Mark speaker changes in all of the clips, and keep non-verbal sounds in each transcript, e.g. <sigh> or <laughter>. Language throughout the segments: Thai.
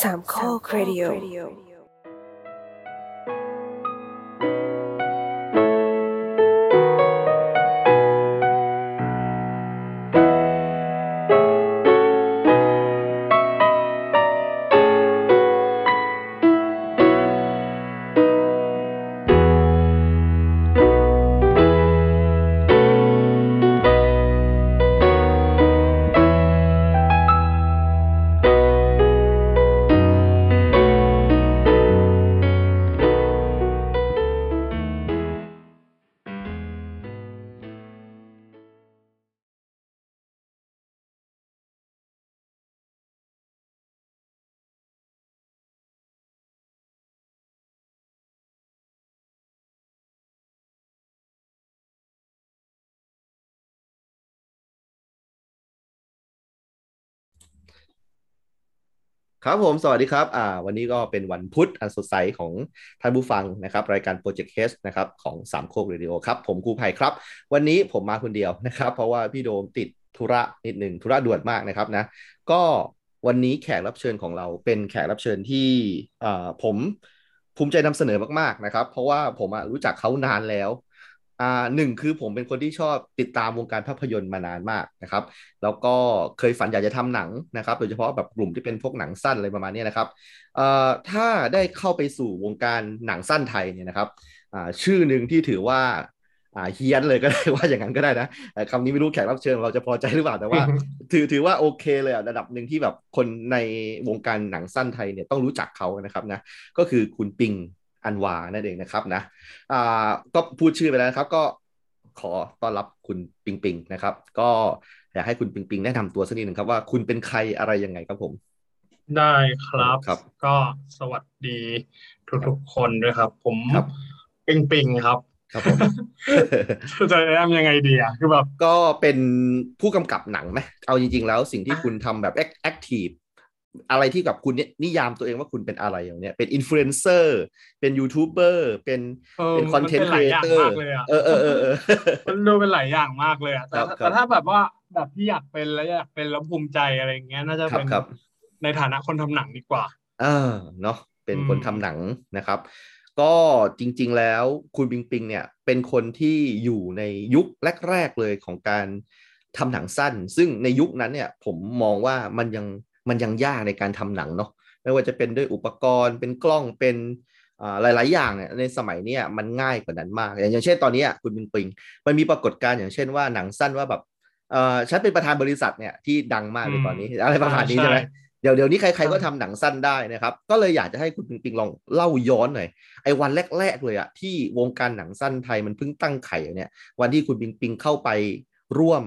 Speaker 1: สามข้อครดิโอ
Speaker 2: ครับผม สวัสดีครับ อ่า วันนี้ก็เป็นวันพุธอันสดใสของท่านผู้ฟังนะครับ รายการ Project H นะครับของสามโคกเรดิโอครับ ผมครูไผ่ครับ วันนี้ผมมาคนเดียวนะครับ เพราะว่าพี่โดมติดธุระนิดหนึ่งธุระด่วนมากนะครับนะ ก็วันนี้แขกรับเชิญของเราเป็นแขกรับเชิญที่อ่าผมภูมิใจนำเสนอมากๆนะครับ เพราะว่าผมอ่ะรู้จักเขานานแล้ว อ่าหนึ่งคือผมเป็นคนที่ชอบติดตามวงการภาพยนตร์มานานมากนะครับ แล้วก็เคยฝันอยากจะทำหนังนะครับ โดยเฉพาะแบบกลุ่มที่เป็นพวกหนังสั้นอะไรประมาณเนี้ยนะครับเอ่อถ้าได้เข้าไปสู่วงการหนังสั้นไทยเนี่ยนะครับอ่าชื่อหนึ่งที่ถือว่าอ่าเฮี้ยนเลยก็ได้ <laughs> ว่าอย่างนั้นก็ได้นะเอ่อคำนี้ไม่รู้แขกรับเชิญเราจะพอใจหรือเปล่าแต่ว่า ถือถือว่าโอเคเลยอะระดับหนึ่งที่แบบคนในวงการหนังสั้นไทยเนี่ยต้องรู้จักเขานะครับนะก็คือคุณปิงอันวานั่นเองนะครับนะอ่าก็พูดชื่อไปแล้วนะครับก็ขอต้อนรับคุณปิงปิงนะครับ ก็ อยากให้คุณปิงปิงแนะนำตัวสักนิดหนึ่งครับว่าคุณเป็นใครอะไรยังไงครับผม
Speaker 3: ได้ครับ
Speaker 2: ครับ
Speaker 3: ก็สวัสดีทุกๆคนด้วยครับ ผม
Speaker 2: ครับ
Speaker 3: ปิงปิงครับ
Speaker 2: ครับผม <laughs>
Speaker 3: จะแนะนำยังไงดีอ่ะคือแบบ
Speaker 2: ก็เป็นผู้กำกับหนังไหมเอาจริง ๆ แล้วสิ่งที่คุณทำแบบแอคทีฟอะไรที่กับคุณเนี่ยนิยามตัวเองว่าคุณเป็นอะไรอย่างเนี้ยเป็นอินฟลูเอนเซอร์เป็นยูทูบเบอร์เป็น
Speaker 3: เออ
Speaker 2: เป็นคอนเทนต์
Speaker 3: มัน
Speaker 2: ค
Speaker 3: เป็นห
Speaker 2: รี
Speaker 3: ลา
Speaker 2: เอย
Speaker 3: อย่าง
Speaker 2: เตอร์
Speaker 3: มากเลยอะ
Speaker 2: เออเออเออเออ
Speaker 3: มันดูเป็นหลายอย่างมากเลยอะแต่
Speaker 2: ครับครับ
Speaker 3: แต่ถ้าแบบว่าแบบที่อยากเป็นแล้วอยากเป็นแล้วภูมิใจอะไรอย่างเงี้ย น่าจะ
Speaker 2: ครับ
Speaker 3: เป็น
Speaker 2: ครับ
Speaker 3: ในฐานะคนทำหนังดีกว่า
Speaker 2: เออเนาะเป็น
Speaker 3: อืม
Speaker 2: คนทำหนังนะครับ ก็จริงๆแล้วคุณปิงปิงเนี่ยเป็นคนที่อยู่ในยุคแรกๆเลยของการทำหนังสั้น ซึ่งในยุคนั้นเนี่ยผมมองว่ามันยังมันยังยากในการทำหนังเนาะไม่ว่าจะเป็นด้วยอุปกรณ์เป็นกล้องเป็นอ่าหลายๆ อย่างเนี่ยในสมัยเนี่ยมันง่ายกว่านั้นมาก อย่างอย่างเช่นตอนเนี้ยคุณปิงปิงมันมีปรากฏการณ์อย่างเช่นว่าหนังสั้นว่าแบบเออฉันเป็นประธานบริษัทเนี่ยที่ดังมากเลยตอนนี้อะไรประมาณนี้ใช่ไหม เดี๋ยวเดี๋ยวนี้ใครๆก็ทำหนังสั้นได้นะครับ ก็เลยอยากจะให้คุณปิงปิงลองเล่าย้อนหน่อยไอ้วันแรก ๆ เลยอะที่วงการหนังสั้นไทยมันเพิ่งตั้งไข่เนี่ย วันที่คุณปิงปิงเข้าไปร่วม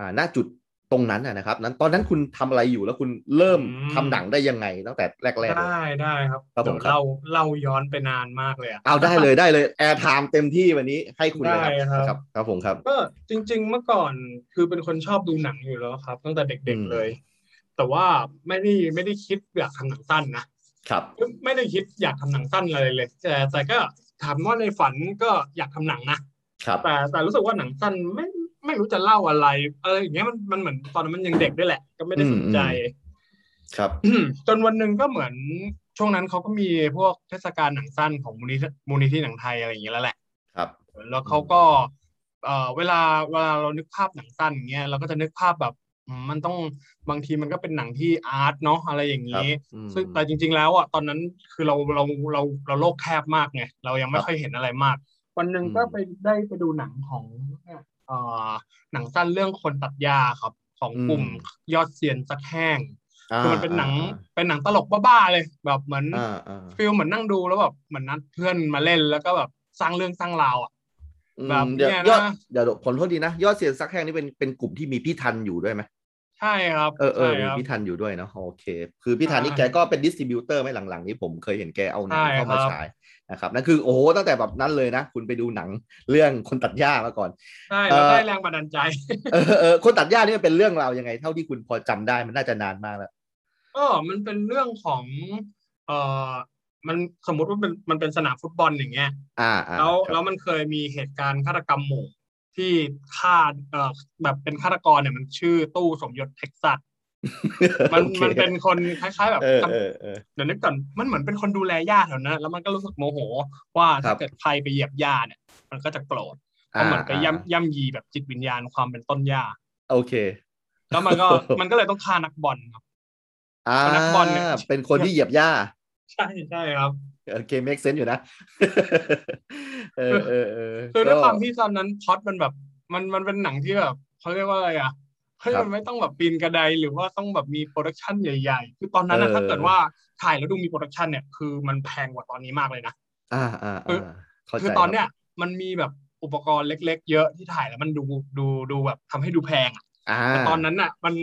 Speaker 2: อ่าณจุดตรงนั้นนะนะครับ นั้นตอนนั้นคุณทำอะไรอยู่แล้วคุณเริ่ม
Speaker 3: อืม
Speaker 2: ทำหนังได้ยังไงตั้งแต่แรกๆเลย
Speaker 3: ได้ได้ครับ
Speaker 2: ครับ
Speaker 3: เดี๋
Speaker 2: ผม
Speaker 3: ย
Speaker 2: ค
Speaker 3: ว
Speaker 2: รับ
Speaker 3: เล่าเล่าย้อนไปนานมากเลยอะ
Speaker 2: เอาได้เลยได้เลยแอร์ไทม์เต็มที่วันนี้ให้คุณเลย
Speaker 3: ได้
Speaker 2: ค
Speaker 3: ครั
Speaker 2: รับ ครับ ครับผมครับ
Speaker 3: ก็จริง ๆ เมื่อก่อนคือเป็นคนชอบดูหนังอยู่แล้วครับ ตั้งแต่
Speaker 2: อื
Speaker 3: เด็ก
Speaker 2: ม
Speaker 3: ๆเลย แต่ว่าไม่ได้ไม่ได้คิดอยากทำหนังสั้นนะครับ ไม่ได้คิดอยากทำหนังสั้นอะไรเลยแต่แต่ก็ถามว่าในฝันก็อยากทำหนังนะครับ แต่แต่รู้สึกว่าหนังสั้นไม่ไม่รู้จะเล่าอะไรอะไรอย่างเงี้ยมันมันเหมือนตอนนั้นมันยังเด็กด้วยแหละ ก็ไม่ได้สนใจ
Speaker 2: ครับ
Speaker 3: จนวันหนึ่งก็เหมือนช่วงนั้นเขาก็มีพวกเทศกาลหนังสั้นของมูลนิธิมูลนิธิหนังไทยอะไรอย่างเงี้ยแล้วแหละ
Speaker 2: ครับ
Speaker 3: แล้วเขาก็ เอ่อเวลาเวลาเรานึกภาพหนังสั้นอย่างเงี้ยเราก็จะนึกภาพแบบอืมมันต้องบางทีมันก็เป็นหนังที่อาร์ตเนาะอะไรอย่าง
Speaker 2: ครับ
Speaker 3: นี้
Speaker 2: อืม
Speaker 3: ซึ่งแต่จริง ๆ แล้วอ่ะตอนนั้นคือเราเราเราเราโลกแคบมากไงเรายัง
Speaker 2: ค
Speaker 3: ไม่
Speaker 2: รับ
Speaker 3: ค่อยเห็นอะไรมาก วันหนึ่ง
Speaker 2: อืม
Speaker 3: ก็ไปได้ไปดูหนังของเอ่อหนังสั้นเรื่องคนตัดหญ้าครับ ของกลุ่มยอดเซียนสักแห้ง คือมันเป็นหนังเป็นหนังตลกบ้าๆเลยแบบเหมือน
Speaker 2: อ่าอ่า
Speaker 3: ฟิลเหมือนนั่งดูแล้วแบบเหมือนนัดเพื่อนมาเล่นแล้วก็แบบสร้างเรื่องสร้างราวอ่ะ
Speaker 2: อืม
Speaker 3: แบบ
Speaker 2: เดี๋ยวย
Speaker 3: เนี่ย
Speaker 2: อด
Speaker 3: นะ
Speaker 2: เดี๋ยวผลโทษดีนะ ยอดเสียงซักแห้งนี่เป็นเป็นกลุ่มที่มีพี่ทันอยู่ด้วยไหม
Speaker 3: ใช่ครับ
Speaker 2: เออเออ
Speaker 3: ใช่
Speaker 2: มี
Speaker 3: ครับ
Speaker 2: พี่ทันอยู่ด้วยเนาะโอเค คือพี่ทันนี่
Speaker 3: ใช่
Speaker 2: แกก็เป็นดิสติบิวเตอร์ไหมหลังๆนี้ผมเคยเห็นแกเอาหนัง
Speaker 3: ใช่
Speaker 2: เข้ามา
Speaker 3: ครับ
Speaker 2: ฉายนะครับนั่นคือโอ้โหตั้งแต่แบบนั้นเลยนะ คุณไปดูหนังเรื่องคนตัดหญ้ามาก่อน
Speaker 3: ใช่แล้ว
Speaker 2: เอ่อ
Speaker 3: ได้แรงบันดาลใจ
Speaker 2: เออเออคนตัดหญ้านี่มันเป็นเรื่องราวยังไง เท่าที่คุณพอจำได้มันน่าจะนานมากแล้ว
Speaker 3: <laughs> ก็มันเป็นเรื่องของเอ่อมันสมมุติว่าเป็นมันเป็นสนามฟุตบอลอย่างเงี้ย
Speaker 2: อ่าอ่า
Speaker 3: แล้ว
Speaker 2: ครับ
Speaker 3: แล้วมันเคยมีเหตุการณ์ฆาตกรรมหมู่ที่ฆ่าเอ่อแบบเป็นฆาตกรเนี่ยมันชื่อตู้สมยศเท็กซัส มัน
Speaker 2: โอค
Speaker 3: มันเป็นคนคล้ายๆแบบ
Speaker 2: เออ
Speaker 3: ทำ
Speaker 2: เออเออ
Speaker 3: เดี๋ยวนึกก่อนมันเหมือนเป็นคนดูแลย่าแถวนั้นแล้วมันก็รู้สึกโมโห ว่า
Speaker 2: ครั
Speaker 3: ถ้า
Speaker 2: บ
Speaker 3: เกิดใครไปเหยียบย่าเนี่ยมันก็จะโกรธเพราะเหมือนไปย่ำย่ำยีแบบจิตวิญญาณความเป็นต้นย่า
Speaker 2: โอเค
Speaker 3: แล้วมันก็
Speaker 2: <laughs> โอ้โห
Speaker 3: มันก็เลยต้องฆ่านักบอลครับ
Speaker 2: อ่า
Speaker 3: เพราะนักบอลเนี่ย
Speaker 2: เป็นคนที่เหยียบหญ้า
Speaker 3: ใช่ใช่ครับ
Speaker 2: โอเค make sense อยู่นะ <laughs> เออเออเออ
Speaker 3: คือด้วย
Speaker 2: ก็
Speaker 3: ความที่ตอนนั้นพล็อดมันแบบมันมันเป็นหนังที่แบบเขาเรียกว่าอะไรอ่ะเฮ้ย
Speaker 2: ครับ
Speaker 3: มันไม่ต้องแบบปีนกระไดหรือว่าต้องแบบมีโปรดักชันใหญ่ๆ คือตอนนั้นนะ
Speaker 2: เออ
Speaker 3: ถ้าเกิดว่าถ่ายแล้วดูมีโปรดักชันเนี่ยคือมันแพงกว่าตอนนี้มากเลยนะ
Speaker 2: อ่าอ่า
Speaker 3: คือ
Speaker 2: อ่าเข้าใจ
Speaker 3: คือตอนเนี้ยมันมีแบบอุปกรณ์เล็ก ๆ เยอะที่ถ่ายแล้วมันดูดูดูแบบทำให้ดูแพงอะ
Speaker 2: อ่า
Speaker 3: แต่ตอนนั้นอ่ะมัน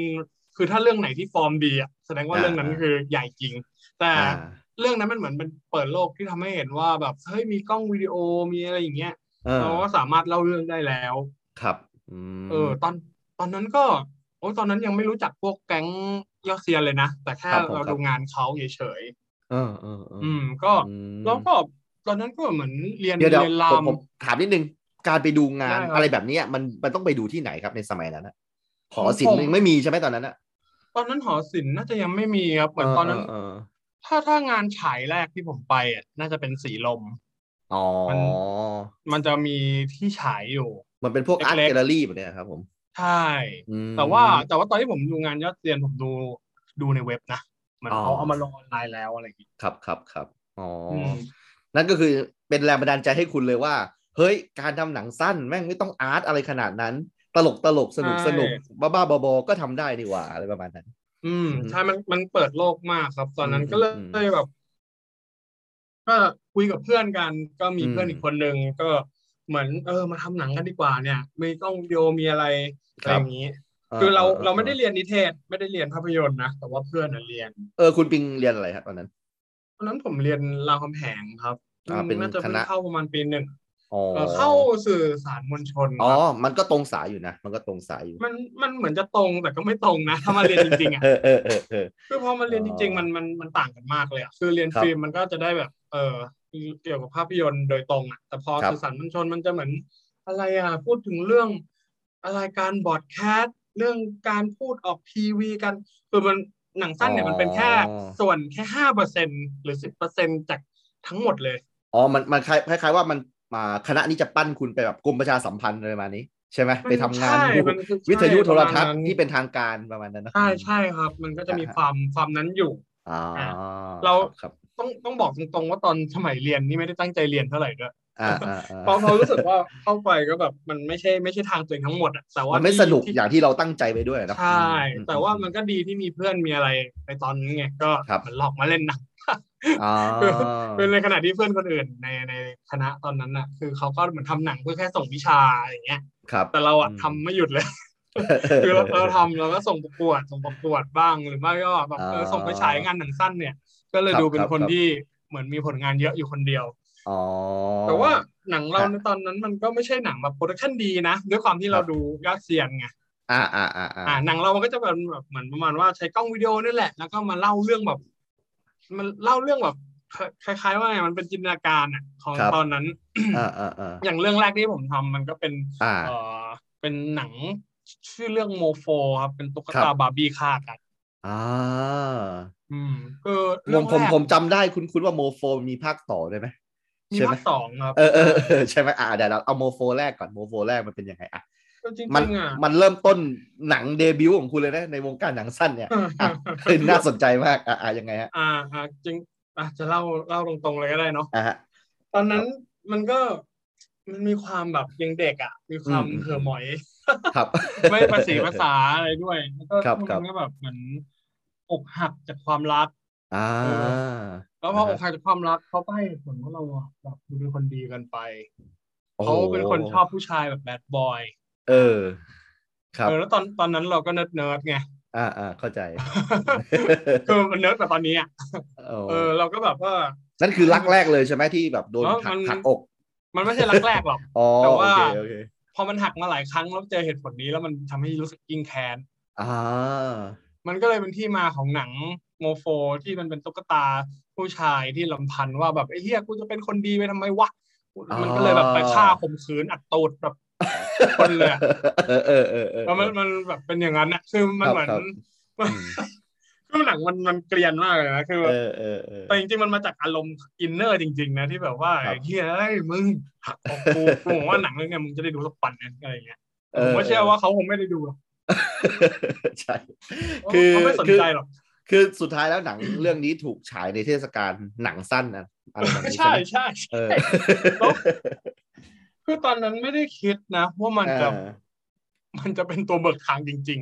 Speaker 3: คือถ้าเรื่องไหนที่ฟอร์มดีอ่ะแสดงว่า
Speaker 2: อ่า
Speaker 3: เรื่องนั้นคือใหญ่จริง แต่
Speaker 2: อ่า
Speaker 3: เรื่องนั้นมันเหมือนเป็นเปิดโลกที่ทำให้เห็นว่าแบบเฮ้ยมีกล้องวิดีโอมีอะไรอย่างเงี้ย
Speaker 2: เออ
Speaker 3: เราก็สามารถเล่าเรื่องได้แล้ว
Speaker 2: ครับอืม
Speaker 3: เออตอนตอนนั้นก็โอ้ยตอนนั้นยังไม่รู้จักพวกแก๊งยอดเซียนเลยนะ แต่แค่เราดูงานเขาเฉย
Speaker 2: เออเออเออ
Speaker 3: ๆ
Speaker 2: อ
Speaker 3: อืม ก็
Speaker 2: อืม
Speaker 3: แล้วก็ตอนนั้นก็เหมือนเรียน
Speaker 2: เดี๋ยวเดี๋ยว
Speaker 3: เรียน
Speaker 2: ผมผม
Speaker 3: รำ
Speaker 2: ถามนิดนึง การไปดูงาน
Speaker 3: ได้ครับ
Speaker 2: อะไรแบบเนี้ยมันมันต้องไปดูที่ไหนครับในสมัยนั้นอะหอศิล
Speaker 3: ขอ
Speaker 2: ป์
Speaker 3: งผม
Speaker 2: ยังไม่มีใช่ไหมตอนนั้นอะ
Speaker 3: ตอนนั้นหอศิลป์น่าจะยังไม่มีครับเหมือนตอนนั้น
Speaker 2: เเออ
Speaker 3: ถ้าถ้างานฉายแรกที่ผมไปอ่ะน่าจะเป็นสีลม
Speaker 2: อ๋อ
Speaker 3: มัน มันจะมีที่ฉายอยู่
Speaker 2: มันเป็นพวกอาร์ต
Speaker 3: เล็กๆ
Speaker 2: แกลเลอรี่แบบเนี้ยครับผม
Speaker 3: ใช่
Speaker 2: อืม
Speaker 3: แต่ว่าแต่ว่าตอนที่ผมดูงานยอดเซียนผมดูดูในเว็บนะเหมือน
Speaker 2: อ๋อ
Speaker 3: เขาเอามาลงออนไลน์แล้วอะไรอย่างงี้
Speaker 2: ครับครับครับอ๋ออ
Speaker 3: ม
Speaker 2: นั่นก็คือเป็นแรงบันดาลใจให้คุณเลยว่า เฮ้ย การทำหนังสั้นแม่งไม่ต้องอาร์ตอะไรขนาดนั้น ตลกตลกสนุก
Speaker 3: ใช่
Speaker 2: สนุกบ้าบ้าๆบอๆก็ทำได้นี่หว่าอะไรประมาณนั้น
Speaker 3: อืม
Speaker 2: อืม
Speaker 3: ใช่มันมันเปิดโลกมากครับ ตอนนั้น
Speaker 2: อืม
Speaker 3: ก็เล
Speaker 2: อืม
Speaker 3: ยแบบ ก็คุยกับเพื่อนกัน ก็มี
Speaker 2: อืม
Speaker 3: เพื่อนอีกคนนึงก็เหมือน เออ มาทำหนังกันดีกว่าเนี่ยมีกล้องวิดีโอมีอะไรอะไรอย่างนี้ คือเราเราไม่ได้เรียนนิเทศ ไม่ได้เรียนภาพยนตร์นะแต่ว่าเพื่อนน่ะเรียน
Speaker 2: เออคุณปิงเรียนอะไรครับตอนนั้น
Speaker 3: ตอนนั้นผมเรียนรามคำแหงครับ
Speaker 2: อ่าเป็น
Speaker 3: น่าจะ
Speaker 2: ค
Speaker 3: เพิ่ง
Speaker 2: ณะ
Speaker 3: เข้าประมาณปีหนึ่ง
Speaker 2: อ๋อ
Speaker 3: เอ่อเข้าสื่อสารมวลชน
Speaker 2: อ๋อ
Speaker 3: ครับ
Speaker 2: มันก็ตรงสายอยู่นะ มันก็ตรงสายอยู่
Speaker 3: มันมันเหมือนจะตรงแต่ก็ไม่ตรงนะถ้ามาเรียนจริงๆอ่ะ
Speaker 2: เออเออเออเออ
Speaker 3: คือพอมาเรียนจริง
Speaker 2: อ๋อ
Speaker 3: ๆมันมันมันต่างกันมากเลยอ่ะคือเรียน
Speaker 2: ครับ
Speaker 3: ฟิล์มมันก็จะได้แบบ เออเกี่ยวกับภาพยนตร์โดยตรงอ่ะแต่พอ
Speaker 2: ครับ
Speaker 3: สื่อสารมวลชนมันจะเหมือน อะไรอ่ะพูดถึงเรื่องอะไรการบอดแคสต์เรื่องการพูดออกทีวีกันคือมันหนังสั้นเนี่ยมันเป็นแค่ส่วนแค่ห้าเปอร์เซ็นหรือสิบเปอร์เซ็นจากทั้งหมดเลย
Speaker 2: อ๋อมันมันคล้ายคล้ายๆว่ามันมาคณะนี้จะปั้นคุณไปแบบกรมประชาสัมพันธ์อะไรประมาณนี้ ใช่ไหม
Speaker 3: มัน
Speaker 2: ไปทำงาน
Speaker 3: ใช่
Speaker 2: ดู
Speaker 3: มันคือ
Speaker 2: วิทยุโทรทัศ
Speaker 3: ประมาณนั้
Speaker 2: น์
Speaker 3: น
Speaker 2: ที่เป็นทางการประมาณนั้นนะ
Speaker 3: ใช่ใช่ครับ มันก็จะมี
Speaker 2: อ่าฮะ
Speaker 3: ความความนั้นอยู่
Speaker 2: อ๋อ
Speaker 3: เรา
Speaker 2: ครับ
Speaker 3: ต้องต้องบอกตรงๆ ว่าตอนสมัยเรียนนี่ไม่ได้ตั้งใจเรียนเท่าไหร่ด้วย
Speaker 2: อ่าอ่าอ่า
Speaker 3: เพราะเพราะรู้สึกว่าเข้าไปก็แบบมันไม่ใช่ไม่ใช่ทางตัวเองทั้งหมดอ่ะแต่ว่า
Speaker 2: มันไม่
Speaker 3: ที่
Speaker 2: สนุก
Speaker 3: ที่
Speaker 2: อย่างที่เราตั้งใจไปด้วยเนอะ
Speaker 3: ใช่
Speaker 2: อืม
Speaker 3: แต่ว่ามันก็ดีที่มีเพื่อนมีอะไรในตอนนี้นไงก็
Speaker 2: ครับ
Speaker 3: เหมันหลอกมาเล่นหนะ
Speaker 2: อ๋อ
Speaker 3: เป็นในขณะที่เพื่อนคนอื่นในในคณะตอนนั้นน่ะ คือเขาก็เหมือนทำหนังเพื่อแค่ส่งวิชาอะไรอย่างเงี้ย
Speaker 2: ครับ
Speaker 3: แต่เราอ่ะทำไม่หยุด
Speaker 2: <laughs>
Speaker 3: เลย คือเราเราทำเราก็ส่งประกวดส่งประกวดบ้างหรือไม่ก็แบบเออส่งไปฉายงานหนังสั้นเนี่ย ก็เลยดูเป็นคนที่เหมือนมีผลงานเยอะอยู่คนเดียว
Speaker 2: อ๋อ
Speaker 3: แต่ว่าหนังเรา
Speaker 2: ฮะ
Speaker 3: ในตอนนั้นมันก็ไม่ใช่หนังแบบโปรดักชันดีนะ ด้วยความ
Speaker 2: ค
Speaker 3: ที่
Speaker 2: รั
Speaker 3: เรา
Speaker 2: บ
Speaker 3: ดูยอดเซียนไง
Speaker 2: อ่าอ่าอ่าอ่า
Speaker 3: อ่าหนังเรามันก็จะเป็นแบบเหมือนประมาณว่าใช้กล้องวิดีโอนี่แหละ แล้วก็มาเล่าเรื่องแบบ มันเล่าเรื่องแบบคล้ายๆว่าไงมันเป็นจินตนาการอะของตอนนั้น
Speaker 2: อ่าอ่าอ่า
Speaker 3: <coughs> อย่างเรื่องแรกที่ผมทำมันก็เป็น
Speaker 2: อ่า
Speaker 3: เออเป็นหนังชื่อเรื่องโมโฟครับเป็นตุ๊
Speaker 2: ค
Speaker 3: ก
Speaker 2: รั
Speaker 3: ตา
Speaker 2: บ
Speaker 3: บาร์บี้ฆ่ากัน
Speaker 2: อ่า
Speaker 3: อืมคือ
Speaker 2: ผ
Speaker 3: เรื่อ
Speaker 2: ม
Speaker 3: ง
Speaker 2: ผม
Speaker 3: แรก
Speaker 2: ผมจำได้คุณคุณว่าโมโฟมีภาคต่อด้วยไหม
Speaker 3: มี
Speaker 2: ใช่ไหม
Speaker 3: ภาคสองครับ
Speaker 2: เออเออเออ <laughs> ใช่ไหมอ่าเดี๋ยวเราเอาโมโฟแรกก่อนโมโฟแรกมันเป็นยังไงอ่ะ
Speaker 3: คือจริ
Speaker 2: มัน
Speaker 3: งๆอ่ะ
Speaker 2: มันเริ่มต้นหนังเดบิวต์ของคุณเลยนะในวงการหนังสั้นเนี่ยอ่ะคือน่าสนใจมากอ่าอ่ายังไงฮะ
Speaker 3: <laughs> อ่าอ่าจริงอ่ะจะเล่าเล่าตรงๆเลยก็ได้เนาะ
Speaker 2: อ่าฮะ
Speaker 3: ตอนนั้นมันก็มันมีความแบบยังเด็กอ่ะ มีความ
Speaker 2: อืม
Speaker 3: เห่อะหมอย
Speaker 2: ครับ
Speaker 3: ไม่ภาษีภาษาอะไรด้วยแล้วก็
Speaker 2: ครับ
Speaker 3: ช่วง
Speaker 2: ครั
Speaker 3: นั้
Speaker 2: บ
Speaker 3: นก็แบบเหมือนอกหักจากความรัก
Speaker 2: อ่า
Speaker 3: เอ แล้วพอ
Speaker 2: อ่า
Speaker 3: อ
Speaker 2: ฮะ
Speaker 3: กหักจากความรักเขาก็ให้เหตุผลว่าเราอะแบบดูเป็นคนดีเกันไป
Speaker 2: โอ้โห
Speaker 3: เขาเป็นคนชอบผู้ชายแบบแบดบอย
Speaker 2: เออ ครับ
Speaker 3: เออแล้วตอนตอนนั้นเราก็เนิร์ดเนิร์ดๆไง <laughs>
Speaker 2: อ่าอ่าเข้าใจ
Speaker 3: คือมันเนิร์ดแต่ตอนนี้อะ
Speaker 2: โอ้
Speaker 3: เออ เราก็แบบว่า
Speaker 2: นั่นคือรักแรกเลยใช่ไหมที่แบบโดน
Speaker 3: เออ
Speaker 2: หั
Speaker 3: มั
Speaker 2: ก
Speaker 3: น
Speaker 2: หักอก
Speaker 3: มันไม่ใช่รักแรกหรอก
Speaker 2: อ๋อ
Speaker 3: แต่
Speaker 2: โอ
Speaker 3: ว่า
Speaker 2: เคโอเค
Speaker 3: พอมันหักมาหลายครั้งแล้วเจอเหตุผลนี้แล้วมันทำให้รู้สึกยิ่งแค้น
Speaker 2: อ่า
Speaker 3: มันก็เลยเป็นที่มาของหนังโมโฟที่มันเป็นตุ๊กตาผู้ชายที่ลำพันว่าแบบไอ้เหี้ยกูจะเป็นคนดีไปทำไมวะ มันก็เลยแบบไปฆ่าข่มขืนอัดตูดแบบ คนเลยอะ
Speaker 2: เออเออเออเออ
Speaker 3: มันมันมันแบบเป็นอย่างนั้นอะคือมัน
Speaker 2: ครับ
Speaker 3: เหมือน
Speaker 2: ครับ
Speaker 3: คือหนังมันมันเกลียนมากเลยนะคือ
Speaker 2: เออเออเออ
Speaker 3: แต่จริงๆมันมาจากอารมณ์อินเนอร์จริงๆนะที่แบบว่า
Speaker 2: ครับ
Speaker 3: เฮียเอ้ยมึงหักอกกู <laughs> กูหวังว่าหนังเรื่องเนี้ยมึงจะได้ดูสักวันนะอะไรอย่างเงี้ยแต่ผมก็เชื่อว่าเขาคงไม่ได้ดูหรอก
Speaker 2: ใช่ คือ
Speaker 3: เขาไม่สนใจหรอก
Speaker 2: คือสุดท้ายแล้วหนังเรื่องนี้ถูกฉายในเทศกาลหนังสั้นนะอะไรแบบนี้
Speaker 3: ใช่
Speaker 2: ใช่ไหม
Speaker 3: ใช่
Speaker 2: เออ
Speaker 3: คือตอนนั้นไม่ได้คิดนะว่ามันจะ
Speaker 2: เออ
Speaker 3: มันจะเป็นตัวเบิกทางจริง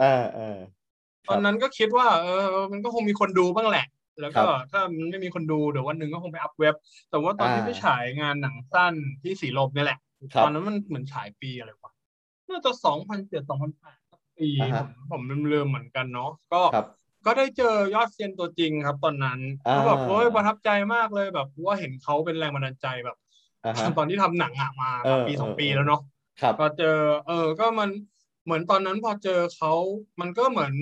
Speaker 2: เออเออ
Speaker 3: ๆ ตอนนั้นก็คิดว่าเออมันก็คงมีคนดูบ้างแหละ แล้วก็
Speaker 2: ครับ
Speaker 3: ถ้ามันไม่มีคนดูเดี๋ยววันหนึ่งก็คงไปอัพเว็บ แต่ว่าตอนที่ไปฉายงานหนังสั้นที่สีลมเนี่ยแหละ
Speaker 2: ครั
Speaker 3: ต
Speaker 2: บ
Speaker 3: อนนั้นมันเหมือนฉายปีอะไรวะน่าจะสองพันเจ็ดสองพันแปดปี
Speaker 2: อ่าฮะ
Speaker 3: ผมผมลืมๆเหมือนกันเนาะก็
Speaker 2: ครับ
Speaker 3: ก็ได้เจอยอดเซียนตัวจริงครับ ตอนนั้น
Speaker 2: อ่า
Speaker 3: ก็แบบโอ้ยประทับใจมากเลยแบบว่าเห็นเขาเป็นแรงบันดาลใจแบบ
Speaker 2: อ่าฮะ
Speaker 3: ตอนที่ทำหนังอะมา
Speaker 2: เออ
Speaker 3: ปีสอง
Speaker 2: เออ
Speaker 3: ปี
Speaker 2: เออ
Speaker 3: แล้วเนาะ
Speaker 2: ครับ
Speaker 3: พอเจอ เออ ก็มันเหมือนตอนนั้นพอเจอเขา มันก็เหมือน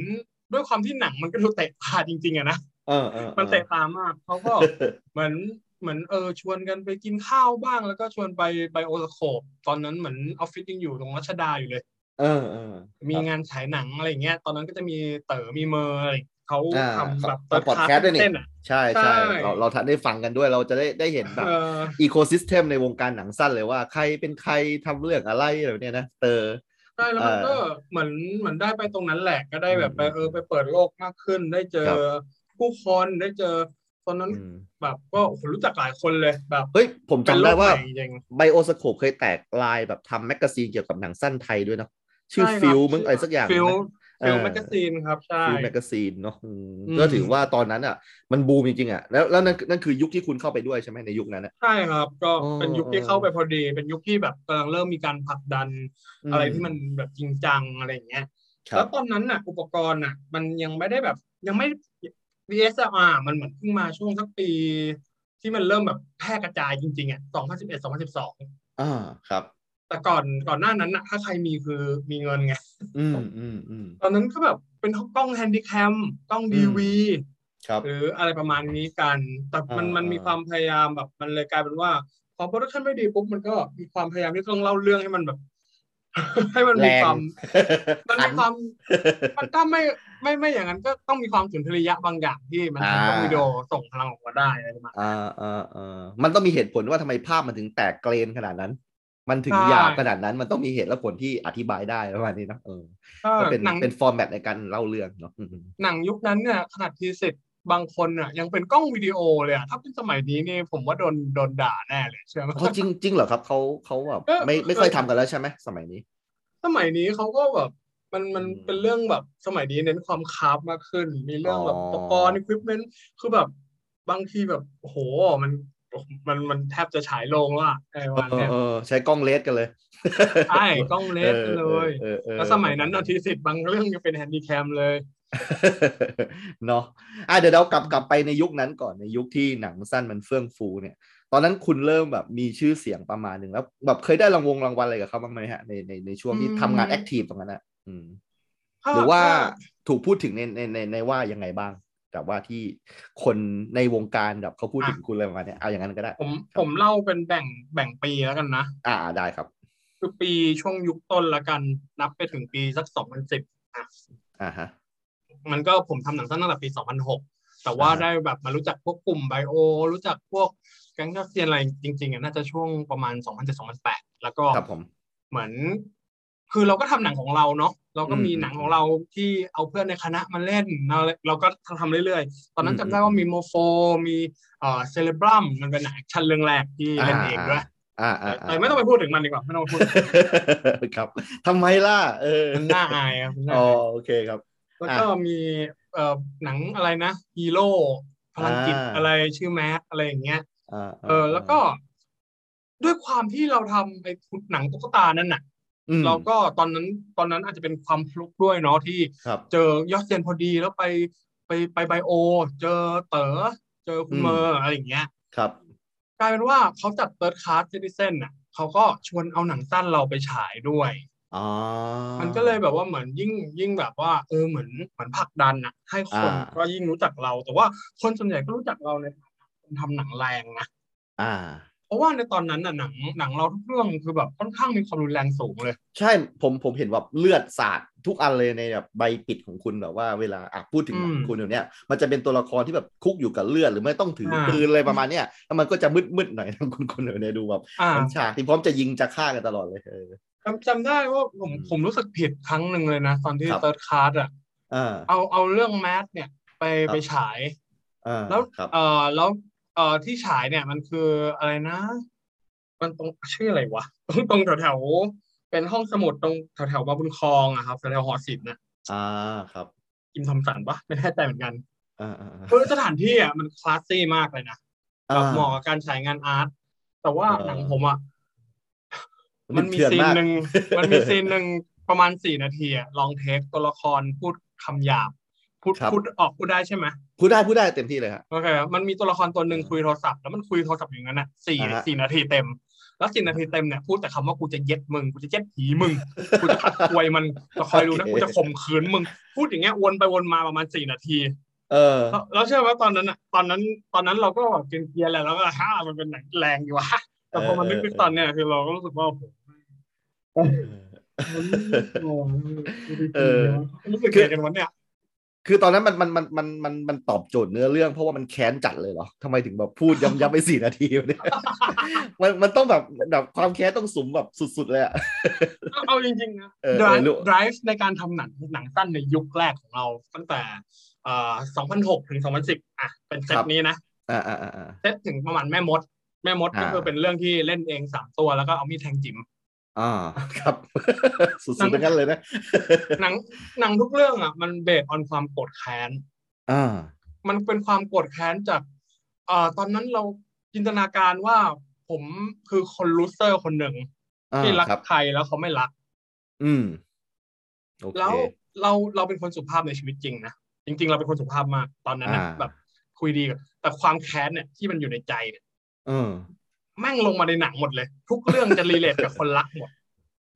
Speaker 3: ด้วยความที่หนังมันก็ดูเตะตาจริงๆ
Speaker 2: <laughs>
Speaker 3: อะนะ
Speaker 2: เออเออ
Speaker 3: มันเตะตามากเขาก็ เหมือนเหมือนเออชวนกันไปกินข้าวบ้างแล้วก็ชวนไปไปโอสโคปตอนนั้นเหมือนออฟฟิศยังอยู่ตรงรัชดาอยู่เลย
Speaker 2: เออเออ
Speaker 3: มีงานฉายหนังอะไรอย่างเงี้ย ตอนนั้นก็จะมีเต๋อมีเมอร์อะไรเขา
Speaker 2: อ่า
Speaker 3: ทำแบบ
Speaker 2: ทำพอดแคสต์ด้วยนี่
Speaker 3: เต้นอะ
Speaker 2: ใช่ใช่
Speaker 3: ใช่
Speaker 2: เราเราทันได้ฟังกันด้วยเราจะได้ได้เห็นแบบ
Speaker 3: เออ
Speaker 2: อีโคซิสเต็มในวงการหนังสั้นเลยว่าใครเป็นใครทำเรื่องอะไรอะไรแบบเนี้ยนะเตอ
Speaker 3: ใช่แล้วมัน
Speaker 2: เอ่
Speaker 3: ก็
Speaker 2: อ
Speaker 3: เหมือนเหมือนได้ไปตรงนั้นแหละก็ได้แบบไป
Speaker 2: อืม
Speaker 3: เออไปเปิดโลกมากขึ้น ได้เจอ
Speaker 2: ครับ
Speaker 3: ผู้คนได้เจอ ตอนนั้น
Speaker 2: อืม
Speaker 3: แบบก็โอ้โหรู้จักหลายคนเลยแบบ
Speaker 2: เฮ้ย ผมจำได้ว่า
Speaker 3: เป็นโลกใหม่จริง
Speaker 2: ไบโอสโคปเคยแตกลายแบบทำแมกกาซีนเกี่ยวกับหนังสั้นไทยด้วยเนาะชื่อ
Speaker 3: ใช่ครับ
Speaker 2: ฟิลมึง
Speaker 3: ชื่อ
Speaker 2: อะไรสักอย่าง
Speaker 3: ฟิล
Speaker 2: นะ
Speaker 3: ฟิล
Speaker 2: เออ
Speaker 3: แมกกาซีนครับใช่
Speaker 2: ฟิลแมกกาซีนเนาะอืม
Speaker 3: อืม
Speaker 2: ก็ถือว่าตอนนั้นอ่ะ มันบูมจริงๆอ่ะแล้วแล้วนั่นนั่นคือยุคที่คุณเข้าไปด้วยใช่ไหมในยุคนั้นอะ
Speaker 3: ใช่ครับ ก็
Speaker 2: อ๋อ
Speaker 3: เป็นยุคที่
Speaker 2: เออ
Speaker 3: เข้าไปพอดี เป็นยุคที่แบบกำลังเริ่มมีการผลักดันอะไรที่มันแบบจริงจังอะไรอย่างเงี้ย
Speaker 2: ค
Speaker 3: แล้
Speaker 2: รับ
Speaker 3: วตอนนั้นน่ะ อุปกรณ์น่ะ มันยังไม่ได้แบบยังไม่ DSLR มันเหมือนเพิ่งมาช่วงสักปี ที่มันเริ่มแบบแพร่กระจายจริงๆอ่ะ2011 2012
Speaker 2: อ่าครับ
Speaker 3: แต่ก่อนก่อนหน้านั้นน่ะ ถ้าใครมีคือมีเงินไง
Speaker 2: อืมอืมอืม
Speaker 3: ตอนนั้นก็แบบเป็นกล้องแฮนดิแคมกล้อง
Speaker 2: อืม
Speaker 3: ดีวี
Speaker 2: ครับ
Speaker 3: หรืออะไรประมาณนี้กัน แต่มัน
Speaker 2: อ่ามั
Speaker 3: มันมี
Speaker 2: อ่า
Speaker 3: ความพยายามแบบมันเลยกลายเป็นว่า พอโปรดักชันไม่ดีปุ๊บมันก็มีความพยายามที่ต้องเล่าเรื่องให้มันแบบ <laughs> ให้มันมีความ มันมี
Speaker 2: <laughs>
Speaker 3: ความ มันถ้าไม่ไม่ไม่อย่างนั้นก็ต้องมีความสุนทรียะบางอย่างที่มัน
Speaker 2: อ่า
Speaker 3: ทำให้วิดีโอส่งพลังออกมาได้อะไรประมาณ
Speaker 2: อ่าอ่าอ่ามันต้องมีเหตุผลว่าทำไมภาพมันถึงแตกเกรนขนาดนั้น มันถึง
Speaker 3: ใช่
Speaker 2: หยาบขนาดนั้น มันต้องมีเหตุและผลที่อธิบายได้ประมาณนี้เนอะเออก็เป็น
Speaker 3: หนัง
Speaker 2: เป็นฟอร์แมตในการเล่าเรื่องเนาะอืม
Speaker 3: หนังยุคนั้นเนี่ยขนาดทีเสร็จบางคนอ่ะยังเป็นกล้องวิดีโอเลยอะถ้าเป็นสมัยนี้นี่ผมว่าโดนโดนด่าแน่เลยเชื่อไหม
Speaker 2: เขาจริงจริงเหรอครับเขาเขาแบบ
Speaker 3: ก็
Speaker 2: ไม่ไม่ค่อยทำกันแล้วใช่ไหมสมัยนี้
Speaker 3: สมัยนี้เขาก็แบบมันมัน
Speaker 2: อืม
Speaker 3: เป็นเรื่องแบบสมัยนี้เน้นความคราฟมากขึ้น มีเรื่องแบบ
Speaker 2: อ๋อ
Speaker 3: อุปกรณ์อุปกรณ์คือแบบบางทีแบบโอ้โหมันมันมันแทบจะฉายโลงแล้วอะไอ้วัน
Speaker 2: เออ
Speaker 3: เนี่ย
Speaker 2: เออใช้กล้องเลสกันเลย
Speaker 3: ใช่กล้องเลสเลย
Speaker 2: เออเออเออ
Speaker 3: แล้วสมัยนั้นนาทีสิทธิ์บางเรื่องยังเป็นแฮนดี้แคมเลย
Speaker 2: <laughs> เนาะอ่ะเดี๋ยวเรากลับกลับไปในยุคนั้นก่อนในยุคที่หนังสั้นมันเฟื่องฟูเนี่ย ตอนนั้นคุณเริ่มแบบมีชื่อเสียงประมาณหนึ่งแล้ว แบบเคยได้รางวงรางวัลอะไรกับเขาบ้างไหมฮะในในในช่วงที่
Speaker 3: อืม
Speaker 2: ทำงานแอคทีฟตรงนั้นอ่ะอืมหรือว่าถูกพูดถึงในในในในว่ายังไงบ้าง แต่ว่าที่คนในวงการแบบเขาพูดถึงคุณอะไรประมาณเนี้ยเอาอย่างนั้นก็ได้
Speaker 3: ผมผมเล่าเป็นแบ่งแบ่งปีแล้วกันนะ
Speaker 2: อ่าได้ครับ
Speaker 3: คือปีช่วงยุคต้นละกัน นับไปถึงปีสักสองพันสิบ
Speaker 2: อ่าฮะ
Speaker 3: มันก็ผมทำหนังสั้นตั้งแต่ปีสองพันหกแต่ว่า
Speaker 2: อ่า
Speaker 3: ได้แบบมารู้จักพวกกลุ่มไบโอ รู้จักพวกแก๊งนักเรียนอะไรจริงๆอ่ะน่าจะช่วงประมาณสองพันเจ็ดสองพันแปดแล้วก็
Speaker 2: ครับผม
Speaker 3: เหมือน คือเราก็ทำหนังของเราเนาะเราก็มี
Speaker 2: อืม
Speaker 3: หนังของเราที่เอาเพื่อนในคณะมาเล่นเราเราก็ทำเรื่อยๆ ตอนนั้น
Speaker 2: อืม
Speaker 3: จำได้ว่ามีโมโฟมีเอ่อเซเลบรัมมันเป็นหนังแอคชั่นเรื่องแรกที่เล่นเองด้วย
Speaker 2: าอ่าา
Speaker 3: แต่ไม่ต้องไปพูดถึงมันดีกว่าไม่ต้องพูด
Speaker 2: <laughs>
Speaker 3: <laughs>
Speaker 2: ครับทำไมล่ะ เออ
Speaker 3: มันน่าอายครับมันน่า
Speaker 2: อ๋อ
Speaker 3: อาย
Speaker 2: โอเคครับ
Speaker 3: แล้วก็มีเอ่อหนังอะไรนะฮีโร่พลังจิต
Speaker 2: อ่า
Speaker 3: อะไรชื่อแมสอะไรอย่างเงี้ย
Speaker 2: อ่า
Speaker 3: เออ แล้วก็ด้วยความที่เราทำไอ้หนังตุ๊กตานั่นน่ะ
Speaker 2: อืม
Speaker 3: เราก็ตอนนั้นตอนนั้นอาจจะเป็นความพลุกด้วยเนาะที่
Speaker 2: ครับ
Speaker 3: เจอยอดเซียนพอดีแล้วไปไปไปไบโอ เจอเต๋อเจอคุณ
Speaker 2: อืม
Speaker 3: เมอร์อะไรอย่างเงี้ย
Speaker 2: ครับ
Speaker 3: กลายเป็นว่าเขาจัดเติร์ดคาร์ดเซติเซนน่ะเขาก็ชวนเอาหนังสั้นเราไปฉายด้วย
Speaker 2: อ๋อ
Speaker 3: มันก็เลยแบบว่าเหมือนยิ่งยิ่งแบบว่าเออเหมือนเหมือนผลักดันนะให้คน
Speaker 2: อ่า
Speaker 3: ก็ยิ่งรู้จักเรา แต่ว่าคนส่วนใหญ่ก็รู้จักเราในฐานะคนทำหนังแรงนะ
Speaker 2: อ่า
Speaker 3: เพ ราะว่าในตอนนั้นน่ะหนังหนังเราทุกเรื่องคือแบบค่อนข้างมีความรุนแรงสูงเลย
Speaker 2: ใช่ผมผมเห็นแบบเลือดสาดทุกอันเลยในแบบใบปิดของคุณแบบว่าเวลาอ่ะพูดถึงหนัง
Speaker 3: อืม
Speaker 2: คุณเดี๋ยวเนี้ยมันจะเป็นตัวละครที่แบบคุกอยู่กับเลือดหรือไม่ต้องถืออา ปืนอะไรประมาณเนี้ยแล้วมันก็จะมืดมืดๆหน่อยทางคุณคุณเดี๋ยวเนี้ยดูแบบ
Speaker 3: อ่า
Speaker 2: เป็นฉากที่พร้อมจะยิงจะฆ่ากันตลอดเลยเออ
Speaker 3: จำจำได้ว่าผม
Speaker 2: อืม
Speaker 3: ผมรู้สึกผิดครั้งหนึ่งเลยนะ ตอนที่
Speaker 2: ครับ
Speaker 3: เติร์ดคาร์ดอ่ะ
Speaker 2: อ่า
Speaker 3: เอาเอาเรื่องแมสเนี่ยไป
Speaker 2: ครับ
Speaker 3: ไปฉาย
Speaker 2: อ่า
Speaker 3: แล้ว
Speaker 2: ครับ
Speaker 3: เออแล้วเออที่ฉายเนี่ยมันคืออะไรนะ มันตรงชื่ออะไรวะ <laughs> ตรงตรงแถวแถวๆเป็นห้องสมุดตรงแถวแถวๆบางบุญคลองอะครับแถวแถวๆหอศิลป์นะ
Speaker 2: อ่าครับ
Speaker 3: กิมทอมสันปะไม่แน่ใจเหมือนกัน
Speaker 2: อ่าอ่าอ่า
Speaker 3: คือสถานที่อะมันคลาสซี่มากเลยนะแบบเหมาะกับการฉายงานอาร์ตแต่ว่าหนังผมอะมันมี
Speaker 2: เถื่
Speaker 3: ซีน
Speaker 2: อาก <laughs>
Speaker 3: หนึ่งมันมีซีนหนึ่งประมาณสี่นาทีอะลองเทคตัวละครพูดคำหยาบพูด
Speaker 2: ครับ
Speaker 3: พูดออกพูดได้ใช่ไหม
Speaker 2: พูดได้พูดได้เต็มที่เลยครับ
Speaker 3: โอเคครับมันมีตัวละครตัวหนึ่งคุยโทรศัพท์แล้วมันคุยโทรศัพท์อย่างนั้นน่ะสี่
Speaker 2: อ่าฮะ
Speaker 3: สี่นาทีเต็ม แล้วสี่นาทีเต็มเนี่ยพูดแต่คำว่ากูจะเย็ดมึงกูจะเย็ดผี
Speaker 2: <laughs>
Speaker 3: มึงกูจะขัดควยมันจะคอยดูนะกูจะข่มขืนมึง พูดอย่างเงี้ยวนไปวนมาประมาณสี่นาที
Speaker 2: เออ
Speaker 3: แล้วแล้วเชื่อไหมตอนนั้นอ่ะตอนนั้นตอนนั้นเราก็แบบเกรียนๆแหละแล้วก็ <laughs> ฮ่ามันเป็นหนังแรงอยู่ว <laughs> ะแต่พอมัน
Speaker 2: เออ
Speaker 3: นึกๆตอนเนี้ยคือเราก็รู้สึกว่าโอ้โห
Speaker 2: เออ
Speaker 3: รู้สึกเกลียดกันวันเนี้ย
Speaker 2: คือตอนนั้นมันมันมันมันมันมันตอบโจทย์เนื้อเรื่องเพราะว่ามันแค้นจัดเลยเหรอทำไมถึงแบบ
Speaker 3: <laughs>
Speaker 2: พูดย้ำย้ำไปสี่นาทีวะเนี่ย <laughs> มันมันต้องแบบแบบความแค้นต้องสุมแบบสุดๆเลย
Speaker 3: <laughs>
Speaker 2: อะ
Speaker 3: เอาจริงๆนะ
Speaker 2: เออเออ
Speaker 3: drive
Speaker 2: รู้
Speaker 3: drive ในการทำหนังหนังสั้นในยุคแรกของเราตั้งแต่เอ่อ2006 ถึง 2010 อ่ะ เป็นเซ
Speaker 2: ค
Speaker 3: ต
Speaker 2: รับ
Speaker 3: นี้นะ
Speaker 2: อ่าอ่าอ่าอ่า
Speaker 3: เซตถึงประมาณแม่มด แม่มดก็
Speaker 2: อ่า
Speaker 3: คือเป็นเรื่องที่เล่นเองสามตัวแล้วก็เอามีดแทงจิ๋ม
Speaker 2: อ่าครับ <laughs> สุดๆ
Speaker 3: นั่น
Speaker 2: ทั้งนั้นเลยนะ <laughs>
Speaker 3: หนังหนังทุกเรื่องอ่ะ มันเบสออนความโกรธแค้น
Speaker 2: อ่า
Speaker 3: มันเป็นความโกรธแค้นจากเอ่อตอนนั้นเราจินตนาการว่าผมคือคนลูเซอร์คนหนึ่ง
Speaker 2: อ่า
Speaker 3: ที่รัก
Speaker 2: ครับ
Speaker 3: ใครแล้วเขาไม่รัก
Speaker 2: อืมโอเค
Speaker 3: แล้วเราเราเป็นคนสุภาพในชีวิตจริงนะจริง ๆ เราเป็นคนสุภาพมากตอนนั้นนะ
Speaker 2: อ่า
Speaker 3: แบบคุยดีกันแต่ความแค้นเนี่ยที่มันอยู่ในใจเนี่ย
Speaker 2: เออ
Speaker 3: แม่งลงมาในหนังหมดเลย ทุกเรื่องจะรีเลทกับคนรักหมด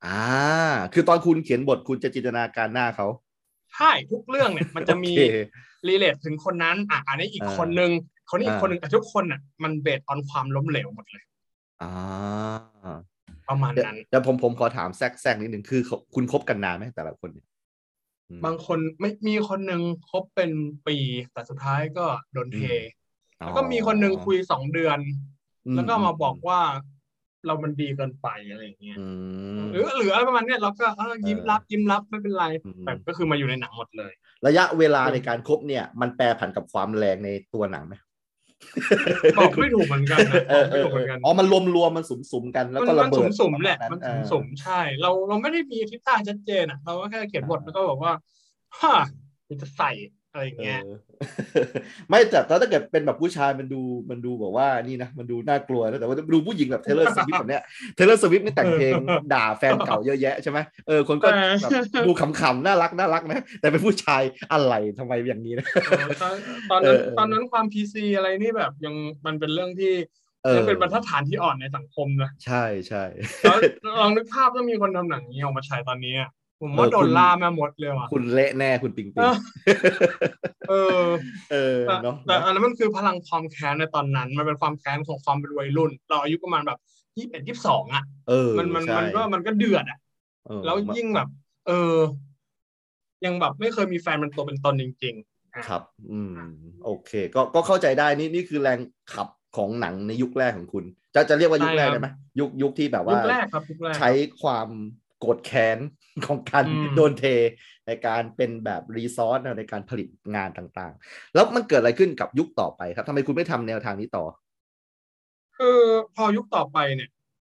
Speaker 2: อ่า คือตอนคุณเขียนบทคุณจะจินตนาการหน้าเขา
Speaker 3: ใช่ทุกเรื่องเนี่ยมันจะมี
Speaker 2: โอเค
Speaker 3: รีเลทถึงคนนั้นอ่ะอันนี้อีก
Speaker 2: อ่า
Speaker 3: คนนึงคนนี้อีก
Speaker 2: อ่า
Speaker 3: คนนึงแต่ทุกคนอ่ะมันเบสออนความล้มเหลวหมดเลย
Speaker 2: อ่า
Speaker 3: ประมาณ
Speaker 2: เดี๋ยว
Speaker 3: นั้น
Speaker 2: เดี๋ยวผมผมขอถามแทรกแทรกนิดนึงคือเขาคุณคบกันนานไหมแต่ละคนเนี่ยอืม
Speaker 3: บางคนไม่มีคนนึงคบเป็นปีแต่สุดท้ายก็โดนเท
Speaker 2: อืม
Speaker 3: แล้วก็มีคนนึงคุยสองเดือน
Speaker 2: อื
Speaker 3: แล้วก็มาบอกว่าเรามันดีเกินไปอะไรอย่างเงี้ย
Speaker 2: อืม
Speaker 3: หรือหรืออะไรประมาณเนี้ยเราก็เออยิ้ม
Speaker 2: เออ
Speaker 3: รับยิ้มรับไม่เป็นไร
Speaker 2: อืม
Speaker 3: แต่ก็คือมาอยู่ในหนังหมดเลย
Speaker 2: ระยะเวลาในการคบเนี่ย มันแปรผันกับความแรงในตัวหนังไหม
Speaker 3: บอกไม่ถูกเหมือนกันนะ
Speaker 2: เออเอ
Speaker 3: บอกไม่
Speaker 2: อ
Speaker 3: ถูก
Speaker 2: เอ
Speaker 3: เหมื
Speaker 2: อ
Speaker 3: อนกัน
Speaker 2: อ๋อมันรวมรวมๆมันสุมสุมๆกันแล้ว
Speaker 3: มัน
Speaker 2: ก็ระ
Speaker 3: มัน
Speaker 2: เบิ
Speaker 3: สุ
Speaker 2: ด
Speaker 3: มๆแหละ
Speaker 2: ปรมาณ
Speaker 3: มัน
Speaker 2: เอ
Speaker 3: สุม
Speaker 2: อ
Speaker 3: ๆใช่ เราเราไม่ได้มีทิศทางชัดเจนอ่ะ เราก็แค่เขียนบท
Speaker 2: อ่า
Speaker 3: แล้วก็บอกว่าฮ่ามันจะใส่อะไรอย่างเงี้ย
Speaker 2: เออ ไม่แต่ถ้าเกิดเป็นแบบผู้ชายมันดูมันดูแบบว่านี่นะมันดูน่ากลัวนะแต่ว่าดูผู้หญิงแบบเทเลอร์สวิฟแบบเนี้ยเทเลอร์สวิฟนี่แต่งเพล
Speaker 3: <laughs>
Speaker 2: งด่าแฟนเก่าเยอะแยะใช่ไหมเออคนก็แบบดูขำๆน่ารักน่ารักนะแต่เป็นผู้ชายอะไรทำไมอย่างนี้นะ
Speaker 3: เออตอนตอนนั้น
Speaker 2: เออเออ
Speaker 3: ตอนนั้นความพีซีอะไรนี่แบบยังมันเป็นเรื่องที่
Speaker 2: เออ
Speaker 3: ยังเป็นบรรทัดฐานที่อ่อนในสังคมนะ
Speaker 2: ใช่ใช่
Speaker 3: แล้วลองนึกภาพถ้ามีคนทำหนังนี้ออกมาฉายตอนนี้อะผมว่า
Speaker 2: เออ
Speaker 3: โด
Speaker 2: คุ
Speaker 3: น
Speaker 2: ณ
Speaker 3: ล่าแม่มดเลยว่ะ
Speaker 2: คุณเละแน่คุณปิงปิ
Speaker 3: เอง อ เออ
Speaker 2: เออ
Speaker 3: แต่
Speaker 2: เนาะ
Speaker 3: แต่อันนั้นมันคือพลังความแค้นในตอนนั้น มันเป็นความแค้นของความเป็นวัยรุ่น เราอายุประมาณแบบยี่สิบเอ็ดยี่สิบสองอ่ะ
Speaker 2: เออ
Speaker 3: มันมัน
Speaker 2: ใช่
Speaker 3: มันก็มันก็เดือดอ่ะ
Speaker 2: เออ
Speaker 3: แล้วยิ่งแบบ เออ ยังแบบไม่เคยมีแฟนเป็นตัวเป็นตนจริง
Speaker 2: ครับ อืม โอเค ก็ก็เข้าใจได้นี่นี่คือแรงขับของหนังในยุคแรกของคุณ จะจะเรียกว่ายุคแรก
Speaker 3: ใช่ครับ
Speaker 2: ได้ไหมยุคยุคที่แบบ
Speaker 3: ๆ
Speaker 2: ว่า
Speaker 3: ยุคแรกครับยุคแรก
Speaker 2: ใช้ความโกรธแค้น <laughs> ของการ
Speaker 3: อืม
Speaker 2: โดนเท ในการเป็นแบบรีซอสในการผลิตงานต่างๆ แล้วมันเกิดอะไรขึ้นกับยุคต่อไปครับทำไมคุณไม่ทำแนวทางนี้ต่อ
Speaker 3: คือพอยุคต่อไปเนี่ย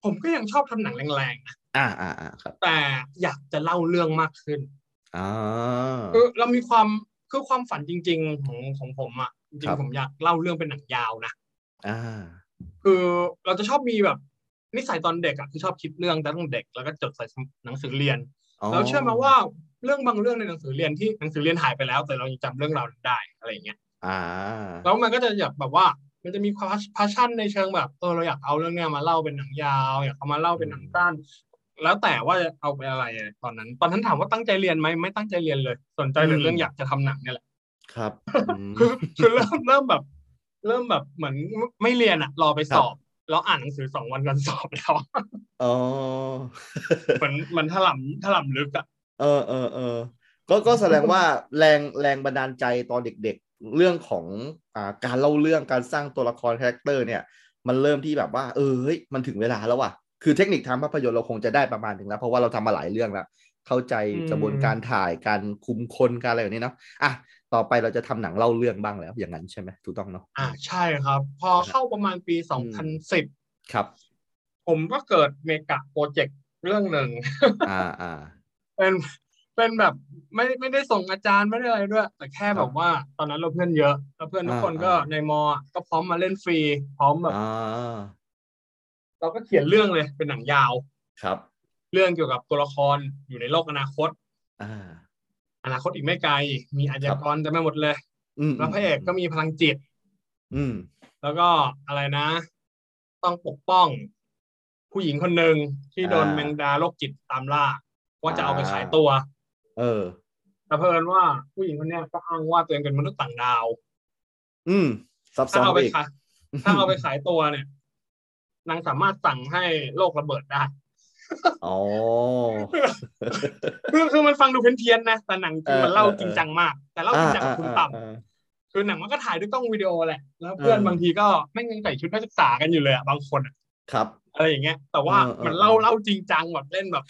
Speaker 3: ผมก็ยังชอบทำหนังแรงๆนะ
Speaker 2: อ่าอ่าอ่าครับ
Speaker 3: แต่อยากจะเล่าเรื่องมากขึ้น
Speaker 2: อ่า
Speaker 3: คือเรามีความคือความฝันจริง ๆ ของของผมอ่ะจริ
Speaker 2: ครั
Speaker 3: ง
Speaker 2: บ
Speaker 3: ๆผมอยากเล่าเรื่องเป็นหนังยาวนะ
Speaker 2: อ่า
Speaker 3: คือเราจะชอบมีแบบนิสัยตอนเด็กอะคือชอบคิดเรื่องตั้งแต่เด็กแล้วก็จดใส่หนังสือเรียนเราเชื่อไหมาว่าเรื่องบางเรื่องในหนังสือเรียนที่หนังสือเรียนหายไปแล้ว แต่เรายังจำเรื่องราวนั้นได้อะไรอย่างเงี้ย
Speaker 2: อ่า
Speaker 3: แล้วมันก็จะอยากแบบว่า มันจะมีความพาชั่นในเชิงแบบเออเราอยากเอาเรื่องเนี้ยมาเล่าเป็นหนังยาวอยากเอามาเล่าเป็นหนังสั้นแล้วแต่ว่าจะเอาไปอะไรอะตอนนั้น ตอนนั้นถามว่าตั้งใจเรียนไหมไม่ตั้งใจเรียนเลย สนใจแต่เรื่อง
Speaker 2: อืม
Speaker 3: อยากจะทำหนังเนี่ยแหละ
Speaker 2: ครับม
Speaker 3: <laughs> คือคือเริ่มเริ่มแบบ เริ่มแบบเหมือนไม่เรียนอะรอไปสอบ เราอ่านหนังสือสองวันวันสอบแล้ว
Speaker 2: อ๋อ
Speaker 3: มันมันถล่ำถล่ำลึกอะ
Speaker 2: เออเออเออก็ก็แสดงว่าแรงแรงบันดาลใจตอนเด็กๆ เรื่องของอ่าการเล่าเรื่องการสร้างตัวละครคาแรคเตอร์เนี่ย มันเริ่มที่แบบว่า เออเฮ้ยมันถึงเวลาแล้วว่ะคือเทคนิคทางภาพยนตร์เราคงจะได้ประมาณหนึ่งแล้ว เพราะว่าเราทำมาหลายเรื่องแล้ว เข้าใจกระบวนการถ่ายการคุมคนการอะไรแบบนี้เนาะอ่ะต่อไปเราจะทำหนังเล่าเรื่องบ้างแล้ว อย่างนั้นใช่ไหมถูกต้องเนาะ
Speaker 3: อ่าใช่ครับ พอเข้าประมาณปีสองพันสิบ
Speaker 2: ครับ
Speaker 3: ผมก็เกิดเมกะโปรเจกต์เรื่องหนึ่ง
Speaker 2: อ่าอ่า
Speaker 3: เป็นเป็นแบบไม่ไม่ได้ส่งอาจารย์ไม่ได้อะไรด้วย แต่แค่แบบว่าตอนนั้นเราเพื่อนเยอะแล้วเพื่อนทุกคนก็ในมอก็พร้อมมาเล่นฟรี พร้อม <laughs> แบบเราก็เขียนเรื่องเลยเป็นหนังยาว
Speaker 2: ครับ
Speaker 3: เรื่องเกี่ยวกับตัวละครอยู่ในโลกอนาคตอนาคตอีกไม่ไกล มีอาชญากรจะไม่หมดเลยแล้วพระเอกก็มีพลังจิต
Speaker 2: อืม
Speaker 3: แล้วก็อะไรนะ ต้องปกป้อง ผู้หญิงคนหนึ่งที่โดนแมงดาโรคจิตตามล่าว่าจะเอาไปขายตัว
Speaker 2: เออ
Speaker 3: แต่เพลินว่าผู้หญิงคนนี้ก็อ้างว่าตัวเองเป็นมนุษย์ต่างดาว
Speaker 2: อืมซับซ้อน
Speaker 3: ถ้าเอาไป
Speaker 2: อีก
Speaker 3: ขายถ้าเอาไปขายตัวเนี่ยนางสามารถสั่งให้โลกระเบิดได้
Speaker 2: อ๋อ
Speaker 3: คือคือมันฟังดูเพี้ยนๆนะ แต่หนังคือมันเล่าจริงจังมาก แต่เล่าจริงจังคุณต่ำคือหนังมันก็ถ่ายด้วยกล้องวิดีโอแหละ แล้วเพื่อนบางทีก็ไม่ยังใส่ชุดนักศึกษากันอยู่เลยอะบางคน
Speaker 2: ครับ
Speaker 3: อะไรอย่างเงี้ย แต่ว่ามันเล่าเล่าจริงจังแบบเล่นแบบ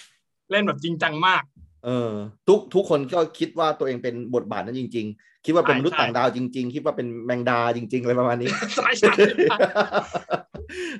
Speaker 3: เล่นแบบจริงจังมาก <laughs>
Speaker 2: เออ ทุกทุกคนก็คิดว่าตัวเองเป็นบทบาทนั้นจริง ๆ คิดว่าเป็นมนุษย์ต่างดาวจริง ๆ คิดว่าเป็นแมงดาจริงๆอะไรประมาณนี้ <laughs>
Speaker 3: ใช่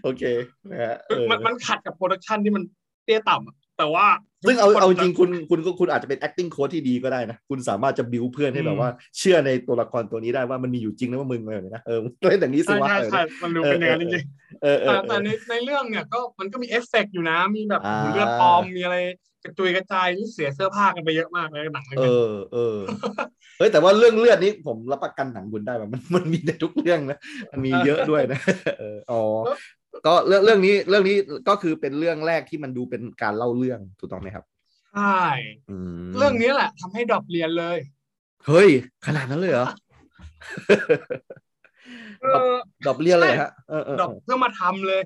Speaker 2: โอเคนะฮะ
Speaker 3: มันมันขัดกับโปรดักชันที่มันเตี้ยต่ำแต่ว่า
Speaker 2: ซึ่งเอาเอาจริงคุณคุณก็คุณอาจจะเป็น acting coach ที่ดีก็ได้นะ คุณสามารถจะบิวเพื่อนให้แบบว่า เชื่อในตัวละครตัวนี้ได้ว่ามันมีอยู่จริงนะว่ามึงอะไรแบบนี้นะเออ <laughs> เล่นอย่างนี้สิว่า
Speaker 3: ใช่ใช่มันรู้เป็นอย่างนั้นจริง
Speaker 2: เออ
Speaker 3: แต่ในในเรื่องเนี่ยก็มันก็มีเอฟเฟกอยู่นะ มีแบบเลือดปลอม มีอะไรกระจุยกระจายที่เสียเสื้อผ้ากันไปเยอะมากในหนัง
Speaker 2: เออเออเฮ้ยแต่ว่าเรื่องเลือดนี้ผมรับประกันหนังบุญได้แบบมัน <laughs> มันมีในทุกเรื่องนะมันมีเยอะด้วยนะ <laughs> อ๋อก็เรื่องเรื่องนี้เรื่องนี้ก็คือเป็นเรื่องแรกที่มันดูเป็นการเล่าเรื่องถูกต้องไหมครับ
Speaker 3: ใช่เรื่องนี้แหละ ทำให้ดรอปเรียนเลย
Speaker 2: เฮ้ย ขนาดนั้นเลยเหรอ <laughs> ดรอปเรียนเลยฮะ
Speaker 3: ดรอปเพื่อมาทำเลย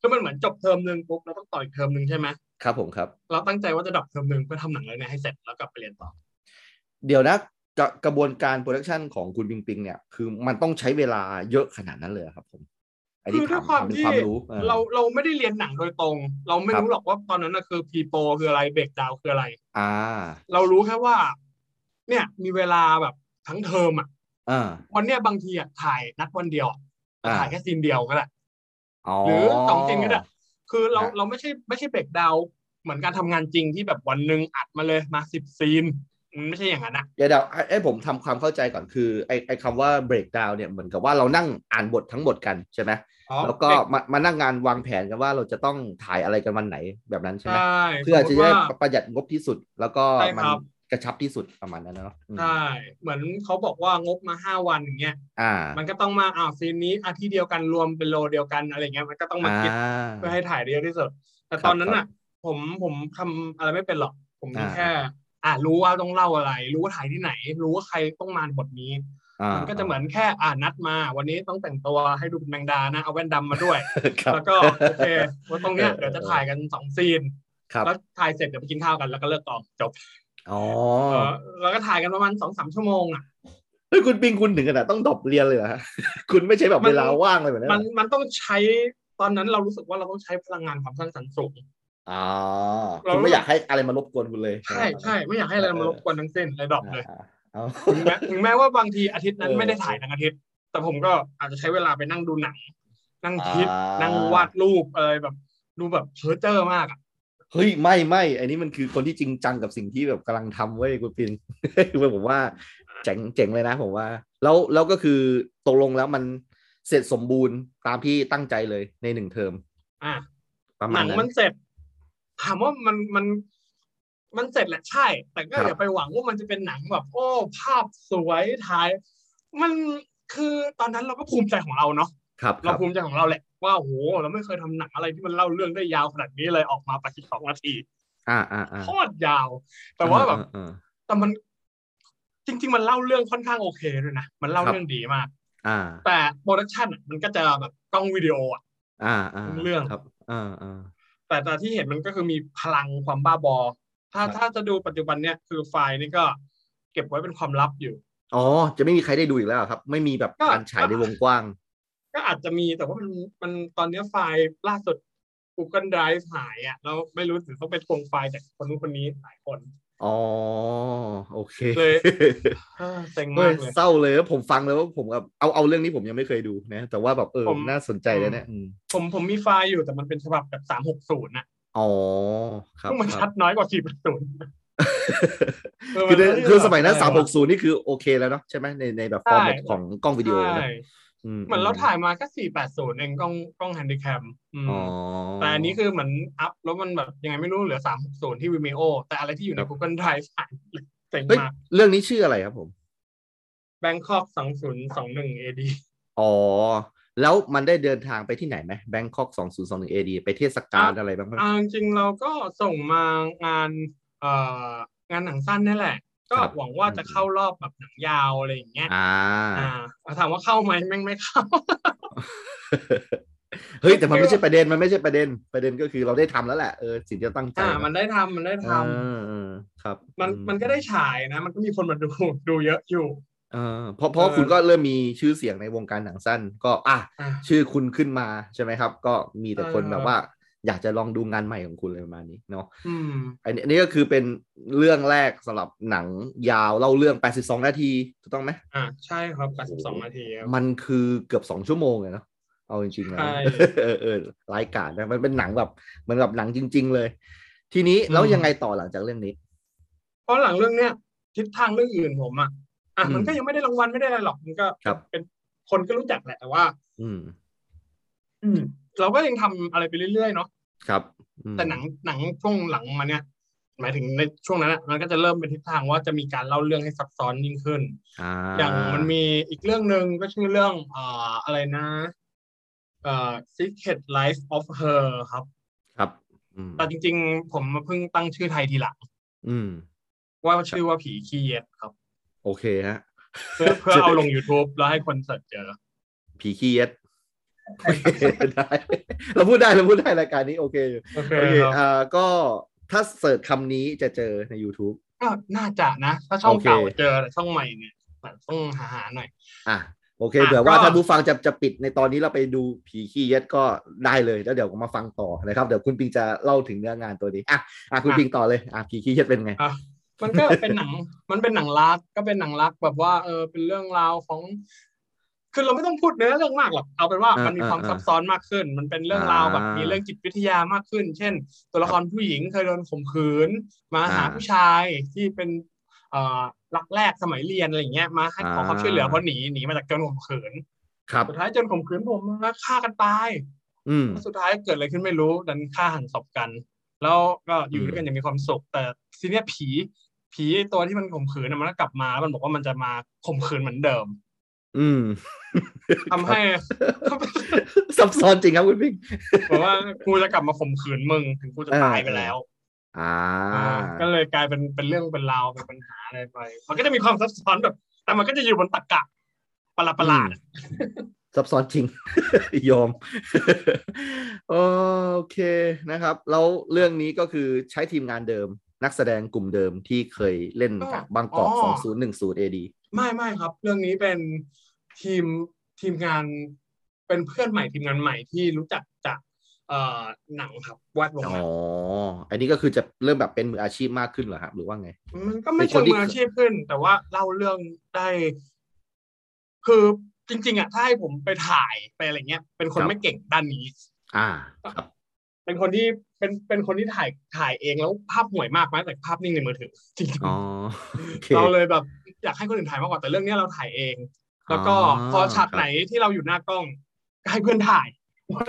Speaker 3: ก็มันเหมือนจบเทอมหนึ่งปุ๊บเราต้องต่ออีกเทอมหนึ่งใช่ไหม
Speaker 2: ครับผมครับ
Speaker 3: เราตั้งใจว่าจะดรอปเทอมหนึ่งเพื่อทำหนังเรื่องนี้ให้เสร็จแล้วกลับไปเรียนต่อ
Speaker 2: เดี๋ยวนะกระบวนการโปรดักชันของคุณปิงปิงเนี่ยคือมันต้องใช้เวลาเยอะขนาดนั้นเลยครับผม
Speaker 3: อันนี้ด้วยความที่เราเราไม่ได้เรียนหนังโดยตรง เราไม่รู้หรอกว่าตอนนั้นคือพีโปคืออะไรเบรกดาวคืออะไร
Speaker 2: อ่า
Speaker 3: เรารู้แค่ว่า เนี่ย มีเวลาแบบทั้งเทอมอ่ะวันเนี้ยบางทีอ่ะถ่ายนัดวันเดียวถ่ายแค่ซีนเดียวก็แหละหรือสองซีนก็ได้คือเราเราไม่ใช่ไม่ใช่เบรกดาวเหมือนการทำงานจริงที่แบบวันหนึ่งอัดมาเลยมาสิบซีนมันไม่ใช่อย่างนั้นนะ
Speaker 2: เดี๋ยวเดี๋ยวไอ้ผมทำความเข้าใจก่อนคือไอ้ไอ้คำว่า breakdown เนี่ยเหมือนกับว่าเรานั่งอ่านบททั้งหมดกันใช่ไหมแล้วก็มามานั่งงานวางแผนกันว่าเราจะต้องถ่ายอะไรกันวันไหนแบบนั้นใช่ไหมเพื่อจะได้ประหยัดงบที่สุด แล้วก็มันกระชับที่สุดประมาณนั้นเนาะ
Speaker 3: ใช่เหมือนเขาบอกว่างบมาห้าวันอย่างเงี้ย
Speaker 2: อ่า
Speaker 3: มันก็ต้องมาอ้าวซีนนี้อาที่เดียวกันรวมเป็นโลเดียวกันอะไรเงี้ยมันก็ต้องมาคิดเพื่อให้ถ่ายเดียวที่สุด แต่ตอนนั้นอ่ะ ผมผมทำอะไรไม่เป็นหรอก ผมแค่่ารู้ว่าต้องเล่าอะไร รู้ว่าถ่ายที่ไหน รู้ว่าใครต้องมาบทนี้ มันก็จะเหมือนแค่อ่านัดมา วันนี้ต้องแต่งตัวให้ดูเป็นแมงดานะ เอาแว่นดำมาด้วย แล้วก็โอเคว่าตรงเนี้ยเดี๋ยวจะถ่ายกันสองซีนแล้วถ่ายเสร็จเดี๋ยวไปกินข้าวกันแล้วก็เลิกกองจบ
Speaker 2: อ๋อ
Speaker 3: แล้วก็ถ่ายกันประมาณสองสามชั่วโมงอ่ะ
Speaker 2: เฮ้ยคุณปิงคุณถึงขนาดต้องดอบเรียนเลยเหรอ <laughs> คุณไม่ใช่แบบเวลาว่างเลยแบบนั้น
Speaker 3: มันมันต้องใช้ตอนนั้นเรารู้สึกว่าเราต้องใช้พลังงานความสร้างสรรค์สูง
Speaker 2: อ๋อคุณไม่อยากให้อะไรมารบกวนคุณเลย
Speaker 3: ใช่ใช่ไม่อยากให้อะไรมารบกวนทั้งเส้นเลยดรอปเลยถึงแม้ถึงแม้ว่าบางทีอาทิตย์นั้นไม่ได้ถ่ายทั้งอาทิตย์ แต่ผมก็อาจจะใช้เวลาไปนั่งดูหนัง นั่งคิด นั่งวาดรูปอะไรแบบ ดูแบบเพ้อเจ้อมากอ่ะ
Speaker 2: เฮ้ยไม่ไม่อันนี้มันคือคนที่จริงจังกับสิ่งที่แบบกำลังทำเว้ยคุณปิน <laughs> คือผมว่าเจ๋งเจ๋งเลยนะผมว่า แล้วแล้วก็คือตกลงแล้วมันเสร็จสมบูรณ์ตามที่ตั้งใจเลยในหนึ่งเทอม
Speaker 3: อ่ะ
Speaker 2: ประมาณ
Speaker 3: นั้นมันเสร็จถามว่ามันมันมันเสร็จแหละใช่ แต่ก็อย่าไปหวังว่ามันจะเป็นหนังแบบ โอ้ภาพสวยถ่าย มันคือตอนนั้นเราก็ภูมิใจของเราเนาะ
Speaker 2: ครับ
Speaker 3: เราภูมิใจของเราแหละว่าโหเราไม่เคยทำหนังอะไรที่มันเล่าเรื่องได้ยาวขนาดนี้เลยออกมาประสิบสองนาที
Speaker 2: อ่าอ่า
Speaker 3: โคตรยาว แต่ว่าแบบแต่มัน จริง ๆ มันเล่าเรื่องค่อนข้างโอเคด้วยนะมันเล่าเรื่องดีมาก
Speaker 2: อ่า
Speaker 3: แต่โปรดักชันมันก็จะแบบกล้องวิดีโออ่ะ
Speaker 2: อ่าอ่า
Speaker 3: เรื่อง
Speaker 2: ครับอ่าอ่า
Speaker 3: แต่แต่ที่เห็นมันก็คือมีพลังความบ้าบอ ถ้า
Speaker 2: ครับ
Speaker 3: ถ้าจะดูปัจจุบันเนี่ยคือไฟล์นี่ก็เก็บไว้เป็นความลับอยู่
Speaker 2: อ๋อ จะไม่มีใครได้ดูอีกแล้วเหรอครับ ไม่มีแบบการฉายในวงกว้าง
Speaker 3: ก็อาจจะมีแต่ว่ามันมันตอนเนี้ยไฟล์ล่าสุด Google Drive หายอ่ะแล้วไม่รู้ถึงต้องไปทวงไฟล์จากคนนู้นคนนี้หลายคน
Speaker 2: อ๋อ โอเค
Speaker 3: เลย เออเซ็ง
Speaker 2: เฮ้
Speaker 3: มาย กเลย
Speaker 2: เศร้าเลยแล้วผมฟังแล้วว่าผมแบบเอาเอาเรื่องนี้ผมยังไม่เคยดูนะ แต่ว่าแบบเออ
Speaker 3: ผม
Speaker 2: น่าสนใจเลยเนี่ยอืม
Speaker 3: ผมผมมีไฟล์อยู่แต่มันเป็นฉบับแบบสามหกศูนย์นะ
Speaker 2: อ๋อ ครับ
Speaker 3: ซึ่งมัน
Speaker 2: ค
Speaker 3: ชั
Speaker 2: รับ
Speaker 3: ดน้อยกว่าสี่แปดศูนย์
Speaker 2: คือในคือสมัยนั้น
Speaker 3: เออ
Speaker 2: สามหกศูนย์นี่คือโอเคแล้วเนาะใช่ไหมในในแบบฟอร์แมตของกล้องวิดีโอนะ
Speaker 3: ใช่
Speaker 2: อื
Speaker 3: เหมือนเราถ่ายมาแค่สี่แปดศูนย์เองกล้องกล้องแฮนดิแคม
Speaker 2: อ๋อ
Speaker 3: แต่อันนี้คือเหมือนอัพแล้วมันแบบยังไงไม่รู้เหลือสามหกศูนย์ที่ Vimeo แต่อะไรที่อยู่ใน
Speaker 2: ครับ
Speaker 3: Google Drive หายเจ๋ง
Speaker 2: เฮ้ย
Speaker 3: มาก
Speaker 2: เรื่องนี้ชื่ออะไรครับผม
Speaker 3: แบงคอกสองศูนย์สองหนึ่งเอดี
Speaker 2: อ๋อ แล้วมันได้เดินทางไปที่ไหนไหมแบงคอกสองศูนย์สองหนึ่งเอดีไปเทศกาลอะไรบ้างไหม
Speaker 3: เอาจริงๆเราก็ส่งมางานเอ่องานหนังสั้นนั่นแหละ ก็
Speaker 2: ครับ
Speaker 3: หวังว่าจะเข้ารอบแบบหนังยาวอะไรอย่างเงี้ย
Speaker 2: อ่า
Speaker 3: อ่าถามว่าเข้าไหมแม่งไม่
Speaker 2: <laughs>
Speaker 3: เข้า
Speaker 2: เฮ้ย แต่มันไม่ใช่ประเด็นมันไม่ใช่ประเด็นประเด็นก็คือเราได้ทำแล้วแหละเออสิ่งที่เราตั้งใจ
Speaker 3: อ่า มันได้ทำมันได้ทำ
Speaker 2: อ่าเออครับ
Speaker 3: มัน
Speaker 2: อื
Speaker 3: มันก็ได้ฉายนะ มันก็มีคนมาดู <laughs> ดูเยอะอยู่
Speaker 2: เออเพราะเพราะ
Speaker 3: เออ
Speaker 2: คุณก็เริ่มมีชื่อเสียงในวงการหนังสั้น ก็อ่ะ
Speaker 3: อ่า
Speaker 2: ชื่อคุณขึ้นมาใช่ไหมครับ ก็มีแต่คน
Speaker 3: เออ
Speaker 2: แบบว่า อยากจะลองดูงานใหม่ของคุณเลยประมาณนี้เนาะ
Speaker 3: อืม
Speaker 2: อันนี้อันนี้ก็คือเป็นเรื่องแรกสำหรับหนังยาวเล่าเรื่อง 82 นาทีถูกต้องไหม
Speaker 3: อ่าใช่ครับ82นาทีครับ
Speaker 2: มันคือเกือบสองชั่วโมงเลยเนาะเอาจริงๆแล้ว
Speaker 3: ใช่
Speaker 2: <laughs> เออเออรายการนะมันเป็นหนังแบบเหมือนกับหนังจริง ๆ เลย ทีนี้แล้ว
Speaker 3: อืม
Speaker 2: ยังไงต่อหลังจากเรื่องนี้
Speaker 3: เพราะหลังเรื่องเนี้ยทิศทางเรื่องอื่นผมอ่ะอ่ะ
Speaker 2: อืม
Speaker 3: มันก็ยังไม่ได้รางวัลไม่ได้อะไรหรอกมันก็
Speaker 2: ครับ
Speaker 3: เป็นคนก็รู้จักแหละแต่ว่า
Speaker 2: อืม
Speaker 3: อืม เราก็ยังทำอะไรไปเรื่อยๆเนาะ
Speaker 2: ครับอืม
Speaker 3: แต่หนังหนังช่วงหลังมาเนี่ย หมายถึงในช่วงนั้นอะมันก็จะเริ่มเป็นทิศทางว่าจะมีการเล่าเรื่องให้ซับซ้อนยิ่งขึ้น
Speaker 2: อ่า
Speaker 3: อย่างมันมีอีกเรื่องหนึ่งก็ชื่อเรื่องเอ่ออะไรนะเอ่อ Secret Life of Her ครับ
Speaker 2: ครับอืม
Speaker 3: แต่จริงๆ ผมมาเพิ่งตั้งชื่อไทยทีหลัง
Speaker 2: อืม
Speaker 3: ว่าชื่อว่าผีขี้เย็ดครับ
Speaker 2: โอเคฮะ
Speaker 3: เพื่อเพื่อ
Speaker 2: จะ
Speaker 3: เอาลง YouTube แล้วให้คนเสิร์ชเจอ
Speaker 2: ผีขี้เย็ดได้เราพูดได้เราพูดได้รายการนี้โอเคอยู่
Speaker 3: โอเค
Speaker 2: โอเค
Speaker 3: ครับ
Speaker 2: อ่าก็ถ้าเสิร์ชคำนี้จะเจอใน YouTube
Speaker 3: ก็น่าจะนะ ถ้าช่อง
Speaker 2: โอเค
Speaker 3: เก่าเจอแต่ช่องใหม่เนี่ยแบบต้องหาหาหน่อย
Speaker 2: อ่ะโอเค
Speaker 3: อ่ะ
Speaker 2: เผื่อว่า
Speaker 3: ก็
Speaker 2: ถ้าผู้ฟังจะจะปิดในตอนนี้เราไปดูผีขี้เย็ดก็ได้เลยแล้วเดี๋ยวมาฟังต่อนะครับเดี๋ยวคุณปิงจะเล่าถึงเนื้องานตัวนี้อ่ะอ่ะคุณปิงต่อเลยอ่ะผีขี้เย็ดเป็นไง
Speaker 3: อ่ะมันก็เป็นหนัง <laughs> มันเป็นหนังรักก็เป็นหนังรักแบบว่า เออ เป็นเรื่องราวของ คือเราไม่ต้องพูดเนื้อเรื่องมากหรอก เอาเป็นว่า
Speaker 2: อ่ามั
Speaker 3: มันมีความ
Speaker 2: อ่า
Speaker 3: ซับซ้อนมากขึ้น มันเป็นเรื่องราวแบบ
Speaker 2: อ่ามี
Speaker 3: มีเรื่องจิตวิทยามากขึ้น เช่น ตัวละครผู้หญิงเคยโดนข่มขืน มาหา
Speaker 2: อ่า
Speaker 3: ผู้ชายที่เป็นเอ่อรักแรกสมัยเรียนอะไรอย่างเงี้ย มาให้ขอความ
Speaker 2: อ่า
Speaker 3: ช่วยเหลือเพราะหนีหนีมาจากโจรข่มขืน
Speaker 2: ครับ
Speaker 3: สุดท้ายโจรข่มขืนผมมาฆ่ากันตาย
Speaker 2: อืม
Speaker 3: สุดท้ายเกิดอะไรขึ้นไม่รู้ดันฆ่าหันศพกัน แล้วก็อยู่ด้วยกันอย่างมีความสุข แต่ทีเนี้ยผี ผีตัวที่มันข่มขืนน่ะมันก็กลับมาแล้วมันบอกว่ามันจะมาข่มขืนเหมือนเดิม
Speaker 2: อืม
Speaker 3: ทำให้
Speaker 2: <laughs>
Speaker 3: <laughs>
Speaker 2: ซับซ้อนจริงครับคุณปิง
Speaker 3: บอกว่ากูจะกลับมาข่มขืนมึงถึงกูจะตายไป
Speaker 2: เออ
Speaker 3: แล้ว
Speaker 2: อ่า
Speaker 3: อ่าก็เลยกลายเป็นเป็นเรื่องเป็นราวเป็นปัญหาอะไรไป มันก็จะมีความซับซ้อนแบบ แต่มันก็จะอยู่บนตะกะประหลาดประหลาดๆ
Speaker 2: ซับซ้อนจริง <laughs> ยอม <laughs> เออโอเคนะครับ แล้วเรื่องนี้ก็คือใช้ทีมงานเดิม นักแสดงกลุ่มเดิมที่เคยเล่นกับบางกอก
Speaker 3: อ๋อ
Speaker 2: 2010 AD
Speaker 3: ไม่ไม่ครับ เรื่องนี้เป็นทีมทีมงานเป็นเพื่อนใหม่ทีมงานใหม่ที่รู้จักจากเอ่อหนังครับวาดวง
Speaker 2: อ๋อ
Speaker 3: หนัง
Speaker 2: อันนี้ก็คือจะเริ่มแบบเป็นมืออาชีพมากขึ้นเหรอครับ หรือว่าไง
Speaker 3: มันก็ไม่
Speaker 2: เป็นคน
Speaker 3: เชิง
Speaker 2: ที่
Speaker 3: มืออาชีพขึ้น แต่ว่าเล่าเรื่องได้ คือจริง ๆอ่ะถ้าให้ผมไปถ่ายไปอะไรเงี้ย เป็นคนไม่เก่งด้านนี้
Speaker 2: อ่า ครับ
Speaker 3: เป็นคนที่เป็นเป็นคนที่ถ่ายถ่ายเองแล้วภาพห่วยมากไหมแต่ภาพนิ่งในมือถือจริง <laughs>
Speaker 2: อ๋อโอค
Speaker 3: ๆเราเลยแบบอยากให้คนอื่นถ่ายมากกว่าแต่เรื่องเนี้ยเราถ่ายเอง แล้วก็พอฉากไหนที่เราอยู่หน้ากล้องก็ให้เพื่อนถ่าย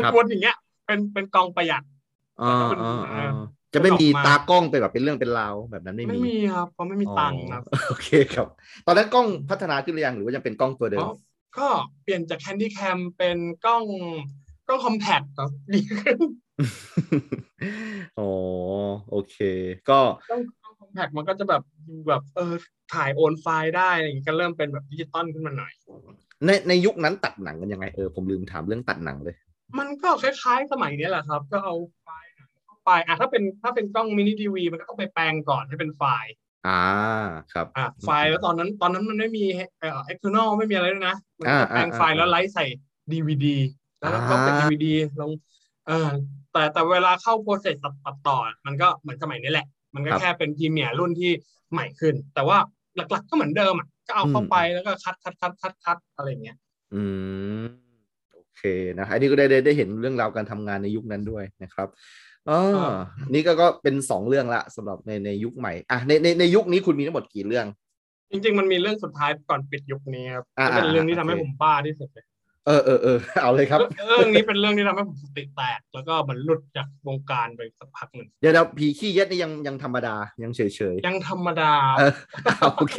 Speaker 2: ครับ
Speaker 3: วนๆอย่างเงี้ย เป็นเป็นกองประหยัด
Speaker 2: อ่าอ่าอ่าจะ
Speaker 3: จะ
Speaker 2: ไม่มี
Speaker 3: ออกมา
Speaker 2: ตากล้องเป็นแบบเป็นเรื่องเป็นราวแบบนั้นไม่
Speaker 3: ไม่มีครับเพราะไม่มีตังค์ครับ
Speaker 2: อ๋อโอเคครับ ตอนนั้นกล้องพัฒนาขึ้นหรือยังหรือว่ายังเป็นกล้องตัวเดิม
Speaker 3: เพราะก็เปลี่ยนจากแคนดี้แคมเป็นกล้องกล้องคอมแพคครับดีขึ้น
Speaker 2: อ๋อโอเค ก็
Speaker 3: กล้องกล้องคอมแพคมันก็จะแบบดูแบบเออถ่ายโอนไฟล์ได้อะไรอย่างงี้ก็เริ่มเป็นแบบดิจิตอลขึ้นมาหน่อย
Speaker 2: ในในยุคนั้นตัดหนังกันยังไงเออผมลืมถามเรื่องตัดหนังเลย
Speaker 3: มันก็คล้ายๆสมัยเนี้ยแหละครับ ก็เอาไฟล์หนังเข้าไปอ่ะถ้าเป็นถ้าเป็นกล้องมินิดีวีมันก็ต้องไปแปลงก่อนให้เป็นไฟล์
Speaker 2: อ่าครับ
Speaker 3: อ่ะไฟล์แล้วตอนนั้นตอนนั้นมันไม่มีเอ่อ external ไม่มีอะไรด้วยนะมันก็
Speaker 2: อ่า
Speaker 3: แปลงไฟล์
Speaker 2: อ่า
Speaker 3: แล้วไลฟ์ใส่ดีวดีแล้วก็เป็น
Speaker 2: อ่า
Speaker 3: ดีวดีลงเออแต่แต่เวลาเข้าโปรเซสตัดต่อ มันก็เหมือนสมัยนี้แหละ มันก็แค่เป็นพรีเมียร์รุ่นที่ใหม่ขึ้น แต่ว่าหลักๆก็เหมือนเดิมอ่ะก็เอาเข้าไปแล้วก็คัดคัดคัดคัดคัดอะไรอย่างเงี้ย
Speaker 2: อืมโอเคนะอันนี้ก็ได้ได้ได้เห็นเรื่องราวการทำงานในยุคนั้นด้วยนะครับอ๋อนี่ก็ก็เป็นสองเรื่องละสำหรับในในยุคใหม่อ่ะในในในยุคนี้คุณมีทั้งหมดกี่เรื่อง
Speaker 3: จริง ๆ มันมีเรื่องสุดท้ายก่อนปิดยุคนี้ครับ
Speaker 2: อ่า
Speaker 3: ก็เป็นเรื่องที่ทำให้
Speaker 2: โอเค
Speaker 3: ผมบ้าที่สุดเลย
Speaker 2: เออเออเออเอาเลยครับ
Speaker 3: เรื่องนี้เป็นเรื่องที่ทำให้ผมสติแตก แล้วก็มันหลุดจากวงการไปสักพักหนึ่ง
Speaker 2: เดี๋ยวเราผีขี้เย็ดนี่ยังยังธรรมดายังเฉยเฉยๆ
Speaker 3: ยังธรรมดา
Speaker 2: เออเอา <laughs> โอเค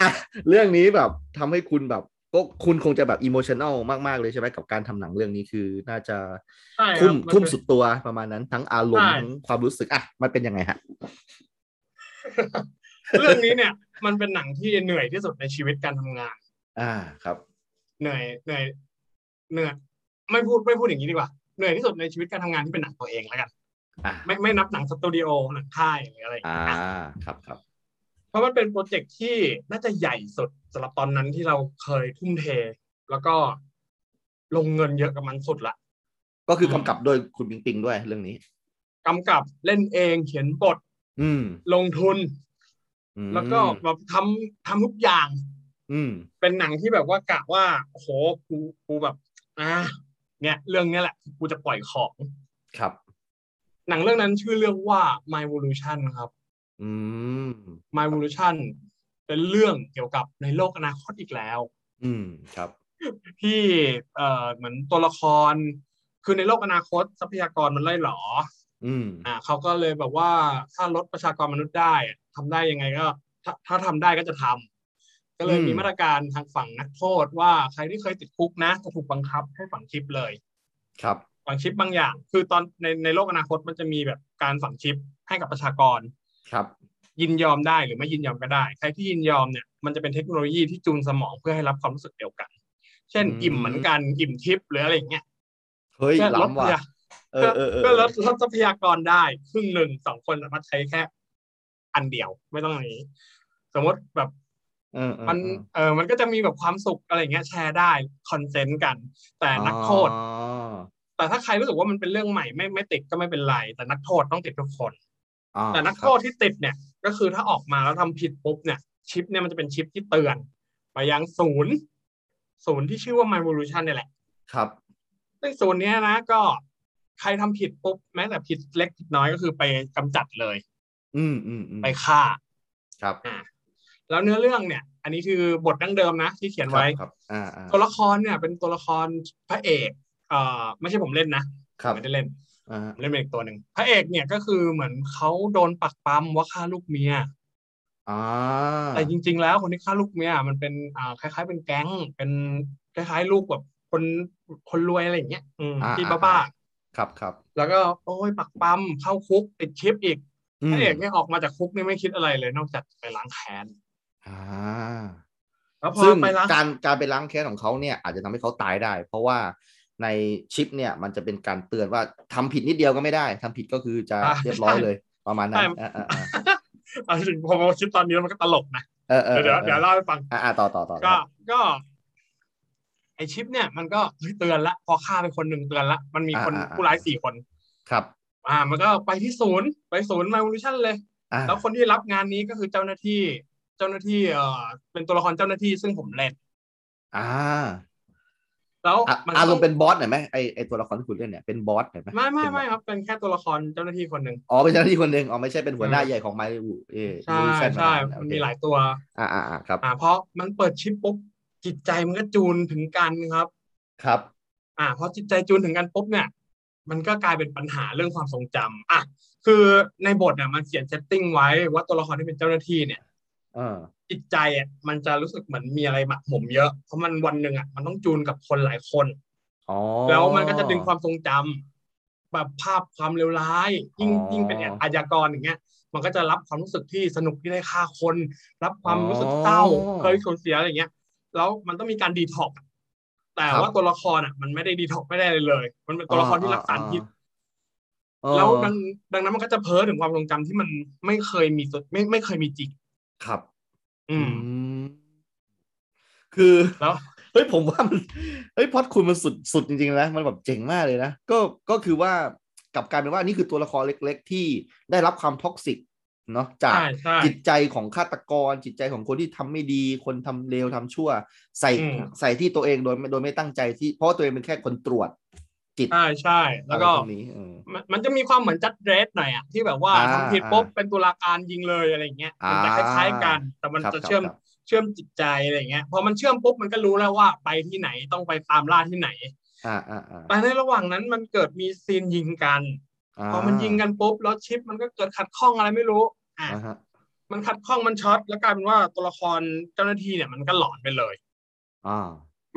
Speaker 2: อ่ะเรื่องนี้แบบทำให้คุณแบบก็คุณคงจะแบบอิโมชัน a ลมาก ๆ เลยใช่ไหมกับการทำหนังเรื่องนี้คือน่าจะ
Speaker 3: ใช่ครับ
Speaker 2: ทุ่ม
Speaker 3: นเป็น
Speaker 2: ทุ่มสุดตัวประมาณนั้น ทั้งอารมณ์
Speaker 3: ใช่
Speaker 2: ทั้งความรู้สึกอ่ะมันเป็นยังไงฮะ
Speaker 3: <laughs> เรื่องนี้เนี่ย มันเป็นหนังที่เหนื่อยที่สุดในชีวิตการทำงาน
Speaker 2: อ่าครับ
Speaker 3: เหนื่อย เหนื่อย เหนื่อย ไม่พูดไม่พูดอย่างนี้ดีกว่า เหนื่อยที่สุดในชีวิตการทำงานที่เป็นหนังตัวเองแล้วกัน
Speaker 2: อ่า
Speaker 3: ไม่ไม่นับหนังสตูดิโอหนังค่ายหรืออะไรอย่าง
Speaker 2: อ่า
Speaker 3: เงี้ยอ่ะ
Speaker 2: ครับครับ
Speaker 3: เพราะมันเป็นโปรเจกต์ที่น่าจะใหญ่สุดสำหรับตอนนั้นที่เราเคยทุ่มเท แล้วก็ลงเงินเยอะกับมันสุดละ
Speaker 2: ก็คือกำกับโดยคุณปิงปิงด้วยเรื่องนี้
Speaker 3: กำกับเล่นเองเขียนบท
Speaker 2: อืม
Speaker 3: ลงทุน
Speaker 2: อืม
Speaker 3: แล้วก็แบบทำทำทุกอย่าง
Speaker 2: อืม
Speaker 3: เป็นหนังที่แบบว่ากะว่าโอ้โหกูกูแบบอ่าเนี่ย เรื่องเนี้ยแหละกูจะปล่อยของ
Speaker 2: ครับ
Speaker 3: หนังเรื่องนั้นชื่อเรื่องว่า My Evolution ครับ
Speaker 2: อืม
Speaker 3: My Evolution เป็นเรื่องเกี่ยวกับในโลกอนาคตอีกแล้ว
Speaker 2: อืมครับ
Speaker 3: ที่เอ่อเหมือนตัวละคร คือในโลกอนาคตทรัพยากรมันไล่หลอ
Speaker 2: อืม
Speaker 3: อ่าเขาก็เลยแบบว่าถ้าลดประชากรมนุษย์ได้อะทำได้ยังไงก็ ถ้าถ้าทำได้ก็จะทำก็เลยมีมาตรการทางฝั่งนักโทษว่าใครที่เคยติดคุกนะจะถูกบังคับให้ฝังชิปเลย
Speaker 2: ครับ
Speaker 3: ฝังชิปบางอย่าง คือตอนในในโลกอนาคตมันจะมีแบบการฝังชิปให้กับประชากร
Speaker 2: ครับ
Speaker 3: ยินยอมได้หรือไม่ยินยอมก็ได้ ใครที่ยินยอมเนี่ยมันจะเป็นเทคโนโลยีที่จูนสมองเพื่อให้รับความรู้สึกเดียวกัน เช่น
Speaker 2: อืม
Speaker 3: อิ่มเหมือนกันอิ่มทิปหรืออะไรอย่างเงี้ย
Speaker 2: เฮ้ย
Speaker 3: ก็ลด
Speaker 2: ล้ำว่ะ
Speaker 3: เนี่ย
Speaker 2: เออเออเออ
Speaker 3: ก็ลดลดทรัพยากรได้ครึ่งหนึ่งสองคนสามารถใช้แค่ อันเดียวไม่ต้องอันนี้ สมมติแบบ
Speaker 2: เออเออ
Speaker 3: มัน
Speaker 2: เออ
Speaker 3: เออมันก็จะมีแบบความสุขอะไรอย่างเงี้ยแชร์ได้คอนเซนต์กัน แต่นักโทษ
Speaker 2: อ๋อ
Speaker 3: แต่ถ้าใครรู้สึกว่ามันเป็นเรื่องใหม่ไม่ไม่ติดก็ไม่เป็นไร แต่นักโทษต้องติดทุกคน
Speaker 2: อ่า
Speaker 3: แต่นักโทษที่ติดเนี่ย ก็คือถ้าออกมาแล้วทำผิดปุ๊บเนี่ย ชิปเนี่ยมันจะเป็นชิปที่เตือน ไปยังศูนย์ ศูนย์ที่ชื่อว่า My Evolution เนี่ยแหละ
Speaker 2: ครับ
Speaker 3: ซึ่งศูนย์เนี้ยนะก็ใครทำผิดปุ๊บแม้แต่ผิดเล็กผิดน้อยก็คือไปกำจัดเลย
Speaker 2: อืมอืมอืม
Speaker 3: ไปฆ่า
Speaker 2: ครับ
Speaker 3: แล้วเนื้อเรื่องเนี่ย อันนี้คือบทดั้งเดิมนะที่เขียนไว้
Speaker 2: ครับ อ่าอ่า
Speaker 3: ตัวละครเนี่ย เป็นตัวละครพระเอกเอ่อไม่ใช่ผมเล่นนะ
Speaker 2: ครั
Speaker 3: ผ
Speaker 2: บ
Speaker 3: มไม่ได้เล่น
Speaker 2: อ่า
Speaker 3: ผมเล่นเป็นอีกตัวหนึ่งพระเอกเนี่ยก็คือเหมือนเขาโดนปักปั๊มว่าฆ่าลูกเมีย
Speaker 2: อ่า
Speaker 3: แต่จริง ๆ แล้วคนที่ฆ่าลูกเมียมันเป็นอ่าคล้าย ๆ เป็นแก๊ง เป็นคล้ายๆ ลูกแบบคนคนรวยอะไรอย่างเงี้ยอืมที่บ้าๆ
Speaker 2: ครับครับ
Speaker 3: แล้วก็โอ้ยปักปั๊มเข้าคุกติดชิปอีก
Speaker 2: อื
Speaker 3: พ
Speaker 2: ม
Speaker 3: ระเอกเนี่ยออกมาจากคุกนี่ไม่คิดอะไรเลย นอกจากไปล้างแค้น
Speaker 2: อ่า
Speaker 3: แล้วพอ
Speaker 2: ซึ่ง
Speaker 3: ไปล้าง
Speaker 2: การการไปล้างแค้นของเขาเนี่ย อาจจะทำให้เขาตายได้ เพราะว่าในชิปเนี่ยมันจะเป็นการเตือนว่าทำผิดนิดเดียวก็ไม่ได้ทำผิดก็คือจะเรียบร้อยเลยประมาณนั้นอ่าอ่า
Speaker 3: <laughs> เอาจริงพอมาคิดตอนนี้มันก็ตลกนะ
Speaker 2: เออเออ
Speaker 3: เดี๋ยวเดี๋ยวเล่าให้ฟัง
Speaker 2: อ่าอ่าต่อต่อต่อ
Speaker 3: ก็ก็ ไอชิปเนี่ย มันก็เฮ้ยเตือนละพอฆ่าไปคนหนึ่งเตือนละมันมีคนผู้ร้ายสี่คน
Speaker 2: ครับ
Speaker 3: อ่า มันก็ไปที่ศูนย์ไปศูนย์มาวูชันเลย
Speaker 2: อ่า
Speaker 3: แล้วคนที่รับงานนี้ก็คือเจ้าหน้าที่ เจ้าหน้าที่เอ่อเป็นตัวละครเจ้าหน้าที่ซึ่งผมเล่น
Speaker 2: อ่า
Speaker 3: แล้ว
Speaker 2: อ่ะ
Speaker 3: นก็
Speaker 2: อาร
Speaker 3: ต้
Speaker 2: ม
Speaker 3: ง
Speaker 2: ณ์เป็นบอสหน่อยไหมไอไอตัวละครที่คุณเล่นเนี่ยเป็นบอสหน่อยไหม
Speaker 3: ไม่ไม่ไม่ครับเป็นแค่ตัวละครเจ้าหน้าที่คนหนึ่ง
Speaker 2: อ๋อเป็นเจ้าหน้าที่คนหนึ่งอ๋อไม่ใช่เป็นหัวหน้าใหญ่ของไมลูเอ
Speaker 3: ใช่ใช่ มันมีหลายตัว
Speaker 2: อ่าอ่าอ่าครับ
Speaker 3: อ่า เพราะมันเปิดชิปปุ๊บ จิตใจมันก็จูนถึงกันครับ
Speaker 2: ครับ
Speaker 3: อ่า เพราะจิตใจจูนถึงกันปุ๊บเนี่ย มันก็กลายเป็นปัญหาเรื่องความทรงจำอ่ะ คือในบทเนี่ยมันเขียนเซตติ้งไว้ว่าตัวละครที่เป็นเจ้าหน้าที่เนี่ย
Speaker 2: เออ
Speaker 3: จิตใจอ่ะมันจะรู้สึกเหมือนมีอะไรหมักหมมเยอะ เพราะมันวันหนึ่งอ่ะมันต้องจูนกับคนหลายคน
Speaker 2: อ๋อ
Speaker 3: แล้วมันก็จะดึงความทรงจำแบบภาพความเลวร้าย ยิ่ง
Speaker 2: อ๋อ
Speaker 3: ยิ่งเป็นอาชญากรอย่างเงี้ย มันก็จะรับความรู้สึกที่สนุกที่ได้ฆ่าคน รับความรู้สึกเศร้า
Speaker 2: อ๋อ
Speaker 3: เคยสูญเสียอะไรเงี้ย แล้วมันต้องมีการดีท็อก แต่
Speaker 2: ครับ
Speaker 3: ว่าตัวละครอ่ะ มันไม่ได้ดีท็อกไม่ได้เลยเลย มันเป็นตัวละครที่รับสารพิษ
Speaker 2: อ๋อ
Speaker 3: แล้วดังดังนั้นมันก็จะเพ้อถึงความทรงจำที่มันไม่เคยมีตัวไม่ไม่เคยมีจริง
Speaker 2: ครับ
Speaker 3: อืม
Speaker 2: อืม คือ
Speaker 3: แล้ว
Speaker 2: เฮ้ยผมว่ามันเฮ้ยพล็อดคุณมันสุดสุดจริงๆนะมันแบบเจ๋งมากเลยนะก็ก็คือว่ากลับกลายเป็นว่านี่คือตัวละครเล็ก ๆ ที่ได้รับความท็อกซิกเนาะจาก
Speaker 3: ใช่ใช่
Speaker 2: จิตใจของฆาตกร จิตใจของคนที่ทำไม่ดี คนทำเลวทำชั่ว ใส่
Speaker 3: อืม
Speaker 2: ใส่ที่ตัวเองโดยโดยไม่ตั้งใจที่เพราะว่าตัวเองเป็นแค่คนตรวจจิต
Speaker 3: ใช่ใช่แล้วก็
Speaker 2: อะไรพวนี้เออ
Speaker 3: มันมันจะมีความเหมือนจัดเรสหน่อยอะที่แบบว่า
Speaker 2: อ่า
Speaker 3: ทำผิดปุ๊บเป็นตุลาการยิงเลยอะไรอย่างเงี้ยมันจะค
Speaker 2: อ่า
Speaker 3: ล้ายๆกัน แต่มัน
Speaker 2: ครับ
Speaker 3: จะ
Speaker 2: ครับ
Speaker 3: เชื่อม
Speaker 2: ครับ
Speaker 3: เชื่อมจิตใจอะไรอย่างเงี้ยพอมันเชื่อมปุ๊บมันก็รู้แล้วว่าไปที่ไหนต้องไปตามล่าที่ไหน
Speaker 2: อ่าอ่าอ่า
Speaker 3: แต่ในระหว่างนั้นมันเกิดมีซีนยิงกัน พอมันยิงกันปุ๊บแล้วชิปมันก็เกิดขัดข้องอะไรไม่รู้อ่ะ
Speaker 2: อ่าฮะ
Speaker 3: มันขัดข้องมันช็อตแล้วกลายเป็นว่าตัวละครเจ้าหน้าที่เนี่ยมันก็หลอนไปเลย
Speaker 2: อ่า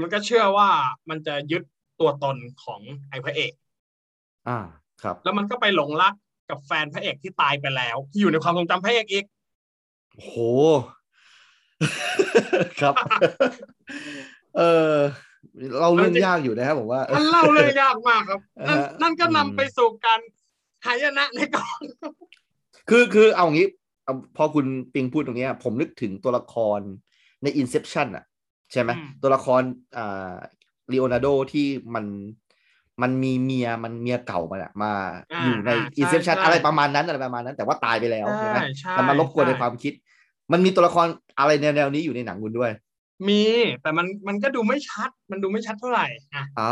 Speaker 3: มันก็เชื่อว่ามันจะยึดตัวตนของไอ้พระเอก
Speaker 2: อ่าครับ
Speaker 3: แล้วมันก็ไปหลงรักกับแฟนพระเอกที่ตายไปแล้วที่อยู่ในความทรงจำพระเอกอีก
Speaker 2: โห <laughs> ครับ <laughs> เออเราเรื่องยากอยู่นะครับผมว่า
Speaker 3: มันเล่าเรื่องยากมากครับ นั่น
Speaker 2: เออ
Speaker 3: นั่นก็นำไปสู่การหายนะในกอง
Speaker 2: คือคือเอางี้เอาพอคุณปิงพูดตรงเนี้ย ผมนึกถึงตัวละครใน Inception อะใช่ไหมตัวละครอ่าลีโอนาร์โดที่มันมันมีเมียมันเมียเก่ามันอะมาอยู่ใน Inception อะไรประมาณนั้นอะไรประมาณนั้น แต่ว่าตายไปแล้วใช่ไหม
Speaker 3: ใช่
Speaker 2: มันมารบกวนใน
Speaker 3: ช่
Speaker 2: ความคิด มันมีตัวละครอะไรแนวๆนี้อยู่ในหนังคุณด้วย
Speaker 3: มี แต่มันมันก็ดูไม่ชัด มันดูไม่ชัดเท่าไหร่อ่ะ
Speaker 2: อ่า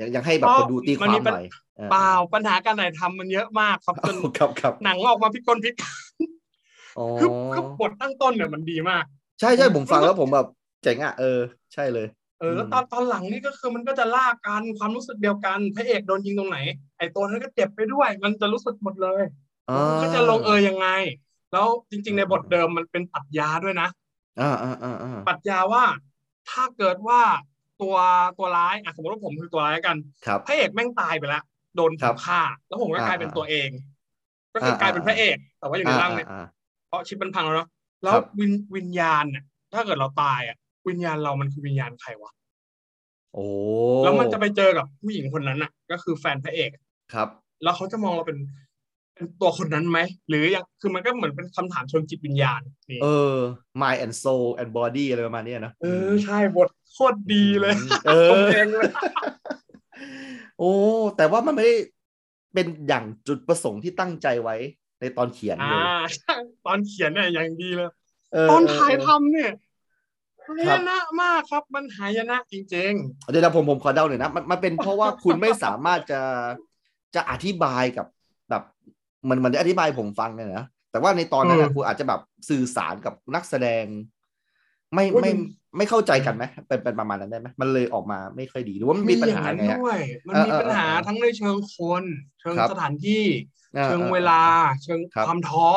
Speaker 2: ยังยังให้แบบ
Speaker 3: เพ
Speaker 2: ค
Speaker 3: ราะ
Speaker 2: นดูตีค
Speaker 3: มัน
Speaker 2: วา
Speaker 3: มี
Speaker 2: ม
Speaker 3: ปั
Speaker 2: ห
Speaker 3: ญ
Speaker 2: น่อยออ
Speaker 3: เปล่าปัญหาการถ่ายทำมันเยอะมากครับจน
Speaker 2: <laughs> ครับครับ
Speaker 3: หนังออกมาพิกลพิการ
Speaker 2: อ๋อ
Speaker 3: คือคือบทตั้งต้นเนี่ยมันดีมาก
Speaker 2: ใช่ใช่ผมฟังแล้วผมแบบเจ๋งอ่ะ เออ ใช่เลย
Speaker 3: เออแล้ว
Speaker 2: อืม
Speaker 3: ตอนตอนหลังนี่ก็คือมันก็จะล่ากันความรู้สึกเดียวกันพระเอกโดนยิงตรงไหน ไอ้ตัวนั้นก็เจ็บไปด้วย มันจะรู้สึกหมดเลย
Speaker 2: อ่า
Speaker 3: มันก็จะลงเอยยังไง แล้วจริง ๆ ในบทเดิมมันเป็นปรัดยาด้วยนะ
Speaker 2: อ่าอ่าอ่าอ่า
Speaker 3: ปรัชญาว่าถ้าเกิดว่าตัวตัวร้ายอ่ะสมมติว่าผมคือตัวร้ายกัน
Speaker 2: ครับ
Speaker 3: พระเอกแม่งตายไปแล้วโดนผ
Speaker 2: ครั
Speaker 3: ม
Speaker 2: บ
Speaker 3: ฆ่า แล้วผมก็
Speaker 2: อ่าก
Speaker 3: ลายเป็นตัวเอง ก็คือกลายเป็น
Speaker 2: อ่า
Speaker 3: พระเอก แต่ว่าอยู่ในร่างเนี่ย
Speaker 2: อ่า
Speaker 3: เพราะชิปมันพังแล้วเนาะแล้ว
Speaker 2: ครับ
Speaker 3: วิญวิญญาณน่ะถ้าเกิดเราตายอ่ะ วิญญาณเรามันคือวิญญาณใครวะ
Speaker 2: โอ้
Speaker 3: แล้วมันจะไปเจอกับผู้หญิงคนนั้นน่ะ ก็คือแฟนพระเอก
Speaker 2: ครับ
Speaker 3: แล้วเขาจะมองเราเป็น เป็นตัวคนนั้นไหมหรือยังคือมันก็เหมือนเป็นคำถามเชิงจิตวิญญาณนี่
Speaker 2: เออ mind and soul and body อะไรประมาณเนี้ยนะ
Speaker 3: เออใช่บทโคตรดีเลย
Speaker 2: เอ
Speaker 3: ตรง
Speaker 2: อ
Speaker 3: เองเลย
Speaker 2: โอ้ แต่ว่ามันไม่ได้เป็นอย่างจุดประสงค์ที่ตั้งใจไว้ในตอนเขียน
Speaker 3: อ่า
Speaker 2: เลย
Speaker 3: ใช่ตอนเขียนเนี่ยอย่างดีเลย
Speaker 2: เออ
Speaker 3: ตอน
Speaker 2: เออ
Speaker 3: ถ่าย
Speaker 2: เออ
Speaker 3: ทำเนี่ยมัน
Speaker 2: ครั
Speaker 3: หา
Speaker 2: บ
Speaker 3: ยนะมากครับ มันหายนะจริง
Speaker 2: เดี๋ยวนะผมผมขอเดาหน่อยนะมันมันเป็นเพราะว่า <laughs> คุณไม่สามารถจะจะอธิบายกับแบบเหมันเหมันได้อธิบายผมฟังเลยนะแต่ว่าในตอนนั้นนะ
Speaker 3: เออ
Speaker 2: คุณอาจจะแบบสื่อสารกับนักแสดง ไม่
Speaker 3: โอ้ย
Speaker 2: ไม่
Speaker 3: มัน
Speaker 2: ไม่เข้าใจกันไหมเป็นเป็นประมาณนั้นได้ไหมมันเลยออกมาไม่ค่อยดีหรือว่ามัน
Speaker 3: ๆ
Speaker 2: มีปัญ
Speaker 3: อย่า
Speaker 2: หาง
Speaker 3: นั้น
Speaker 2: ไงฮะ
Speaker 3: ด้วย มัน
Speaker 2: เออ
Speaker 3: มีปัญหา
Speaker 2: เออเออ
Speaker 3: ทั้งในเชิงคน เชิง
Speaker 2: ครับ
Speaker 3: สถานที่
Speaker 2: อ่
Speaker 3: เชิง
Speaker 2: อ่
Speaker 3: เวลา เชิง
Speaker 2: ครับ
Speaker 3: ความท้อ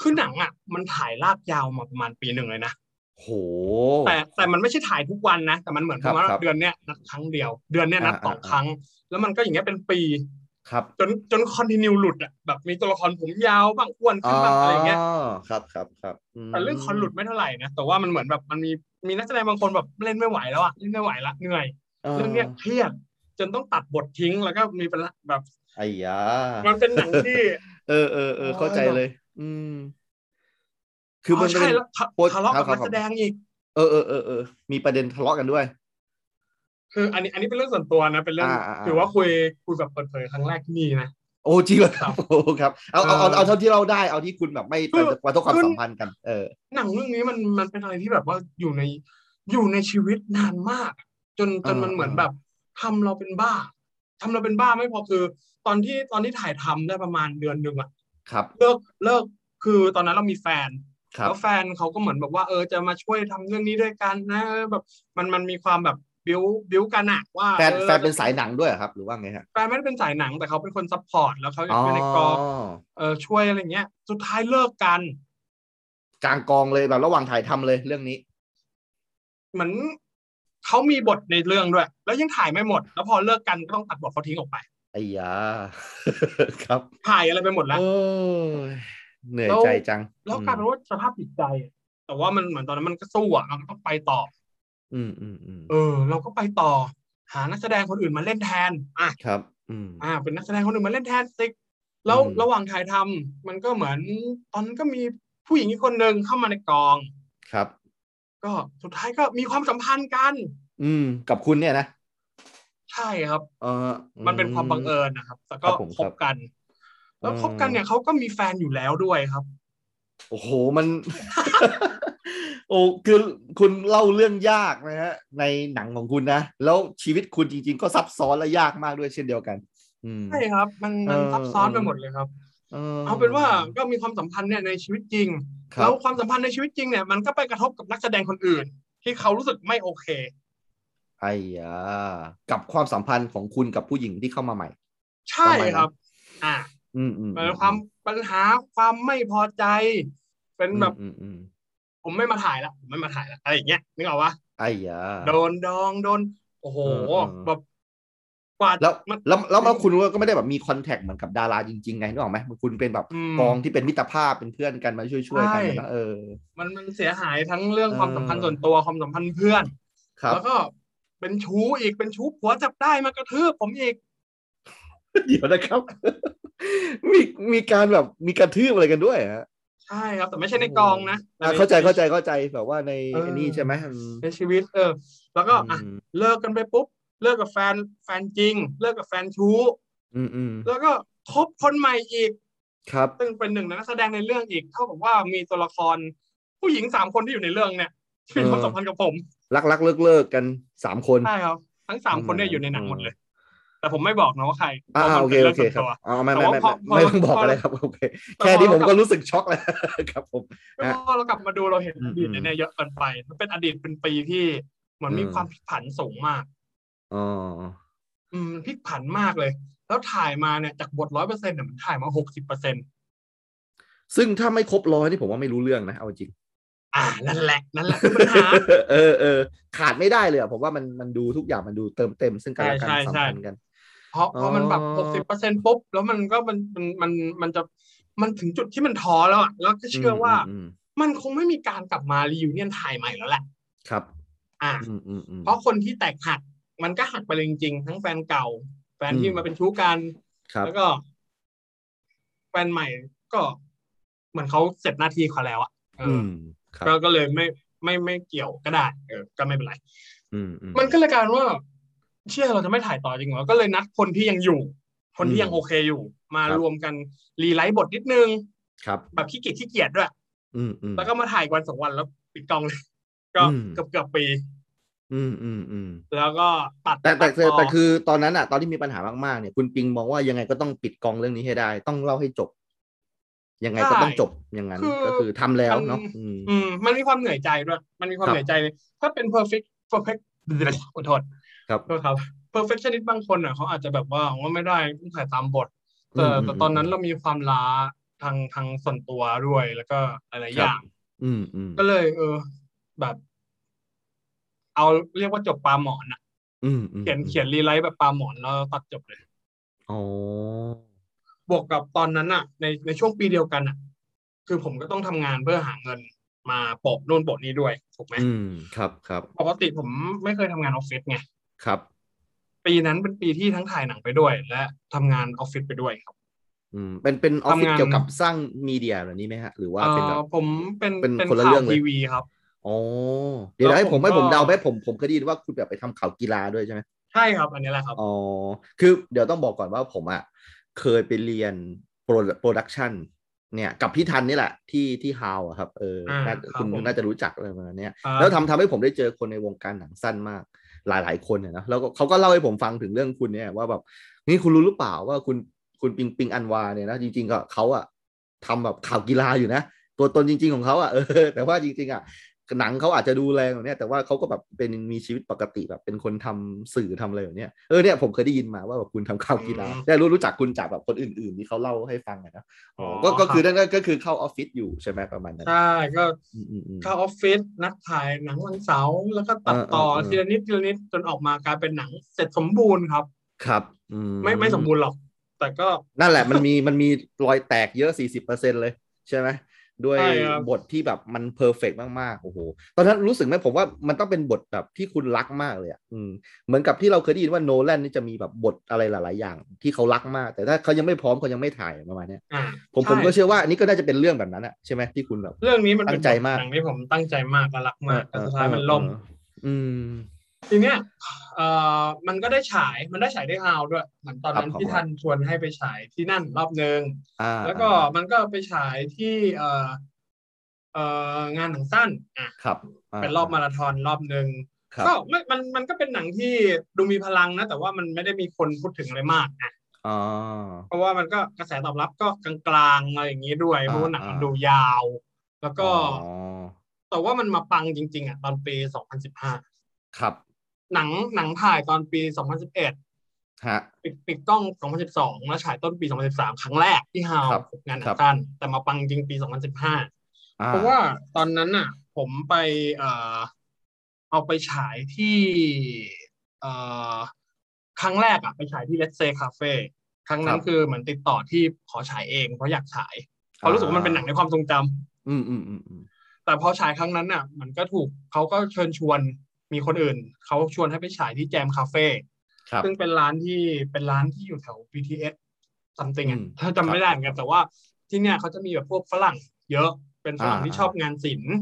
Speaker 3: คือหนังอ่ะ มันถ่ายลากยาวมาประมาณปีหนึ่งเลยนะ
Speaker 2: โห
Speaker 3: แต่แต่มันไม่ใช่ถ่ายทุกวันนะ แต่มันเหมือนประมาณ
Speaker 2: ครับ
Speaker 3: ว่าเดือนเนี้ยนัดครั้งเดียว เดือนเนี้ยนัด
Speaker 2: อ่า
Speaker 3: สอง
Speaker 2: อ่า
Speaker 3: ครั้ง แล้วมันก็อย่างเงี้ยเป็นปี
Speaker 2: ครับ
Speaker 3: จนจนคอนติเนียหลุดอ่ะ แบบมีตัวละครผมยาวบ้างอ้วนขึ้นบ้างอะไรอย่างเงี้ย
Speaker 2: ครับครับครับม
Speaker 3: แต่เรื่องคอนหลุดไม่เท่าไหร่นะ แต่ว่ามันเหมือนแบบมันมีมีนักแสดงบางคนแบบเล่นไม่ไหวแล้วอะเล่นไม่ไหวละเหนื่อย เรื่องเนี้ยเครียดจนต้องตัดบททิ้งแล้วก็มีเป็นละแบบ
Speaker 2: ไอ้ยา
Speaker 3: มันเป็นหนังที่
Speaker 2: เออเออเออ
Speaker 3: โอ้ย
Speaker 2: เข้าใจเลย อืม คือมัน
Speaker 3: เา
Speaker 2: เป็
Speaker 3: ใช่
Speaker 2: น
Speaker 3: แล้วทะ
Speaker 2: โพสต์
Speaker 3: ทะเลาะกับ
Speaker 2: ครับ
Speaker 3: นักแสดงอีก
Speaker 2: เออเออเออเออมีประเด็นทะเลาะกันด้วย
Speaker 3: คืออันนี้อันนี้เป็นเรื่องส่วนตัวนะ เป็นเรื่อง
Speaker 2: อ่าอ่าอ่า
Speaker 3: ถือว่าคุยคุยแบบเปิดเผยครั้งแรกที่นี่นะ
Speaker 2: โอ้จริงเหรอครับโอ้ครับเอาเอาเอา
Speaker 3: เออ
Speaker 2: เอาเท่าที่เราได้เอาที่คุณแบบไม่
Speaker 3: คือ
Speaker 2: ไปกระทบความ
Speaker 3: คือ
Speaker 2: สัมพันธ์กันเออ
Speaker 3: หนังเรื่องนี้มันมันเป็นอะไรที่แบบว่าอยู่ในอยู่ในชีวิตนานมาก จนจน
Speaker 2: อ่ามั
Speaker 3: มันเหมือน
Speaker 2: อ่า
Speaker 3: แบบทำเราเป็นบ้าทำเราเป็นบ้าไม่พอคือ ตอนที่ตอนที่ถ่ายทำได้ประมาณเดือนหนึ่งอะ
Speaker 2: ครับ
Speaker 3: เลิกเลิกคือตอนนั้นเรามีแฟน
Speaker 2: ครับ
Speaker 3: แล้วแฟนเขาก็เหมือนแบบว่าเออจะมาช่วยทำเรื่องนี้ด้วยกันนะเออแบบมันมันมีความแบบบิวบิวกันอะว่า
Speaker 2: แฟน
Speaker 3: เออ
Speaker 2: แฟนเป็นสายหนังด้วยเหรอครับ หรือว่าไงฮะ
Speaker 3: แฟนไม่ได้เป็นสายหนังแต่เขาเป็นคนซัพพอร์ตแล้วเขา
Speaker 2: อ๋อ
Speaker 3: อยู่ในกองเออช่วยอะไรเงี้ย สุดท้ายเลิกกัน
Speaker 2: กลางกองเลยแบบระหว่างถ่ายทำเลยเรื่องนี้
Speaker 3: เหมือนเขามีบทในเรื่องด้วย แล้วยังถ่ายไม่หมด แล้วพอเลิกกันก็ต้องตัดบทเขาทิ้งออกไป
Speaker 2: ไอ้ยา <laughs> ครับ
Speaker 3: ถ่ายอะไรไปหมดแล้ว
Speaker 2: โอ้ยเหนื่อย
Speaker 3: แล้ว
Speaker 2: ใจจัง
Speaker 3: แล้วกลายเป็นว่าสภาพจิตใจอะแต่ว่ามันเหมือนตอนนั้นมันก็สู้อะมันก็ต้องไปต่อ
Speaker 2: อืมอืมอืม
Speaker 3: เออ เราก็ไปต่อ หานักแสดงคนอื่นมาเล่นแทนอ่ะ
Speaker 2: ครับ อืม
Speaker 3: อ่า เป็นนักแสดงคนอื่นมาเล่นแทนติ๊กแล้ว
Speaker 2: อืม
Speaker 3: ระหว่างถ่ายทำมันก็เหมือน ตอนนั้นก็มีผู้หญิงอีกคนหนึ่งเข้ามาในกอง
Speaker 2: ครับ
Speaker 3: ก็สุดท้ายก็มีความสัมพันธ์กัน
Speaker 2: อืม กับคุณเนี่ยนะ
Speaker 3: ใช่ครับ
Speaker 2: เอออื
Speaker 3: มันเป็นความบังเอิญนะครับ แต่
Speaker 2: ค
Speaker 3: ก็
Speaker 2: รับผม
Speaker 3: คบกัน
Speaker 2: ครับ
Speaker 3: แล้ว
Speaker 2: อ่า
Speaker 3: คบกันเนี่ยเขาก็มีแฟนอยู่แล้วด้วยครับ
Speaker 2: โอ้โหมัน <laughs> โอ้คือคุณเล่าเรื่องยากนะฮะ ในหนังของคุณนะ แล้วชีวิตคุณจริง ๆ ก็ซับซ้อนและยากมากด้วยเช่นเดียวกัน อืม
Speaker 3: ใช่ครับ มันมัน
Speaker 2: เออ
Speaker 3: ซับซ้อน
Speaker 2: เออ
Speaker 3: ไปหมดเลยครับ
Speaker 2: เอ
Speaker 3: เอาเป็นว่าก็มีความสัมพันธ์เนี่ยในชีวิตจริง
Speaker 2: ครับ
Speaker 3: แล้วความสัมพันธ์ในชีวิตจริงเนี่ยมันก็ไปกระทบกับนักแสดงคนอื่น ที่เขารู้สึกไม่โอเค
Speaker 2: ไอ้ยากับความสัมพันธ์ของคุณกับผู้หญิงที่เข้ามาใหม่
Speaker 3: ใช่
Speaker 2: ประมาณนั้น
Speaker 3: ครับ อ่า
Speaker 2: อืมอืม
Speaker 3: เป็นความปัญหาความไม่พอใจ เป็นแบบ
Speaker 2: อืมอืม
Speaker 3: ผมไม่มาถ่ายละผมไม่มาถ่ายละอะไรอย่างเงี้ยนึกออกปะ
Speaker 2: ไอ้ยา
Speaker 3: โดนดองโดนโอ้โห
Speaker 2: เออเออ
Speaker 3: แบบกว่า
Speaker 2: แล้ว
Speaker 3: มัน
Speaker 2: แล้วแล้วแล้วคุณก็ไม่ได้แบบมีคอนแทคเหมือนกับดาราจริงๆไงนึกออกไหมคุณเป็นแบบ
Speaker 3: อืม
Speaker 2: กองที่เป็นมิตรภาพเป็นเพื่อนกันมาช่วยช่วยๆกัน
Speaker 3: ใช่
Speaker 2: นะเออ
Speaker 3: มันมันเสียหายทั้งเรื่องความ
Speaker 2: เออ
Speaker 3: สัมพันธ์ส่วนตัวความสัมพันธ์เพื่อน
Speaker 2: ครับ
Speaker 3: แล้วก็เป็นชู้อีกเป็นชู้ผัวจับได้มากระทืบผมอีก
Speaker 2: <laughs> เดี๋ยวนะครับ มีมีการแบบมีกระทืบอะไรกันด้วยฮะ
Speaker 3: ใช่ครับ แต่ไม่ใช่ในกองนะ
Speaker 2: อ่ะเข้าใจเข้าใจเข้าใจแบบว่าในไอ้นี่ใช่ไหมอืม
Speaker 3: ในชีวิต เออ แล้วก็อ่ะ
Speaker 2: อืม
Speaker 3: เลิกกันไปปุ๊บ เลิกกับแฟนแฟนจริง เลิกกับแฟนชู้
Speaker 2: อืมอืม
Speaker 3: แล้วก็คบคนใหม่อีก
Speaker 2: ครับ
Speaker 3: ซึ่งเป็นหนึ่งในนักแสดงในเรื่องอีก เท่ากับว่ามีตัวละคร ผู้หญิงสามคนที่อยู่ในเรื่องเนี่ยที่มีความสัมพันธ์กับผม
Speaker 2: รักรักเลิกเลิกๆกันสามคน
Speaker 3: ใช่ครับทั้งสามคนเนี่ยอยู่ในหนังหมดเลย แต่ผมไม่บอกนะว่าใคร
Speaker 2: อ่า
Speaker 3: พระ
Speaker 2: โอ
Speaker 3: มัน
Speaker 2: เคโอ
Speaker 3: ป็นรื่ง
Speaker 2: เคครับ
Speaker 3: ส่วนตัว
Speaker 2: อ๋อไม่
Speaker 3: แต่
Speaker 2: ไม่
Speaker 3: ว่า
Speaker 2: ไม่
Speaker 3: พอ
Speaker 2: ไม่ไม่ต้องบอก
Speaker 3: พอ
Speaker 2: อะไร
Speaker 3: เรา
Speaker 2: ครับโอเคแค่นี้ผมก็รู้สึกช็อกแล้ว <laughs> ครับผม
Speaker 3: แล้วพอเรากลับมาดูเราเห็น
Speaker 2: อืม
Speaker 3: อดีตในเนี่ยเยอะเกินไปมันเป็นอดีตเป็นปีที่เหมือนมี
Speaker 2: อืม
Speaker 3: ความผิดผันสูงมาก
Speaker 2: อ๋อ
Speaker 3: อืมพลิกผันมากเลย แล้วถ่ายมาเนี่ยจากบทร้อยเปอร์เซ็นต์เนี่ยมันถ่ายมาหกสิบเปอร์เซ็นต์
Speaker 2: ซึ่งถ้าไม่ครบร้อยนี่ผมว่าไม่รู้เรื่องนะเอาจริง
Speaker 3: อ่านั่นแหละนั่นแหละคือปัญหา
Speaker 2: เออเออขาดไม่ได้เลยอะผมว่ามันมันดูทุกอย่างมันดูเติมเต็ม ซึ่งกันและกัน
Speaker 3: ใช่ใช่
Speaker 2: สำ
Speaker 3: ใช่
Speaker 2: คัญกัน
Speaker 3: เพราะเพราะมันแบบ
Speaker 2: อ๋
Speaker 3: หกสิ
Speaker 2: อ
Speaker 3: บเปอร์เซ็นต์ปุ๊บแล้วมันก็มันมันมันมันจะมันถึงจุดที่มันท้อแล้วอ่ะแล้วก็เชื่อว่า
Speaker 2: มม
Speaker 3: มันคงไม่มีการกลับมารีวิวเนียนถ่ายใหม่แล้วแหละ
Speaker 2: ครับ
Speaker 3: อ่า
Speaker 2: อืมอืมอืม
Speaker 3: เพราะคนที่แตกหัก มันก็หักไปเลยจริงๆทั้งแฟนเก่า แฟนที่
Speaker 2: อืม
Speaker 3: มาเป็นชู้กัน
Speaker 2: ครับ
Speaker 3: แล้วก็แฟนใหม่ก็เหมือนเขาเสร็จหน้าที่เขาแล้วอะเออ
Speaker 2: อื
Speaker 3: อ
Speaker 2: มค
Speaker 3: ก็
Speaker 2: รับ
Speaker 3: ก็เลยไม่ไม่ไม่เกี่ยวก็ได้ เออ ก็ไม่เป็นไร
Speaker 2: อืมอืม
Speaker 3: มันก็เลยกลายเป็นว่า เชื่อเราจะไม่ถ่ายต่อจริงเหรอ ก็เลยนัดคนที่ยังอยู่ คนที่ยังโอเคอยู่ มา
Speaker 2: ครับ
Speaker 3: รวมกันรีไลท์บทนิดนึง
Speaker 2: ครับ
Speaker 3: แบบขี้เกียจขี้เกียจด้วย
Speaker 2: อืมอืม
Speaker 3: แล้วก็มาถ่ายวันสองวันแล้วปิดกล้องเลย ก็
Speaker 2: อืม
Speaker 3: เกือบเกือบปี
Speaker 2: อืมอืมอืม
Speaker 3: แล้วก็ตัด
Speaker 2: แต่แต่แต่
Speaker 3: ตัด
Speaker 2: แต่
Speaker 3: ก
Speaker 2: คือตอนนั้นอะตอนที่มีปัญหามากๆเนี่ยคุณปิงมองว่ายังไงก็ต้องปิดกองเรื่องนี้ให้ได้ ต้องเล่าให้จบ ยังไงก็ต้องจบอย่างนั้นก็คือทำแล้วเนาะอืม
Speaker 3: อืม มันมีความเหนื่อยใจด้วย มันมีความ
Speaker 2: ครับ
Speaker 3: เหนื่อยใจเลยถ้าเป็น perfect perfect ขอโทษ
Speaker 2: ครับ
Speaker 3: ก็ครับ perfectionist บางคนอ่ะเขาอาจจะแบบว่าว่าไม่ได้ต้องถ่ายตามบทแต่
Speaker 2: อืม
Speaker 3: แต่
Speaker 2: อืม
Speaker 3: ตอนนั้นเรามีความล้าทางทางส่วนตัวด้วย แล้วก็หลายๆ
Speaker 2: ครับ
Speaker 3: อย่าง
Speaker 2: อืมอืม
Speaker 3: ก็เลย เออ แบบ เอาเรียกว่าจบปลาหมอนอ่ะ
Speaker 2: อืมอืม
Speaker 3: เขียนเขียนรีไลท์แบบปลาหมอนแล้วตัดจบเลย
Speaker 2: อ๋อ
Speaker 3: บวกกับตอนนั้นอ่ะ ในในช่วงปีเดียวกันอ่ะ คือผมก็ต้องทำงานเพื่อหาเงิน มาโปะนู่นโปะนี้ด้วยถูกไหม
Speaker 2: อืมครับครับ
Speaker 3: ปกติผมไม่เคยทำงานออฟฟิศไง
Speaker 2: ครับ
Speaker 3: ปีนั้นเป็นปีที่ทั้งถ่ายหนังไปด้วย และทำงานออฟฟิศไปด้วยครับ
Speaker 2: อืมเป็นเป็นออฟฟิศ
Speaker 3: ทำงาน
Speaker 2: เกี่ยวกับสร้างมีเดียแบบนี้ไหมฮะ หรือว่าเป็นแบบ
Speaker 3: เอ่อผมเป็น
Speaker 2: เป็น
Speaker 3: เป็น
Speaker 2: คนละ
Speaker 3: ข่า
Speaker 2: เรื่
Speaker 3: ว
Speaker 2: องเลย
Speaker 3: ทีวีครับ
Speaker 2: อ๋อเดี๋ยวนะให้ผมให้ผ
Speaker 3: แล้วผม
Speaker 2: ม
Speaker 3: ก็
Speaker 2: เดาไหมผมผมเคยได้ยินว่าคุณแบบไปทำข่าวกีฬาด้วยใช่ไหม
Speaker 3: ใช่ครับ อันนี้แหละครับ
Speaker 2: อ๋อคือเดี๋ยวต้องบอกก่อนว่าผมอ่ะเคยไปเรียนโปรโปรดักชันเนี่ยกับพี่ทันนี่แหละที่ที่ฮาวอะครับเออน่า
Speaker 3: อ่าครับ
Speaker 2: คุณ
Speaker 3: ผม
Speaker 2: น่าจะรู้จักอะไรประมาณเนี้ย
Speaker 3: อ่า
Speaker 2: แล้วทำทำให้ผมได้เจอคนในวงการหนังสั้นมากหลายหลายๆคนเนี่ยนะแล้วก็เขาก็เล่าให้ผมฟังถึงเรื่องคุณเนี่ยว่าแบบนี่คุณรู้หรือเปล่าว่าคุณคุณปิงปิงอันวาเนี่ยนะจริง ๆ ก็เขาอะทำแบบข่าวกีฬาอยู่นะ ตัวตนจริง ๆ ของเขาอะเอ <laughs> อแต่ว่าจริง ๆอะหนังเขาอาจจะดูแรงแบบเนี้ยแต่ว่าเขาก็แบบเป็นมีชีวิตปกติแบบเป็นคนทำสื่อทำอะไรแบบเนี้ยเออเนี่ยผมเคยได้ยินมาว่าแบบคุณทำข่าวกีฬาได้รู้รู้จักคุณจากแบบคนอื่น ๆ ที่เขาเล่าให้ฟังอะนะอ๋อก็ก็คือนั่นก็ก็คือเข้าออฟฟิศอยู่ใช่ไหมประมาณนั้น
Speaker 3: ใช่ก็
Speaker 2: อืมอืมอืม
Speaker 3: เข้าออฟฟิศนัดถ่ายหนังวันเสาร์แล้วก็ตัดต่อ
Speaker 2: เออเออเออ
Speaker 3: ทีละนิดทีละนิดจนออกมากลายเป็นหนังเสร็จสมบูรณ์ครับ
Speaker 2: ครับอื
Speaker 3: ไม่ไม่สมบูรณ์หรอก แต่ก็
Speaker 2: <laughs> นั่นแหละมันมีมันมีรอยแตกเยอะ 40%เลย ใช่ไหม ด้วย
Speaker 3: ใช่ครับ
Speaker 2: บทที่แบบมันเพอร์เฟกมากๆโอ้โหตอนนั้นรู้สึกไหมผมว่ามันต้องเป็นบทแบบที่คุณรักมากเลยอ่ะอืมเหมือนกับที่เราเคยได้ยินว่าโนแลนนี่จะมีแบบบทอะไรหลาย ๆ อย่าง ที่เขารักมาก แต่ถ้าเขายังไม่พร้อมเขายังไม่ถ่ายประมาณเนี้ย
Speaker 3: อ่า
Speaker 2: ผมผม
Speaker 3: ใช่
Speaker 2: ก็เชื่อว่าอันนี้ก็น่าจะเป็นเรื่องแบบนั้นอ่ะใช่ไหมที่คุณแบบ
Speaker 3: เรื่องนี้มัน
Speaker 2: ตั้
Speaker 3: เป็
Speaker 2: ง
Speaker 3: น
Speaker 2: ใจมาก
Speaker 3: หนังที่ผมตั้งใจมากและรักมากแต่สุดท้ายมัน
Speaker 2: เออ
Speaker 3: ล่ม
Speaker 2: เอออืม
Speaker 3: ทีเนี้ยเอ่อมันก็ได้ฉายมันได้ฉายได้ฮาวด้วยเหมือนตอน
Speaker 2: ค
Speaker 3: นั้
Speaker 2: รั
Speaker 3: น
Speaker 2: บผม
Speaker 3: พี่ทันชวนให้ไปฉายที่นั่นรอบนึง
Speaker 2: อ่า
Speaker 3: แล้วก็มันก็ไปฉายที่เอ่อเอ่องานหนังสั้นอ่ะ
Speaker 2: ครับา
Speaker 3: เป็นรอบมาราธอนรอบนึง
Speaker 2: ครับ
Speaker 3: ก็ไม่มันมันก็เป็นหนังที่ดูมีพลังนะ แต่ว่ามันไม่ได้มีคนพูดถึงอะไรมากนะ
Speaker 2: อ๋อ
Speaker 3: เพราะว่ามันก็กระแสตอบรับก็กลางๆอะไรอย่างนี้ด้วย
Speaker 2: อ่า
Speaker 3: เพราะว่าหนังมัน
Speaker 2: อ่า
Speaker 3: ดูยาว แล้วก็
Speaker 2: อ๋อ
Speaker 3: แต่ว่ามันมาปังจริง ๆอ่ะตอนปี 2015
Speaker 2: ครับ
Speaker 3: หนังหนังถ่ายตอนปี 2011
Speaker 2: ฮะ
Speaker 3: ปิดปิดกล้อง 2012 แล้วฉายต้นปี 2013 ครั้งแรกที่ฮาว
Speaker 2: ครับ
Speaker 3: งานหนั
Speaker 2: ครั
Speaker 3: ง
Speaker 2: บ
Speaker 3: สั้นแต่มาปังจริงปี 2015
Speaker 2: อ่
Speaker 3: เพราะว่าตอนนั้นน่ะ ผมไปเอ่อเอาไปฉายที่เอ่อครั้งแรกอะไปฉายที่ Let's Say Cafe ครั้งนั้นคือเหมือนติดต่อที่ขอฉายเองเพราะอยากฉายเพราะรู้สึกว่ามันเป็นหนังในความทรงจำ
Speaker 2: อืมอืมอืมอืม
Speaker 3: แต่พอฉายครั้งนั้นน่ะ มันก็ถูกเขาก็เชิญชวนมีคนอื่นเขาชวนให้ไปฉายที่แจมคาเฟ่
Speaker 2: ครับ
Speaker 3: ซึ่งเป็นร้านที่เป็นร้านที่อยู่แถว BTS something
Speaker 2: อื
Speaker 3: อ่ะ
Speaker 2: ม
Speaker 3: ถ้าจำไม่ได้เหมือนกันแต่ว่าที่เนี่ยเขาจะมีแบบพวกฝรั่ง เยอะเป็นฝรั่ง
Speaker 2: อ่า
Speaker 3: ที่ชอบงานศิลป์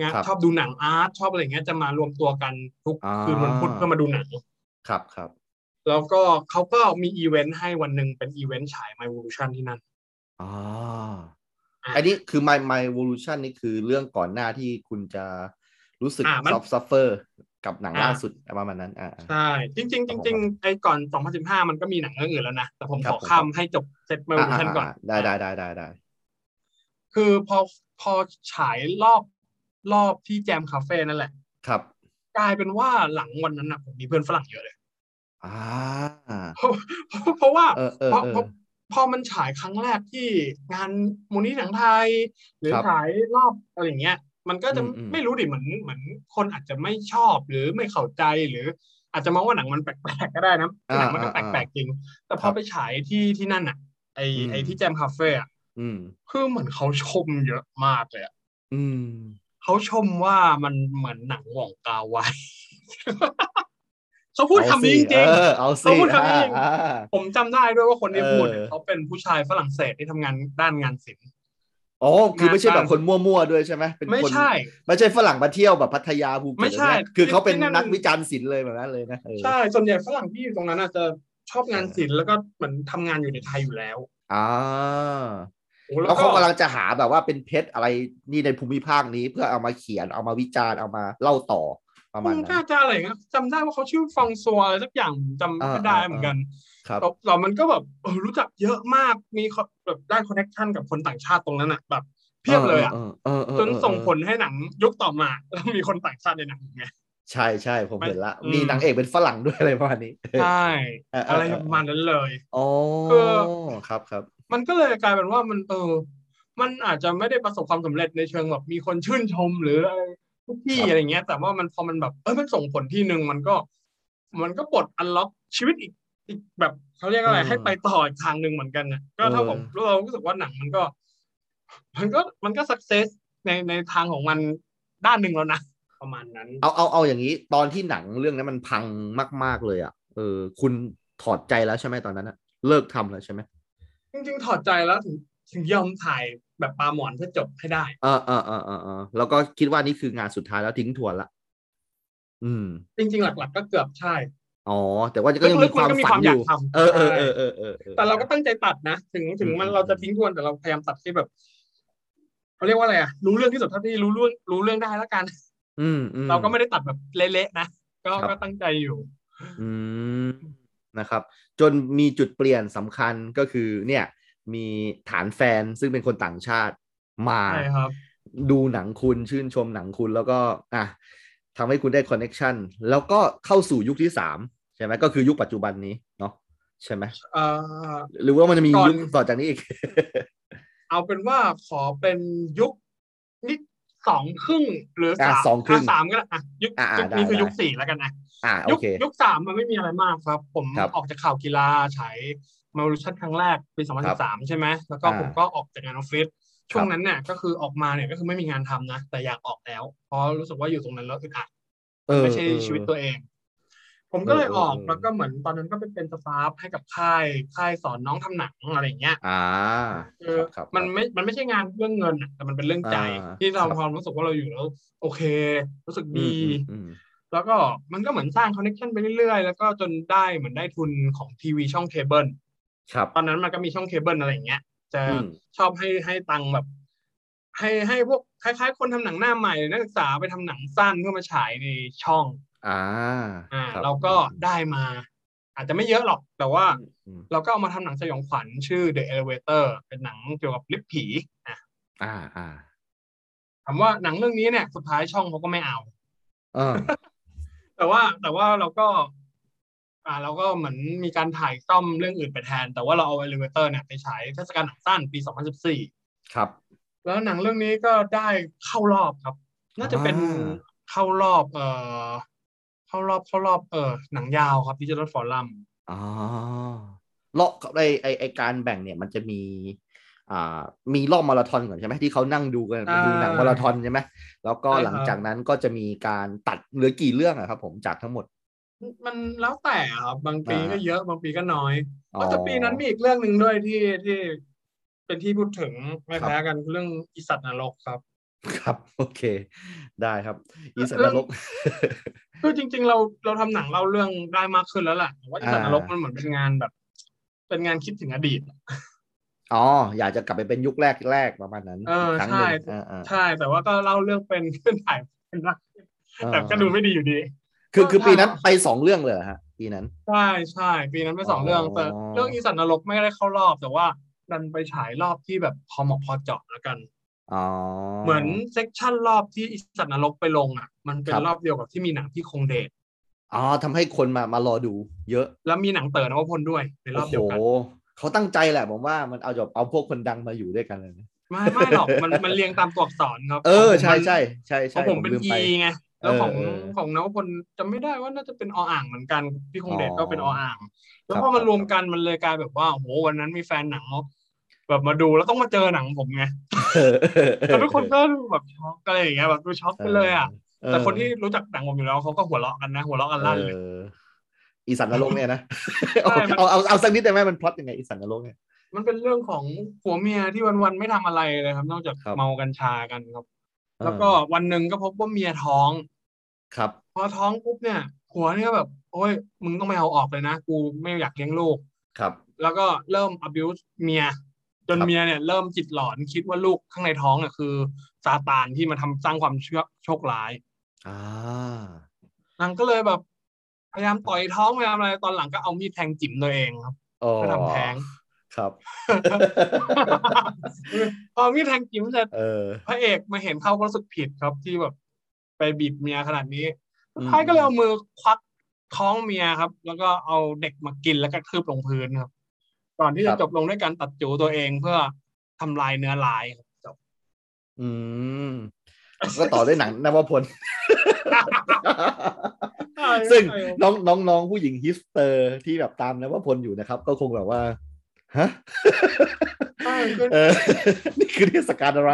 Speaker 3: งาน
Speaker 2: ครับ
Speaker 3: ชอบดูหนังอาร์ตชอบอะไรอย่างเงี้ยจะมารวมตัวกันทุก
Speaker 2: อ่า
Speaker 3: คืนวันพุธเพื่อมาดูหนัง
Speaker 2: ครับครับ
Speaker 3: แล้วก็เขาก็มีอีเวนต์ให้วันหนึ่งเป็นอีเวนต์ฉาย My Evolution ที่นั่น
Speaker 2: อ๋อ
Speaker 3: อ่ะ
Speaker 2: อันนี้คือ my my evolution นี่คือเรื่องก่อนหน้าที่คุณจะรู้สึก
Speaker 3: อ่ะมัน
Speaker 2: soft suffer กับหนัง
Speaker 3: อ่ะ
Speaker 2: ล่าสุดประมาณนั้นอ่า
Speaker 3: ใช่จริง ๆ จริง ๆ ไอ้ก่อน 2015 มันก็มีหนังเรื่องอื่นแล้วนะ แต่ผม
Speaker 2: ครั
Speaker 3: ข
Speaker 2: บ
Speaker 3: อ
Speaker 2: ผม
Speaker 3: ข้ามให้จบเซต My Evolution ก่อน
Speaker 2: ได้ได้ได้ได้ได้
Speaker 3: คือพอพอฉายรอบรอบที่แจมคาเฟ่นั่นแหละ
Speaker 2: ครับ
Speaker 3: กลายเป็นว่าหลังวันนั้นนะผมมีเพื่อนฝรั่งเยอะเลย <laughs>
Speaker 2: อ่า
Speaker 3: เพราะว่า
Speaker 2: เออเออ
Speaker 3: เพราะ
Speaker 2: เอ
Speaker 3: เพราะ
Speaker 2: อ
Speaker 3: พอมันฉายครั้งแรกที่งานมูลนิธิหนังไทย หรือ
Speaker 2: ครับ
Speaker 3: ฉายรอบอะไรอย่างเงี้ย มันก็จะ
Speaker 2: อืมอืม
Speaker 3: ไม่รู้ดิเหมือนเหมือนคนอาจจะไม่ชอบหรือไม่เข้าใจหรืออาจจะมองว่าหนังมันแปลกๆก็ได้นะหนังมันก็แปลกๆจริง แต่พอไปฉายที่ที่นั่นอ่ะไอไอที่แจมคาเฟ่อะ
Speaker 2: อืม
Speaker 3: คือเหมือนเขาชมเยอะมากเลยอะ
Speaker 2: อืม
Speaker 3: เขาชมว่ามันเหมือนหนังหว่องกาไว <laughs> เขาพูดคำนี้จริง
Speaker 2: เอ
Speaker 3: ๆ
Speaker 2: อเอาสิ
Speaker 3: เขาพูดคำนี้จริง
Speaker 2: อ่า
Speaker 3: ผมจำได้ด้วยว่าคนที่
Speaker 2: เออ
Speaker 3: พูดเนี่ยเขาเป็นผู้ชายฝรั่งเศสที่ทำงานด้านงานศิลป์
Speaker 2: อ๋อคือไม่ใช่
Speaker 3: งาน
Speaker 2: แบ
Speaker 3: บ้าน
Speaker 2: บคนมั่วๆด้วยใช่ไหมเป็นคน
Speaker 3: ไม่ใช่
Speaker 2: ไม่ใช่ฝรั่งมาเที่ยวแบบพัทยาภูเก็ต
Speaker 3: ไม่ใช่
Speaker 2: อะไรเงี้ยคือเขาเป็น
Speaker 3: ที่นั่น
Speaker 2: นักวิจารณ์ศิลป์เลยแบบนั้นเลยนะเออ
Speaker 3: ใช่ส่วนใหญ่ฝรั่งที่อยู่ตรงนั้นอาจจะชอบงานศิลป์แล้วก็เหมือนทำงานอยู่ในไทยอยู่แล้ว
Speaker 2: อ่า
Speaker 3: โอ้แล้
Speaker 2: แล้ว
Speaker 3: วก็
Speaker 2: เขากำลังจะหาแบบว่าเป็นเพชรอะไรนี่ในภูมิภาคนี้เพื่อเอามาเขียนเอามาวิจารณ์เอามาเล่าต่อประมาณ
Speaker 3: คุณ
Speaker 2: นั้
Speaker 3: ก้าน จะอะไรนะจำได้ว่าเขาชื่อฟองซัวอะไรสักอย่างผมจำ
Speaker 2: อ่า
Speaker 3: ไม่ได้
Speaker 2: อ่า
Speaker 3: เหมือนกัน
Speaker 2: ครับ
Speaker 3: แต่แต่มันก็แบบเออรู้จักเยอะมากมีเขาแบบได้คอนเนคชั่นกับคนต่างชาติตรงนั้นอ่ะแบบเพียบเลยอ่ะ
Speaker 2: เเเออ
Speaker 3: จนส่งผลให้หนังยุคต่อมา <laughs> แล้วมีคนต่างชาติในหนังไง
Speaker 2: ใช่ใช่ผมเห็นละ
Speaker 3: อืม
Speaker 2: มีนางเอกเป็นฝรั่งด้วยอะไรประมาณนี้
Speaker 3: ใช่
Speaker 2: เออเออเอออ
Speaker 3: อะไรประมาณนั้นเลย
Speaker 2: อ๋อ
Speaker 3: คือ
Speaker 2: ครับครับ
Speaker 3: มันก็เลยกลายเป็นว่ามันเออ มันอาจจะไม่ได้ประสบความสำเร็จในเชิงแบบมีคนชื่นชมหรืออะไรทุกที่อะไรเงี้ย แต่ว่ามันพอมันแบบเออมันส่งผลที่หนึ่งมันก็ มันก็ปลดอันล็อกชีวิตอีกอีกแบบเขาเรียกอะไรให้ไปต่ออีกทางหนึ่งเหมือนกันนะก็ถ้าผมเรารู้สึกว่าหนังมันก็ มันก็มันก็สักเซสในในทางของมันด้านหนึ่งแล้วนะประมาณนั้น
Speaker 2: เอาเอาเอาอย่างนี้ตอนที่หนังเรื่องนั้นมันพังมาก ๆเลยอ่ะเออ คุณถอดใจแล้วใช่ไหมตอนนั้นอะเลิกทำแล้วใช่ไหม
Speaker 3: จริงๆถอดใจแล้วถึงถึงยอมถ่ายแบบปลาหมอนเพื่อจบให้ได้
Speaker 2: เออเออเออเออเออแล้วก็คิดว่านี่คืองานสุดท้ายแล้วทิ้งทวนละ อืม
Speaker 3: จริง ๆ หลัก ๆ ก็เกือบใช่
Speaker 2: อ๋อ แต่ว่าก็ยังมีความฝันอยู่
Speaker 3: ลึกๆมันก็มีความอยากทำ
Speaker 2: เออเออเออเออเออออ
Speaker 3: แต่เราก็ตั้งใจตัดนะ ถึงถึงมัน
Speaker 2: อืม
Speaker 3: เราจะทิ้งทวนแต่เราพยายามตัดที่แบบเขาเรียกว่าอะไรอะรู้เรื่องที่สุดเท่าที่รู้เรื่องรู้เรื่องได้แล้วกัน
Speaker 2: อืมอื
Speaker 3: เราก็ไม่ได้ตัดแบบเละๆนะก็
Speaker 2: ครับ
Speaker 3: ก็ตั้งใจอยู่
Speaker 2: อืมนะครับ จนมีจุดเปลี่ยนสำคัญก็คือ เนี่ย มีฐานแฟนซึ่งเป็นคนต่างชาติมา
Speaker 3: ใช่ครับ
Speaker 2: ดูหนังคุณชื่นชมหนังคุณแล้วก็อ่ะทำให้คุณได้คอนเน็ชันแล้วก็เข้าสู่ยุคที่สามใช่ไหมก็คือยุคปัจจุบันนี้เนาะใช่ไหม
Speaker 3: เอ่อ
Speaker 2: หรือว่ามันจะมี
Speaker 3: ก่อน
Speaker 2: ยุคต่อจากนี้ <laughs> อีก
Speaker 3: เอาเป็นว่าขอเป็นยุคนิดสองครึ่งหรือ
Speaker 2: อ่ะ
Speaker 3: สาม
Speaker 2: สองครึ่ง
Speaker 3: ะสามก็ได้อ่ะยุค
Speaker 2: อ่ะอ่ะ
Speaker 3: ยุคนี้
Speaker 2: ได้
Speaker 3: คือ
Speaker 2: ได้
Speaker 3: ยุคสี่แล้วกันนะ
Speaker 2: อ่าโอ
Speaker 3: ยุค
Speaker 2: เค
Speaker 3: ยุคสามมันไม่มีอะไรมากครับ ผม
Speaker 2: ครับ
Speaker 3: ออกจากข่าวกีฬาฉายมาลูชันครั้งแรกปีสองพันสิบสามใช่ไหมแล้วก็
Speaker 2: อ่า
Speaker 3: ผมก็ออกจากงานออฟฟิศ ช่วงนั้นเนี่ยก็คือออกมาเนี่ยก็คือไม่มีงานทำนะ แต่อยากออกแล้ว เพราะรู้สึกว่าอยู่ตรงนั้นแล้วอึดอัดไม่ใช่ชีวิตตัวเอง ผมก็เลยออกแล้วก็เหมือนตอนนั้นก็ไปเป็นสตาฟให้กับค่ายค่ายสอนน้องทำหนังอะไรอย่างเงี้ย
Speaker 2: อ่า
Speaker 3: คือมันไม่มันไม่ใช่งานเรื่องเงินแต่มันเป็นเรื่องใจ ที่เราความรู้สึกว่าเราอยู่แล้ว โอเค รู้สึกดีแล้วก็มันก็เหมือนสร้างคอนเนคชันไปเรื่อยๆ แล้วก็จนได้เหมือนได้ทุนของทีวีช่องเคเบิล
Speaker 2: ครับ
Speaker 3: ตอนนั้นมันก็มีช่องเคเบิลอะไรอย่างเงี้ย จะชอบให้ให้ตังแบบ ให้ให้พวกคล้ายๆ คนทำหนังหน้าใหม่นักศึกษาไปทำหนังสั้นเพื่อมาฉายในช่อง
Speaker 2: อ่า
Speaker 3: อ่า เราก็ได้มา อาจจะไม่เยอะหรอก แต่ว่า เราก็เอามาทำหนังสยองขวัญชื่อ The Elevator เป็นหนังเกี่ยวกับลิฟต์ผีอ่า
Speaker 2: อ่าอ่า
Speaker 3: ถามว่าหนังเรื่องนี้เนี่ยสุดท้ายช่องเขาก็ไม่เอา
Speaker 2: เออ <laughs>
Speaker 3: แต่ว่าแต่ว่าเราก็ อ่าเราก็เหมือนมีการถ่ายซ่อมเรื่องอื่นไปแทน แต่ว่าเราเอาเอลิเวเตอร์เนี่ยไปฉายเทศกาลหนังสั้นปี 2014
Speaker 2: ครับ
Speaker 3: แล้วหนังเรื่องนี้ก็ได้เข้ารอบครับ น่าจะเป็นเข้ารอบ เอ่อ เข้ารอบเข้ารอบเออหนังยาวครับดิจิทัลฟอรัม
Speaker 2: อ๋อรอบไอไอไอการแบ่งเนี่ยมันจะมีอ่ามีรอบมาราธอนก่อนใช่ไหมที่เขานั่งดูกันดูหนังมาราธอนใช่ไหมแล้วก็หลังจากนั้นก็จะมีการตัดเหลือกี่เรื่องอะครับ ผมจากทั้งหมด <laughs>
Speaker 3: มันแล้วแต่ครับบางปีก็เยอะบางปีก็น้อยก็แต่ปีนั้นมีอีกเรื่องหนึ่งด้วยที่ที่เป็นที่พูดถึงไม่แพ้กันเรื่องอิสัตนรกครับ
Speaker 2: ครับ โอเค ได้ครับ อิสัตนรก
Speaker 3: คือจริง ๆ เราเราทำหนังเล่าเรื่องได้มากขึ้นแล้วแหละว่าอิสัตนรกมันเหมือนเป็นงานแบบ เป็นงานคิดถึงอดีต
Speaker 2: <laughs> อ๋อ อยากจะกลับไปเป็นยุคแรกแรกประมาณนั้น
Speaker 3: เออใช่ใช่ แต่ว่าก็เล่าเรื่องเป็น <laughs> ขึ้นถ่ายเป็นรักแต่ก็ดูไม่ดีอยู่ดี
Speaker 2: คือคือปีนั้นไปสองเรื่องเลยฮะ ปีนั้น
Speaker 3: ใช่ใช่ปีนั้นไปสองเรื่องแต่เรื่องอีสันนรกไม่ได้เข้ารอบ แต่ว่าดันไปฉายรอบที่แบบพอเหมาะพอเจาะแล้วกันเหมือนเซกชันรอบที่อีสันนรกไปลงอ่ะ มันเป็นรอบเดียวกับที่มีหนังที่คงเดช
Speaker 2: อ๋อทำให้คนมามารอดู เยอะ
Speaker 3: แล้วมีหนังเต๋อนวพลด้วยในรอบเดียวกัน
Speaker 2: เขาตั้งใจแหละผมว่ามันเอาจบเอาพวกคนดังมาอยู่ด้วยกันเลย
Speaker 3: ไม่ไม่หรอกมันมันเรียงตามตัวอักษรครับ
Speaker 2: เออใช่ใช่ใช่
Speaker 3: ใช่ของผมเป็นอีไงแล้วของของนวพลจำไม่ได้ว่าน่าจะเป็นออ่างเหมือนกันพี่คงเดชก็เป็นออ่าง แล้วพอมันรวมกันมันเลยกลายแบบว่าโหวันนั้นมีแฟนหนังแบบมาดูแล้วต้องมาเจอหนังผมไงแต่ทุกคนก็แบบช็อกอะไรอย่างเงี้ยแบบดูช็อกไปเลยอ่ะแต่คนที่รู้จักหนังผมอยู่แล้วเขาก็หัวเราะกันนะหัวเราะกันลั่นเลย
Speaker 2: อีสันนรกเนี่ยนะเอาเอาเอาสักนิดได้ไหมมันพล็อตยังไงอีสันนรกเนี่ย
Speaker 3: มันเป็นเรื่องของผัวเมียที่วันๆไม่ทำอะไรเลยครับ นอกจากเมากัญชากันครับ แล้วก็วันหนึ่งก็พบว่าเมียท้อง
Speaker 2: ครับ
Speaker 3: พอท้องปุ๊บเนี่ยผัวเนี่ยแบบ โอ้ยมึงต้องไม่เอาออกเลยนะกูไม่อยากเลี้ยงลูก
Speaker 2: ครับ
Speaker 3: แล้วก็เริ่ม abuse เมีย จนเมียเนี่ย เริ่มจิตหลอนคิดว่าลูกข้างในท้องเนี่ยคือซาตานที่มาทำสร้างความเชื่อโชคร้าย
Speaker 2: อ่าน
Speaker 3: างก็เลยแบบพยายามต่อยท้องพยายามอะไรตอนหลังก็เอามีดแทงจิ๋มตัวเองครับก็ทำแท
Speaker 2: <laughs>
Speaker 3: ง <laughs>
Speaker 2: ครับ
Speaker 3: พอมีดแทงจิ๋มเสร็จ
Speaker 2: เออ
Speaker 3: พระเอกมาเห็นเข้าก็รู้สึกผิดครับที่แบบ ไปบีบเมียขนาดนี้สุดท้ายก็เลยเอามือควักท้องเมียครับ แล้วก็เอาเด็กมากินแล้วก็คืบลงพื้นครับ ก่อนที่จะจบลงด้วยการตัดจูตัวเองเพื่อทำลายเนื้อลายครับจบ
Speaker 2: อืมก็ต่อด้วยหนังนวพลซึ่งน้องน้องน้องผู้หญิงฮิสเตอร์ที่แบบตามนวพลอยู่นะครับ ก็คงแบบว่า
Speaker 3: <laughs>
Speaker 2: ฮะ <laughs> นี่คือเทศกาลอะไร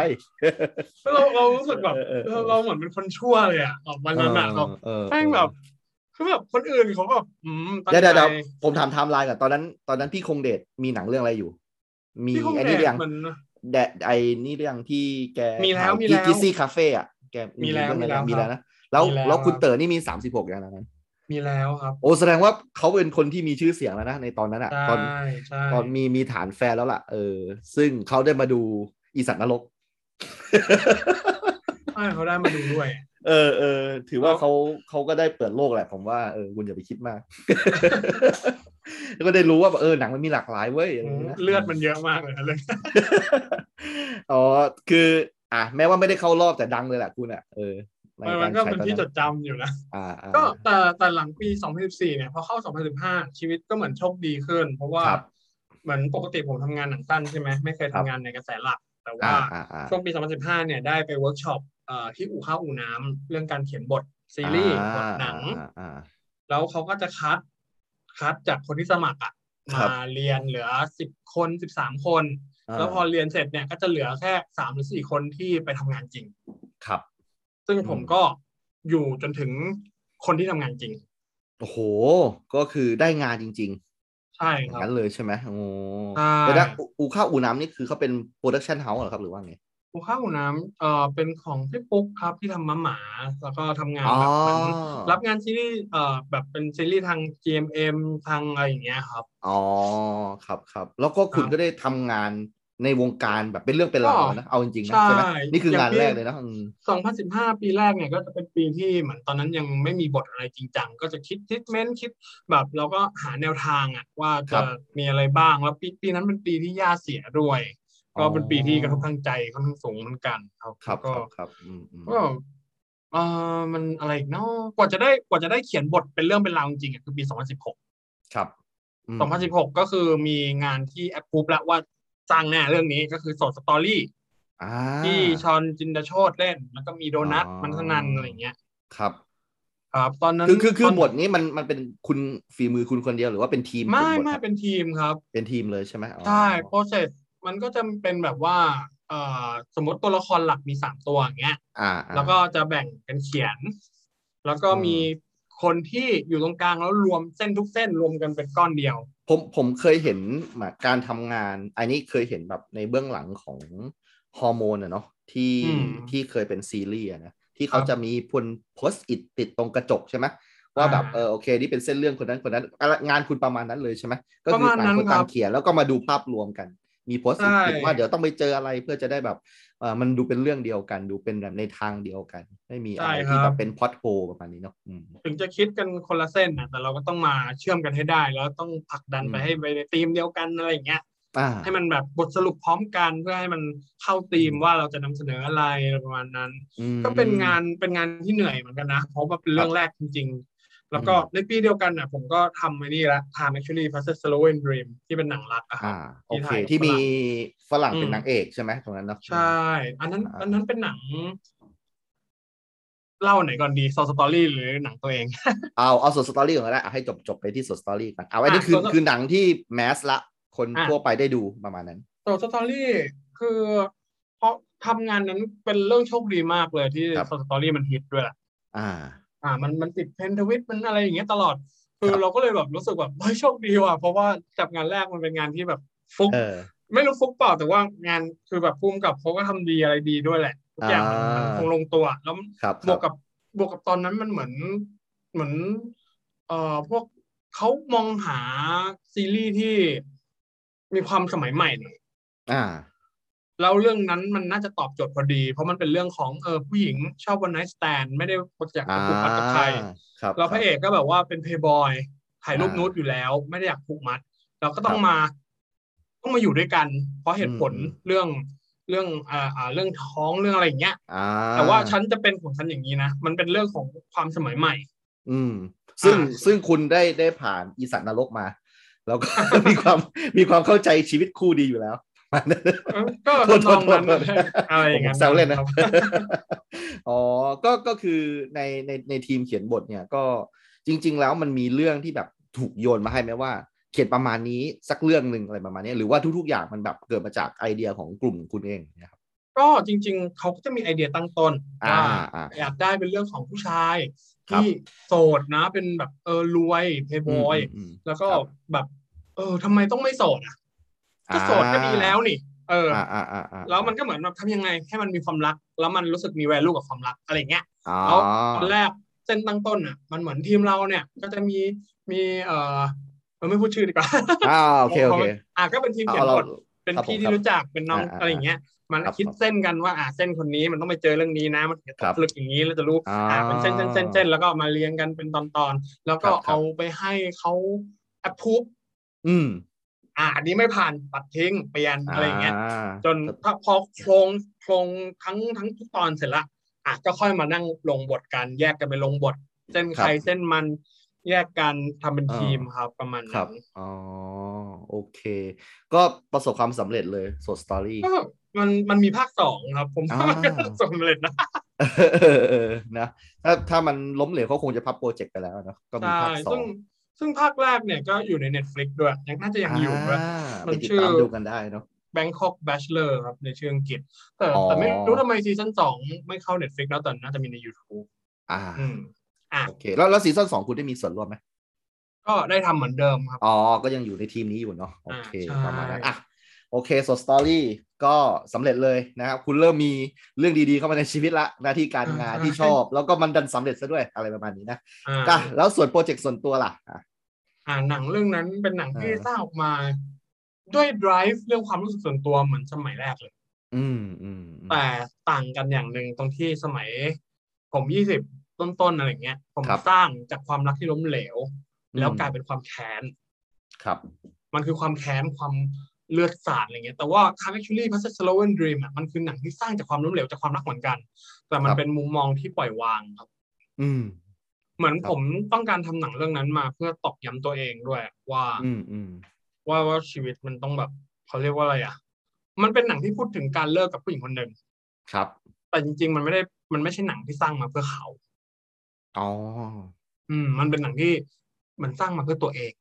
Speaker 3: เราเรารู้สึกแบบเราเหมือนเป็นคนชั่วเลยอ่ะออกมานั้นอ่ะเราแม่งแบบคือแบบคนอื่นเขาแบบอืม
Speaker 2: เดี๋ยวเดี๋ยวผมถามไทม์ไลน์ก่อนตอนนั้น ตอนนั้นพี่คงเดชมีหนังเรื่องอะไรอยู่ มีอันนี้เรื่องแดดไอ้นี่เรื่องที่แก
Speaker 3: มีแล้วมีแล้ว
Speaker 2: กิซี่คาเฟ่อะแก
Speaker 3: มีแล้วมีแล้ว
Speaker 2: มีแล้วนะแล้วแล้วคุณเต๋อนี่มีสามสิบหกอย่างนั้น
Speaker 3: มีแล้วครับ
Speaker 2: โอ้แสดงว่าเขาเป็นคนที่มีชื่อเสียงแล้วนะในตอนนั้นอ่ะ ตอน
Speaker 3: ต
Speaker 2: อนมีมีฐานแฟนแล้วล่ะ เออ ซึ่งเขาได้มาดูอีสัตว์นรก
Speaker 3: ใช่เขาได้มาดูด้วย
Speaker 2: เออเออถือว่าเขาเขาก็ได้เปิดโลกแหละผมว่าเออคุณอย่าไปคิดมาก แล้วก็ได้รู้ว่าเออหนังมันมีหลากหลายเว้ย
Speaker 3: เลือดมันเยอะมากเลยเลย
Speaker 2: <laughs> อ๋อคือ อ่ะแม้ว่าไม่ได้เข้ารอบแต่ดังเลยแหละคุณอ่ะเออ
Speaker 3: มันก็เป็นที่จดจำอยู่นะก็แต่แต่หลังปี 2014 เนี่ยพอเข้า 2015 ชีวิตก็เหมือนโชคดีขึ้น เพราะว่าเหมือนปกติผมทำงานหนังสั้นใช่ไหมไม่เคยทำงานในกระแสหลัก แต่ว่าช่วงปี 2015 เนี่ยได้ไปเวิร์กช็อปที่อู่ข้าวอู่น้ำ เรื่องการเขียนบทซีรีส์บทหนังแล้วเขาก็จะคัดคัดจากคนที่สมัครอ่ะมาเรียนเหลือสิบคนสิบสามคน แล้วพอเรียนเสร็จเนี่ยก็จะเหลือแค่สามหรือสี่คนที่ไปทำงานจริง
Speaker 2: ครับ
Speaker 3: ซึ่งผมก็อยู่จนถึงคนที่ทำงานจริง
Speaker 2: โอ้โห ก็คือได้งานจริง
Speaker 3: ใช่
Speaker 2: ๆอย่าง
Speaker 3: ครับ
Speaker 2: นั้นเลยใช่ไหมโอ้
Speaker 3: ใช่
Speaker 2: แต่ถ้าอูอูข้าวอูน้ำนี่คือเขาเป็นโปรดักชันเฮาส์เหรอครับหรือว่าไง
Speaker 3: หมูข้าวหมูน้ำเอ่อเป็นของพี่ปุ๊กครับที่ทำมาหมาแล้วก็ทำงาน
Speaker 2: อ๋อ
Speaker 3: แบบเหมือนรับงานซีรีส์เอ่อแบบเป็นซีรีส์ทาง GMM ทางอะไรอย่างเงี้ยครับ
Speaker 2: อ๋อ ครับครับ แล้วก็คุณ
Speaker 3: ครับ
Speaker 2: ก็ได้ทำงานในวงการแบบเป็นเรื่องเป็นราวนะ เอาจริงๆนะ
Speaker 3: ใช่
Speaker 2: ใช่ไหมนี่คือ
Speaker 3: อย่าง
Speaker 2: งาน
Speaker 3: ที่
Speaker 2: แรกเลยนะอืม
Speaker 3: 2015 ปีแรกเนี่ยก็จะเป็นปีที่เหมือนตอนนั้นยังไม่มีบทอะไรจริงจังก็จะคิดทิทเมนต์คิดแบบเราก็หาแนวทางอะว่าจะมีอะไรบ้างแล้วปีปีนั้นเป็นปีที่ย่าเสียด้วย ก็เป็นปีที่กระทบทางใจค่อนข้างสูงเหมือนกันครับ
Speaker 2: ครับ
Speaker 3: ก็
Speaker 2: ครับครับอืมอืม
Speaker 3: ก็เออมันอะไรอีกเนาะกว่าจะได้กว่าจะได้เขียนบทเป็นเรื่องเป็นราวจริงๆอ่ะคือปี 2016
Speaker 2: ครับอืม
Speaker 3: 2016 ก็คือมีงานที่แอปพูบแล้วว่าสร้างแน่เรื่องนี้ก็คือโสดสตอรี่
Speaker 2: อ่า
Speaker 3: ที่ชอนจินดาโชตเล่น แล้วก็มีโดนัท
Speaker 2: อ๋อ
Speaker 3: มันสนันอะไรอย่างเงี้ย
Speaker 2: ครับ
Speaker 3: ครับตอนนั้น
Speaker 2: คือคือคือ
Speaker 3: ตน
Speaker 2: บทนี้มันมันเป็นคุณฝีมือคุณคนเดียวหรือว่าเป็นทีมเขียนบ
Speaker 3: ไม่
Speaker 2: ทค
Speaker 3: ไม่
Speaker 2: รับ
Speaker 3: เป็นทีมครับ
Speaker 2: เป็นทีมเลยใช่ไหมอ๋อ
Speaker 3: ใช่ process มันก็จะเป็นแบบว่าเอ่อสมมติตัวละครหลักมีสามตัวอย่างเงี้ย
Speaker 2: อ่า
Speaker 3: แล้วก็จะแบ่งกันเขียน แล้วก็
Speaker 2: อืม
Speaker 3: มีคนที่อยู่ตรงกลางแล้วรวมเส้นทุกเส้นรวมกันเป็นก้อนเดียว
Speaker 2: ผมผมเคยเห็นแบบการทำงาน อันนี้เคยเห็นแบบในเบื้องหลังของฮอร์โมนอะเนาะที่
Speaker 3: อืม
Speaker 2: ที่เคยเป็นซีรีส์อะนะที่เขา
Speaker 3: ครับ
Speaker 2: จะมีพ่นโพสอิดติดตรงกระจกใช่ไหมว่าแบบ
Speaker 3: อ่า
Speaker 2: เออโอเคนี่เป็นเส้นเรื่องคนนั้นคนนั้นอะไรงานคุณประมาณนั้นเลยใช่ไหมก็
Speaker 3: ประมาณ
Speaker 2: ต่างคน
Speaker 3: นั้นครั
Speaker 2: ต่า
Speaker 3: บ
Speaker 2: งเขียนแล้วก็มาดูภาพรวมกัน มีโพสต์
Speaker 3: ใช่
Speaker 2: ติดว่าเดี๋ยวต้องไปเจออะไรเพื่อจะได้แบบเออมันดูเป็นเรื่องเดียวกัน ดูเป็นแบบในทางเดียวกัน ไม่มีอะไรที่แบบเป็นพอดโฮประมาณนี้เนาะอืม
Speaker 3: ถึงจะคิดกันคนละเส้นนะแต่เราก็ต้องมาเชื่อมกันให้ได้ แล้วต้องผลักดัน
Speaker 2: อืม
Speaker 3: ไปให้ไปในธีมเดียวกันอะไรอย่างเงี้ย
Speaker 2: อ่า
Speaker 3: ให้มันแบบบทสรุปพร้อมกันเพื่อให้มันเข้าธีม
Speaker 2: อืม
Speaker 3: ว่าเราจะนำเสนออะไรอะไรประมาณนั้น
Speaker 2: อืม
Speaker 3: ก็เป็นงานเป็นงานที่เหนื่อยเหมือนกันนะเพราะว่าเป็นเรื่องแรกจริง ๆ แล้วก็
Speaker 2: อืม
Speaker 3: ในปีเดียวกันน่ะผมก็ทำไอ้นี่ละ Time Actually Passes Slow and Dream ที่เป็นหนังรักอะครับ
Speaker 2: อ่าโอเค
Speaker 3: ที่ถ่ายกับ
Speaker 2: ที่มี
Speaker 3: ฝ
Speaker 2: ฝ
Speaker 3: รั่
Speaker 2: รั่งเป็น
Speaker 3: อืม
Speaker 2: นางเอกใช่ไหมตรงนั้นเนาะ
Speaker 3: ใช่ อันนั้น
Speaker 2: อ่า
Speaker 3: อันนั้นเป็นหนัง เล่าไหนก่อนดีซอสตอรี่หรือหนังตัวเอง
Speaker 2: เอาเอาสดสตอรี่ก่อนก็ได้เอาให้จบจบไปที่สดสตอรี่กันเอาอันนี้
Speaker 3: อ่ะ
Speaker 2: คือ
Speaker 3: Source
Speaker 2: คือหนังที่แมสละคน
Speaker 3: อ่ะ
Speaker 2: ทั่วไปได้ดูประมาณนั้น
Speaker 3: ซอสตอรี่คือเพราะทำงานนั้นเป็นเรื่องโชคดีมากเลยที่
Speaker 2: ครับ
Speaker 3: ซอสตอรี่มันฮิตด้วยล่ะ
Speaker 2: อ่า
Speaker 3: อ่า มันมันติดเพนทวิตมันอะไรอย่างเงี้ยตลอด คือ
Speaker 2: ครับ
Speaker 3: เราก็เลยแบบรู้สึกแบบเฮ้ยโชคดีว่ะเพราะว่าจับงานแรกมันเป็นงานที่แบบฟุก
Speaker 2: เออ
Speaker 3: ไม่รู้ฟุกเปล่าแต่ว่างานคือแบบพุ่มกับเขาก็ทำดีอะไรดีด้วยแหละทุกอย่างมัน
Speaker 2: อ่ามั
Speaker 3: มันคงลงตัวแล้ว
Speaker 2: ครับ
Speaker 3: บวกกับบวกกับตอนนั้นมันเหมือนเหมือน เอ่อพวกเขามองหาซีรีส์ที่มีความสมัยใหม่หน่อย
Speaker 2: อ่า
Speaker 3: แล้วเรื่องนั้นมันน่าจะตอบโจทย์พอดี เพราะมันเป็นเรื่องของเออผู้หญิงชอบวันไนท์สแตนไม่ได้อยาก
Speaker 2: อ่า
Speaker 3: จะผูกมัดกับใคร
Speaker 2: ครับ
Speaker 3: แล้วพระเอกก็แบบว่าเป็นเพย์บอยถ่ายรูป
Speaker 2: อ่า
Speaker 3: นูดอยู่แล้ว ไม่ได้อยากผูกมัด เราก็ต้อ
Speaker 2: ค
Speaker 3: ง
Speaker 2: รับ
Speaker 3: มา ต้องมาอยู่ด้วยกัน เพราะเหตุผล
Speaker 2: อืม
Speaker 3: เรื่องเรื่องอ่าอ่าเรื่องท้องเรื่องอะไรอย่างเงี้ย
Speaker 2: อ่า
Speaker 3: แต่ว่าฉันจะเป็นของฉันอย่างนี้นะ มันเป็นเรื่องของความสมัยใหม่
Speaker 2: อืม ซึ่ง
Speaker 3: อ่า
Speaker 2: ซึ่งคุณได้ได้ผ่านอีสันนรกมา แล้วก็ <laughs> มีความมีความเข้าใจชีวิตคู่ดีอยู่แล้ว
Speaker 3: เออก็
Speaker 2: โทษ
Speaker 3: ทำนองนั้น
Speaker 2: โทษโทษ
Speaker 3: อะไรอย่าง
Speaker 2: ผม
Speaker 3: นั้น
Speaker 2: แซวเล่นนะ
Speaker 3: ครับ
Speaker 2: <laughs> อ๋อ ก็ ก็คือใน ใน ในทีมเขียนบทเนี่ย ก็จริง ๆ แล้วมันมีเรื่องที่แบบถูกโยนมาให้ไหมว่า เขียนประมาณนี้สักเรื่องหนึ่งอะไรประมาณเนี้ยหรือว่าทุก ๆ อย่างมันแบบเกิดมาจากไอเดียของกลุ่มคุณเองเนะครับ
Speaker 3: ก็จริง ๆ เขาก็จะมีไอเดียตั้งต้น
Speaker 2: อ่า
Speaker 3: ว่า
Speaker 2: อ่า
Speaker 3: อยากได้เป็นเรื่องของผู้ชาย
Speaker 2: ครับ
Speaker 3: ที่โสดนะ เป็นแบบเออรวยเพย์บอย
Speaker 2: อืม
Speaker 3: แล้วก็
Speaker 2: ครับ
Speaker 3: แบบเออทำไมต้องไม่โสดอ่ะ
Speaker 2: อืม
Speaker 3: ก็โสดก็ดีแล้วนี่ เอออ
Speaker 2: อ่าอ่าอ่าอ่า
Speaker 3: แล้วมันก็เหมือนแบบทำยังไงให้มันมีความรัก แล้วมันรู้สึกมีแวลูกับความรักอะไรอย่างเงี้ย
Speaker 2: อ๋อ
Speaker 3: แล้วตอนแรกเส้นตั้งต้นอ่ะมันเหมือนทีมเราเนี่ย ก็จะมีมีเอ่อเราไม่พูดชื่อ
Speaker 2: <laughs>
Speaker 3: ดีกว่า
Speaker 2: อ่าโอเค โอเค
Speaker 3: อ่ะก็เป็นทีมเขีย
Speaker 2: เอา
Speaker 3: น
Speaker 2: เรา
Speaker 3: บทเป็น
Speaker 2: ครับผม
Speaker 3: พี่ที่รู้จักเป็นน้อง
Speaker 2: อ่าอ่า
Speaker 3: อะไรอย่างเงี้ย มัน
Speaker 2: ครับ
Speaker 3: คิดเส้นกันว่าอ่ะเส้นคนนี้มันต้องไปเจอเรื่องนี้นะมันถึงจะต
Speaker 2: ครั
Speaker 3: ก
Speaker 2: บ
Speaker 3: ผลึกอย่างนี้แล้วจะรู้
Speaker 2: อ่า
Speaker 3: อ่ะเป็นเส้นเส้นเส้นเส้นแล้วก็เอามาเรียงกันเป็นตอนตอนๆแล้ว
Speaker 2: ค
Speaker 3: ก็
Speaker 2: รับครับ
Speaker 3: เอาไปให้เขาแอปพูบ
Speaker 2: อืม
Speaker 3: อ่ะอันนี้ไม่ผ่านตัดทิ้งเปลี่ยนอะไรอย่างเงี้ย
Speaker 2: า
Speaker 3: จนถ้าพอโครงโครงทั้งทั้งทุกตอนเสร็จละอ่ะก็ค่อยมานั่งลงบทกันแยกกันไปลงบท เส้นใครเส้นมันแยกกันทำเป็นทีมครับประมาณ
Speaker 2: ครั
Speaker 3: นั้
Speaker 2: บ
Speaker 3: น
Speaker 2: อ๋อ โอเค ก็ประสบความสำเร็จเลยโซสตอรี่
Speaker 3: ก็มันมันมีภาคสองครับ ผมว่า
Speaker 2: อ่ามั
Speaker 3: มันก็สำเร็จนะ
Speaker 2: เออเออนะถ้าถ้ามันล้มเหลวเขาคงจะพับโปรเจกต์ไปแล้วเนอะก็มี
Speaker 3: ใช่
Speaker 2: ภาคสอ
Speaker 3: ซึ่
Speaker 2: ง
Speaker 3: งซึ่งภาคแรกเนี่ยก็อยู่ใน Netflix ด้วยยังน่าจะยังอยู่ด้วย
Speaker 2: อ่า
Speaker 3: มั
Speaker 2: ไป
Speaker 3: น
Speaker 2: ติด
Speaker 3: ชื่อ
Speaker 2: ตามดูกันได้เนาะ
Speaker 3: Bangkok Bachelor ครับในชื่ออังกฤษ แต่แต่ไม่รู้ทำไมซีซั่นสองไม่เข้า Netflix แล้วแต่น่าจะมีใน YouTube
Speaker 2: อ่า
Speaker 3: อืมอ่ะ
Speaker 2: โอเคแล้วแล้วซีซั่นสองคุณได้มีส่วนร่วมไหม
Speaker 3: ก็ได้ทำเหมือนเดิมครับ
Speaker 2: อ๋อ ก็ยังอยู่ในทีมนี้อยู่เนาะโอเค
Speaker 3: ใช่
Speaker 2: ประมาณนั้นอ่ะโอเคส่วนสตอรี่ก็สำเร็จเลยนะครับ คุณเริ่มมีเรื่องดีๆเข้ามาในชีวิตละหน้าที่การงานที่ชอบ แล้วก็มันดันสำเร็จซะด้วยอะไรประมาณนี้นะ
Speaker 3: อ่
Speaker 2: อ่ะ
Speaker 3: า
Speaker 2: แล้วส่วนโปรเจกต์ส่วนตัวล่ะอ่ะ
Speaker 3: อ่าหนังเรื่องนั้นเป็นหนังที่
Speaker 2: อ่า
Speaker 3: สร้างออกมา ด้วย drive เรื่องความรู้สึกส่วนตัวเหมือนสมัยแรกเลย
Speaker 2: อืมอืมอืม
Speaker 3: แต่ต่างกันอย่างหนึ่งตรงที่สมัย ผมยี่สิบต้นๆอะไรเงี้ย ผม
Speaker 2: ครับ
Speaker 3: สร้างจากความรักที่ล้มเหลว แล้วกลายเป็นความแค้น
Speaker 2: ครับ
Speaker 3: มันคือความแค้นความเลือดสาดอะไรเงี้ย แต่ว่า c a r a c t u a l l y p a s s a g e Slowen Dream อ่ะมันคือหนังที่สร้างจากความล้มเหลวจากความรักเหมือนกัน แต่มั
Speaker 2: ค
Speaker 3: น
Speaker 2: รับ
Speaker 3: เป็นมุมมองที่ปล่อยวางครับ
Speaker 2: อืม
Speaker 3: เหมือน
Speaker 2: ครับ
Speaker 3: ผมต้องการทำหนังเรื่องนั้นมาเพื่อตอกย้ำตัวเองด้วยว่า
Speaker 2: อืมอืม
Speaker 3: ว่าว่าชีวิตมันต้องแบบเขาเรียกว่าอะไรอ่ะ มันเป็นหนังที่พูดถึงการเลิกกับผู้หญิงคนหนึ่ง
Speaker 2: ครับ
Speaker 3: แต่จริง ๆ มันไม่ได้มันไม่ใช่หนังที่สร้างมาเพื่อเขา
Speaker 2: อ๋อ
Speaker 3: อืม มันเป็นหนังที่มันสร้างมาเพื่อตัวเอง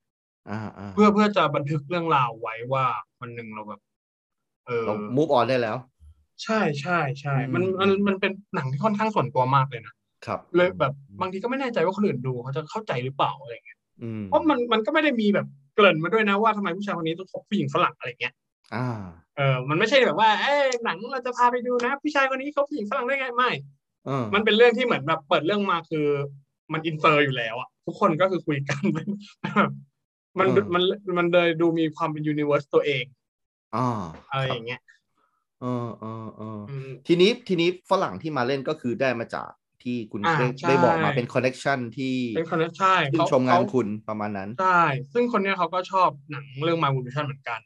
Speaker 2: อ่าอ่า
Speaker 3: เพื่อเพื่อจะบันทึกเรื่องราวไว้ว่าวันหนึ่งเราแบบ เออ
Speaker 2: เรา move on ได้แล้ว
Speaker 3: ใช่ใช่ใช่
Speaker 2: อืม
Speaker 3: มันมันมันเป็นหนังที่ค่อนข้างส่วนตัวมากเลยนะครับ เลยแบบบางทีก็ไม่แน่ใจว่าคนอื่นดูเขาจะเข้าใจหรือเปล่าอะไรเงี้ย
Speaker 2: อืม
Speaker 3: เพราะมันมันก็ไม่ได้มีแบบเกริ่นมาด้วยนะว่าทำไมผู้ชายคนนี้ต้องคบผู้หญิงฝรั่งอะไรเงี้ย
Speaker 2: อ่า
Speaker 3: เออมันไม่ใช่แบบว่าเอ้ยหนังเราจะพาไปดูนะผู้ชายคนนี้คบผู้หญิงฝรั่งได้ไงไม่
Speaker 2: เออ
Speaker 3: มันเป็นเรื่องที่เหมือนแบบเปิดเรื่องมาคือ มันอินเตอร์อยู่แล้วอะทุกคนก็คือคุยกัน <laughs> มันมันมันมันเลยดูมีความเป็นยูนิเวอร์สตัวเอง
Speaker 2: อ่า
Speaker 3: อะไร
Speaker 2: ค
Speaker 3: อ
Speaker 2: รับ
Speaker 3: ย่างเงี้ย
Speaker 2: เออเออเออ
Speaker 3: อืม
Speaker 2: ทีนี้ทีนี้ฝรั่งที่มาเล่นก็คือได้มาจากที่คุณ
Speaker 3: อ่า
Speaker 2: ได้
Speaker 3: ใช่
Speaker 2: ได้บอกมาเป็นคอนเน็ชันที่
Speaker 3: เป็นคนใช่
Speaker 2: ชื่น
Speaker 3: เขา
Speaker 2: ชมงาน
Speaker 3: เขา
Speaker 2: คุณประมาณนั้น
Speaker 3: ใช่ซึ่งคนเนี้ยเขาก็ชอบหนังเรื่อง My Revolution เหมือนกัน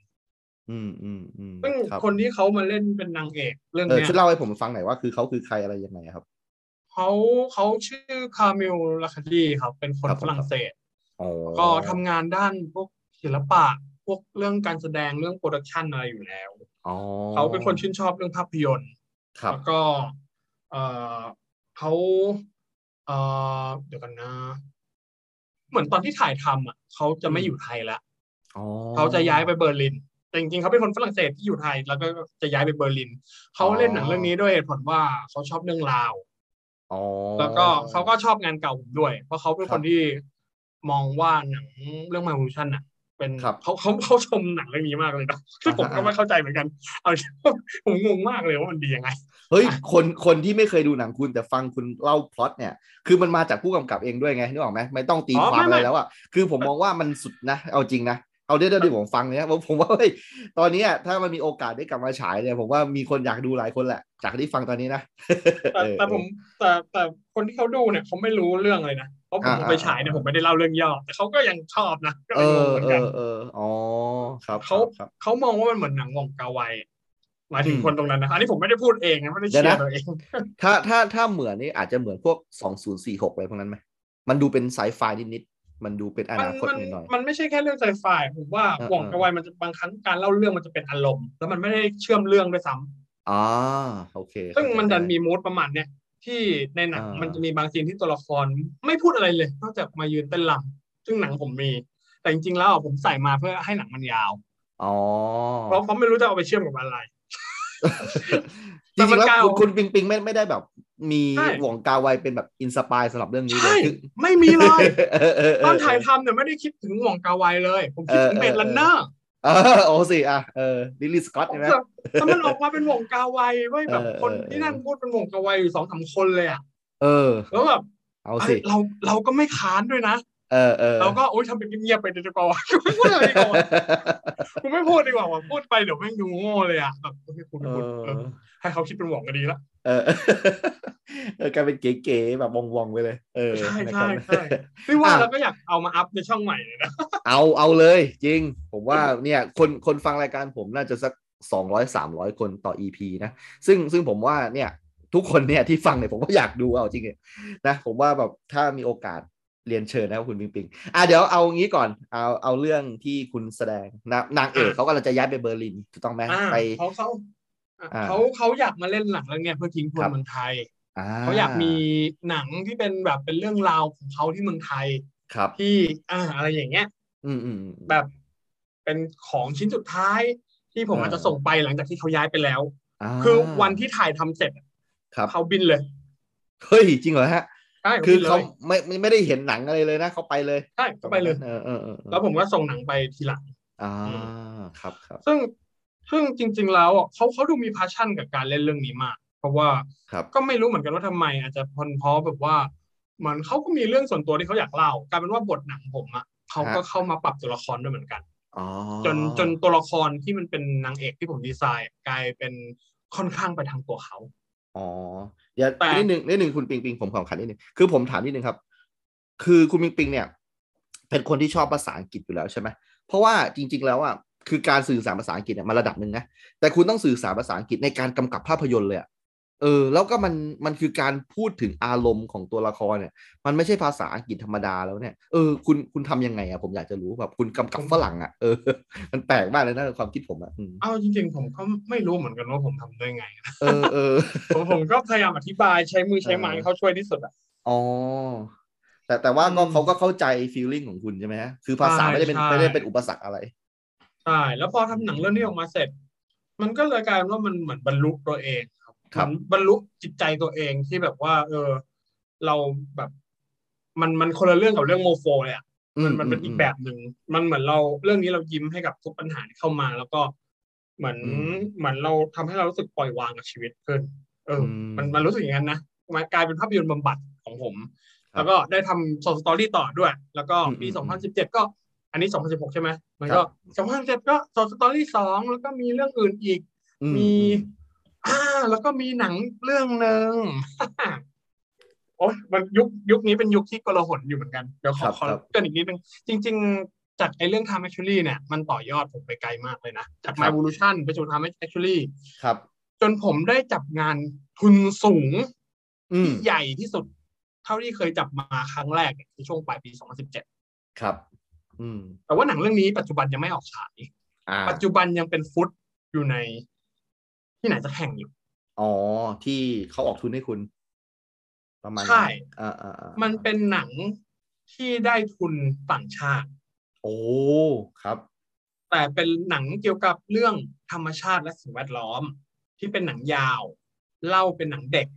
Speaker 2: อืมอืมอืม
Speaker 3: ซึ่ง
Speaker 2: รับ
Speaker 3: คนที่เขามาเล่นเป็นนางเอกเรื่อง
Speaker 2: เออ
Speaker 3: เนี้ย
Speaker 2: ช่วยเล่าให้ผมฟังหน่อยว่าคือเขาคือใครอะไรยังไงครับ
Speaker 3: เขาเขาชื่อคาเมลลาคาดีครับ เป็นคน
Speaker 2: ครับผม
Speaker 3: ฝรั่งเศส
Speaker 2: อ๋อ
Speaker 3: ก็ทำงานด้านพวกศิลปะ พวกเรื่องการแสดงเรื่องโปรดักชันอะไรอยู่แล้ว
Speaker 2: อ๋อ
Speaker 3: เขาเป็นคนชื่นชอบเรื่องภาพยนตร์
Speaker 2: ครับ
Speaker 3: แล้วก็เออเขาเออเดี๋ยวกันนะ เหมือนตอนที่ถ่ายทำอ่ะเขาจะไม่
Speaker 2: อืม
Speaker 3: อยู่ไทยละ
Speaker 2: อ๋อ
Speaker 3: เขาจะย้ายไปเบอร์ลิน แต่จริงๆ เขาเป็นคนฝรั่งเศสที่อยู่ไทย แล้วก็จะย้ายไปเบอร์ลิน เขาเล่นหนังเรื่องนี้ด้วยเหตุผลว่าเขาชอบเรื่องราว
Speaker 2: อ๋อ
Speaker 3: แล้วก็เขาก็ชอบงานเก่าผมด้วย เพราะเขาเป็น
Speaker 2: ค
Speaker 3: ครับ นที่มองว่าหนังเรื่องมาวูชันอ่ะ เป็น
Speaker 2: ครับ
Speaker 3: เขาเขาเขาชมหนังเรื่องนี้มากเลยนะ <laughs> ซึ่งผมก็
Speaker 2: อ่า
Speaker 3: ไม่เข้าใจเหมือนกัน เอา <laughs> ผมงงมากเลยว่ามันดียังไง
Speaker 2: เฮ้ยคนคนที่ไม่เคยดูหนังคุณแต่ฟังคุณเล่าพล็อตเนี่ย คือมันมาจากผู้กำกับเองด้วยไงนึกออกไหมไม่ต้องตี
Speaker 3: อ๋อ
Speaker 2: ความ
Speaker 3: ไม่
Speaker 2: อะไร
Speaker 3: ไม่
Speaker 2: แล้วอ่ะคือผมมองว่ามันสุดนะ เอาจริงนะ เอาเด้อเด้อผมฟังเนี่ยผม <laughs> ผมว่าเฮ้ยตอนเนี้ยถ้ามันมีโอกาสได้กลับมาฉายเนี่ยผมว่ามีคนอยากดูหลายคนแหละ จากที่ฟังตอนนี้นะ
Speaker 3: แต่
Speaker 2: เออ
Speaker 3: แต่ผมแต่แต่คนที่เขาดูเนี่ยเขาไม่รู้เรื่องเลยนะเพราะผม
Speaker 2: อ่า
Speaker 3: ไปฉายเนี่ยผมไม่ได้เล่าเรื่องย่อแต่เขาก็ยังชอบนะก็
Speaker 2: เอ
Speaker 3: เป็น
Speaker 2: อ
Speaker 3: งงเห
Speaker 2: เอ
Speaker 3: มือนกัน
Speaker 2: อเอออ๋อครับ
Speaker 3: เขา
Speaker 2: ครับ
Speaker 3: เขามองว่ามันเหมือนหนังหวองกาไวหมายถึง
Speaker 2: อืม
Speaker 3: คนตรงนั้นนะอันนี้ผมไม่ได้พูดเองนะไม่ได้เชี
Speaker 2: เดี๋
Speaker 3: ย
Speaker 2: ยวนะ
Speaker 3: ร์ตัวเอง
Speaker 2: ถ้าถ้าถ้าเหมือนนี่อาจจะเหมือนพวก 2046อะไรพวกนั้นไหมมันดูเป็นสายไฟนิดๆมันดูเป็นอ
Speaker 3: มัน
Speaker 2: นาคต
Speaker 3: มัน
Speaker 2: หน่อย
Speaker 3: มันไม่ใช่แค่เรื่องไซไฟผมว่า
Speaker 2: เออ
Speaker 3: หวองกาไวมันจะบางครั้งการเล่าเรื่องมันจะเป็นอารมณ์ แล้วมันไม่ได้เชื่อมเรื่องด้วยซ้
Speaker 2: ๆอ๋อโอเค
Speaker 3: ำซึ่งมันดัน
Speaker 2: เข้าใจ
Speaker 3: มีมูดประมาณเนี้ยที่ในหนัง
Speaker 2: อ่ามั
Speaker 3: มันจะมีบางซีนที่ตัวละครไม่พูดอะไรเลยนอกจากมายืนเต้นรำซึ่งหนังผมมี แต่จริงๆแล้วอ่ะผมใส่มาเพื่อให้หนังมันยาว
Speaker 2: อ๋อ
Speaker 3: เพราะเพราะไม่รู้จะเอาไปเชื่อมกับอะไร
Speaker 2: จริงๆแล้ว
Speaker 3: แต่มันเก่า
Speaker 2: คุณคุณปิงปิงไม่ไม่ได้แบบ มี
Speaker 3: ใช่
Speaker 2: หวงกาไวเป็นแบบอินสปายสำหรับเรื่องนี้เล
Speaker 3: ใช่
Speaker 2: ยคือ
Speaker 3: ไม่มีเลย
Speaker 2: เเเ
Speaker 3: ตอนถ่ายทำเนี่ยไม่ได้คิดถึงหวองกาไวเลย ผมคิดถึง
Speaker 2: เออ
Speaker 3: เบ
Speaker 2: เออ
Speaker 3: ดลันเนอร์
Speaker 2: เออโอ้สิอ่ะเออลิลลี่สกอตใช่ไหม
Speaker 3: แต่มันออกมาเป็นวงกาไวเว้ยแบบ
Speaker 2: เออ
Speaker 3: คน
Speaker 2: เออ
Speaker 3: ที่นั่นพูดเป็นวงกาไวอยู่สองสามคนเลยอ่ะ
Speaker 2: เออ
Speaker 3: แล้วแบบ
Speaker 2: เอา
Speaker 3: เอ้
Speaker 2: สิ
Speaker 3: ยเราเราก็ไม่ค้านด้วยนะ
Speaker 2: เออเออ
Speaker 3: เราก็โอ๊ยทำเป็น <laughs> เงียบๆไปเดี๋ยวจะกลัวกูไม่พูดอะไรดีกว่ากูไม่พูดดีกว่าว่ะพูดไปเดี๋ยวแม่งดูโง่เลยอ่ะแบบกูไม่พูด
Speaker 2: เอ
Speaker 3: ไม่พูด
Speaker 2: อ
Speaker 3: เออให้เขาคิดเป็นหวงก็ดีละ
Speaker 2: เออเออกลายเป็นเก๋ๆแบบวงวงๆไปเลย เออ
Speaker 3: ใช่
Speaker 2: นะครับ
Speaker 3: ใช่ใช่ พี่ว่า
Speaker 2: อ่ะ
Speaker 3: เราก็อยากเอามาอัพในช่องใหม่เลยนะ
Speaker 2: เอาเอาเลยจริง ผมว่าเนี่ยคนคนฟังรายการผมน่าจะสักสองร้อยสามร้อยคนต่อ EP นะ ซึ่งซึ่งผมว่าเนี่ยทุกคนเนี่ยที่ฟังเนี่ยผมก็อยากดูเอาจริงเนี่ยนะผมว่าแบบถ้ามีโอกาสเรียนเชิญนะครับคุณปิงปิงอ่ะเดี๋ยวเอางี้ก่อนเอาเอาเรื่องที่คุณแสดงนะนางเอกเขากำลังจะย้ายไปเบอร์ลินถูกต้องไหม
Speaker 3: อ่า
Speaker 2: ไป
Speaker 3: เขาเขา
Speaker 2: อ่า
Speaker 3: เขาเขาอยากมาเล่นหนังเรื่องเนี้ยเพื่อทิ้งทุ
Speaker 2: คน รับ
Speaker 3: เมืองไทย เขาอยากมีหนังที่เป็นแบบเป็นเรื่องราวของเขาที่เมืองไทย
Speaker 2: ครับ
Speaker 3: ที่อ่าอะไรอย่างเงี้ย
Speaker 2: อืมอืม
Speaker 3: แบบเป็นของชิ้นสุดท้าย ที่ผมอาจจะส่งไปหลังจากที่เขาย้ายไปแล้ว
Speaker 2: า
Speaker 3: คือวันที่ถ่ายทำเสร็จ
Speaker 2: ครับ
Speaker 3: เขาบินเลย
Speaker 2: เฮ้ยจริงเหรอฮะ
Speaker 3: ใช่
Speaker 2: คือเขา
Speaker 3: บินลย
Speaker 2: ไม่ไม่ไม่ได้เห็นหนังอะไรเลยนะเขาไปเลย
Speaker 3: ใช่เขาไปเลย
Speaker 2: เออเออเออเออ
Speaker 3: แล้วผมก็ส่งหนังไปทีหลัง
Speaker 2: อ่า
Speaker 3: อื
Speaker 2: ครับครับ
Speaker 3: ซึ่งซึ่งจริง ๆ แล้วอ่ะเขาเขาดูมีพาชั่นกับการเล่นเรื่องนี้มาก เพราะว่า
Speaker 2: ครับ
Speaker 3: ก็ไม่รู้เหมือนกันว่าทำไม อาจจะพนเพราะแบบว่าเหมือนเขาก็มีเรื่องส่วนตัวที่เขาอยากเล่ากลายเป็นว่าบทหนังผมอ่ะเขาก็เข้ามาปรับตัวละครด้วยเหมือนกัน
Speaker 2: อ๋อ
Speaker 3: จนจนตัวละครที่มันเป็นนางเอกที่ผมดีไซน์กลายเป็นค่อนข้างไปทางตัวเขา
Speaker 2: อ๋อเดี๋ยว
Speaker 3: แต่
Speaker 2: นิดนึงนิดนึงคุณปิงปิงผมขอขันนิดนึงคือผมถามนิดนึงครับ คือคุณปิงปิงเนี่ย เป็นคนที่ชอบภาษาอังกฤษอยู่แล้วใช่ไหมเพราะว่าจริง ๆ แล้วอ่ะคือการสื่อสารภาษาอังกฤษเนี่ยมันระดับหนึ่งนะแต่คุณต้องสื่อสารภาษาอังกฤษในการกำกับภาพยนตร์เลยอะเออ แล้วก็มันมันคือการพูดถึงอารมณ์ของตัวละครเนี่ย มันไม่ใช่ภาษาอังกฤษธรรมดาแล้วเนี่ยเออคุณคุณทำยังไงอะผมอยากจะรู้แบบคุณกำกับฝรั่งอะเอ <laughs> อ มันแปลกมากเลยนะในความคิดผมอะอืม
Speaker 3: เอาจริง ๆ ผมก็ไม่รู้เหมือนกันว่าผมทำได้ไงนะ
Speaker 2: เออเออ <laughs>
Speaker 3: <laughs> ผมผมก็พยายามอธิบายใช้มือใช้ไม้
Speaker 2: เออ
Speaker 3: เขาช่วยที่สุดอะ
Speaker 2: อ๋อ แต่แต่ว่าก็
Speaker 3: อืม
Speaker 2: เขาก็เข้าใจฟีลลิ่งของคุณใช่ไหมฮะคือภาษา
Speaker 3: ใช่
Speaker 2: ไม่ได้เป็น
Speaker 3: ใช่
Speaker 2: ไม่ได้เป็นอุปสรรคอะไร
Speaker 3: ใช่แล้วพอทำหนังเรื่องนี้ออกมาเสร็จ มันก็เลยกลายเป็นว่ามันเหมือนบรรลุตัวเองครับ
Speaker 2: ครับ
Speaker 3: เหมือนบรรลุจิตใจตัวเองที่แบบว่า เออ เราแบบ มันมันคนละเรื่องกับเรื่องโมโฟเลยอะ
Speaker 2: อื
Speaker 3: มันมันเป็นอีกแบบหนึ่ง มันเหมือนเราเรื่องนี้เรายิ้มให้กับทุกปัญหาที่เข้ามา แล้วก็เหมือนเหมือนเราทำให้เรารู้สึกปล่อยวางกับชีวิตขึ้น เอออมันมันรู้สึกอย่างนั้นนะมันกลายเป็นภาพยนตร์บำบัดของผม
Speaker 2: ครับ
Speaker 3: แล้วก็ได้ทำสตอรี่ต่อด้วย แล้วก็ปี
Speaker 2: อืมอืม
Speaker 3: 2017 ก็ อันนี้ 2016 ใช่ไหมมันก็
Speaker 2: ครั
Speaker 3: 2017 ก็สตอรี่สองแล้วก็มีเรื่องอื่นอีก
Speaker 2: อื
Speaker 3: มี อ่า แล้วก็มีหนังเรื่องหนึ่ง <laughs> โอ้ยมันยุคยุคนี้เป็นยุคที่กลาหนอยู่เหมือนกัน เดี๋ยวข
Speaker 2: ครั
Speaker 3: อบ ขอ
Speaker 2: ครับ
Speaker 3: เกรินอีกนิดนึง จริง ๆ จากไอ้เรื่อง Time Actually เนี่ย มันต่อยอดผมไปไกลมากเลยนะ จาก
Speaker 2: ค
Speaker 3: My
Speaker 2: รับ
Speaker 3: Evolution ไปสู่ Time Actually
Speaker 2: ครับ
Speaker 3: จนผมได้จับงานทุนสูง
Speaker 2: อืม
Speaker 3: ที่ใหญ่ที่สุด เท่าที่เคยจับมาครั้งแรกในช่วงปลายปี 2017
Speaker 2: ครับ อืม
Speaker 3: แต่ว่าหนังเรื่องนี้ปัจจุบันยังไม่ออกฉาย
Speaker 2: อ่า
Speaker 3: ปัจจุบันยังเป็นฟุตอยู่ใน ที่ไหนจะแข่งอยู่
Speaker 2: อ๋อที่เขาออกทุนให้คุณ ประมาณนั้น
Speaker 3: ใช่
Speaker 2: อ่าอ่าอ่า
Speaker 3: มันเป็นหนังที่ได้ทุนต่างชาติ
Speaker 2: โอ้ครับ
Speaker 3: แต่เป็นหนังเกี่ยวกับเรื่องธรรมชาติและสิ่งแวดล้อม ที่เป็นหนังยาว เล่าเป็นหนังเด็ก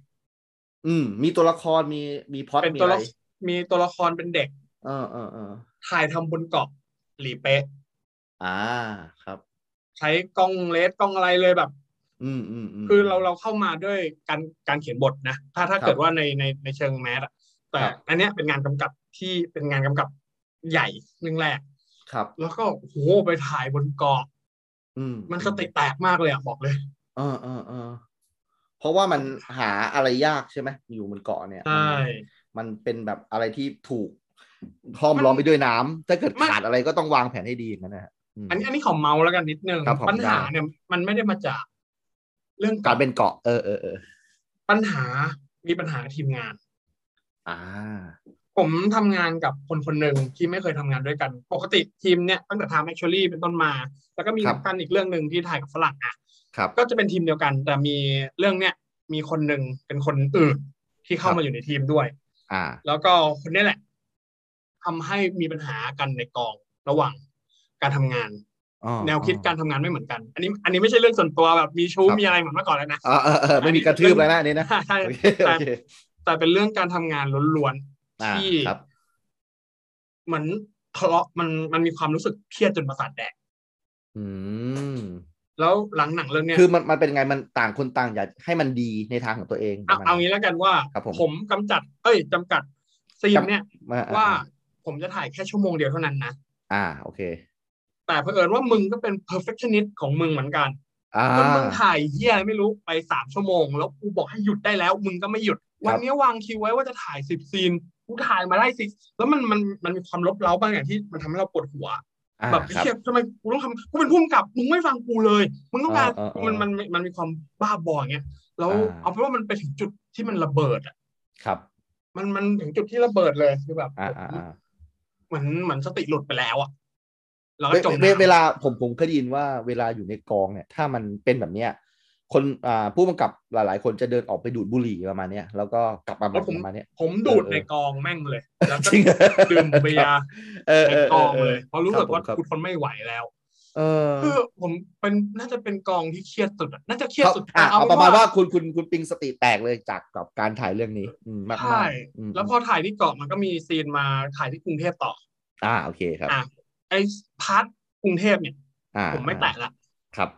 Speaker 2: อืม มีตัวละครมีมีพล็อต
Speaker 3: เป็น
Speaker 2: มี
Speaker 3: ตัว
Speaker 2: อะไร
Speaker 3: ละมีตัวละครเป็นเด็ก
Speaker 2: เออเออเออ
Speaker 3: ถ่ายทำบนเกาะหลีเป๊ะ
Speaker 2: อ่าครับ
Speaker 3: ใช้กล้องเลสกล้องอะไรเลยแบบ
Speaker 2: อืมอืมม
Speaker 3: คือเราเราเข้ามาด้วยการการเขียนบทนะ ถ้าถ้า
Speaker 2: ครับ
Speaker 3: เกิดว่าในในในเชิงแมสอะแต่
Speaker 2: ครับ
Speaker 3: อันเนี้ยเป็นงานกำกับที่เป็นงานกำกับใหญ่เรื่องแรก
Speaker 2: ครับ
Speaker 3: แล้วก็โอ้โหไปถ่ายบนเกาะ
Speaker 2: อืม
Speaker 3: มัน
Speaker 2: อื
Speaker 3: สติแตกมากเลยอะบอกเลย
Speaker 2: เออเออเออเพราะว่ามันหาอะไรยากใช่ไหมอยู่บนเกาะเนี่ย
Speaker 3: ใช่
Speaker 2: มันมันเป็นแบบอะไรที่ถูกห้อมล้อมไปด้วยน้ำถ้าเกิด
Speaker 3: มัน
Speaker 2: ขาดอะไรก็ต้องวางแผนให้ดีอย่างนั้นนะฮะอืม
Speaker 3: อันนี้อันนี้ขอเมาส์แล้วกันนิดนึง
Speaker 2: ครับผม
Speaker 3: ปัญหา
Speaker 2: ได้
Speaker 3: เนี่ยมันไม่ได้มาจาก เรื่อง
Speaker 2: กา
Speaker 3: การ
Speaker 2: เป็นเกาะเออเออเออ
Speaker 3: ปัญหามีปัญหากับทีมงาน
Speaker 2: อ่า
Speaker 3: ผมทำงานกับคนคนหนึ่งที่ไม่เคยทำงานด้วยกัน ปกติทีมเนี่ยตั้งแต่ทำ actually เป็นต้นมา แล้วก็มี
Speaker 2: ครับ
Speaker 3: กันอีกเรื่องหนึ่งที่ถ่ายกับฝรั่งอ่ะ
Speaker 2: ครับ
Speaker 3: ก็จะเป็นทีมเดียวกัน แต่มีเรื่องเนี่ยมีคนหนึ่งเป็นคนอื่นที่
Speaker 2: ค
Speaker 3: เข้า
Speaker 2: รับ
Speaker 3: มาอยู่ในทีมด้วย
Speaker 2: อ่า
Speaker 3: แล้วก็คนเนี้แหละทำให้มีปัญหากันในกองระหว่างการทำงาน
Speaker 2: อ๋อ
Speaker 3: แนวคิดการทำงานไม่เหมือนกัน อันนี้ อันนี้ไม่ใช่เรื่องส่วนตัวแบบมีชู้มีอะไรเหมือนเมื่อก่อนแล้วนะ
Speaker 2: อ๋อเออเออไม่มีกระทืบแล้วนะอันนี่นะ
Speaker 3: ใช่ใช่
Speaker 2: โอเคโอ
Speaker 3: แต่
Speaker 2: เค
Speaker 3: แต่เป็นเรื่องการทำงานล้วนๆ
Speaker 2: อ่า
Speaker 3: ที่
Speaker 2: ครับ
Speaker 3: เหมือนทะเลาะมันมันมีความรู้สึกเครียดจนประสาทแดก
Speaker 2: อืม
Speaker 3: แล้วหลังหนังเรื่องเนี้ย
Speaker 2: คือมันมันเป็นไงมันต่างคนต่างอยากให้มันดีในทางของตัวเอง
Speaker 3: เอา
Speaker 2: ประมณ
Speaker 3: เอางี้แล้วกันว่า
Speaker 2: ครับผม
Speaker 3: ผมกำจัด เอ้ยจำกัดซีนเนี่ย
Speaker 2: อ่อ่
Speaker 3: ว่าผมจะถ่ายแค่ชั่วโมงเดียวเท่านั้นนะ
Speaker 2: อ่าโอเค
Speaker 3: แต่เผอิญว่ามึงก็เป็น perfectionist ของมึงเหมือนกัน
Speaker 2: อ่า
Speaker 3: จนมึงถ่ายเฮียอะไรไม่รู้ไปสามชั่วโมง แล้วกูบอกให้หยุดได้แล้ว มึงก็ไม่หยุด
Speaker 2: ครับ
Speaker 3: วันนี้วางคิวไว้ว่าจะถ่ายสิบซีนกูถ่ายมาได้สิแล้วมันมันมันมีความลบเล้าบางอย่างที่มันทำให้เราปวดหัว
Speaker 2: อ่า
Speaker 3: แบบ
Speaker 2: ครับ
Speaker 3: เชียทำไมกูต้องทำกูเป็นผู้กำกับมึงไม่ฟังกูเลย มึงต้องการ
Speaker 2: เออเออเออ
Speaker 3: มันมันมันมันมีความบ้าบออย่างเงี้ยแล้ว
Speaker 2: อ่า
Speaker 3: เอาเป็นว่ามันไปถึงจุดที่มันระเบิดอ่ะ
Speaker 2: ครับ
Speaker 3: มันมันถึงจุดที่ระเบิดเลยคือแบบ
Speaker 2: อ่าอ่าอ่า
Speaker 3: เหมือนเหมือนสติหลุดไปแล้วอ่ะแล้วก็
Speaker 2: เว
Speaker 3: จม
Speaker 2: เว
Speaker 3: น้ำ
Speaker 2: เวลาผมผมเคยได้ยินว่าเวลาอยู่ในกองเนี่ย ถ้ามันเป็นแบบเนี้ยคนอ่าผู้กำกับหลาย ๆ คนจะเดินออกไปดูดบุหรี่ประมาณเนี้ยแล้วก็กลับมาใหม่ประมาณเนี้ย
Speaker 3: ผมดูด
Speaker 2: เออเออ
Speaker 3: ในกองแม่งเลย แล้ว
Speaker 2: จ
Speaker 3: ก็
Speaker 2: ริง
Speaker 3: ดื่มเบียร์
Speaker 2: เออ
Speaker 3: ใน
Speaker 2: เออก
Speaker 3: อง
Speaker 2: เอ
Speaker 3: เล
Speaker 2: อย
Speaker 3: เพราะรู้สึกว่า
Speaker 2: ครับผม
Speaker 3: กูทนไม่ไหวแล้ว
Speaker 2: เออ
Speaker 3: คือผมเป็นน่าจะเป็นกองที่เครียดสุดอะน่าจะเครียด
Speaker 2: เขา
Speaker 3: สุด
Speaker 2: อ่ะ
Speaker 3: เ
Speaker 2: เอาประมาณว่าคุณคุณคุณปิงสติแตกเลยจากกับการถ่ายเรื่องนี้ อืมมากๆ
Speaker 3: ใช่
Speaker 2: อืม
Speaker 3: แล้วพอถ่ายที่เกาะมันก็มีซีนมาถ่ายที่กรุงเทพต่อ
Speaker 2: อ่าโอเคครับ
Speaker 3: อ่ะ ไอ้พาร์ทกรุงเทพเนี่ย
Speaker 2: อ่า
Speaker 3: ผมไม่แตะละ
Speaker 2: ครับ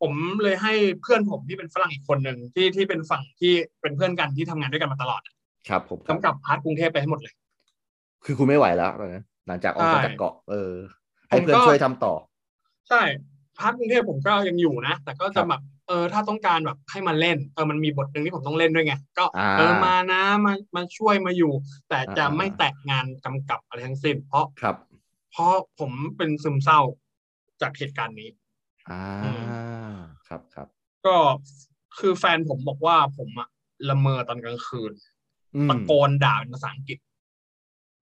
Speaker 3: ผมเลยให้เพื่อนผมที่เป็นฝรั่งอีกคนหนึ่งที่ที่เป็นฝั่งที่เป็นเพื่อนกันที่ทำงานด้วยกันมาตลอดอะ
Speaker 2: ครับผมครับ
Speaker 3: กำกับพาร์ทกรุงเทพไปให้หมดเลย
Speaker 2: คือคุณไม่ไหวแล้วตอนนั้นหลังจากออกมา
Speaker 3: ใช่
Speaker 2: จากเกาะเออ ให้
Speaker 3: ผมก็
Speaker 2: เพื่อนช่วยทำต่อ
Speaker 3: ใช่พาร์ทกรุงเทพผมก็ยังอยู่นะ แต่ก็
Speaker 2: ครั
Speaker 3: จะ
Speaker 2: บ
Speaker 3: แบบเออถ้าต้องการแบบให้มันเล่นเออมันมีบทหนึ่งที่ผมต้องเล่นด้วยไงก็
Speaker 2: อ่า
Speaker 3: เออมานะมามาช่วยมาอยู่ แต่จะ
Speaker 2: อ่า
Speaker 3: ไม่แตะงานกำกับอะไรทั้งสิ้น เพราะ
Speaker 2: ครับ
Speaker 3: เพราะผมเป็นซึมเศร้าจากเหตุการณ์นี้
Speaker 2: อ่าครับครับ
Speaker 3: ก็คือแฟนผมบอกว่าผมอะละเมอตอนกลางคืน
Speaker 2: อืม
Speaker 3: ตะโกนด่าเป็นภาษาอังกฤษ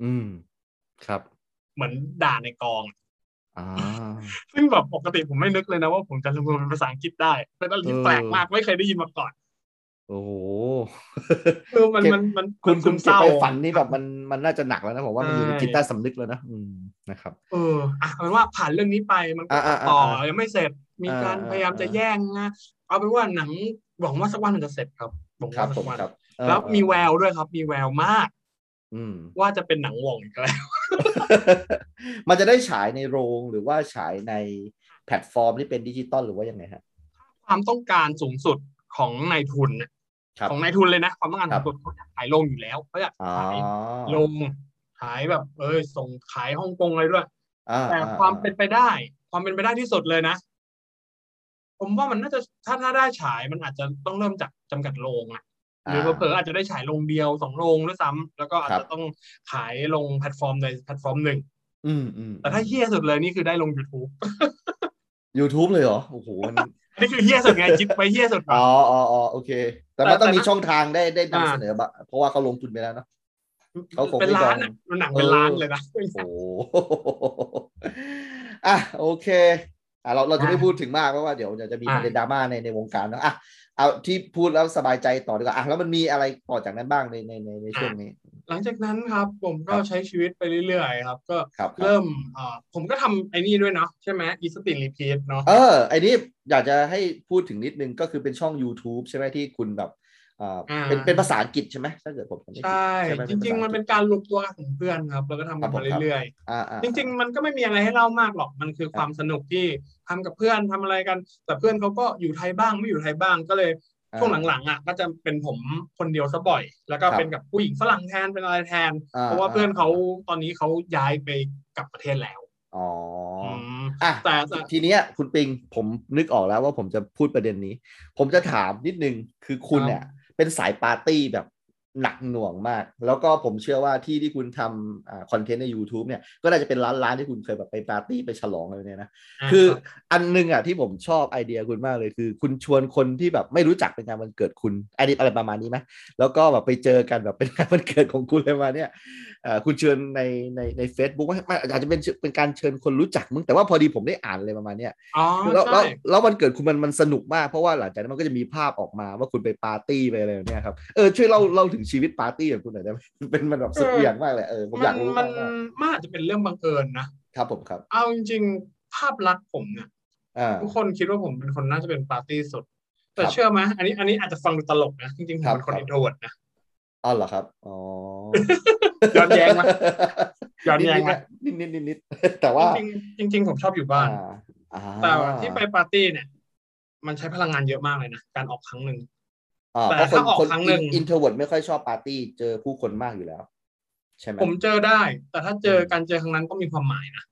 Speaker 2: อืมครับ
Speaker 3: เหมือนด่าในกอง
Speaker 2: อ่า
Speaker 3: ซึ่งแบบปกติผมไม่นึกเลยนะว่าผมจะละเมอเป็นภาษาอังกฤษได้เป็นอะไรที่
Speaker 2: เออ
Speaker 3: แปลกมากไม่เคยได้ยินมาก่อน
Speaker 2: โอ้โห
Speaker 3: <laughs> คือมัน
Speaker 2: เก็บ
Speaker 3: มันมัน
Speaker 2: คุณ
Speaker 3: มันซึ
Speaker 2: คุณ
Speaker 3: ม
Speaker 2: เก็บ
Speaker 3: เศร้า
Speaker 2: ไปฝันนี่แบบมันมันน่าจะหนักแล้วนะผมว่ามันอยู่ใน
Speaker 3: ใช่
Speaker 2: จิตใต้สำนึกแล้วนะอืมนะครับ
Speaker 3: เอออ่ะเอาเป็นว่าผ่านเรื่องนี้ไปมันก็
Speaker 2: อ่ะอ่ะอ่ะ
Speaker 3: ต่อ
Speaker 2: อ่ะ
Speaker 3: ยังไม่เสร็จมีการ
Speaker 2: อ่ะอ่ะ
Speaker 3: พยายามจะแย่งนะเอาเป็นว่าหนังหวังว่าสักวันมันจะเสร็จครับหวัง
Speaker 2: ครั
Speaker 3: ว่า
Speaker 2: บผ
Speaker 3: สั
Speaker 2: ม
Speaker 3: กวัน
Speaker 2: ครับเออ
Speaker 3: แล้ว
Speaker 2: เออ
Speaker 3: มีแววด้วยครับ มีแววมาก
Speaker 2: อืม <laughs>
Speaker 3: ว่าจะเป็นหนังหว่องอีกแล้ว
Speaker 2: มันจะได้ฉายในโรงหรือว่าฉายในแพลตฟอร์มที่เป็นดิจิตอลหรือว่ายังไงฮะ
Speaker 3: ความต้องการสูงสุดของนายทุนน่ะ
Speaker 2: ครับ
Speaker 3: ของนายทุนเลยนะความต้องการ
Speaker 2: ครั
Speaker 3: สู
Speaker 2: บ
Speaker 3: งสุดเขาอยากขายลงอยู่แล้วเขาอยาก
Speaker 2: อ๋อ
Speaker 3: ขายลงขายแบบ เออส่งขายฮ่องกงอะไรด้วย
Speaker 2: อ่
Speaker 3: แต่
Speaker 2: อ่
Speaker 3: ความเป็นไปได้ ความเป็นไปได้ที่สุดเลยนะ ผมว่ามันน่าจะถ้าถ้าได้ฉายมันอาจจะต้องเริ่มจากจำกัดโรงอะหรือเผลอๆอาจจะได้ฉายโรงเดียวสองโรงด้วยซ้ำแล้วก็อาจจะต้องขายลงแพลตฟอร์มใดแพลตฟอร์มหนึ่ง
Speaker 2: อืมอืม
Speaker 3: แต่ถ้าเฮี้ยสุดเลยนี่คือได้ลง YouTube
Speaker 2: YouTube เลยเหรอโอ้โหมัน
Speaker 3: อันนี้คือเฮี้ยสุดไงคิดไปเฮี้ยสุดก่อน
Speaker 2: อ๋ออ๋ออ๋อโอเค แต่มัน
Speaker 3: แต่
Speaker 2: ต้องมี
Speaker 3: แต่นะ
Speaker 2: ช่องทางได้ได้
Speaker 3: อ่า
Speaker 2: นำเสนอบะเพราะว่าเขาลงทุนไปแล้วเนาะ เขาคงไม่
Speaker 3: เป็นล้าน
Speaker 2: ล
Speaker 3: อะ
Speaker 2: ง
Speaker 3: มันหนังเป็นล้านเลยนะ
Speaker 2: โอ้โห <laughs> อ่ะโอเคอ่ะเราเราจะไม่
Speaker 3: อ่ะ
Speaker 2: พูดถึงมากเพราะว่าเดี๋ยวเดี๋ยวจะมี
Speaker 3: อ่ะ
Speaker 2: ประเด็นดราม่าในในวงการเนาะอ่ะเอาที่พูดแล้วสบายใจต่อดีกว่าอ่ะแล้วมันมีอะไรต่อจากนั้นบ้างในในในในช่วงนี้
Speaker 3: หลังจากนั้นครับ ผมก็
Speaker 2: ครับ
Speaker 3: ใช้ชีวิตไปเรื่อยๆครับ ก็
Speaker 2: ครับครับ
Speaker 3: เริ่มเอ่อผมก็ทำไอ้นี่ด้วยเนาะใช่ไหมอีสตินรีพีทเนาะ
Speaker 2: เออไอ้นี่อยากจะให้พูดถึงนิดนึงก็คือเป็นช่อง YouTube ใช่ไหมที่คุณแบบเอ่ออา เป็นเป็นภาษาอังกฤษใช่ไหมถ้าเกิดผมจำไม่ผิด
Speaker 3: ใช่
Speaker 2: ไห
Speaker 3: จริง ๆ มันเป็น
Speaker 2: ภาษาอังกฤษ
Speaker 3: การรวมตัวกันของเพื่อนครับ แล้วก็ทำ
Speaker 2: ค
Speaker 3: กั
Speaker 2: รับผม
Speaker 3: นาม เรื่อย
Speaker 2: อ่าอ่า
Speaker 3: ๆจริง ๆ มันก็ไม่มีอะไรให้เล่ามากหรอกมันคือความสนุกที่ทำกับเพื่อนทำอะไรกัน แต่เพื่อนเขาก็อยู่ไทยบ้างไม่อยู่ไทยบ้างก็เลย
Speaker 2: อ่า
Speaker 3: ช่วงหลังๆอ่ะก็จะเป็นผมคนเดียวซะบ่อย แล้วก็
Speaker 2: ครับ
Speaker 3: เป็นกับผู้หญิงฝรั่งแทนเป็นอะไรแทน
Speaker 2: อ่า
Speaker 3: เพราะว่าเพื่อน
Speaker 2: อ่า
Speaker 3: เขาตอนนี้เขาย้ายไปกลับประเทศแล้ว
Speaker 2: อ๋ออ
Speaker 3: ม
Speaker 2: อ่ะ
Speaker 3: แต่แต่
Speaker 2: ทีเนี้ยคุณปิงผมนึกออกแล้วว่าผมจะพูดประเด็นนี้ ผมจะถามนิดนึงคือคุณเนี่ยเป็นสายปาร์ตี้แบบหนักหน่วงมาก แล้วก็ผมเชื่อว่าที่ที่คุณทำคอนเทนต์ใน YouTube เนี่ยก็น่าจะเป็นร้านร้านๆที่คุณเคยแบบไปปาร์ตี้ไปฉลองอะไรเนี่ยนะ
Speaker 3: า
Speaker 2: คือ
Speaker 3: รับ
Speaker 2: อันหนึงอ่ะที่ผมชอบไอเดียคุณมากเลยคือ คุณชวนคนที่แบบไม่รู้จักเป็นงานวันเกิดคุณไอเดียอะไรประมาณนี้ไหมแล้วก็แบบไปเจอกันแบบ <laughs> เป็นงานวันเกิดของคุณเลยมาเนี่ยเอ่อคุณเชิญในในในเฟซบุ๊กว่าไม่อาจจะเป็นเป็นการเชิญคนรู้จักมึงแต่ว่าพอดีผมได้อ่านอะไรประมาณเนี้ย
Speaker 3: อ๋อ
Speaker 2: แล้วแล้ว
Speaker 3: ใช่
Speaker 2: แล้ววันเกิดคุณมันมันสนุกมากเพราะว่าหลังจากนั้นมันก็จะมีภาพออกมาว่าคุณไปปาร์ตี้ไปอะไรแบบเนี่ยครับเออช่วยเล่าเล่าถึงชีวิตปาร์ตี้ของคุณหน่อยได้ไหม เป็นมันแบบสุดเหวี่ยงมากเลยเออผมอยากรู้
Speaker 3: มั
Speaker 2: มาน ก
Speaker 3: มันมันอาจจะเป็นเรื่องบังเอิญนะครับ
Speaker 2: ผมครับ
Speaker 3: เอาจริงๆภาพลักษณ์ผมเนี่ย
Speaker 2: อ่า
Speaker 3: ทุกคนคิดว่าผมเป็นคนน่าจะเป็นปาร์ตี้สุด แต่
Speaker 2: ครับ
Speaker 3: เชื่อไหมอันนี้อันนี้อาจจะฟังดูตลกนะ จริงๆผ
Speaker 2: ครั
Speaker 3: ม
Speaker 2: บ
Speaker 3: เป็นค
Speaker 2: ค
Speaker 3: น
Speaker 2: รับ
Speaker 3: อินโทรเวิร์ดนะ
Speaker 2: อ๋อเหรอครับอ๋อ
Speaker 3: <laughs> ย้อนแย้งไหม ย้อนแย้งไหม
Speaker 2: นิดนิดนิดนิด <laughs> แต่ว่า
Speaker 3: จริงๆจริง ๆ ผมชอบอยู่บ้าน
Speaker 2: อ่า
Speaker 3: แต่ที่ไปปาร์ตี้เนี่ย มันใช้พลังงานเยอะมากเลยนะ การออกครั้งหนึ่ง
Speaker 2: อ่
Speaker 3: แต่
Speaker 2: เพระ
Speaker 3: ถ้าออกครั้งหนึ่ง
Speaker 2: อินเทอร์เวิร์ดไม่ค่อยชอบปาร์ตี้เจอผู้คนมากอยู่แล้ว ใช่ไหม
Speaker 3: ผมเจอได้ แต่ถ้าเจอการเจอครั้งนั้นต้องมีความหมายนะ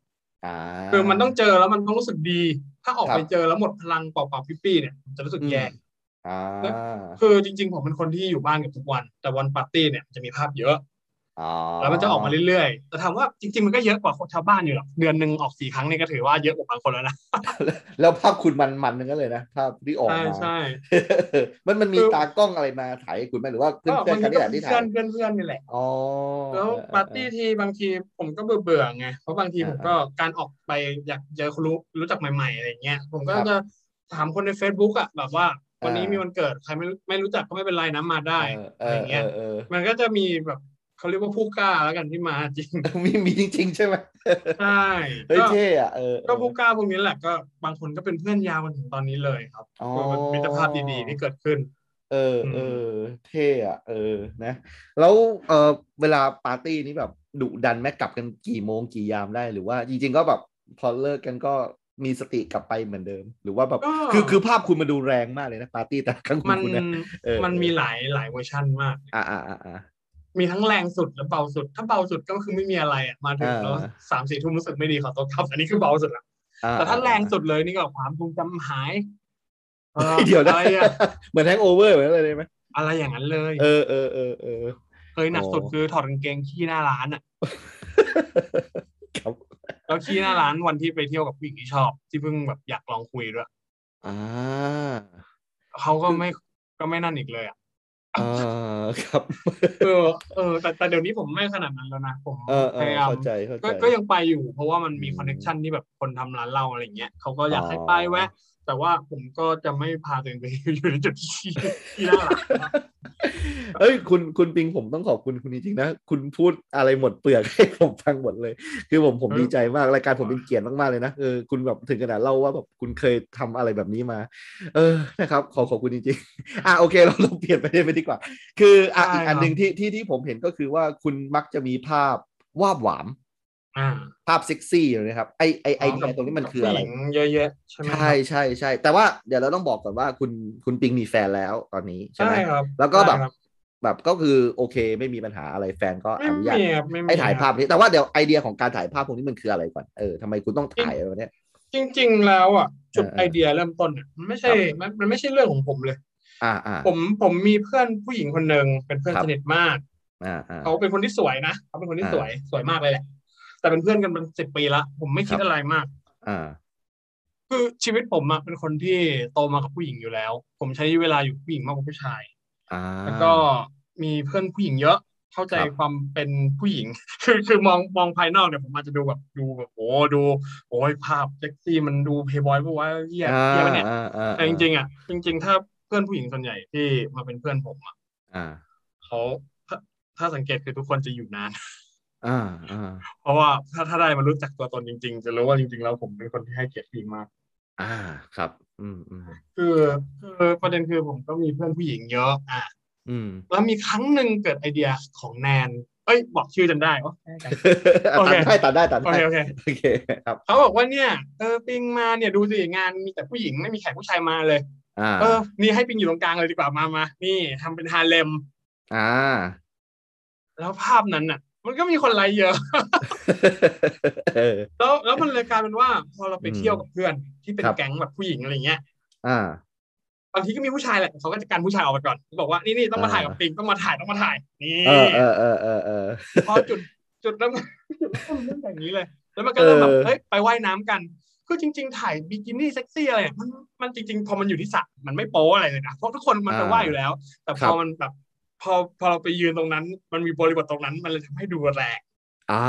Speaker 2: อ่า
Speaker 3: คือมันต้องเจอแล้วมันต้องรู้สึกดี ถ้าออก
Speaker 2: ครับ
Speaker 3: ไปเจอแล้วหมดพลังเปล่าๆปิ๊บๆเนี่ยผมจะรู้สึกแย่
Speaker 2: อ่า
Speaker 3: คือจริง ๆ ผมเป็นคนที่อยู่บ้านกับทุกวัน แต่วันปาร์ตี้เนี่ยจะมีภาพเยอะ
Speaker 2: อ๋อ
Speaker 3: แล้วมันจะออกมาเรื่อยๆ แต่ถามว่าจริงๆ มันก็เยอะกว่าคนชาวบ้านอยู่หรอก เดือนหนึ่งออกสี่ครั้งนี่ก็ถือว่าเยอะกว่าบางคนแล้วนะ
Speaker 2: แล้วภาพคุณมันมันนึงก็เลยนะภาพที่ออก
Speaker 3: ใช่
Speaker 2: มา
Speaker 3: ใช่
Speaker 2: <laughs> มันมันมี
Speaker 3: คือ
Speaker 2: ตากล้องอะไรมาถ่ายให้คุณไหมหรือว่าเพื่อน
Speaker 3: ก็
Speaker 2: เพื่อบกันนี่
Speaker 3: าน งทีก็
Speaker 2: แหละที่ถ่า
Speaker 3: เพื่อน
Speaker 2: ย
Speaker 3: เพื่อนเพื่อนนี่แหละ
Speaker 2: อ๋อ
Speaker 3: แล้วปาร์ตี้ทีบางทีผมก็เบื่อเบื่อๆไง เพราะบางทีผมก็การออกไปอยากเจอคนรู้รู้จักใหม่ๆอะไรอย่างเงี้ย ผมก็จะถามคนใน Facebook อ่ะแบบว่าวันนี้มีวันเกิดใครไม่รู้ไม่รู้จักก็ไม่เป็นไรนะมาได้
Speaker 2: เออเออเออเออ
Speaker 3: มันก็จะมีแบบ เขาเรียกว่าผู้กล้าแล้วกันที่มาจริง <laughs>
Speaker 2: <laughs> มีมีจริง ๆ ใช่ไหม
Speaker 3: ใช่
Speaker 2: เฮ้ย
Speaker 3: ก็
Speaker 2: เท่อะเออเออ
Speaker 3: ก็ผู้กล้าพวกนี้แหละก็บางคนก็เป็นเพื่อนยาวกันถึงตอนนี้เลยครับ
Speaker 2: อ๋อ
Speaker 3: มันมิตรภาพดีๆที่เกิดขึ้น
Speaker 2: เออ
Speaker 3: อืม
Speaker 2: เออเท่อะเออนะ แล้วเออเวลาปาร์ตี้นี้แบบดุดันแม้กลับกันกี่โมงกี่ยามได้หรือว่าจริง ๆ ก็แบบพอเลิกกันก็มีสติกลับไปเหมือนเดิม หรือว่าแบบ
Speaker 3: ก็
Speaker 2: คือคือภาพคุณมาดูแรงมากเลยนะปาร์ตี้แต่ละครั้งของ
Speaker 3: มัน
Speaker 2: คุณนะ เออ
Speaker 3: มันมีหลายหลายเวอร์ชั่นมาก
Speaker 2: อ่าอ่าอ่าอ่า
Speaker 3: มีทั้งแรงสุดและเบาสุด ถ้าเบาสุดก็คือไม่มีอะไรอ่ะมาถึงแล้ว
Speaker 2: อ่า
Speaker 3: สามสี่ทุ่มรู้สึกไม่ดีขอตัวครับ อันนี้คือเบาสุดละ
Speaker 2: อ่
Speaker 3: แต่ถ้าแรงสุดเลยนี่ก็ความทรงจำหายอ่อ
Speaker 2: เดี๋ยวนะ
Speaker 3: อะไรอ่ะ
Speaker 2: <laughs> เหมือนแฮงโอเวอร์เหมือนอะไรเลยไหม
Speaker 3: อะไรอย่างนั้นเลย
Speaker 2: เออเออเออเอ <laughs> อ
Speaker 3: เคยหนักสุด
Speaker 2: โอ้
Speaker 3: คือถอดกางเกงขี้หน้าร้านอ่ะ
Speaker 2: ครับ
Speaker 3: แล้วขี้หน้าร้านวันที่ไปเที่ยวกับผู้หญิงที่ชอบ ที่เพิ่งแบบอยากลองคุยด้วย
Speaker 2: อ่า
Speaker 3: เขาก็ไม่ก็ไม่นั่นอีกเลยอ่ะ
Speaker 2: อ่าครับ
Speaker 3: เออเออแต่แต่เดี๋ยวนี้ผมไม่ขนาดนั้นแล้วนะผม
Speaker 2: เออเออย
Speaker 3: พายาม
Speaker 2: เข้าใจเข้าใจ
Speaker 3: ก็ก็ยังไปอยู่ เพราะว่ามันมี
Speaker 2: อืม
Speaker 3: คอนเนคชันที่แบบคนทำร้านเหล้าอะไรเงี้ยเขาก็อยาก
Speaker 2: อ๋อ
Speaker 3: ให้ไปแวะ แต่ว่าผมก็จะไม่พาตัวเองไป อยู่ในจุดที่ที่หน้าร้าน
Speaker 2: <laughs>
Speaker 3: นะ
Speaker 2: เอ้ยคุณคุณปิงผมต้องขอบคุณคุณจริงๆนะ คุณพูดอะไรหมดเปลือกให้ผมฟังหมดเลย คือผมผมดีใจมากรายการผมเป็นเกียรติมากๆเลยนะเออคุณแบบถึงขนาดเล่าว่าแบบคุณเคยทำอะไรแบบนี้มา เออนะครับ ขอขอบคุณจริงๆอ่ะโอเคเราเราเปลี่ยนประเด็นไปดีกว่า คืออ่ะอีกอันหนึ่งที่ที่ที่ผมเห็นก็คือว่าคุณมักจะมีภาพวาบหวาม
Speaker 3: อ่า
Speaker 2: ภาพเซ็กซี่อยู่นะครับไอไอไอเดียตรงนี้มันคืออะไร
Speaker 3: ผู้หญิงเยอะแยะใช่ไหมครับ
Speaker 2: ใช่ใช่ใช่แต่ว่าเดี๋ยวเราต้องบอกก่อนว่าคุณคุณปิงมีแฟนแล้วตอนนี้ใช่
Speaker 3: ใช่
Speaker 2: ไหม
Speaker 3: ครับ
Speaker 2: แล้วก็แบบ
Speaker 3: ใช่ครับ
Speaker 2: แบบก็คือโอเคไม่มีปัญหาอะไรแฟนก็อ
Speaker 3: ไม่
Speaker 2: นุญาต
Speaker 3: มีครับไม่มี
Speaker 2: ให้ถ่าย
Speaker 3: ครับ
Speaker 2: ภาพนี้แต่ว่าเดี๋ยวไอเดียของการถ่ายภาพพวกนี้มันคืออะไรก่อนเออทำไมคุณต้องถ่ายอะไรวะเนี่ย
Speaker 3: จริง ๆ แล้วอ่ะจุด
Speaker 2: เออเออ
Speaker 3: ไอเดียเริ่มต้นเนี่ยมันไม่ใช่
Speaker 2: ครับ
Speaker 3: มันมันไม่ใช่เรื่องของผมเลย
Speaker 2: อ่าอ่า
Speaker 3: ผมผมมีเพื่อนผู้หญิงคนหนึ่งเป็นเพื่อน
Speaker 2: ครับ
Speaker 3: สนิทมาก
Speaker 2: อ่าอ่า
Speaker 3: เขาเป็นคนที่สวยนะเขาเป็นคนที่
Speaker 2: อ่า
Speaker 3: สวยสวยมากเลยแหละ แต่เป็นเพื่อนกันเป็นสิบปีละผมไม่คิ
Speaker 2: ค
Speaker 3: ด
Speaker 2: รับ
Speaker 3: อะไรมาก
Speaker 2: อ่า
Speaker 3: คือชีวิตผมอะเป็นคนที่โตมากับผู้หญิงอยู่แล้ว ผมใช้เวลาอยู่กับผู้หญิงมากกว่าผู้ชาย
Speaker 2: อ่า
Speaker 3: แล้วก็มีเพื่อนผู้หญิงเยอะ เข้าใจ
Speaker 2: ครับ
Speaker 3: ความเป็นผู้หญิง <laughs> คือคือมองมองภายนอกเนี่ยผมอาจจะดูแบบดูแบบโอ้ดูโอ้ยภาพเซ็กซี่มันดูเพย์บอยปะวะเหี้ย
Speaker 2: อ่า
Speaker 3: เหี้ยปะเนี่ย
Speaker 2: อ่าอ่า
Speaker 3: แต่จริงๆอ่ะจริง ๆ ถ้าเพื่อนผู้หญิงส่วนใหญ่ที่มาเป็นเพื่อนผมอ่ะ
Speaker 2: อ่า
Speaker 3: เขาถ้าถ้าสังเกตคือทุกคนจะอยู่นาน <laughs>
Speaker 2: อ่าอ่า
Speaker 3: เพราะว่าถ้าถ้าได้มารู้จักตัวตนจริง ๆ จะรู้ว่าจริง ๆ แล้วผมเป็นคนที่ให้เกียรติผู้หญิงมาก
Speaker 2: อ่าครับ อืมอืม
Speaker 3: คือคือประเด็นคือผมก็มีเพื่อนผู้หญิงเยอะอ่ะ
Speaker 2: อืม
Speaker 3: แล้วมีครั้งหนึ่งเกิดไอเดียของแนน เอ้ยบอกชื่อจำได้ปะ โอ
Speaker 2: ตั
Speaker 3: เค
Speaker 2: ดได้ตัดได้ตัด
Speaker 3: โอ
Speaker 2: ได้
Speaker 3: เคโอเค
Speaker 2: โอเคครับ
Speaker 3: เขาบอกว่าเนี่ยเออปิงมาเนี่ยดูสิงานมีแต่ผู้หญิงไม่มีแขกผู้ชายมาเลย
Speaker 2: อ่า
Speaker 3: เออนี่ให้ปิงอยู่ตรงกลางเลยดีกว่ามามานี่ทำเป็นฮาเลม
Speaker 2: อ่า
Speaker 3: แล้วภาพนั้นน่ะ มันก็มีคนไลค์เยอะ
Speaker 2: เออ
Speaker 3: แล้วแล้วมันเลยกลายเป็นว่าพอเราไป
Speaker 2: อืม
Speaker 3: เที่ยวกับเพื่อนที่เป็น
Speaker 2: ครับ
Speaker 3: แก๊งแบบผู้หญิงอะไรเงี้ย
Speaker 2: อ่า
Speaker 3: บางทีก็มีผู้ชายแหละแต่เขาก็จะการผู้ชายออกไปก่อนบอกว่านี่นี่ต้องมา
Speaker 2: อ่า
Speaker 3: ถ่ายกับปิงต้องมาถ่ายต้องมาถ่ายนี่
Speaker 2: เออเออเออเออเออ
Speaker 3: พอจุดจุดเริ่ม <laughs> จุดเริ่มต้นเรื่องแบบนี้เลย แล้วมันก็เริ่มแบบ
Speaker 2: เออ
Speaker 3: เฮ้ยไปว่ายน้ำกันคือจริง ๆ ถ่ายบิกินี่เซ็กซี่อะไรเนี่ยมันมันจริง ๆ พอมันอยู่ที่สระมันไม่โป๊อะไรเลยนะเพราะทุกคนมันไปว่ายอยู่แล้ว แต่พอมันแบบพอพอเราไปยืนตรงนั้น มันมีบริบทตรงนั้น มันเลยทำให้ดูแรง
Speaker 2: อ่า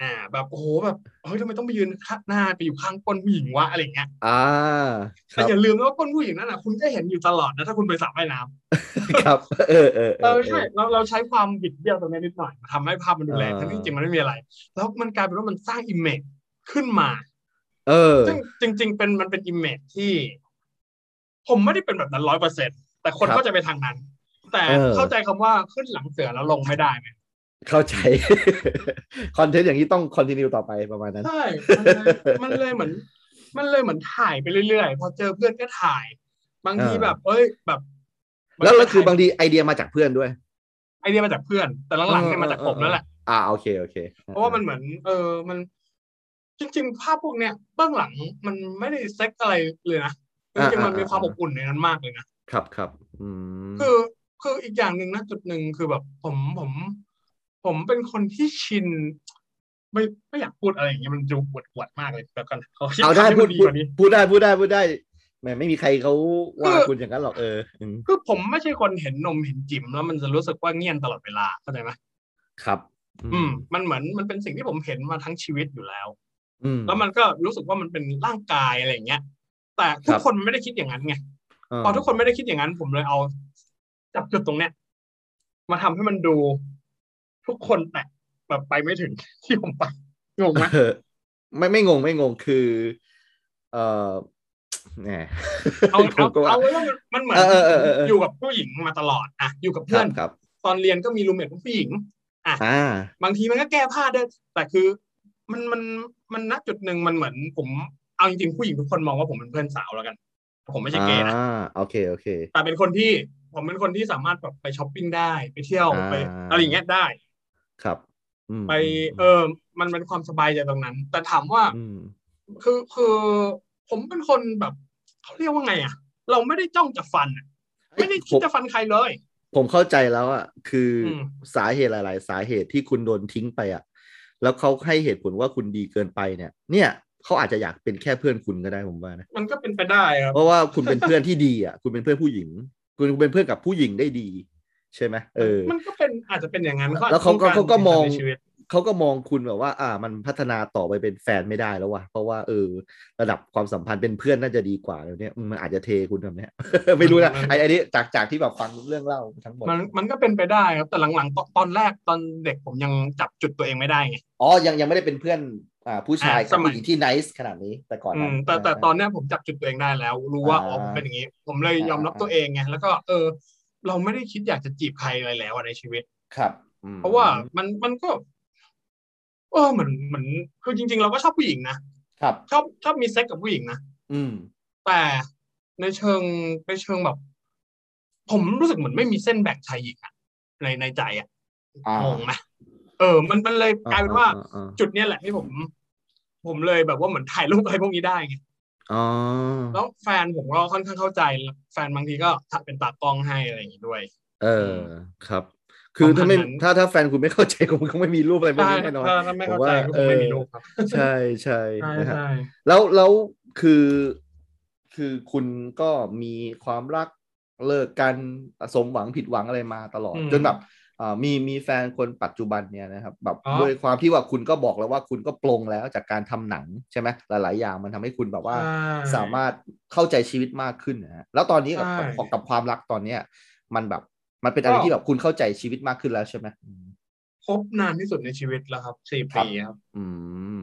Speaker 3: อ่าแบบโอ้โหแบบเฮ้ยทำไมต้องไปยืนข้างหน้าไปอยู่ข้างก้นผู้หญิงวะอะไรอย่างเงี้ย
Speaker 2: อ่า ค
Speaker 3: แต่
Speaker 2: รับ
Speaker 3: อย่าลืมนะว่าก้นผู้หญิงนั่นนะคุณก็เห็นอยู่ตลอดนะถ้าคุณไปสระว่ายน้
Speaker 2: ครับ <laughs> เออเออ
Speaker 3: ำ
Speaker 2: เอ
Speaker 3: เรา
Speaker 2: อ
Speaker 3: ใช่เราเราใช้ความบิดเบี้ยวตรงนี้นิดหน่อยทำให้ภาพมันดูแรงทั้งที่จริงๆมันไม่มีอะไร แล้วมันกลายเป็นว่ามันสร้างอิมเมจขึ้นมา
Speaker 2: เออ
Speaker 3: ซึ่งจริง ๆ เป็นมันเป็นอิมเมจที่ ผมไม่ได้เป็นแบบนั้นร้อยเปอร์เซ็นแต่คน
Speaker 2: ครับ
Speaker 3: ก็จะไปทางนั้น แต่
Speaker 2: เออ
Speaker 3: เข้าใจคำว่าขึ้นหลังเสือแล้วลงไม่ได้ไหม
Speaker 2: เข้าใจ <laughs> คอนเทนต์อย่างนี้ต้องคอนติเนียต่อไปประมาณนั้น
Speaker 3: ใช่มันเลยมันเลยเหมือน มันเลยเหมือนถ่ายไปเรื่อยๆ พอเจอเพื่อนก็ถ่าย บางที
Speaker 2: เออ
Speaker 3: แบบ เอ้ย แบบ
Speaker 2: แล้วแล้วคือบางทีไอเดียมาจากเพื่อนด้วย
Speaker 3: ไอเดียมาจากเพื่อน แต่หลังๆเนี่ย
Speaker 2: เออเออ
Speaker 3: มาจากผมแล้วแหละ
Speaker 2: อ่าโอเคโอเค
Speaker 3: เพราะว่ามันเหมือน เออ มัน จริง ๆ ภาพพวกเนี้ยเบื้องหลังมันไม่ได้เซ็กอะไรเลยนะจริงๆมันมีความอบอุ่นในนั้นมากเลยนะ
Speaker 2: ครับครับอืม
Speaker 3: คือ คืออีกอย่างหนึ่งนะจุดหนึ่งคือแบบ ผม ผม ผมเป็นคนที่ชิน ไม่ ไม่อยากพูดอะไรอย่างเงี้ยมันดูปวดปวดมากเลยแล้วกันขคิ
Speaker 2: เอาได้
Speaker 3: คำที่
Speaker 2: พู
Speaker 3: มั
Speaker 2: ด
Speaker 3: นดี
Speaker 2: พูดพู
Speaker 3: กว่านี้
Speaker 2: ดได้พูดได้พูดได้แหมไม่มีใครเขาว่าคุณอย่างนั้นหรอกเอออืม
Speaker 3: คือผมไม่ใช่คนเห็นนมเห็นจิ๋มแล้วมันจะรู้สึกว่าเงียนตลอดเวลาเข้าใจไหม
Speaker 2: ครับ
Speaker 3: อืมมันเหมือนมันเป็นสิ่งที่ผมเห็นมาทั้งชีวิตอยู่แล้ว
Speaker 2: อืม
Speaker 3: แล้วมันก็รู้สึกว่ามันเป็นร่างกายอะไรอย่างเงี้ย แต่ทุ
Speaker 2: ครั
Speaker 3: ก
Speaker 2: บ
Speaker 3: คนไม่ได้คิดอย่างนั้นไง
Speaker 2: เออ
Speaker 3: พอทุกคนไม่ได้คิดอย่างนั้น ผมเลยเอาจับจุดตรงเนี้ยมาทำให้มันดู ทุกคนแตะแบบไปไม่ถึงที่ผมไปงงไหม
Speaker 2: เออไม่ไม่งงไม่งงคือ เออแหม
Speaker 3: เอา
Speaker 2: ผม
Speaker 3: เอา
Speaker 2: ก็ว่า
Speaker 3: เอาว่ามันมันเหมือน
Speaker 2: เออเออเออเอออ
Speaker 3: อยู่กับผู้หญิงมาตลอดอะอยู่กับ
Speaker 2: ค
Speaker 3: เพื่อ
Speaker 2: รั
Speaker 3: น
Speaker 2: บครับ
Speaker 3: ตอนเรียนก็มีรูมเมทผู้หญิง
Speaker 2: อ่า
Speaker 3: บางทีมันก็แก้ผ้าได้แต่คือมันมันมันณจุดหนึ่งมันเหมือนผมเอาจริงๆผู้หญิงทุกคนมองว่าผมเป็นเพื่อนสาวแล้วกัน ผมไม่ใช่เกย์นะ
Speaker 2: อ่าโอเคโอเค
Speaker 3: แต่เป็นคนที่ผมเป็นคนที่สามารถแบบไปช้อปปิ้งได้ไปเที่ยว
Speaker 2: อ่า
Speaker 3: ไปอะไรอย่างเงี้ยได้
Speaker 2: ครับอืม
Speaker 3: ไปเออมันเป็นความสบายใจตรงนั้น แต่ถามว่า
Speaker 2: ม
Speaker 3: คือคือผมเป็นคนแบบเขาเรียกว่าไงอ่ะ เราไม่ได้จ้องจะฟันอะไม่ได้คิดจะฟันใครเลย
Speaker 2: ผมเข้าใจแล้วอ่ะคืออ
Speaker 3: ม
Speaker 2: สาเหตุหลาย ๆ สาเหตุที่คุณโดนทิ้งไปอ่ะ แล้วเขาให้เหตุผลว่าคุณดีเกินไปเนี่ย เนี่ยเขาอาจจะอยากเป็นแค่เพื่อนคุณก็ได้ผมว่านะ
Speaker 3: มันก็เป็นไปได้ครับ
Speaker 2: เพราะว่าคุณเป็นเพื่อนที่ดีอ่ะ คุณเป็นเพื่อนผู้หญิง คุณเป็นเพื่อนกับผู้หญิงได้ดี ใช่ไหมเออ
Speaker 3: มันก็เป็นอาจจะเป็นอย่างนั้น
Speaker 2: แล้วเขาก็
Speaker 3: อจจะ
Speaker 2: เขาก็มอง
Speaker 3: ในชีวิต
Speaker 2: เขาก็มองคุณแบบว่า อ่า มันพัฒนาต่อไปเป็นแฟนไม่ได้แล้วว่ะเพราะว่าเออ ระดับความสัมพันธ์เป็นเพื่อนน่าจะดีกว่าแล้วเนี่ยอืมมันอาจจะเทคุณแบบเนี้ย <laughs> ไม่รู้นะ
Speaker 3: มัน
Speaker 2: ไอ้ไอ้นี่จากจากที่แบบฟังเรื่องเล่าทั้งหมด
Speaker 3: มันมันก็เป็นไปได้ครับ แต่หลังๆตอนตอนแรกตอนเด็กผมยังจับจุดตัวเองไม่ได้ไง
Speaker 2: อ๋อ ยังยังไม่ได้เป็นเพื่อนอ่าผู้ชาย
Speaker 3: อ่ะ
Speaker 2: กับ
Speaker 3: สมั
Speaker 2: ผู้
Speaker 3: ย
Speaker 2: หญิงที่ไนซ์ขนาดนี้แต่ก่อน
Speaker 3: อื
Speaker 2: นั้น
Speaker 3: มแต่แต่
Speaker 2: า
Speaker 3: ตอนเนี้ยผมจับจุดตัวเองได้แล้ว รู้ว่า
Speaker 2: อ่า
Speaker 3: อ๋อผมเป็นอย่างนี้ ผมเลย
Speaker 2: อ่ายย
Speaker 3: อมรับตัวเองไงแล้วก็เออ เราไม่ได้คิดอยากจะจีบใครอะไรแล้วอะในชีวิต
Speaker 2: ครับอืม
Speaker 3: เพราะว่ามันมันก็ เออเหมือนเหมือนคือจริง ๆ เราก็ชอบผู้หญิงนะครับ ชอบชอบมีเซ็กกับผู้หญิงนะ
Speaker 2: อืม
Speaker 3: แต่ในเชิงในเชิงแบบ ผมรู้สึกเหมือนไม่มีเส้นแบ่งชายหญิงอะในในใจอะ
Speaker 2: อ่าง
Speaker 3: งไหมเออ มันมันเลยกลายเป็นว่า
Speaker 2: อ่อ่อ่า
Speaker 3: จุดเนี้ยแหละที่ผม ผมเลยแบบว่าเหมือนถ่ายรูปอะไรพวกนี้ได้ไง
Speaker 2: อ๋อ
Speaker 3: แล้วแฟนผมก็ค่อนข้างเข้าใจแล้วแฟนบางทีก็ถ้าเป็นตากล้องให้อะไรอย่างงี้ด้วย
Speaker 2: เออครับ คือถ้าไม่
Speaker 3: ประมาณนั้น
Speaker 2: ถ้าถ้าแฟนคุณไม่เข้าใจ <laughs> ผมก็ไม่มีรูปอะไรพวก
Speaker 3: ใช่
Speaker 2: นี้แน่นอน
Speaker 3: ถ้าถ้าไม่เข้าใจก็
Speaker 2: ผมว่า
Speaker 3: คงไม่มี
Speaker 2: เออ
Speaker 3: รูปครับ
Speaker 2: ใช่ใช่
Speaker 3: ใช่
Speaker 2: นะฮะ
Speaker 3: ใช่
Speaker 2: แล้วแล้วคือคือคุณก็มีความรักเลิกกันสมหวังผิดหวังอะไรมาตลอด
Speaker 3: อืม
Speaker 2: จนแบบอ่ามีมีแฟนคนปัจจุบันเนี่ยนะครับ แบบ
Speaker 3: อ๋อ
Speaker 2: ด้วยความที่ว่าคุณก็บอกแล้วว่าคุณก็ปลงแล้วจากการทำหนังใช่ไหมหลาย ๆ อย่างมันทำให้คุณแบบว่า
Speaker 3: ใช่
Speaker 2: สามารถเข้าใจชีวิตมากขึ้นนะฮะแล้วตอนนี้กับ
Speaker 3: ใช่
Speaker 2: กับกับความรักตอนเนี้ย มันแบบมันเป็นอะไรที่แบบคุณเข้าใจชีวิตมากขึ้นแล้วใช่ไหมอืม
Speaker 3: คบนานที่สุดในชีวิตแล้วครับสี่
Speaker 2: ครับ
Speaker 3: ปีครับ
Speaker 2: อืม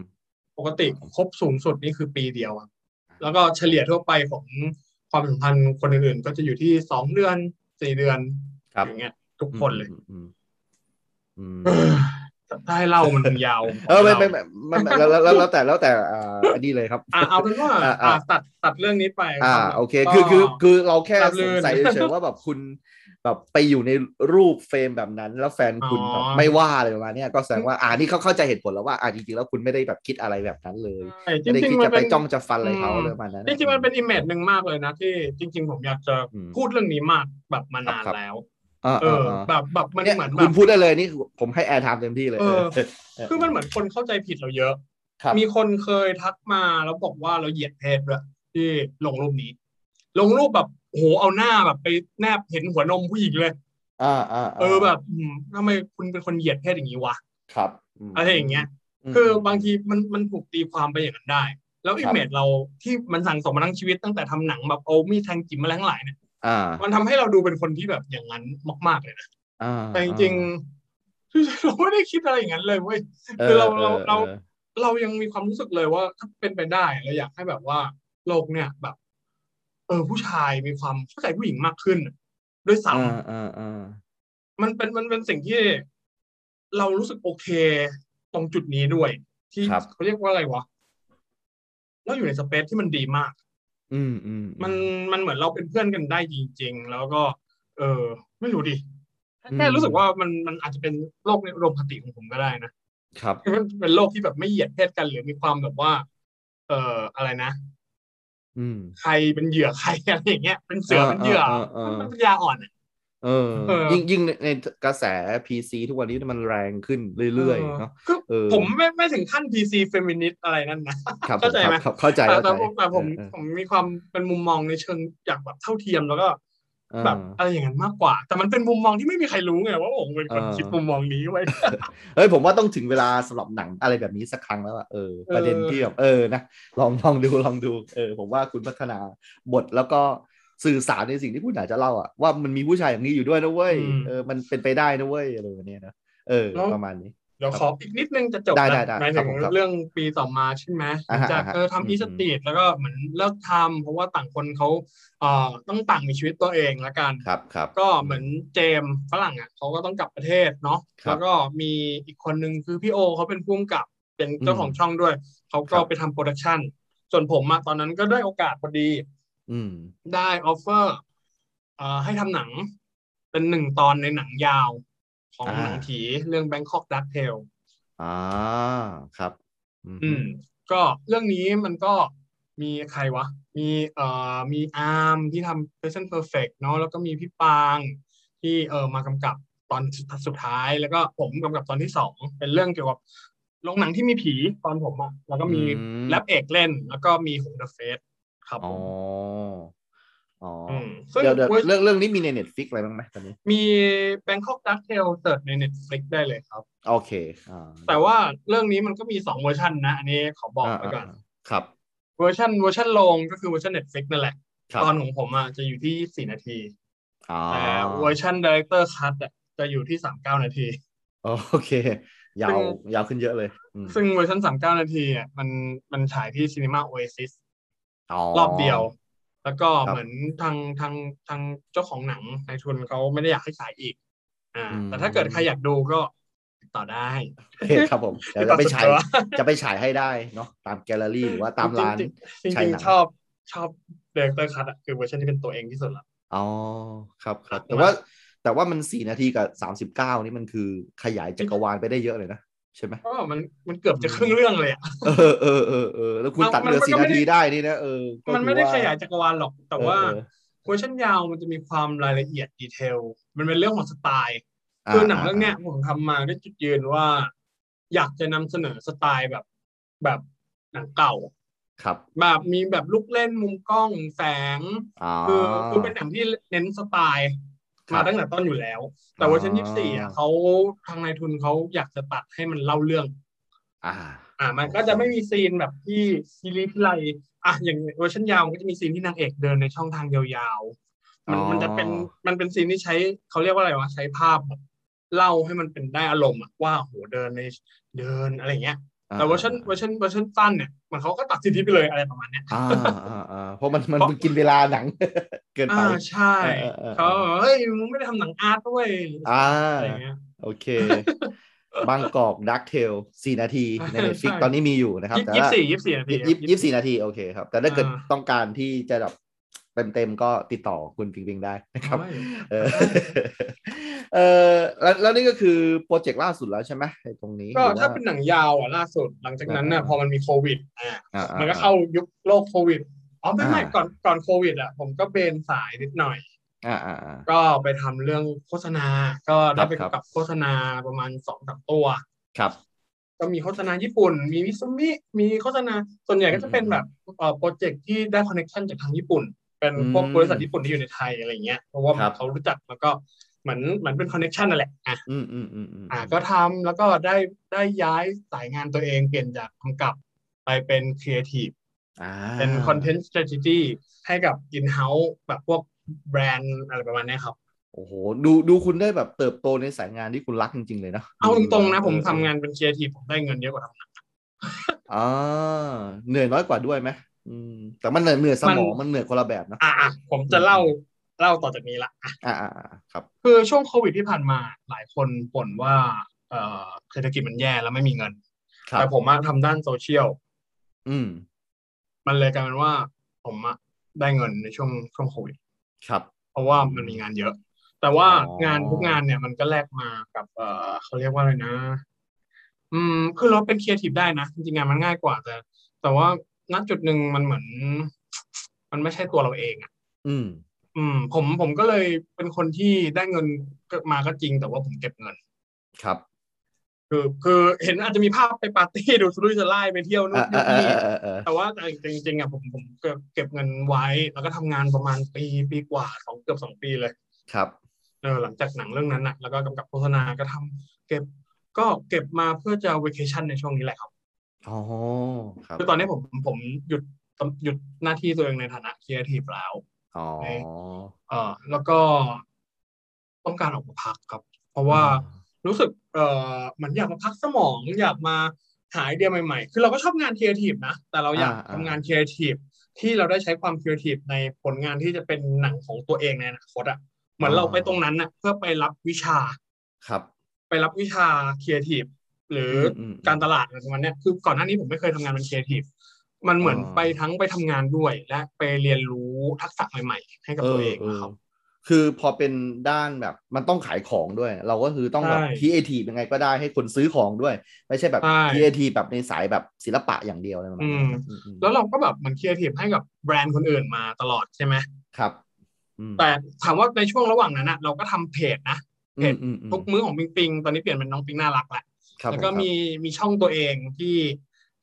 Speaker 3: ปกติคบสูงสุดนี่คือปีเดียวครับแล้วก็เฉลี่ยทั่วไปของความสัมพันธ์คนอื่นๆก็จะอยู่ที่สองเดือนสี่เดือน
Speaker 2: ครับ
Speaker 3: อย่างเงี้ย ทุกคนเลย
Speaker 2: อืมอืมอืม
Speaker 3: เออ <sighs> ถ้าให้เล่ามันคงยาว
Speaker 2: เออไม่ไม่ไม่ไม่ไม่แล้วแล้วแล้วแล้วแต่แล้วแต่อ่าอันนี้เลยครับ
Speaker 3: อ่ะเอาเป็นว่า
Speaker 2: อ่ะอ่ะ
Speaker 3: อ่ะตัดตัดเรื่องนี้ไป
Speaker 2: อ่า
Speaker 3: รับ
Speaker 2: โอเค
Speaker 3: ก็
Speaker 2: คือคือคือเราแค่
Speaker 3: ราบ
Speaker 2: ส
Speaker 3: รื่น
Speaker 2: งสัยเฉยๆว่าแบบคุณแบบไปอยู่ในรูปเฟรมแบบนั้น แล้วแฟนคุณ
Speaker 3: อ๋อ
Speaker 2: แบบไม่ว่าอะไรประมาณเนี้ยก็แสดงว่าอ่านี่เขาเข้าใจเหตุผลแล้วว่าอ่าจริงๆแล้วคุณไม่ได้แบบคิดอะไรแบบนั้นเลย
Speaker 3: ใช่จ
Speaker 2: ไม่ได้
Speaker 3: ริง
Speaker 2: คิด
Speaker 3: ๆมัน
Speaker 2: จะ
Speaker 3: เป็
Speaker 2: ไป
Speaker 3: น
Speaker 2: จ้องจะฟันอะไรเขา
Speaker 3: อืม
Speaker 2: เลยประมาณนั้นะ
Speaker 3: จริงๆมันเป็นอิมเมจหนึ่งมากเลยนะที่จริง ๆ ผมอยากจะ
Speaker 2: อืม
Speaker 3: พูดเรื่องนี้มากแบบมา
Speaker 2: ครับ
Speaker 3: นาน
Speaker 2: ครับ
Speaker 3: แล้ว
Speaker 2: อ่า
Speaker 3: เออ
Speaker 2: า
Speaker 3: แบบแบบมัน
Speaker 2: เนี่ย
Speaker 3: เหมือนแบ
Speaker 2: คุ
Speaker 3: บ
Speaker 2: ณพูดได้เลยนี่คือผมให้แอร์ไทม์เต็มที่เลย
Speaker 3: เออ
Speaker 2: เเ
Speaker 3: คือมันเหมือนคนเข้าใจผิดเราเยอะ
Speaker 2: ครับ
Speaker 3: มีคนเคยทักมาแล้วบอกว่าเราเหยียดเพศด้วยที่ลงรูปนี้ ลงรูปแบบโอ้โหเอาหน้าแบบไปแนบเห็นหัวนมผู้หญิงเลย
Speaker 2: อ่าอ่าา
Speaker 3: เออแบบอืมทำไมคุณเป็นคนเหยียดเพศอย่างนี้วะ
Speaker 2: ครับม
Speaker 3: อะไรอย่างเงี้ย
Speaker 2: ม
Speaker 3: คือบางทีมันมันถูกตีความไปอย่างนั้นได้ แล้วอิมเมจเราที่มันสั่งสมมาทั้งชีวิตตั้งแต่ทำหนังแบบเอามีดแทงจิ้มมาแล้งหลายเนี่ย
Speaker 2: อ่า
Speaker 3: มันทำให้เราดูเป็นคนที่แบบอย่างนั้นมาก ๆเลยนะ
Speaker 2: อ่า
Speaker 3: แต่จริงๆคือเราไม่ได้คิดอะไรอย่างนั้นเลยเว้ย
Speaker 2: อ
Speaker 3: คือเราเรา
Speaker 2: ออ
Speaker 3: เรา
Speaker 2: ออ
Speaker 3: เรายังมีความรู้สึกเลยว่าถ้าเป็นไปได้เราอยากให้แบบว่าโลกเนี่ยแบบ เออผู้ชายมีความเข้าใจผู้หญิงมากขึ้นด้วยซ้
Speaker 2: อ่าอ่าอ่า
Speaker 3: ำมันเป็นมันเป็นสิ่งที่ เรารู้สึกโอเค ตรงจุดนี้ด้วย ที่
Speaker 2: ครับ
Speaker 3: เขาเรียกว่าอะไรวะเราอยู่ในสเปซที่มันดีมาก
Speaker 2: อืมอืมอื
Speaker 3: มันมันเหมือนเราเป็นเพื่อนกันได้จริง ๆ แล้วก็ เออ ไม่รู้ดิ
Speaker 2: อืม
Speaker 3: แค่รู้สึกว่ามันมันอาจจะเป็นโลกในอุดมคติของผมก็ได้นะ
Speaker 2: ครับ
Speaker 3: มันเป็นโลกที่แบบไม่เหยียดเพศกันหรือมีความแบบว่า เอ่ออะไรนะ
Speaker 2: อืม
Speaker 3: ใครเป็นเหยื่อใครอะไรอย่างเงี้ย เป็นเสือเป็นเหยื่อ
Speaker 2: เออเออเออ
Speaker 3: มันเป็นยาอ่อนอะ
Speaker 2: เออ
Speaker 3: เออ
Speaker 2: ยิ่งยิ่งในในกระแส PC ทุกวันนี้มันแรงขึ้นเรื่อยๆเนาะ
Speaker 3: คือ
Speaker 2: เออ
Speaker 3: ผมไม่ไม่ถึงขั้น PC เฟมินิสต์อะไรนั่นนะ
Speaker 2: ครับ
Speaker 3: เข้าใจไหม
Speaker 2: ครับเข้าใจ
Speaker 3: แต่
Speaker 2: เข้าใจ
Speaker 3: แต่ผมแต่ผม
Speaker 2: เออ
Speaker 3: ผมมีความเป็นมุมมองในเชิงอยากแบบเท่าเทียมแล้วก็
Speaker 2: เออ
Speaker 3: แบบอะไรอย่างนั้นมากกว่า แต่มันเป็นมุมมองที่ไม่มีใครรู้ไงว่าผมเป็นคน
Speaker 2: เออ
Speaker 3: คิดมุมมองนี้ไว้
Speaker 2: เฮ้ยผมว่าต้องถึงเวลาสำหรับหนังอะไรแบบนี้สักครั้งแล้วอะเออประเด็นที่แบบเออนะลอง <laughs> ลองดูลองดูเออผมว่าคุณพัฒนาบทแล้วก็สื่อสารในสิ่งที่คุณอยากจะเล่าอะว่ามันมีผู้ชายอย่างนี้อยู่ด้วยนะเว้ย
Speaker 3: อืม
Speaker 2: เออมันเป็นไปได้นะเว้ยอะไรแบบเนี้ยนะ เออ ประมาณนี้
Speaker 3: เดี๋ยวขออีกนิดนึงจะจบ
Speaker 2: ได้
Speaker 3: นะ
Speaker 2: ได้ได้
Speaker 3: หมาย
Speaker 2: ครั
Speaker 3: ถึ
Speaker 2: บ
Speaker 3: ง
Speaker 2: ผมครับ
Speaker 3: เรื่องปีต่อมาใช่ไหม
Speaker 2: อ่าฮะ
Speaker 3: จาก
Speaker 2: อ่าฮะ
Speaker 3: เออ
Speaker 2: อืม
Speaker 3: ทำอีสตรีทแล้วก็เหมือนเลิกทำเพราะว่าต่างคนเขาเอ่อต้องต่างมีชีวิตตัวเองละกัน
Speaker 2: ครับครับ
Speaker 3: ก็เหมือนเจมส์ฝรั่งอ่ะเขาก็ต้องกลับประเทศเนาะ
Speaker 2: ครับ
Speaker 3: แล้วก็มีอีกคนนึงคือพี่โอเขาเป็นผู้กำกับเป็นเจ้าของช่องด้วยเขาก็
Speaker 2: ครับ
Speaker 3: ไปทำโปรดักชันส่วนผมอะตอนนั้นก็ได้โอกาสพอดี
Speaker 2: อืม
Speaker 3: ได้ออฟเฟอร์เอ่อให้ทำหนัง เป็นหนึ่งตอนในหนังยาวของ
Speaker 2: อ่า
Speaker 3: หนังผีเรื่อง Bangkok Dark Tale
Speaker 2: อ่าครับ
Speaker 3: อืม ก็เรื่องนี้มันก็มีใครวะ มีเอ่อมีอาร์มที่ทำ Person Perfect เนาะแล้วก็มีพี่ปางที่เออมากำกับตอนสุดสุดท้าย แล้วก็ผมกำกับตอนที่สองเป็นเรื่องเกี่ยวกับโรงหนังที่มีผีตอนผมอะแล้วก็มี
Speaker 2: อืม
Speaker 3: แรปเอกเล่น แล้วก็มีหงเดอะเฟสครับผ
Speaker 2: อ๋อ
Speaker 3: ม
Speaker 2: อ๋อ
Speaker 3: มซึ่ง
Speaker 2: เดี๋ยวเดี๋ยวเรื่องเรื่องนี้มีในเน็ตฟิกอะไรบ้างไหมตอนนี้
Speaker 3: มี Bangkok Dark Tale เสิร์ชใน Netflix ได้เลยครับ
Speaker 2: โอเคอ่า
Speaker 3: แต่ว่าเรื่องนี้มันก็มีสองเวอร์ชันนะ อันนี้ขอบอกไว้ก่อน
Speaker 2: ครับ
Speaker 3: เวอร์ชันเวอร์ชันโรงก็คือเวอร์ชัน Netflix นั่นแหละ
Speaker 2: ครับ
Speaker 3: ตอนของผมอ่ะจะอยู่ที่ 4 นาที
Speaker 2: อ๋อ
Speaker 3: แต่เวอร์ชัน Director Cut อ่ะจะอยู่ที่ 39 นาที
Speaker 2: โอเค ยาวยาวขึ้นเยอะเลยอืม
Speaker 3: ซึ่งเวอร์ชัน 39 นาทีอ่ะมันมันฉายที่ Cinema Oasis ร
Speaker 2: ร
Speaker 3: อบเดียว แล้วก็
Speaker 2: ครับ
Speaker 3: เหมือนทางทางทางเจ้าของหนังนายทุนเขาไม่ได้อยากให้ฉายอีก อ่า
Speaker 2: อืม
Speaker 3: แต่ถ้าเกิดใครอยากดูก็ติดต่อได้
Speaker 2: โอเคครับผมเดี๋ยวจะไปฉายจะไปฉายให้ได้เนาะตามแกลเลอรี่หรือว่าตามร้าน
Speaker 3: จริงๆจ
Speaker 2: ฉาย
Speaker 3: ริง
Speaker 2: หนัง
Speaker 3: ๆชอบชอบเดเรคเตอร์คัตคือเวอร์ชันที่เป็นตัวเองที่สุดละ
Speaker 2: อ๋อครับครับ
Speaker 3: ครับ
Speaker 2: แต่ว่าแต่ว่ามันสี่นาทีกับสามสิบเก้านี่มันคือขยายจักรวาลไปได้เยอะเลยนะ ใช่ไหม
Speaker 3: ก็มันมันเกือบจะ
Speaker 2: อืม
Speaker 3: ครึ่งเรื่องเลยอ่ะ
Speaker 2: เออเออเออเออแล้วคุณ
Speaker 3: เอา
Speaker 2: ตัดเหลือ
Speaker 3: มัน
Speaker 2: สี่
Speaker 3: ก็ไม่
Speaker 2: นา
Speaker 3: ได้
Speaker 2: ทีได้นี่นะเออก็
Speaker 3: มัน
Speaker 2: ถือ
Speaker 3: ไม่ได้
Speaker 2: ว่
Speaker 3: ขยายจักรวาลหรอก แต่ว่า
Speaker 2: เออ
Speaker 3: เวอร์ชันยาวมันจะมีความรายละเอียดดีเทล มันเป็นเรื่องของสไตล์
Speaker 2: เออ
Speaker 3: คือหนังเรื่องเนี้
Speaker 2: าย
Speaker 3: ผมทำมาด้วยจุดยืนว่า อยากจะนำเสนอสไตล์แบบแบบหนังเก่า
Speaker 2: ครับ
Speaker 3: แบบมีแบบลูกเล่นมุมกล้องแสง
Speaker 2: อ๋อ
Speaker 3: คือคือเป็นหนังที่เน้นสไตล์
Speaker 2: ครับ
Speaker 3: มาตั้งแต่ต้นอยู่แล้ว แต่
Speaker 2: อ๋อ
Speaker 3: เวอร์ชันยี่สี่อ่ะเขาทางนายทุนเขาอยากจะตัดให้มันเล่าเรื่อง
Speaker 2: อ่า
Speaker 3: อ่า มันก็จะไม่มีซีนแบบที่ซีรีส์ที่ไรอ่ะอย่างเวอร์ชันยาวมันก็จะมีซีนที่นางเอกเดินในช่องทางยาวๆมัน
Speaker 2: อ๋อ
Speaker 3: มันจะเป็นมันเป็นซีนที่ใช้เขาเรียกว่าอะไรวะใช้ภาพแบบเล่าให้มันเป็นได้อารมณ์อ่ะว่าโหเดินในเดินอะไรเงี้ยแต่เวอร์ชันเวอร์ชันเวอร์ชันสั้นเนี่ยมันเขาก็ตัดซีนที่ไปเลยอะไรประมาณเนี้ย
Speaker 2: อ่าอ่าอ่าเพราะมันมัน
Speaker 3: เพราะ
Speaker 2: มันกินเวลาหนัง <laughs> เกินไป
Speaker 3: อ่าใช่
Speaker 2: เออเออเออ
Speaker 3: เขาเฮ้ยมึงไม่ได้ทำหนังอาร์ตด้วย
Speaker 2: อ่า
Speaker 3: อะไรเงี้ย
Speaker 2: โอเค บางกอกดักเทลสี่นาทีใน Netflix
Speaker 3: ใช่
Speaker 2: ตอนนี้มีอยู่นะครับ
Speaker 3: ยี่
Speaker 2: แต่
Speaker 3: ยี่
Speaker 2: ว่า
Speaker 3: สี่ยี่สี่นาที
Speaker 2: ยี่ยี่สิบสี่นาที โอเคครับ แต่ถ้าเกิด
Speaker 3: อ่า
Speaker 2: ต้องการที่จะแบบเต็มๆก็ติดต่อคุณปิงปิงได้นะครับ
Speaker 3: ไม่
Speaker 2: เออ <laughs> เออแล้วแล้วนี่ก็คือโปรเจกต์ล่าสุดแล้วใช่ไหมไอ้ตรงนี้
Speaker 3: ก็
Speaker 2: หรือว่
Speaker 3: ถ้าเป็นหนังยาวอ่ะล่าสุด หลังจากนั้นน่ะ
Speaker 2: อ่า
Speaker 3: พอมันมีโควิดอ่ะ
Speaker 2: อ่าอ่
Speaker 3: มันก็เข้ายุคโลกโควิดอ๋อไม่ไม่
Speaker 2: อ่า
Speaker 3: ก่อนก่อนโควิดอ่ะผมก็เป็นสายนิดหน่อย
Speaker 2: อ่าอ่าอ่า
Speaker 3: ก็ไปทำเรื่องโฆษณา ก็ได้ไป
Speaker 2: ครับ
Speaker 3: กำกับโฆษณาประมาณสองสามตัว
Speaker 2: ครับ
Speaker 3: ก็มีโฆษณาญี่ปุ่น มีมิซุมิมีโฆษณาส่วนใหญ่ก็จะเป็นแบบเอ่อโปรเจกต์ที่ได้คอนเนคชันจากทางญี่ปุ่น เป็นพวก
Speaker 2: อืม
Speaker 3: บริษัทญี่ปุ่นที่อยู่ในไทยอะไรเงี้ยเพราะว่า
Speaker 2: ครับ
Speaker 3: เขารู้จักแล้วก็เหมือนเหมือนเป็นคอนเนคชันนั่นแหละอ่ะ
Speaker 2: อืมอืมอืมม
Speaker 3: อ่ะก็ทำแล้วก็ได้ได้ย้ายสายงานตัวเองเปลี่ยนจากกำกับไปเป็นครีเอทีฟ
Speaker 2: อ่า
Speaker 3: เป็นคอนเทนต์ strategy ให้กับอินเฮ้าส์แบบพวกแบรนด์อะไรประมาณเนี้ยครับ
Speaker 2: โอ้โหดูดูคุณได้แบบเติบโตในสายงานที่คุณรักจริงๆเลยนะ
Speaker 3: เอาตรงๆนะ ผม
Speaker 2: เออ
Speaker 3: ทำงานเป็นครีเอทีฟผมได้เงินเยอะกว่าทำ
Speaker 2: อ่าเหนื่อยน้อยกว่าด้วยไหมอืมแต่มันเหนื่อยเหนื่อยสมอง
Speaker 3: มัน
Speaker 2: มันเหนื่อยคนละแบบนะ
Speaker 3: อ่ะอ่ะผมจะเล่าเล่าต่อจากนี้ละ
Speaker 2: อ่าอ่าอ่าครับ
Speaker 3: คือช่วงโควิดที่ผ่านมาหลายคนบ่นว่าเอ่อเศรษฐกิจมันแย่แล้วไม่มีเงิน
Speaker 2: ครั
Speaker 3: แต่
Speaker 2: บ
Speaker 3: ผมอะทำด้านโซเชียล
Speaker 2: อืม
Speaker 3: มันเลยกลายเป็นว่าผมอะได้เงินในช่วงช่วงโควิด
Speaker 2: ครับ
Speaker 3: เพราะว่ามันมีงานเยอะ แต่ว่า
Speaker 2: อ๋อ
Speaker 3: งานทุกงานเนี่ยมันก็แลกมากับ เอ่อเขาเรียกว่าอะไรนะ อืมคือเราเป็นครีเอทีฟได้นะ จริงๆงานมันง่ายกว่าแต่แต่ว่าณจุดหนึ่งมันเหมือน มันไม่ใช่ตัวเราเองอะ
Speaker 2: อืม
Speaker 3: อืม ผมผมก็เลยเป็นคนที่ได้เงินมาก็จริง แต่ว่าผมเก็บเงิน
Speaker 2: ครับ
Speaker 3: คือคือเห็นอาจจะมีภาพไปปาร์ตี้ ดูสุรุ่ยสุร่ายไปเที่ยวนู่
Speaker 2: อ่าน อ่า
Speaker 3: นี่
Speaker 2: อ่า
Speaker 3: นี่
Speaker 2: อ่าอ่า
Speaker 3: แต่ว่าจริงจริงๆอ่ะผมผมเก็บเก็บเงินไว้ แล้วก็ทำงานประมาณปีปีกว่าสองเกือบสองปีเลย
Speaker 2: ครับ
Speaker 3: เออหลังจากหนังเรื่องนั้นน่ะแล้วก็กำกับโฆษณาก็ทำเก็บก็เก็บมาเพื่อจะเวกชันในช่วงนี้แหละครับ
Speaker 2: อ๋อครับ
Speaker 3: คือตอนนี้ผมผมหยุดหยุดหน้าที่ตัวเองในฐานะครีเอทีฟแล้ว
Speaker 2: อ๋อ
Speaker 3: เออแล้วก็ต้องการออกมาพักครับ เพราะว่า รู้สึกเออเหมือนอยากมาพักสมอง อยากมาหาไอเดียใหม่ๆ คือเราก็ชอบงานครีเอทีฟนะ แต่เราอยาก
Speaker 2: อ่า
Speaker 3: ทำงานครีเอทีฟที่เราได้ใช้ความครีเอทีฟในผลงานที่จะเป็นหนังของตัวเองในอนาคตอ่ะ เหมือนเราไปตรงนั้นน่ะเพื่อไปรับวิชา
Speaker 2: ครับ
Speaker 3: ไปรับวิชาครีเอทีฟหรืออ
Speaker 2: ม
Speaker 3: การตลาดอะไรประมาณเนี้ยคือก่อนหน้านี้ผมไม่เคยทำงานเป็นครีเอทีฟมันเหมือน
Speaker 2: อ๋อ
Speaker 3: ไปทั้งไปทำงานด้วย และไปเรียนรู้ทักษะใหม่ๆ ให้กับตัวเองนะครับ
Speaker 2: คือพอเป็นด้านแบบมันต้องขายของด้วย เราก็คือต้องแบบ
Speaker 3: ใช่
Speaker 2: คีเอทียังไงก็ได้ให้คนซื้อของด้วย ไม่ใช่แบบ
Speaker 3: ใช่
Speaker 2: คีเอทีแบบในสายแบบศิลปะอย่างเดียวอะไรประมาณนั้
Speaker 3: อื
Speaker 2: น
Speaker 3: ม
Speaker 2: ครับอืม
Speaker 3: แล้วเราก็แบบเหมือนครีเอทีฟให้กับแบรนด์คนอื่นมาตลอดใช่ไหม
Speaker 2: ครับอืม
Speaker 3: แต่ถามว่าในช่วงระหว่างนั้นนะเราก็ทำเพจนะ เพจ
Speaker 2: อืมอืม
Speaker 3: ทุกมื้อของปิงปิงตอนนี้เปลี่ยนเป็นน้องปิงน่ารักแหละ
Speaker 2: ครับ
Speaker 3: แล้วก็
Speaker 2: ผครับ
Speaker 3: มีมีช่องตัวเองที่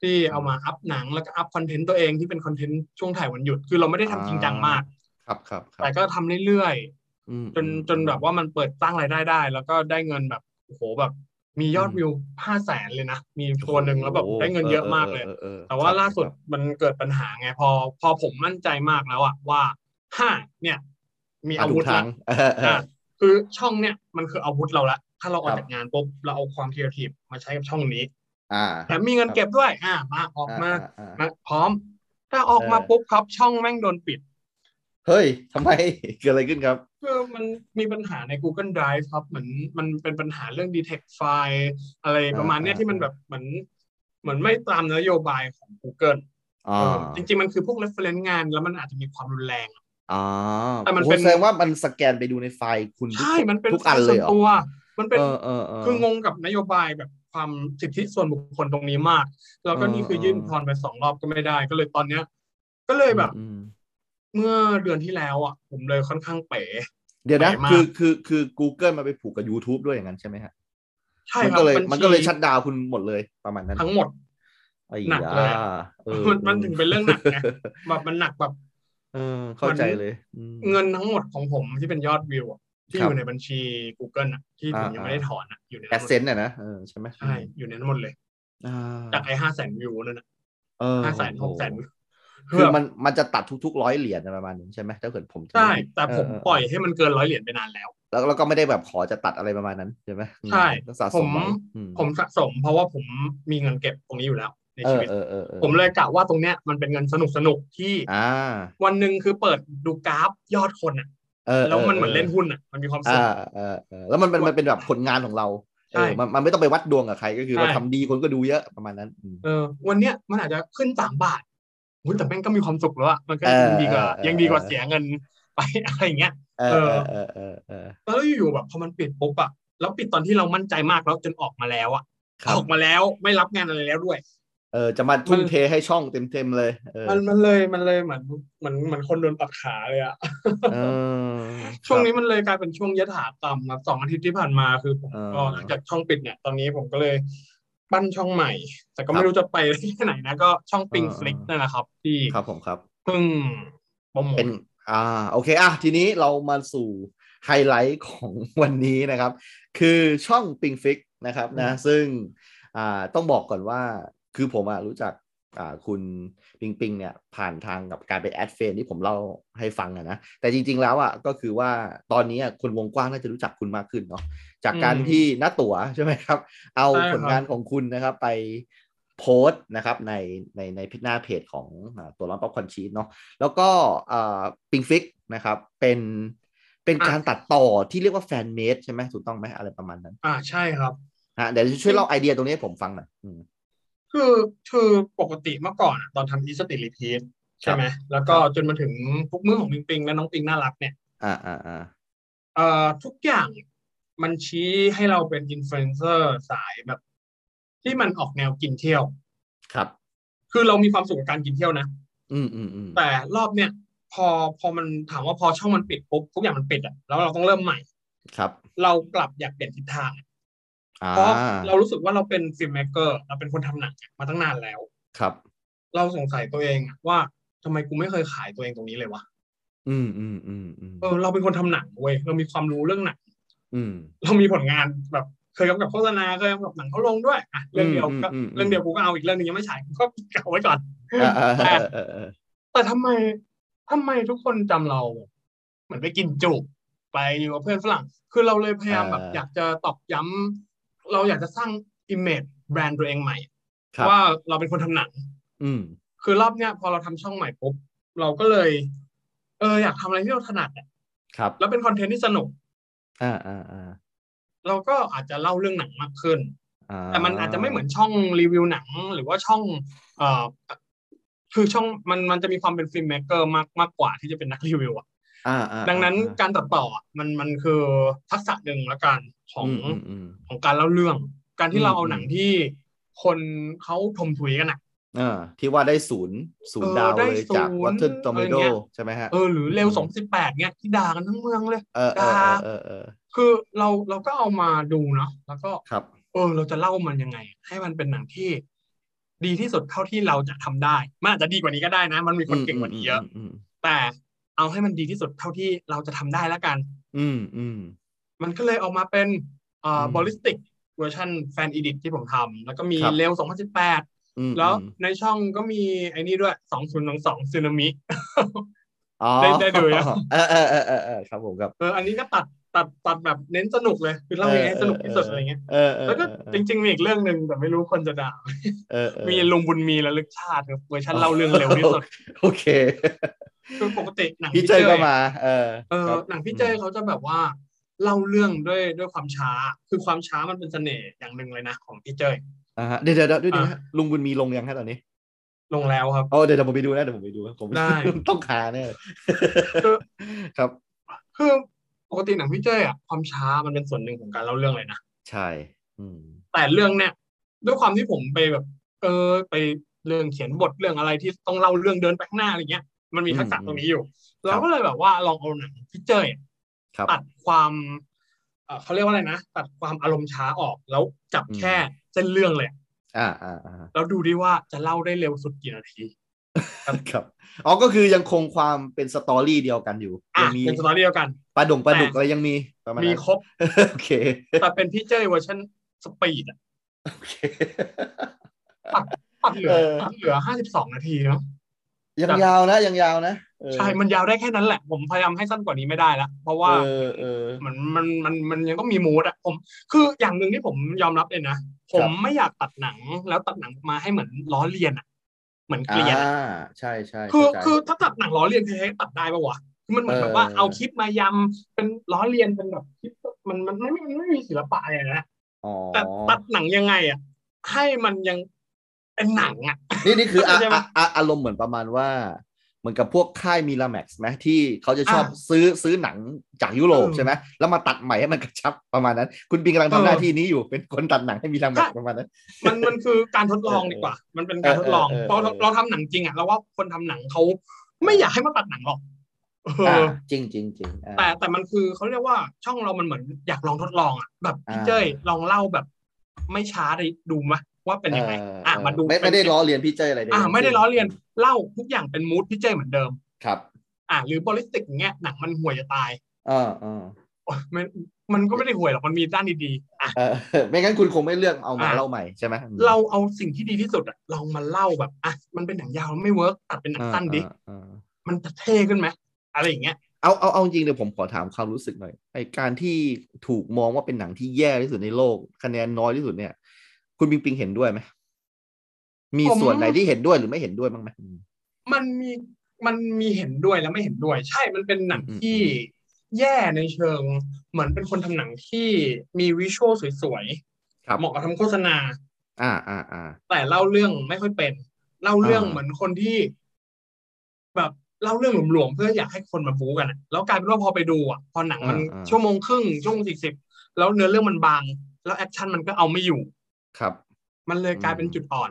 Speaker 3: ที่เอามาอัพหนังแล้วก็อัพคอนเทนต์ตัวเองที่เป็นคอนเทนต์ช่วงถ่ายวันหยุดคือเราไม่ได้ทำจริงจังมาก
Speaker 2: ครับครับครับ
Speaker 3: แต่ก็ทำเรื่อยๆ
Speaker 2: อืม
Speaker 3: จน
Speaker 2: อืม
Speaker 3: จนแบบว่ามันเปิดสร้างรายได้ได้ แล้วก็ได้เงินแบบโอ้โหแบบ มียอด
Speaker 2: อืม
Speaker 3: วิวห้าแสนเลยนะ มีตัวหนึ่งแล้วแบบได้เงินเยอะมากเลย
Speaker 2: ออ
Speaker 3: แต่ว่า
Speaker 2: ครับ
Speaker 3: ล่าสุด
Speaker 2: ครับ
Speaker 3: มันเกิดปัญหาไงพอ พอผมมั่นใจมากแล้วอะว่าห้าเนี่ย มีอาวุธ
Speaker 2: ถูกทา
Speaker 3: ละ
Speaker 2: งเออเออ
Speaker 3: อ่ะคือช่องเนี่ยมันคืออาวุธเราละถ้าเราอ
Speaker 2: ค
Speaker 3: อก
Speaker 2: รับ
Speaker 3: จากงานปุ๊บเราเอาความครีเอทีฟมาใช้กับช่องนี้
Speaker 2: อ่า
Speaker 3: แถมมีเงินเก็บด้วย อ่ามาออกมา
Speaker 2: อ่อ่า
Speaker 3: มาพร้อม ถ้าออกมาปุ๊บครับช่องแม่งโดนปิด
Speaker 2: เฮ้ยทำไม <laughs> เกิดอะไรขึ้นครับ
Speaker 3: คือมันมีปัญหาใน Google Drive ครับเหมือนมันเป็นปัญหาเรื่อง detect file อะไรประมาณเนี้ย
Speaker 2: อ่า
Speaker 3: ที่มันแบบเหมือนเหมือนไม่ตามนโยบายของ Google
Speaker 2: อ่า
Speaker 3: เออจริง ๆ มันคือพวก reference งานแล้วมันอาจจะมีความรุนแรง
Speaker 2: อ่า
Speaker 3: แต่มัน
Speaker 2: โอ้โห
Speaker 3: เป็น
Speaker 2: แสดงว่ามันสแกนไปดูในไฟล์คุณทุก
Speaker 3: ใช่มันเป็น
Speaker 2: ทุกอันเลยเหรอ
Speaker 3: ส่วตัว มันเป็น
Speaker 2: เออเออเออ
Speaker 3: คืองงกับนโยบายแบบความสิทธิส่วนบุคคลตรงนี้มาก แล้วก็
Speaker 2: เออ
Speaker 3: นี่คือ
Speaker 2: เออ
Speaker 3: ยื่นอุทธรณ์ไปสองรอบก็ไม่ได้ ก็เลยตอนเนี้ย ก็เลยแบบ
Speaker 2: อืม
Speaker 3: เมื่อเดือนที่แล้วอ่ะผมเลยค่อนข้างเป๋
Speaker 2: เดี๋ยวนะ
Speaker 3: ใหญ่มาก
Speaker 2: คือคือคือ Google มาไปผูกกับ YouTube ด้วยอย่างนั้นใช่ไหมฮะ
Speaker 3: ใช่
Speaker 2: มั
Speaker 3: ครับ
Speaker 2: ก็เลย
Speaker 3: บัญชี
Speaker 2: มันก็เลยชัดดาวน์คุณหมดเลยประมาณนั้น
Speaker 3: ทั้งหมด
Speaker 2: ไอ้
Speaker 3: หนักเลย
Speaker 2: ยาเออ
Speaker 3: มันมันถึงเป็นเรื่องหนักไง แบบมันหนักแบบ
Speaker 2: เออเข้าใจเลยอืม
Speaker 3: เงินทั้งหมดของผมที่เป็นยอดวิวอะที่
Speaker 2: ครั
Speaker 3: อบ ยู่ในบัญชี Google อ่ะ ที่ผม
Speaker 2: อ่ายั
Speaker 3: ยังไม่ได้ถอนอ่ะอยู่ใน
Speaker 2: แอ
Speaker 3: นั้น
Speaker 2: ส
Speaker 3: หม
Speaker 2: เซ
Speaker 3: ด
Speaker 2: นต์น่ะนะเออใช่ไหม
Speaker 3: ใช่ อยู่ในนั้นหมดเลย
Speaker 2: อ่
Speaker 3: จากไอ้ห้าแสนวิวนั่นน่ะ
Speaker 2: เออ
Speaker 3: ห้าแสนห
Speaker 2: โอ้
Speaker 3: ก
Speaker 2: โ
Speaker 3: แสนวิว
Speaker 2: คื
Speaker 3: คือ อแบ
Speaker 2: มั
Speaker 3: บ
Speaker 2: นมันจะตัดทุกๆร้อยเหรียญอะไรประมาณนึงใช่ไหมถ้าเกิดผมจำ
Speaker 3: ใช่
Speaker 2: ไม่ผิด
Speaker 3: แต่ผม
Speaker 2: เเ
Speaker 3: ปล่อยให้มันเกินร้อยเหรียญไปนานแล้ว
Speaker 2: แล้วเราก็ไม่ได้แบบขอจะตัดอะไรประมาณนั้นใช่ไหมอืม
Speaker 3: ใช่
Speaker 2: ต้องสะ
Speaker 3: ผ
Speaker 2: ส
Speaker 3: ม
Speaker 2: มไว้อื
Speaker 3: ผมสะสม เพราะว่าผมมีเงินเก็บตรงนี้อยู่แล้ว ใน
Speaker 2: เอ
Speaker 3: ชี
Speaker 2: อ
Speaker 3: วิต
Speaker 2: เออเออออ
Speaker 3: ผมเลยกะว่าตรงเนี้ยมันเป็นเงินสนุกสนุกๆที่
Speaker 2: อ่า
Speaker 3: วันหนึ่งคือเปิดดูกราฟยอดคนอ่ะ
Speaker 2: เออ
Speaker 3: แล้วมั
Speaker 2: อ
Speaker 3: น
Speaker 2: อ
Speaker 3: เหมือนเล่นหุ้นอ่ะมันมีความสุข
Speaker 2: อ่าเออเออแล้วมันเป็นมันเป็นแบบผลงานของเรา
Speaker 3: ใช่
Speaker 2: เออมันมันไม่ต้องไปวัดดวงกับใครก็คือ
Speaker 3: ใช่
Speaker 2: เราทำดีคนก็ดูเยอะประมาณนั้นอืม
Speaker 3: เออวันเนี้ยมันอาจจะขึ้นสามบาทหูยแต่แม่งก็มีความสุขแล้วอะมันก็
Speaker 2: เออ
Speaker 3: ยังดีกว่า
Speaker 2: เออเออ
Speaker 3: ยังดีกว่าเสียเงิน <laughs> ไป อะไรอย่างเงี้ย
Speaker 2: เออเออเออเออ
Speaker 3: แล้วอยู่ๆแบบพอมันปิดปุ๊บอะแล้วปิดตอนที่เรามั่นใจมากแล้วจนออกมาแล้วอะ
Speaker 2: ครับ
Speaker 3: ออกมาแล้วไม่รับงานอะไรแล้วด้วย
Speaker 2: เออจะมาทุ่ม
Speaker 3: มัน
Speaker 2: เทให้ช่องเต็มเต็มๆเลย เออ
Speaker 3: มันมันเลยมันเลยเหมือนเหมือนเหมือนคนโดนปักขาเลยอะ
Speaker 2: เออ
Speaker 3: ช่วง
Speaker 2: ครับ
Speaker 3: นี้มันเลยกลายเป็นช่วงยถากรรมครับสองอาทิตย์ที่ผ่านมาคือผมก็
Speaker 2: เออ
Speaker 3: หลังจากช่องปิดเนี่ย ตอนนี้ผมก็เลยปั้นช่องใหม่ แต่ก็
Speaker 2: ครั
Speaker 3: ไม่
Speaker 2: บ
Speaker 3: รู้จะไปที่ไหนนะก็ช่องปิง
Speaker 2: เออ
Speaker 3: ฟลิกนั่นแหละครับ ที่
Speaker 2: ครับผมครับ
Speaker 3: เพิ่งโปรโมท
Speaker 2: เป็นอ่าโอเคอ่ะทีนี้เรามาสู่ไฮไลท์ของวันนี้นะครับ คือช่องปิงฟิกนะครับนะ ซึ่งอ่าต้องบอกก่อนว่าคือผมอ่ะรู้จักอ่าคุณปิงปิงเนี่ยผ่านทางกับการไปแอดเฟนที่ผมเล่าให้ฟังอะนะ แต่จริงๆแล้วอ่ะก็คือว่าตอนนี้อะคนวงกว้างน่าจะรู้จักคุณมากขึ้นเนาะจากการ
Speaker 3: อืม
Speaker 2: ที่หน้าตั๋วใช่ไหมครับ เอา
Speaker 3: ใช่
Speaker 2: ผล
Speaker 3: ครับ
Speaker 2: งานของคุณนะครับไปโพสต์นะครับในในในพิหน้าเพจของอ่าตัวร้อนป๊อปคอนชีสเนาะ แล้วก็ปิงฟิกนะครับ เป็นเป็น
Speaker 3: อ่ะ
Speaker 2: การตัดต่อที่เรียกว่าแฟนเมดใช่ไหมถูกต้องไหมอะไรประมาณนั้น
Speaker 3: อ่าใช่ครับ
Speaker 2: ฮะเดี๋ยวช่วยเล่าไอเดียตรงนี้ให้ผมฟังหน่อยอืม
Speaker 3: คือคือปกติเมื่อก่อนอะตอนทำอีสติรีพีทใช่ไหมแล้วก็จนมาถึงทุกมื้อของปิงปิงและน้องปิงน่ารักเนี่ย
Speaker 2: อ่าอ่าอ่า
Speaker 3: เอ่อทุกอย่างมันชี้ให้เราเป็นอินฟลูเอนเซอร์สายแบบ ที่มันออกแนวกินเที่ยว
Speaker 2: ครับ
Speaker 3: คือเรามีความสุขกับการกินเที่ยวนะ
Speaker 2: อืมอืมอืม
Speaker 3: แต่รอบเนี่ยพอพอมันถามว่าพอช่องมันปิดปุ๊บทุกอย่างมันปิดอะแล้วเราต้องเริ่มใหม่
Speaker 2: ครับ
Speaker 3: เรากลับอยากเปลี่ยนทิศทาง
Speaker 2: อ่า
Speaker 3: เพราะเรารู้สึกว่าเราเป็นฟิล์มเมกเกอร์เราเป็นคนทำหนังมาตั้งนานแล้ว
Speaker 2: ครับ
Speaker 3: เราสงสัยตัวเองอะว่าทำไมกูไม่เคยขายตัวเองตรงนี้เลยวะ
Speaker 2: อืมอืมอืมอืม
Speaker 3: เออเราเป็นคนทำหนังเว้ยเรามีความรู้เรื่องหนัง
Speaker 2: อืม
Speaker 3: เรามีผลงานแบบเคยกำกับโฆษณาเคยกำกับหนังเขาลงด้วยอ่ะเรื่องเดียวก็
Speaker 2: อืมอืมอืม
Speaker 3: เรื่องเดียวกูก็เอาอีกเรื่องหนึงยังไม่ฉายกูก็เอาไว้ก่อน
Speaker 2: อ่าอ่าอ่าอ่าอ่า
Speaker 3: แต่ทำไมทำไมทุกคนจำเรา เหมือนไปกินจุไปอยู่กับเพื่อนฝรั่ง คือเราเลยพยายามแบบอยากจะตอกย้ำ เราอยากจะสร้างอิมเมจแบรนด์ตัวเองใหม่
Speaker 2: ครับ
Speaker 3: ว่าเราเป็นคนทำหนัง
Speaker 2: อืม
Speaker 3: คือรอบเนี้ยพอเราทำช่องใหม่ปุ๊บเราก็เลย เอออยากทำอะไรที่เราถนัดอะ
Speaker 2: ครับ
Speaker 3: แล้วเป็นคอนเทนต์ที่สนุก
Speaker 2: อ่าอ่าอ่า
Speaker 3: เราก็อาจจะเล่าเรื่องหนังมากขึ้น
Speaker 2: อ่า
Speaker 3: แต่มันอาจจะไม่เหมือนช่องรีวิวหนัง หรือว่าช่อง เอ่อคือช่องมันมันจะมีความเป็นฟิล์มเมกเกอร์มากมากกว่าที่จะเป็นนักรีวิวอะ
Speaker 2: อ่าอ่า
Speaker 3: ดังนั้น
Speaker 2: อ่า
Speaker 3: การตัดต่ออะมันมันคือทักษะหนึ่งละกันของ
Speaker 2: มมอืม
Speaker 3: ของการเล่าเรื่อง การที่
Speaker 2: อืม
Speaker 3: เราเอาหนังที่คนเขาทมถุยกันอะ
Speaker 2: อ่าที่ว่าได้ศูนย์ศูนย์
Speaker 3: เออ
Speaker 2: ดาว
Speaker 3: ได้
Speaker 2: เลยจาก
Speaker 3: ศูนย์
Speaker 2: วัตถุตอม
Speaker 3: อะไร
Speaker 2: โด
Speaker 3: เงี้ย
Speaker 2: ใช่ไหมฮะ
Speaker 3: เออหรือเร็ว
Speaker 2: อืม
Speaker 3: สองสิบแปดเนี่ยที่ด่ากันทั้งเมืองเลย
Speaker 2: เออเออเออเออ
Speaker 3: คือเราเราก็เอามาดูเนาะแล้วก็
Speaker 2: ครับ
Speaker 3: เออ เราจะเล่ามันยังไง ให้มันเป็นหนังที่ ดีที่สุดเท่าที่เราจะทำได้มันอาจจะดีกว่านี้ก็ได้นะ มันมีคนเก่งกว่านี้เยอะ
Speaker 2: อืม
Speaker 3: แต่เอาให้มันดีที่สุดเท่าที่เราจะทำได้แล้วกัน
Speaker 2: อืมอืม
Speaker 3: มันก็เลยออกมาเป็นเอ่อ
Speaker 2: อืม
Speaker 3: บอลิสติกเวอร์ชันแฟนอีดิทที่ผมทำแล้วก็มี
Speaker 2: ครับ
Speaker 3: เร็ว2018
Speaker 2: อืม
Speaker 3: แล้ว
Speaker 2: อืม
Speaker 3: ในช่องก็มีไอ้นี่ด้วยสองศูนย์สองสองซูนามิ
Speaker 2: อ๋อ
Speaker 3: ได้ได้ดูยัง
Speaker 2: เออเออเออเออเออครับผมครับ
Speaker 3: เอออันนี้ก็ตัดตัดตัดแบบเน้นสนุกเลย คือเล่ายังไงให้สนุกที่สุดอะไรเงี้ย
Speaker 2: เออเออ
Speaker 3: แล้วก็
Speaker 2: เออ
Speaker 3: จริงๆมีอีกเรื่องหนึ่งแต่ไม่รู้คนจะด่า
Speaker 2: เออเออ
Speaker 3: มีลุงบุญมีและลึกชาติครับเวอร์ชัน
Speaker 2: อ๋อ
Speaker 3: เล่าเรื่องเร็วที่สุด
Speaker 2: โอเค
Speaker 3: คือปกติหนัง
Speaker 2: พี่เจยก็มา เออ
Speaker 3: เออ
Speaker 2: ครับ
Speaker 3: หนังพี่เจยเขาจะแบบว่าเล่าเรื่องด้วยด้วยความช้า คือความช้ามันเป็นเสน่ห์อย่างหนึ่งเลยนะของพี่เจย
Speaker 2: อ่าฮะเดี๋ยวเดี๋ยวเดี๋ยวเดี๋ยว
Speaker 3: อ่ะ
Speaker 2: ฮะลุงบุญมีลงยังฮะตอนนี้
Speaker 3: ลงแล้วครับ
Speaker 2: โอ้เดี๋ยวเดี๋ยวผมไปดูนะเดี๋ยวผมไปดูนะผม
Speaker 3: ได้
Speaker 2: ต้องหาแน่
Speaker 3: คือ
Speaker 2: ครับ
Speaker 3: คือปกติหนังพี่เจยอะความช้ามันเป็นส่วนหนึ่งของการเล่าเรื่องเลยนะ
Speaker 2: ใช่อืม
Speaker 3: แต่เรื่องเนี้ยด้วยความที่ผมไปแบบ เออไปเรื่องเขียนบทเรื่องอะไรที่ต้องเล่าเรื่องเดินไปข้างหน้าอะไรเงี้ย มันมีทักษะ
Speaker 2: อืม
Speaker 3: ตรงนี้อยู่
Speaker 2: ครั
Speaker 3: เรา
Speaker 2: บ
Speaker 3: ก็เลยแบบว่าลองเอาหนังพิเจอร์เนี่ย
Speaker 2: ครับ
Speaker 3: ตัดความเอ่อเขาเรียกว่าอะไรนะตัดความอารมณ์ช้าออกแล้วจับ
Speaker 2: อืม
Speaker 3: แค่เส้นเรื่องเลย
Speaker 2: อ่าอ่าอ่า
Speaker 3: แล้วดูดิว่าจะเล่าได้เร็วสุดกี่นาที
Speaker 2: ครับอ๋อก็คือยังคงความเป็นสตอรี่เดียวกันอยู่
Speaker 3: อ่ะ
Speaker 2: ยังมี
Speaker 3: เป็นสตอรี่เดียวกัน
Speaker 2: ปลาดงปลาดุก
Speaker 3: แต่
Speaker 2: อะไรยังมีประมาณ
Speaker 3: มี
Speaker 2: นั้น
Speaker 3: ครบ
Speaker 2: โอเค <laughs>
Speaker 3: แต่ <laughs> เป็นพิเจอร์เวอร์ชันสปีดอะ
Speaker 2: โอเค
Speaker 3: ตัดเหลือ
Speaker 2: เออ
Speaker 3: ตัดเหลือห้าสิบสองนาทีเนาะ
Speaker 2: ยังยาวนะยังยาวนะเออ
Speaker 3: ใช่มันยาวได้แค่นั้นแหละ ผมพยายามให้สั้นกว่านี้ไม่ได้ละเพราะว่า
Speaker 2: เออเออ
Speaker 3: มันมันมันมันยังต้องมีมูดอะผม คืออย่างหนึ่งที่ผมยอมรับเลยนะผ
Speaker 2: ครั
Speaker 3: ม
Speaker 2: บ
Speaker 3: ไม่อยากตัดหนังแล้วตัดหนังมาให้เหมือนล้อเลียนอะเหมือนเก
Speaker 2: อ่
Speaker 3: ลียนา อะ
Speaker 2: ใช่ใช่
Speaker 3: คือ
Speaker 2: เข้าใจ
Speaker 3: คือถ้าตัดหนังล้อเลียนใช้ตัดได้ปะวะคือมันเหมือนแบบ
Speaker 2: เออ
Speaker 3: ว่าเอาคลิปมายำเป็นล้อเลียนเป็นแบบคลิปมันมันไม่มันไม่มีศิลปะอะไรนะ
Speaker 2: อ๋อ
Speaker 3: แต่ตัดหนังยังไงอะให้มันยังเป็นหนังอะ
Speaker 2: นี่นี่คืออะ
Speaker 3: ใช่ไหม
Speaker 2: อ่ะอ่ะอารมณ์เหมือนประมาณว่า เหมือนกับพวกค่ายมีลาแม็กซ์ไหมที่เขาจะชอบ
Speaker 3: อ่ะ
Speaker 2: ซื้อซื้อหนังจากยุโรป
Speaker 3: เออ
Speaker 2: ใช่ไหมแล้วมาตัดใหม่ให้มันกระชับประมาณนั้น คุณปิงกำลัง
Speaker 3: เออ
Speaker 2: ทำหน้าที่นี้อยู่เป็นคนตัดหนังให้มีลาแม็กซ์ประมาณนั้น
Speaker 3: มันมันคือการทดลองดีกว่า มันเป็นการทดลอง
Speaker 2: เออเออเออ
Speaker 3: เพราะเราเราทำหนังจริงอะเราว่าคนทำหนังเขาไม่อยากให้มาตัดหนังหรอกเอออ
Speaker 2: อ่าจริงจริงจริงอ่า
Speaker 3: แต่แต่มันคือเขาเรียกว่าช่องเรามันเหมือนอยากลองทดลองอ่ะแบบพี่
Speaker 2: อ่า
Speaker 3: เจ้ยลองเล่าแบบ ไม่ช้าได้ดูมะว่าเป็นยังไง
Speaker 2: เ
Speaker 3: อ่ะมาดู
Speaker 2: ไม่
Speaker 3: เป็น
Speaker 2: ไม่ได้ล้อเลียนพี่เจยอะไรเลย
Speaker 3: อ่าไม่ได้ล้อเลียนเล่าทุกอย่างเป็นมูดพี่เจ้ยเหมือนเดิม
Speaker 2: ครับ
Speaker 3: อ่าหรือบริสติกอย่างเงี้ยหนังมันห่วยจะตาย <laughs>
Speaker 2: เออเออ
Speaker 3: โอ๊ยมันมันก็ไม่ได้ห่วยหรอกมันมีด้านดีๆอ่ะ
Speaker 2: เอ <laughs> อไม่งั้นคุณคงไม่เลือกเอามา
Speaker 3: อ่ะ
Speaker 2: เล่าใหม่ใช่ไหมอืม
Speaker 3: เราเอาสิ่งที่ดีที่สุดอะลองมาเล่าแบบอ่ะมันเป็นหนังยาวไม่เวิร์กตัดเป็นหนัง
Speaker 2: อ่า
Speaker 3: สั้นดิ
Speaker 2: อ่าอ่า
Speaker 3: มันจะเท่ขึ้นไหมอะไรอย่างเงี้ย
Speaker 2: เอาเอาเอาจริงเดี๋ยวผมขอถามความรู้สึกหน่อยไอการที่ถูกมองว่าเป็นหนังที่แย่ที่สุดในโลก คะแนนน้อยที่สุดเนี่ย คุณปิงปิงเห็นด้วยไหมมี
Speaker 3: ผม
Speaker 2: ส่วนไหนที่เห็นด้วยหรือไม่เห็นด้วยบ้างไหม
Speaker 3: มันมีมันมีเห็นด้วยและไม่เห็นด้วย ใช่ มันเป็นหนัง
Speaker 2: อืมอืม
Speaker 3: ที่แย่ในเชิง เหมือนเป็นคนทำหนังที่มีวิชวลสวย
Speaker 2: ครับ
Speaker 3: ๆ เหมาะกับทำโฆษณา
Speaker 2: อ่าอ่าอ่า
Speaker 3: แต่เล่าเรื่องไม่ค่อยเป็น เล่าเรื่อง
Speaker 2: อ่า
Speaker 3: เหมือนคนที่ แบบเล่าเรื่องหลวมๆเพื่ออยากให้คนมาบู๊กันอะแล้วกลายเป็นว่าพอไปดูอ่ะพอหนังมันชั่วโมงครึ่งชั่วโมงสี่สิบแล้วเนื้อเรื่องมันบาง แล้วแอคชั่นมันก็เอาไม่อยู่
Speaker 2: ครับ
Speaker 3: มันเลย
Speaker 2: อืม
Speaker 3: กลายเป็นจุดอ่อน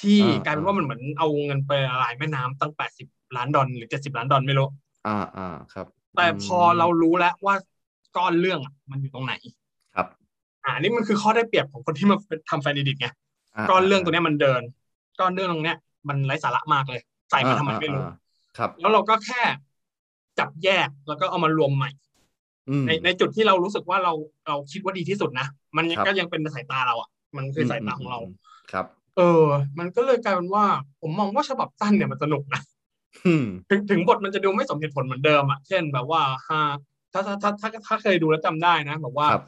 Speaker 3: ที่
Speaker 2: อ่าก
Speaker 3: ลายเป็น
Speaker 2: อ่า
Speaker 3: ว่ามันเหมือนเอาเงินไปละลายแม่น้ำตั้งแปดสิบล้านดอลหรือเจ็ดสิบล้านดอลไม่รู้
Speaker 2: อ่าอ่าครับ
Speaker 3: แต่
Speaker 2: ม
Speaker 3: พอเรารู้แล้วว่าก้อนเรื่องอะมันอยู่ตรงไหน
Speaker 2: ครับ
Speaker 3: อ่านี่มันคือข้อได้เปรียบของคนที่มาเป็นทำแฟนดิดิตไง
Speaker 2: า
Speaker 3: ก้อนเรื่องตัวเนี้ยมันเดิน ก้อนเรื่องตรงเนี้ย มันไร้สาระมากเลย ใส่มาทำไมไม่รู้
Speaker 2: อ่าอ่าครับ
Speaker 3: แล้วเราก็แค่จับแยกแล้วก็เอามารวมใหม่
Speaker 2: อืม
Speaker 3: ในในจุดที่เรารู้สึกว่าเราเราคิดว่าดีที่สุดนะมันยัง
Speaker 2: ครับ
Speaker 3: ก็ยังเป็นสายตาเราอ่ะมันคือสายตาของเรา
Speaker 2: มครับ
Speaker 3: เออ มันก็เลยกลายเป็นว่า ผมมองว่าฉบับสั้นเนี่ยมันสนุกนะ
Speaker 2: อืม
Speaker 3: ถึงถึงบทมันจะดูไม่สมเหตุผลเหมือนเดิมอ่ะ เช่นแบบว่าฮาถ้าถ้าถ้าถ้าถ้าเคยดูแล้วจำได้นะแบบว่า
Speaker 2: ครับ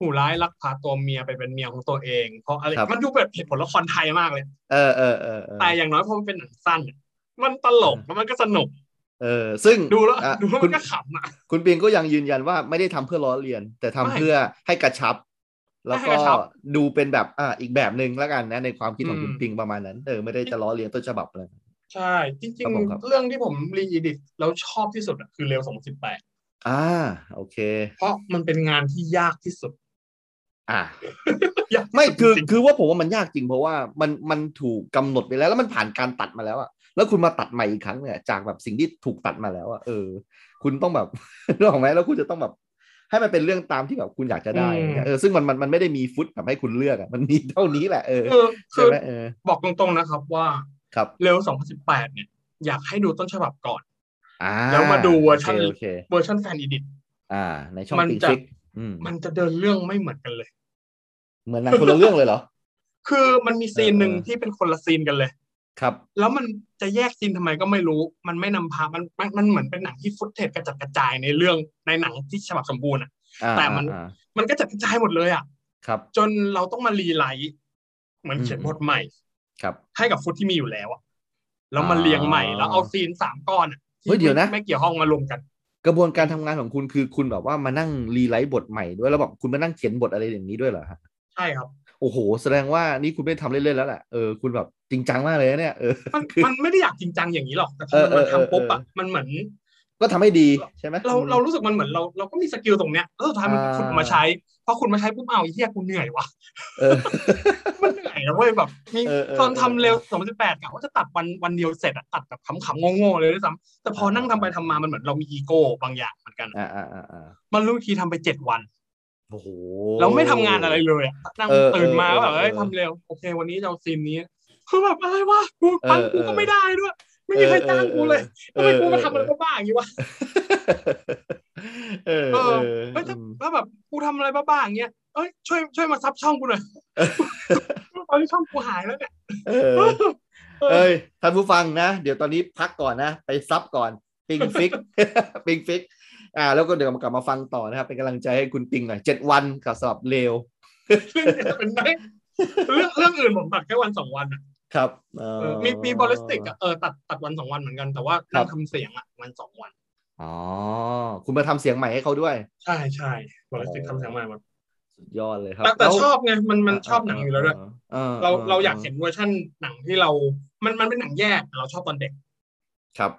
Speaker 3: หูร้ายลักพาตัวเมียไปเป็นเมียของตัวเอง เพราะอะไร
Speaker 2: ครับ
Speaker 3: มันดูแบบเหตุผลละครไทยมากเลย
Speaker 2: เออเออเออเออ
Speaker 3: แต่อย่างน้อยพอมันเป็นหนังสั้นอะมันตลกแล้วมันก็สนุก
Speaker 2: เออซึ่ง
Speaker 3: ดูแล้ว
Speaker 2: อ่ะ
Speaker 3: ดูแล้ว
Speaker 2: คุ
Speaker 3: มั
Speaker 2: ณ
Speaker 3: นก็ขำอ่ะ
Speaker 2: คุณปิงก็ยังยืนยันว่าไม่ได้ทำเพื่อล้อเลียน แต่ทำ
Speaker 3: ไม่
Speaker 2: เพื่อให้กระชับ แล้ว
Speaker 3: ให้
Speaker 2: ก็
Speaker 3: กระชับ
Speaker 2: ดูเป็นแบบอ่าอีกแบบหนึ่งแล้วกันนะในความคิดของ
Speaker 3: อืม
Speaker 2: คุณปิงประมาณนั้นเออไม่ได้จะล้อเลียนต้นฉบับเลย
Speaker 3: ใช่จริง
Speaker 2: ครับผมครับ
Speaker 3: ๆ เรื่องที่ผมรีอิดิตแล้วชอบที่สุดอะคือเร็วสองสิบแปด
Speaker 2: อ่าโอเค
Speaker 3: เพราะมันเป็นงานที่ยากที่สุด <laughs>
Speaker 2: อ่า
Speaker 3: ยากที่สุด
Speaker 2: ไม่คือ
Speaker 3: จริง
Speaker 2: คือว่าผมว่ามันยากจริงเพราะว่ามันมันถูกกำหนดไปแล้ว แล้วมันผ่านการตัดมาแล้วอะแล้วคุณมาตัดใหม่อีกครั้งเนี่ยจากแบบสิ่งที่ถูกตัดมาแล้วอะเออ คุณต้องแบบ <laughs> เรื่องของไหมแล้วคุณจะต้องแบบ ให้มันเป็นเรื่องตามที่แบบคุณอยากจะได้
Speaker 3: อืม
Speaker 2: เออซึ่งมันมันมันไม่ได้มีฟุตแบบให้คุณเลือกอะมันมีเท่านี้แหละเออ
Speaker 3: คือ
Speaker 2: ใช่
Speaker 3: คือ
Speaker 2: ไหมเออ
Speaker 3: บอกตรงๆนะครับว่า
Speaker 2: ครับ
Speaker 3: เร็วสองพันสิบแปดเนี่ย อยากให้ดูต้นฉบับก่อน
Speaker 2: อ่า
Speaker 3: แล้วมาดูเวอร์ชัน
Speaker 2: โคโอเค
Speaker 3: เวอร์ชันแฟนอิดิต
Speaker 2: อ่า ในช่อง
Speaker 3: มัน
Speaker 2: ติ๊ก
Speaker 3: จะ
Speaker 2: ฟิกอืม
Speaker 3: มันจะเดินเรื่องไม่เหมือนกันเลย
Speaker 2: เหมือนหนังคนละเรื่องเลยเหรอ
Speaker 3: คือมันมีซีนหนึ่ง
Speaker 2: เออ
Speaker 3: ที่เป็นคนละซีนกันเลย
Speaker 2: ครับ
Speaker 3: แล้วมันจะแยกซีนทำไมก็ไม่รู้ มันไม่นำพา มันมันมันเหมือนเป็นหนังที่ฟุตเทจกระจัดกระจายในเรื่องในหนังที่ฉบับสมบูรณ์อ่ะ
Speaker 2: อ่า
Speaker 3: แต่มัน
Speaker 2: อ่าอ่า
Speaker 3: มันกระจัดกระจายหมดเลยอ่ะ
Speaker 2: ครับ
Speaker 3: จนเราต้องมารีไลท์เหมือนเขียน
Speaker 2: อืม
Speaker 3: บทใหม่
Speaker 2: ครับ
Speaker 3: ให้กับฟุตที่มีอยู่แล้วอ่ะ แล้ว
Speaker 2: อ่ามั
Speaker 3: มาเรียงใหม่แล้วเอาซีนสามก้อนอะที่
Speaker 2: เฮ้ยเดี๋ยวนะ
Speaker 3: ไม่ไม่เกี่ยวห้องมารวมกัน
Speaker 2: กระบวนการทำงานของคุณคือคุณแบบว่ามานั่งรีไลท์บทใหม่ด้วยแล้วแบบคุณมานั่งเขียนบทอะไรอย่างนี้ด้วยเหรอฮะ
Speaker 3: ใช่ครับ
Speaker 2: โอ้โห แสดงว่านี่คุณไม่ได้ทำเล่นๆแล้วแหละเออคุณแบบจริงจังมากเลยนะเนี่ยเออ
Speaker 3: มัน
Speaker 2: คือ
Speaker 3: มันไม่ได้อยากจริงจังอย่างนี้หรอก แต่พอ
Speaker 2: เออเอ
Speaker 3: มันมา
Speaker 2: อเออ
Speaker 3: ทำปุ๊บอ่ะ มันเหมือน
Speaker 2: ก็ทำให้ดีใช่ไหม
Speaker 3: เราเรารู้สึกมันเหมือนเราเราก็มีสกิลตรงเนี้ยแล้วสุดท้ายมัน
Speaker 2: อ่า
Speaker 3: คุณเอามาใช้พอคุณมาใช้ปุ๊บเอาวไอ้เหี้ยกูเหนื่อยว่ะ
Speaker 2: เออ
Speaker 3: มันเหนื่อยนะเว้ยแบบมี
Speaker 2: เออเออ
Speaker 3: ตอนทำเร็ว
Speaker 2: เออ
Speaker 3: สองพันสิบแปดกะว่าจะตัดวันวันเดียวเสร็จอะตัดแบบขำๆโง่ๆเลยด้วยซ้ำแต่พอ
Speaker 2: เออ
Speaker 3: นั่งทำไปทำมามันเหมือนเรามีอีโก้บางอย่างเหมือนกันอะ
Speaker 2: อ่าอ่าอ่าอ่า
Speaker 3: มันรู้อีกทีทำไปเจ็ดวัน
Speaker 2: โอ้โห
Speaker 3: เราไม่ทำงานอะไรเลยอะนั่ง
Speaker 2: เออ
Speaker 3: ตื่นมา
Speaker 2: เออ
Speaker 3: แบบเอ้ย
Speaker 2: เออ
Speaker 3: ทำเร็วโอเค วันนี้จะเอาซีนนี้คือแบบอะไรวะกูปั้น
Speaker 2: เออเออ
Speaker 3: กูก็ไม่ได้ด้วย ไม่มีใครจ้างกูเลยทำไมกูมาทำอะไร
Speaker 2: เออ
Speaker 3: บ้าๆอย่างนี้วะ
Speaker 2: เออ
Speaker 3: เออ
Speaker 2: เอ
Speaker 3: เฮ้ย
Speaker 2: อ
Speaker 3: ถ้าถ้าแบบกูทำอะไรบ้าๆอย่างเงี้ยเอ้ยช่วยช่วยมาซับช่องกูหน่อย ตอนนี้ช่องกูหายแล้วเนี่ย
Speaker 2: เออ เอ้ยท่านผู้ฟังนะ เดี๋ยวตอนนี้พักก่อนนะ ไปซับก่อน ปิง <laughs> ฟิก ปิงฟิก อ่า แล้วก็เดี๋ยวกลับมาฟังต่อนะครับ เป็นกำลังใจให้คุณปิงหน่อยเจ็ดวันกับสำหรับเลว
Speaker 3: เรื่องเนี่ยเป็นไงเรื่องเรื่องอื่นผมตัดแค่วันสองวันอะ
Speaker 2: ครับเอ
Speaker 3: เอ
Speaker 2: อ
Speaker 3: อมีมีบอลิสติกอะเออตัดตัดวันสองวันเหมือนกันแต่ว่า
Speaker 2: ครั
Speaker 3: นั่
Speaker 2: บ
Speaker 3: งทำเสียงอะวันสองวัน
Speaker 2: อ๋อ คุณมาทำเสียงใหม่ให้เขาด้วย
Speaker 3: ใช่ใช่บอลิสติกทำเสียงใหม่หมด
Speaker 2: สุดยอดเลยครับ
Speaker 3: แต่แต่
Speaker 2: ล้ว
Speaker 3: ชอบไงมันมันชอบหนังอยู่แล้วด้วย
Speaker 2: ออ
Speaker 3: เราเราอยากเห็นเวอร์ชั่นหนังที่เรา มันมันเป็นหนังแยกแต่เราชอบตอนเด็ก
Speaker 2: ครับ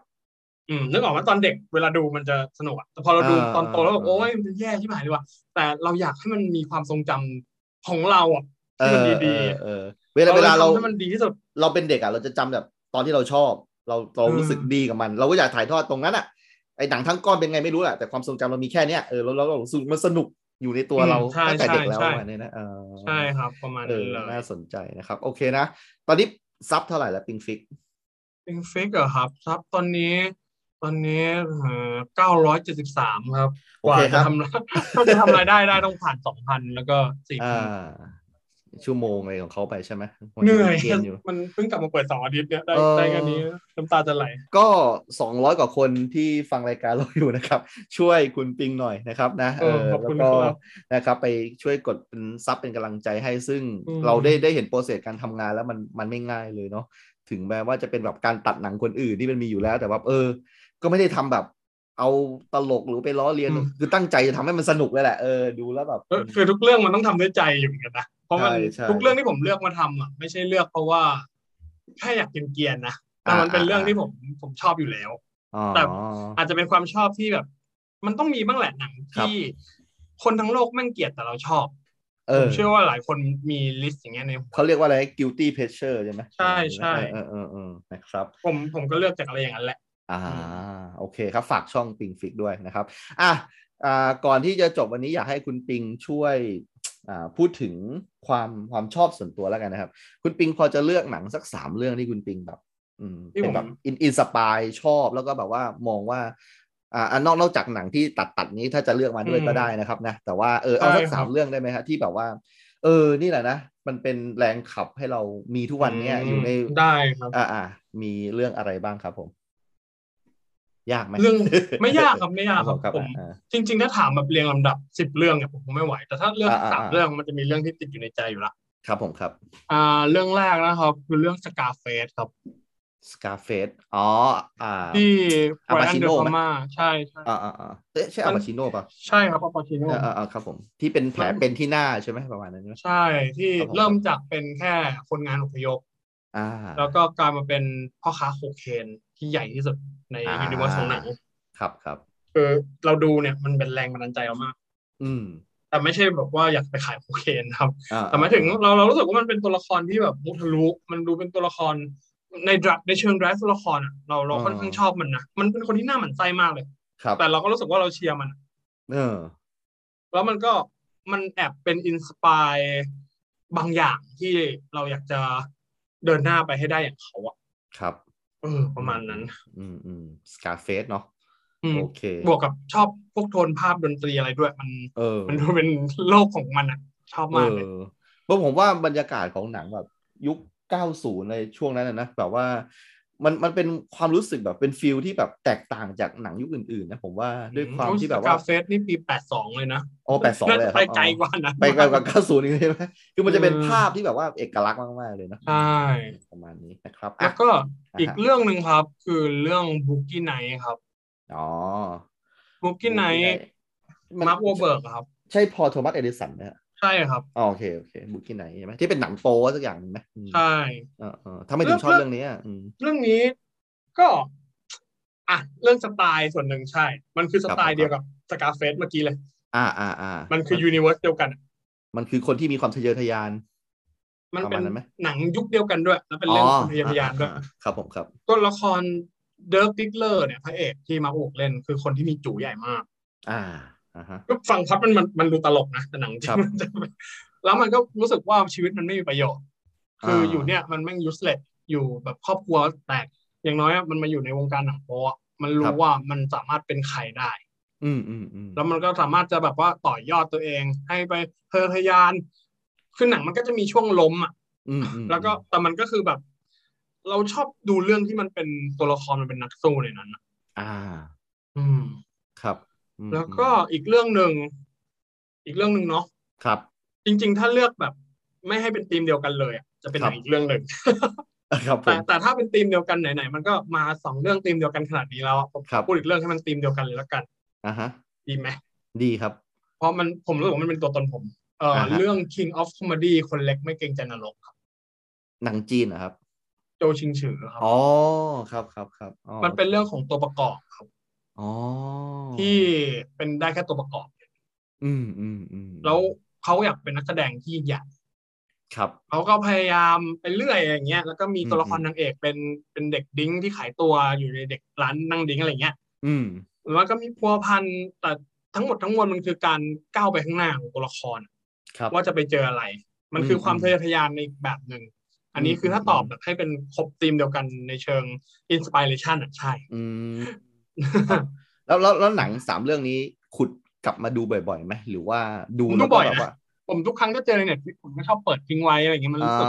Speaker 3: อืมนึกออกว่าตอนเด็กเวลาดูมันจะสนุกอะแต่พอเราดู
Speaker 2: อ่า
Speaker 3: ตอนโตแล้วแบบ
Speaker 2: อ่า
Speaker 3: โอ้ยมันจะแย่ที่หายเลยว่ะแต่เราอยากให้มันมีความทรงจำของเราอะ
Speaker 2: เอ
Speaker 3: ที่มัน
Speaker 2: อ
Speaker 3: ดี
Speaker 2: เออเออเว
Speaker 3: ๆ
Speaker 2: ลาเวลาเรา
Speaker 3: ทำให้มันดีที่สุด
Speaker 2: เราเป็นเด็กอ่ะเราจะจำแบบตอนที่เราชอบ เราเรารู้สึกดีกับมัน เราก็อยากถ่ายทอดตรงนั้นอ่ะไอหนังทั้งก้อนเป็นไงไม่รู้แหละแต่ความทรงจำเรามีแค่เนี้ยเออเราเราเรารู้สึกมันสนุกอยู่ในตัว
Speaker 3: อืม
Speaker 2: เรา
Speaker 3: ใช่
Speaker 2: ตั้งแต่
Speaker 3: ใช่
Speaker 2: เด็กแล้ว
Speaker 3: ใช่
Speaker 2: ประมาณนี้นะเออ
Speaker 3: ใช่ครับ ประมาณ
Speaker 2: เอ
Speaker 3: นั้
Speaker 2: อน
Speaker 3: เลย
Speaker 2: น่าสนใจนะครับ โอเคนะ ตอนนี้ซับเท่าไหร่แล้วปิงฟิก
Speaker 3: ปิงฟิกเหรอครับครับตอนนี้ ตอนนี้เก้าร้อยเจ็ดสิบสามครับ
Speaker 2: โอก
Speaker 3: ว่า
Speaker 2: เคค
Speaker 3: จะ
Speaker 2: รับ
Speaker 3: ทำ กว่าจะทำรายได้ได้ต้องผ่านสองพันแล้วก็สี่
Speaker 2: อ่
Speaker 3: พันา
Speaker 2: ชั่วโมงอะไรของเขาไปใช่ไหมวั
Speaker 3: เหนื่อย
Speaker 2: กมอยู่
Speaker 3: มันเพิ่งกลับมาเปิดสองอาทิตย์เนี่ยได้
Speaker 2: เออ
Speaker 3: ได้แค่นี้น้ำตาจะไหล
Speaker 2: ก็ 200 กว่าคนที่ฟังรายการเราอยู่นะครับ ช่วยคุณปิงหน่อยนะครับนะ
Speaker 3: เออขอบ
Speaker 2: แล้
Speaker 3: คุ
Speaker 2: ว
Speaker 3: ณ
Speaker 2: ก็
Speaker 3: ครับ
Speaker 2: นะครับไปช่วยกดเป็นซับเป็นกำลังใจให้ซึ่ง
Speaker 3: อืม
Speaker 2: เราได้ได้เห็นโปรเซสการทำงานแล้วมันมันไม่ง่ายเลยเนาะถึงแม้ว่าจะเป็นแบบการตัดหนังคนอื่นที่มันมีอยู่แล้ว แต่ว่าเออ ก็ไม่ได้ทำแบบ เอาตลกหรือไปล้อเลียนคือตั้งใจจะทำให้มันสนุกเลยแหละเออดูแล้วแบบ
Speaker 3: เออคือทุกเรื่องมันต้องทำด้วยใจอยู่เหมือนกันนะ เพราะมัน
Speaker 2: ใช่ใช่
Speaker 3: ทุกเรื่องที่ผมเลือกมาทำอ่ะไม่ใช่เลือกเพราะว่าแค่อยากกินเกรียนๆนะแต่มัน
Speaker 2: อ่า
Speaker 3: เป็นเรื่อง
Speaker 2: อ่า
Speaker 3: ที่ผมผมชอบอยู่แล้ว
Speaker 2: อ๋อ
Speaker 3: อาจจะเป็นความชอบที่แบบ มันต้องมีบ้างแหละหนัง
Speaker 2: ครับ
Speaker 3: ที่ คนทั้งโลกแม่งเกลียดแต่เราชอบ
Speaker 2: เอ
Speaker 3: ผ
Speaker 2: อ
Speaker 3: มเชื่อว่าหลายคนมีลิสต์อย่างเงี้ยในหัว
Speaker 2: เขาเรียกว่าอะไร guilty pleasure ใช่ไหม
Speaker 3: ใช่ใช่
Speaker 2: เออเออเออเออนะครับ
Speaker 3: ผมผมก็เลือกจากอะไรอย่างนั้นแหละ
Speaker 2: อ่า
Speaker 3: อื
Speaker 2: โอเคครับ ฝากช่องปิงฟิกด้วยนะครับอ่ะอ่าก่อนที่จะจบวันนี้อยากให้คุณปิงช่วยอ่าพูดถึงความความชอบส่วนตัวแล้วกันนะครับ คุณปิงพอจะเลือกหนังสักสามเรื่องที่คุณปิงแบบอืม
Speaker 3: ที่ผ
Speaker 2: เป็
Speaker 3: ม
Speaker 2: นแบบอินอินสปายชอบแล้วก็แบบว่ามองว่าอ่าอ่ะนอกนอกจากหนังที่ตัดตัดนี้ถ้าจะเลือกมาด้วยก็ได้นะครับนะแต่ว่าเออเอาสัก
Speaker 3: ใช่ครับ
Speaker 2: สามเรื่องได้ไหมฮะที่แบบว่า เออนี่แหละนะมันเป็นแรงขับให้เรามีทุกวันเนี้ยอยู่ใน
Speaker 3: ได้ครับ
Speaker 2: อ่าอ่ามีเรื่องอะไรบ้างครับผม ยากไหม
Speaker 3: เรื่องไม่ยากครับไม่ยาก
Speaker 2: <laughs> ครับ
Speaker 3: ผมจริง ๆ ถ้าถามแบบเรียงลำดับสิบเรื่องเนี่ยผมคงไม่ไหว แต่ถ้าเรื่องสามเรื่องมันจะมีเรื่องที่ติดอยู่ในใจอยู่ละ
Speaker 2: ครับผมครับ
Speaker 3: อ่า เรื่องแรกนะครับ คือเรื่องสกาเฟสครับ
Speaker 2: สกาเฟสอ๋ออ่า
Speaker 3: ที่ไบรอันเดอร์พม่าใช่ใช่
Speaker 2: อ่าอ่าเอ๊ะใช่อาปาชิโน่ป่ะ
Speaker 3: ใช่ครับอาปาชิโน่
Speaker 2: อ่าอ่าครับผม ที่เป็นแผลเป็นที่หน้าใช่ไหมประมาณนั้น
Speaker 3: ใช่ ที่เริ่มจากเป็นแค่คนงานอพยพ
Speaker 2: อ่า
Speaker 3: แล้วก็กลายมาเป็นพ่อค้าโคเคนที่ใหญ่ที่สุดในยูนิเวอร์สของหนัง
Speaker 2: ครับครับ
Speaker 3: เออเราดูเนี่ยมันเป็นแรงบันดาลใจเรามาก
Speaker 2: อืม
Speaker 3: แต่ไม่ใช่แบบว่าอยากไปขายโคเคนครับ แต่หมายถึงเราเรารู้สึกว่ามันเป็นตัวละครที่แบบมุทะลุมันดูเป็นตัวละครในในเชิงดรสตัวละครอ่ะเราเราค่อนข้างชอบมันนะมันเป็นคนที่น่าหมั่นไส้มากเลย
Speaker 2: ครับ
Speaker 3: แต่เราก็รู้สึกว่าเราเชียร์มัน
Speaker 2: เออ แล้ว
Speaker 3: มันก็มันแอบเป็นอินสปายบางอย่างที่เราอยากจะเดินหน้าไปให้ได้อย่างเขาอ่ะ
Speaker 2: ครับ
Speaker 3: เออประมาณนั้น
Speaker 2: อืมอืมสกาเฟสเนาะ
Speaker 3: โ
Speaker 2: อเค
Speaker 3: บวกกับชอบพวกโทนภาพดนตรีอะไรด้วย มัน
Speaker 2: เออ
Speaker 3: มันดูเป็นโลกของมันอ่ะ ชอบมากเลย
Speaker 2: เพราะผมว่าบรรยากาศของหนังแบบ ยุคเก้าศูนย์ในช่วงนั้นนะแบบว่ามันมันเป็นความรู้สึกแบบเป็นฟิลที่แบบแตกต่างจากหนังยุคอื่นๆนะผมว่าด้วยความที่แบบว่า
Speaker 3: เฟสนี่ปีแปดสองเลยนะ
Speaker 2: อ๋อแปดสองเลย
Speaker 3: ไปไกลกว่านะ
Speaker 2: ไปไกลกว่าเก้าศูนย์ใช่
Speaker 3: <laughs>
Speaker 2: ไหมคือมันจะเป็นภาพที่แบบว่าเอกลักษณ์มากๆเลยนะ
Speaker 3: ใช่
Speaker 2: ประมาณนี้นะครับ
Speaker 3: แล้วก็อีกเรื่องหนึ่งครับ คือเรื่องบุกี้ไนท์ครับ
Speaker 2: อ๋อ
Speaker 3: บุกี้ไนท์มาร์คโวเบิร์กครับ
Speaker 2: ใช่พอโทมัสเอดิสันไหม
Speaker 3: ใช่ครับ
Speaker 2: โอเคโอเคบุกี้ไนท์ใช่ไหมที่เป็นหนังโป๊สักอย่างไหม
Speaker 3: ใช่
Speaker 2: เออเออทำไมถึงชอบเรื่องนี้อ่ะ
Speaker 3: เรื่องนี้ก็อ่ะเรื่องสไตล์ส่วนหนึ่งใช่ มันคือสไตล์เดียวกับสกาเฟสเมื่อกี้เลย
Speaker 2: อ่าอ่าอ่า
Speaker 3: มันคือยูนิเวอร์สเดียวกัน
Speaker 2: มันคือคนที่มีความทะเยอทะยาน
Speaker 3: มันเป็นหนังยุคเดียวกันด้วย แล้วเป็นเรื่องคนทะเยอทะยานด้วย
Speaker 2: ครับผมครับ
Speaker 3: ตัวละครเดิร์กดิกเลอร์เนี่ยพระเอกที่มาโอกเล่นคือคนที่มีจู่ใหญ่มาก
Speaker 2: อ่า
Speaker 3: ก็ฟังพับมันมันมันดูตลกนะแต่หนังจริงแล้วมันก็รู้สึกว่าชีวิตมันไม่มีประโยชน์ คืออยู่เนี่ยมันแม่งยูสเลสอยู่แบบครอบครัวแตกอย่างน้อยมันมาอยู่ในวงการหนังโป๊ะมันรู้ว่ามันสามารถเป็นใครได้
Speaker 2: อืมอืม
Speaker 3: แล้วมันก็สามารถจะแบบว่าต่อยอดตัวเอง ให้ไปเธอทยาน คือหนังมันก็จะมีช่วงล้มอ่ะแล้วก็แต่มันก็คือแบบ เราชอบดูเรื่องที่มันเป็นตัวละครมันเป็นนักสู้ในนั้น
Speaker 2: อ่า
Speaker 3: อืม
Speaker 2: ครับ
Speaker 3: แล้วก็อีกเรื่องหนึ่งอีกเรื่องหนึ่งเนาะ
Speaker 2: ครับ <laughs>
Speaker 3: จริง ๆ ถ้าเลือกแบบ ไม่ให้เป็นทีมเดียวกันเลยจะเป็นหนังอีกเรื่องหนึ่ง
Speaker 2: แต่
Speaker 3: แต่ถ้าเป็นทีมเดียวกันไหนๆมันก็มาสองเรื่องทีมเดียวกันขนาดนี้แล้วผมพูดอีกเรื่องให้มันทีมเดียวกันเลยละกัน
Speaker 2: อ่ะฮะ
Speaker 3: ดีไหม
Speaker 2: ดีครับ
Speaker 3: เพราะมันผมรู้สึกว่ามันเป็นตัวตนผม เอ่อเรื่อง King of Comedy คนเล็กไม่เกรงใจนรกครับ
Speaker 2: หนังจีนนะครับ
Speaker 3: โจชิงฉือครับ
Speaker 2: อ๋อครับครับครับ
Speaker 3: มันเป็นเรื่องของตัวประกอบครับ
Speaker 2: อ๋อ
Speaker 3: ที่เป็นได้แค่ตัวประกอบ
Speaker 2: อืมอืมอืม
Speaker 3: แล้วเขาอยากเป็นนักแสดงที่ใหญ่
Speaker 2: ครับ
Speaker 3: เขาก็พยายามไปเรื่อยอย่างเงี้ย แล้วก็มีตัวละครนางเอกเป็นเป็นเด็กดิ้งที่ขายตัวอยู่ในเด็กร้านนั่งดิ้งอะไรเงี้ย
Speaker 2: อืม
Speaker 3: แล้วก็มีพัวพันแต่ทั้งหมดทั้งมวลมันคือการก้าวไปข้างหน้าของตัวละคร
Speaker 2: ครับ
Speaker 3: ว่าจะไปเจออะไร มันคือความทะเยอทะยานในอีกแบบหนึ่งอันนี้คือถ้าตอบแบบให้เป็นครบธีมเดียวกันในเชิงอินสปิเรชันอ่ะใช่
Speaker 2: อื
Speaker 3: <laughs>
Speaker 2: มแล้วแล้วแล้วหนังสามเรื่องนี้ขุดกลับมาดูบ่อยๆไหมหรือว่าดู
Speaker 3: แล้วก็แบบว่าผมทุกครั้งที่เจอในเน็ตฟิกผมก็ชอบเปิดทิ้งไว้อะไรอย่างเงี้ยมันรู้สึก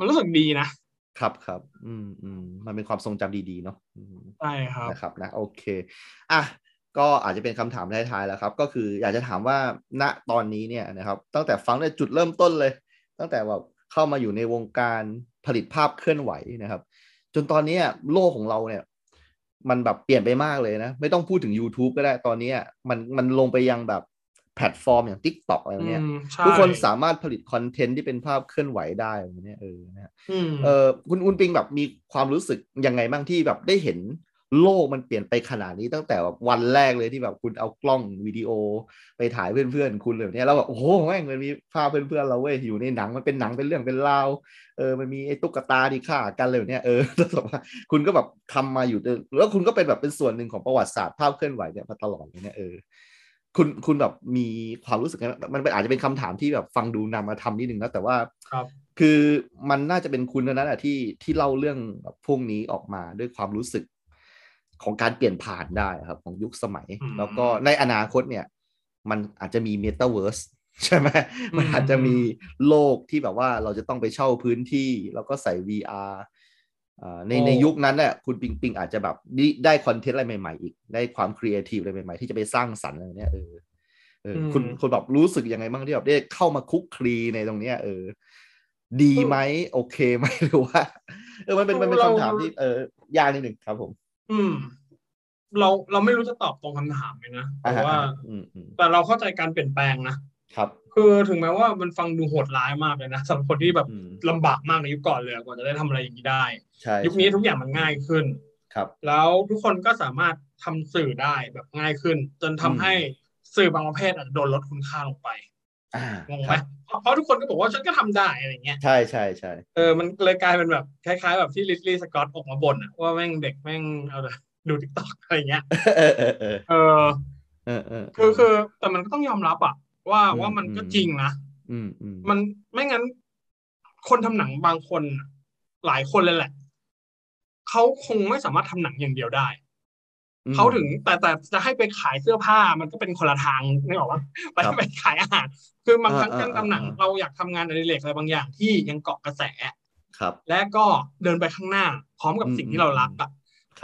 Speaker 3: มันรู้สึกดีนะ
Speaker 2: ครับครับ อืมอืมมันเป็นความทรงจำดีๆเนาะ
Speaker 3: ใช่ครับ
Speaker 2: นะครับนะโอเค อ่ะก็อาจจะเป็นคำถามท้ายๆแล้วครับ ก็คืออยากจะถามว่าณตอนนี้เนี่ยนะครับ ตั้งแต่ฟังในจุดเริ่มต้นเลย ตั้งแต่แบบเข้ามาอยู่ในวงการผลิตภาพเคลื่อนไหวนะครับ จนตอนนี้โลกของเราเนี่ยมันแบบเปลี่ยนไปมากเลยนะ ไม่ต้องพูดถึง YouTube ก็ได้ตอนนี้มันมันลงไปยังแบบแพลตฟอร์มอย่าง t ิ k t o k อะไรเนี้ยทุกคนสามารถผลิตคอนเทนต์ที่เป็นภาพเคลื่อนไหวได้เนี้ยเออนะเออคุณอุนปิงแบบมีความรู้สึกยังไงบ้างที่แบบได้เห็นโลกมันเปลี่ยนไปขนาดนี้ตั้งแต่แบบวันแรกเลยที่แบบคุณเอากล้องวิดีโอไปถ่ายเพื่อนๆคุณเลยเนี่ยเราแบบโอ้โหแม่งมันมีภาพเพื่อนๆเราเว้ยอยู่ในหนังมันเป็นหนังเป็นเรื่องเป็นราวเออมันมีไอ้ตุ๊กตาดีค่ากันเลยเนี่ยเอ <laughs> อแล้วแบบคุณก็แบบทำมาอยู่แล้วคุณก็เป็นแบบเป็นส่วนหนึ่งของประวัติศาสตร์ภาพเคลื่อนไหวเนี่ยมาตลอดเลยเนี่ยเออคุณคุณแบบมีความรู้สึกมันอาจจะเป็นคำถามที่แบบฟังดูนำมาทำนิดนึงนะแต่ว่า
Speaker 3: ครับ
Speaker 2: คือมันน่าจะเป็นคุณนั้นแหละที่ที่เล่าเรื่องแบบพวกนี้ออกมาด้วยความรู้สึกของการเปลี่ยนผ่านได้ครับ ของยุคสมัย แล้วก็ในอนาคตเนี่ย มันอาจจะมีเมตาเวิร์สใช่ไหมมันอาจจะมีโลกที่แบบว่าเราจะต้องไปเช่าพื้นที่ แล้วก็ใส่ VR ในในยุคนั้นเนี่ยคุณปิงปิงอาจจะแบบได้คอนเทนต์อะไรใหม่ ๆ อีก ได้ความครีเอทีฟอะไรใหม่ๆ ที่จะไปสร้างสรรค์อะไรเนี่ยเออเออคุณคนแบบรู้สึกยังไงบ้างที่แบบได้เข้ามาคุกคลีในตรงเนี้ยเออ ดีไหมโอเคไหม <laughs> หรือว่า เออมันเป็นมันเป็นคำถามที่เออยากนิดหนึ่งครับ ผม
Speaker 3: อืม เราเราไม่รู้จะตอบตรงคำถามเลยนะแต่ว่าแต่เราเข้าใจการเปลี่ยนแปลงนะครับ คือถึงแม้ว่ามันฟังดูโหดร้ายมากเลยนะสำหรับคนที่แบบลำบากมากในยุคก่อนเลยกว่าจะได้ทำอะไรอย่างนี้ได้ ยุคนี้ทุกอย่างมันง่ายขึ้น
Speaker 2: ครับ
Speaker 3: แล้วทุกคนก็สามารถทำสื่อได้แบบง่ายขึ้น จนทำให้สื่อบางประเภทอาจจะโดนลดคุณค่าลงไปงงไหมเพราะทุกคนก็บอกว่าฉันก็ทำได้อะไรเงี้ย
Speaker 2: ใช่ใช่ใช่ <laughs>
Speaker 3: เออมันเลยกลายเป็นแบบคล้าย ๆ แบบที่ลิซลี่สกอตออกมาบ่นอะว่าแม่งเด็กแม่ง <laughs> เอาดูทิกตอกอะไรเงี้ย
Speaker 2: เออเออ
Speaker 3: เออ
Speaker 2: เออ
Speaker 3: คือคือแต่มันก็ต้องยอมรับอะว่าว่ามันก็จริงนะ
Speaker 2: อืม
Speaker 3: มันไม่งั้น คนทำหนังบางคน หลายคนเลยแหละเขาคงไม่สามารถทำหนังอย่างเดียวได้เขาถึงแต่แต่จะให้ไปขายเสื้อผ้ามันก็เป็นคนละทางนึกออกว่าไปไปขายอาหารคือบางครั้งการทำหนังเราอยากทำงานอะไรเล็กอะไรบางอย่างที่ยังเกาะกระแส
Speaker 2: ครับ
Speaker 3: และก็เดินไปข้างหน้า พร้อมกับสิ่งที่เรารักอ่ะ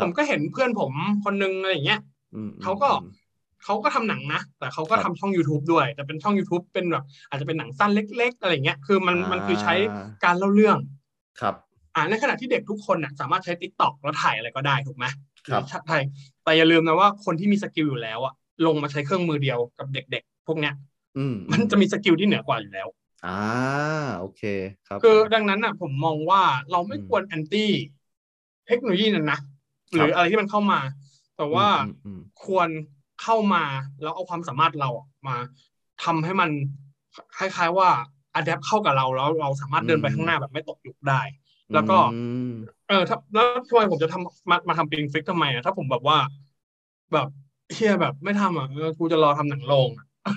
Speaker 3: ผมก็เห็นเพื่อนผมคนนึงอะไรอย่างเงี้ยเขาก็เขาก็ทำหนังนะ แต่เขาก็ทำช่อง YouTube ด้วย แต่เป็นช่อง YouTube เป็นแบบอาจจะเป็นหนังสั้นเล็ก ๆ อะไรเงี้ยคือมันมันคือใช้การเล่าเรื่อง
Speaker 2: ครับ
Speaker 3: อ่าในขณะที่เด็กทุกคนน่ะสามารถใช้ติ๊กต็อกแล้วถ่ายอะไรก็ได้ถูกไหมครับถ่ายแต่อย่าลืมนะว่าคนที่มีสกิลอยู่แล้วอะลงมาใช้เครื่องมือเดียวกับเด็ก ๆ พวกเนี้ยมันจะมีสกิลที่เหนือกว่าอยู่แล้ว
Speaker 2: อ่าโอเคครับ
Speaker 3: คือดังนั้นอ่ะ ผมมองว่าเราไม่ควรแอนตี้เทคโนโลยีนั้นนะหรืออะไรที่มันเข้ามา แต่ว่าควรเข้ามาแล้วเอาความสามารถเรามา ทำให้มันคล้าย ๆ ว่าอัดแอปเข้ากับเราแล้วเราสามารถเดินไปข้างหน้าแบบไม่ตกยุคได้แล้วก็ เออถ้าแล้วทำไมผมจะทำมามาทำเป็นฟิกทำไมอ่ะถ้าผมแบบว่า แบบเฮียแบบไม่ทำอ่ะกูจะรอทำหนังโรง <laughs>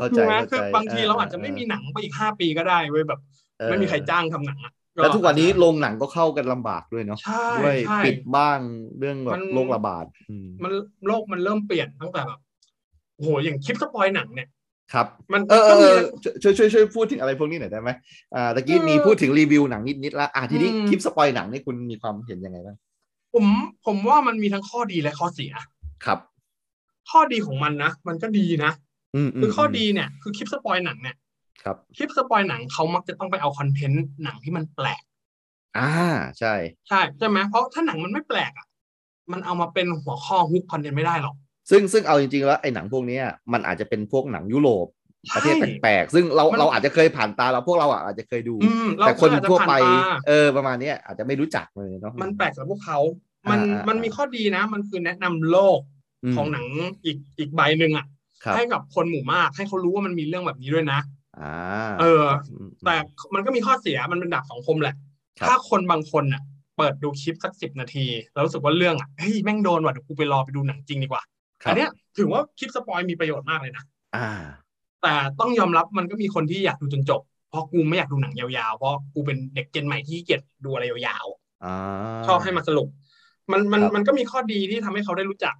Speaker 2: เข้าใจ
Speaker 3: นะคือบางทีเราอาจจะไม่มีหนังไปอีกห้าปีก็ได้เว้ยแบบ ไม่มีใครจ้างทำหนังอ่ะแล้ว
Speaker 2: ทุกวันนี้โรงหนังก็เข้ากันลำบากด้วยเนาะด้วยปิดบ้างเรื่องแบบโรคระบาด
Speaker 3: มันโลกมันเริ่มเปลี่ยนตั้งแต่แบบโหอย่างคลิปสปอยหนังเนี่ย
Speaker 2: ครับ
Speaker 3: มัน
Speaker 2: เออช่วยช่วยช่วยพูดถึงอะไรพวกนี้หน่อยได้ไหมอ่าตะกี้มีพูดถึงรีวิวหนังนิดนิดละอ่าทีนี้คลิปสปอยหนังนี่คุณมีความเห็นยังไงบ้าง
Speaker 3: ผมผมว่ามันมีทั้งข้อดีและข้อเสีย
Speaker 2: ครับ
Speaker 3: ข้อดีของมันนะมันก็ดีนะคือข้อดีเนี่ย คือคลิปสปอยหนังเนี่ย
Speaker 2: ครับ
Speaker 3: คลิปสปอยหนังเขามักจะต้องไปเอาคอนเทนต์หนังที่มันแปลก
Speaker 2: อ่าใช่
Speaker 3: ใช่ใช่ไหมเพราะถ้าหนังมันไม่แปลกอ่ะมันเอามาเป็นหัวข้อฮุกคอนเทนต์ไม่ได้หรอก
Speaker 2: ซึ่งซึ่งเอาจริงๆแล้วไอ้หนังพวกนี้มันอาจจะเป็นพวกหนังยุโรปประเทศแปลกๆซึ่งเราเราอาจจะเคยผ่านตาเราพวกเราอาจจะเคยดู แต่คนทั่วไป เออประมาณนี้อาจจะไม่รู้จักเลยเนาะ
Speaker 3: มันแปลกสำหรับพวกเขา มันมันมีข้อดีนะ มันคือแนะนำโลกของหนังอีกอีกใบหนึ่งอ่ะให้กับคนหมู่มากให้เขารู้ว่ามันมีเรื่องแบบนี้ด้วยนะเออ แต่มันก็มีข้อเสียมันเป็นดาบสองคมแหละ ถ้าคนบางคนอ่ะเปิดดูคลิปสักสิบนาที แล้วรู้สึกว่าเรื่องอ่ะเฮ้ยแม่งโดนว่ะเดี๋ยวกูไปรอไปดูหนังจริงดีกว่าอันเนี้ยถือว่าคลิปสปอยมีประโยชน์มากเลยนะ
Speaker 2: อ่า
Speaker 3: แต่ต้องยอมรับมันก็มีคนที่อยากดูจนจบ เพราะกูไม่อยากดูหนังยาวๆ เพราะกูเป็นเด็กเจนใหม่ที่เกียดดูอะไรยาว
Speaker 2: ๆ
Speaker 3: ชอบให้มาสรุป มันมันมันก็มีข้อดีที่ทำให้เขาได้รู้จัก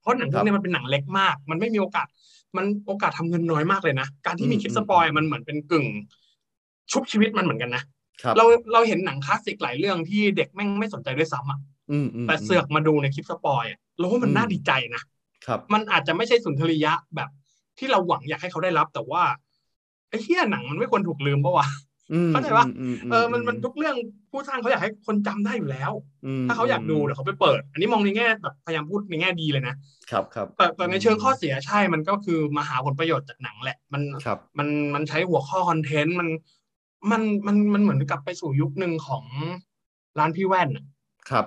Speaker 3: เพราะหนังพวกนี้มันเป็นหนังเล็กมาก มันไม่มีโอกาส มันโอกาสทำเงินน้อยมากเลยนะ การที่มีคลิปสปอยมันเหมือนเป็นกึ่ง ชุบชีวิตมันเหมือนกันนะรเราเราเห็นหนังคลาสสิกหลายเรื่องที่เด็กแม่งไม่สนใจด้วยซ้ำอ่ะแต่เสือกมาดูในคลิปสปอยอ่ะเราว่ามันน่าดีใจนะครับ มันอาจจะไม่ใช่สุนทรียะแบบที่เราหวังอยากให้เขาได้รับ แต่ว่าไอ้เฮียหนังมันไม่ควรถูกลืมปะวะเข้าใจปะเออมันมันทุกเรื่องผู้สร้างเขาอยากให้คนจำได้อยู่แล้ว ถ้าเขาอยากดูเดี๋ยวเขาไปเปิด อันนี้มองในแง่แบบพยายามพูดในแง่ดีเลยนะครับ
Speaker 2: ครับ
Speaker 3: แต่แต่ในเชิงข้อเสียใช่มันก็คือมาหาผลประโยชน์จากหนังแหละ มันมันมันใช้หัวข้อคอนเทนต์มัน มันมันมันเหมือนกลับไปสู่ยุคหนึ่งของร้านพี่แว่น
Speaker 2: ครับ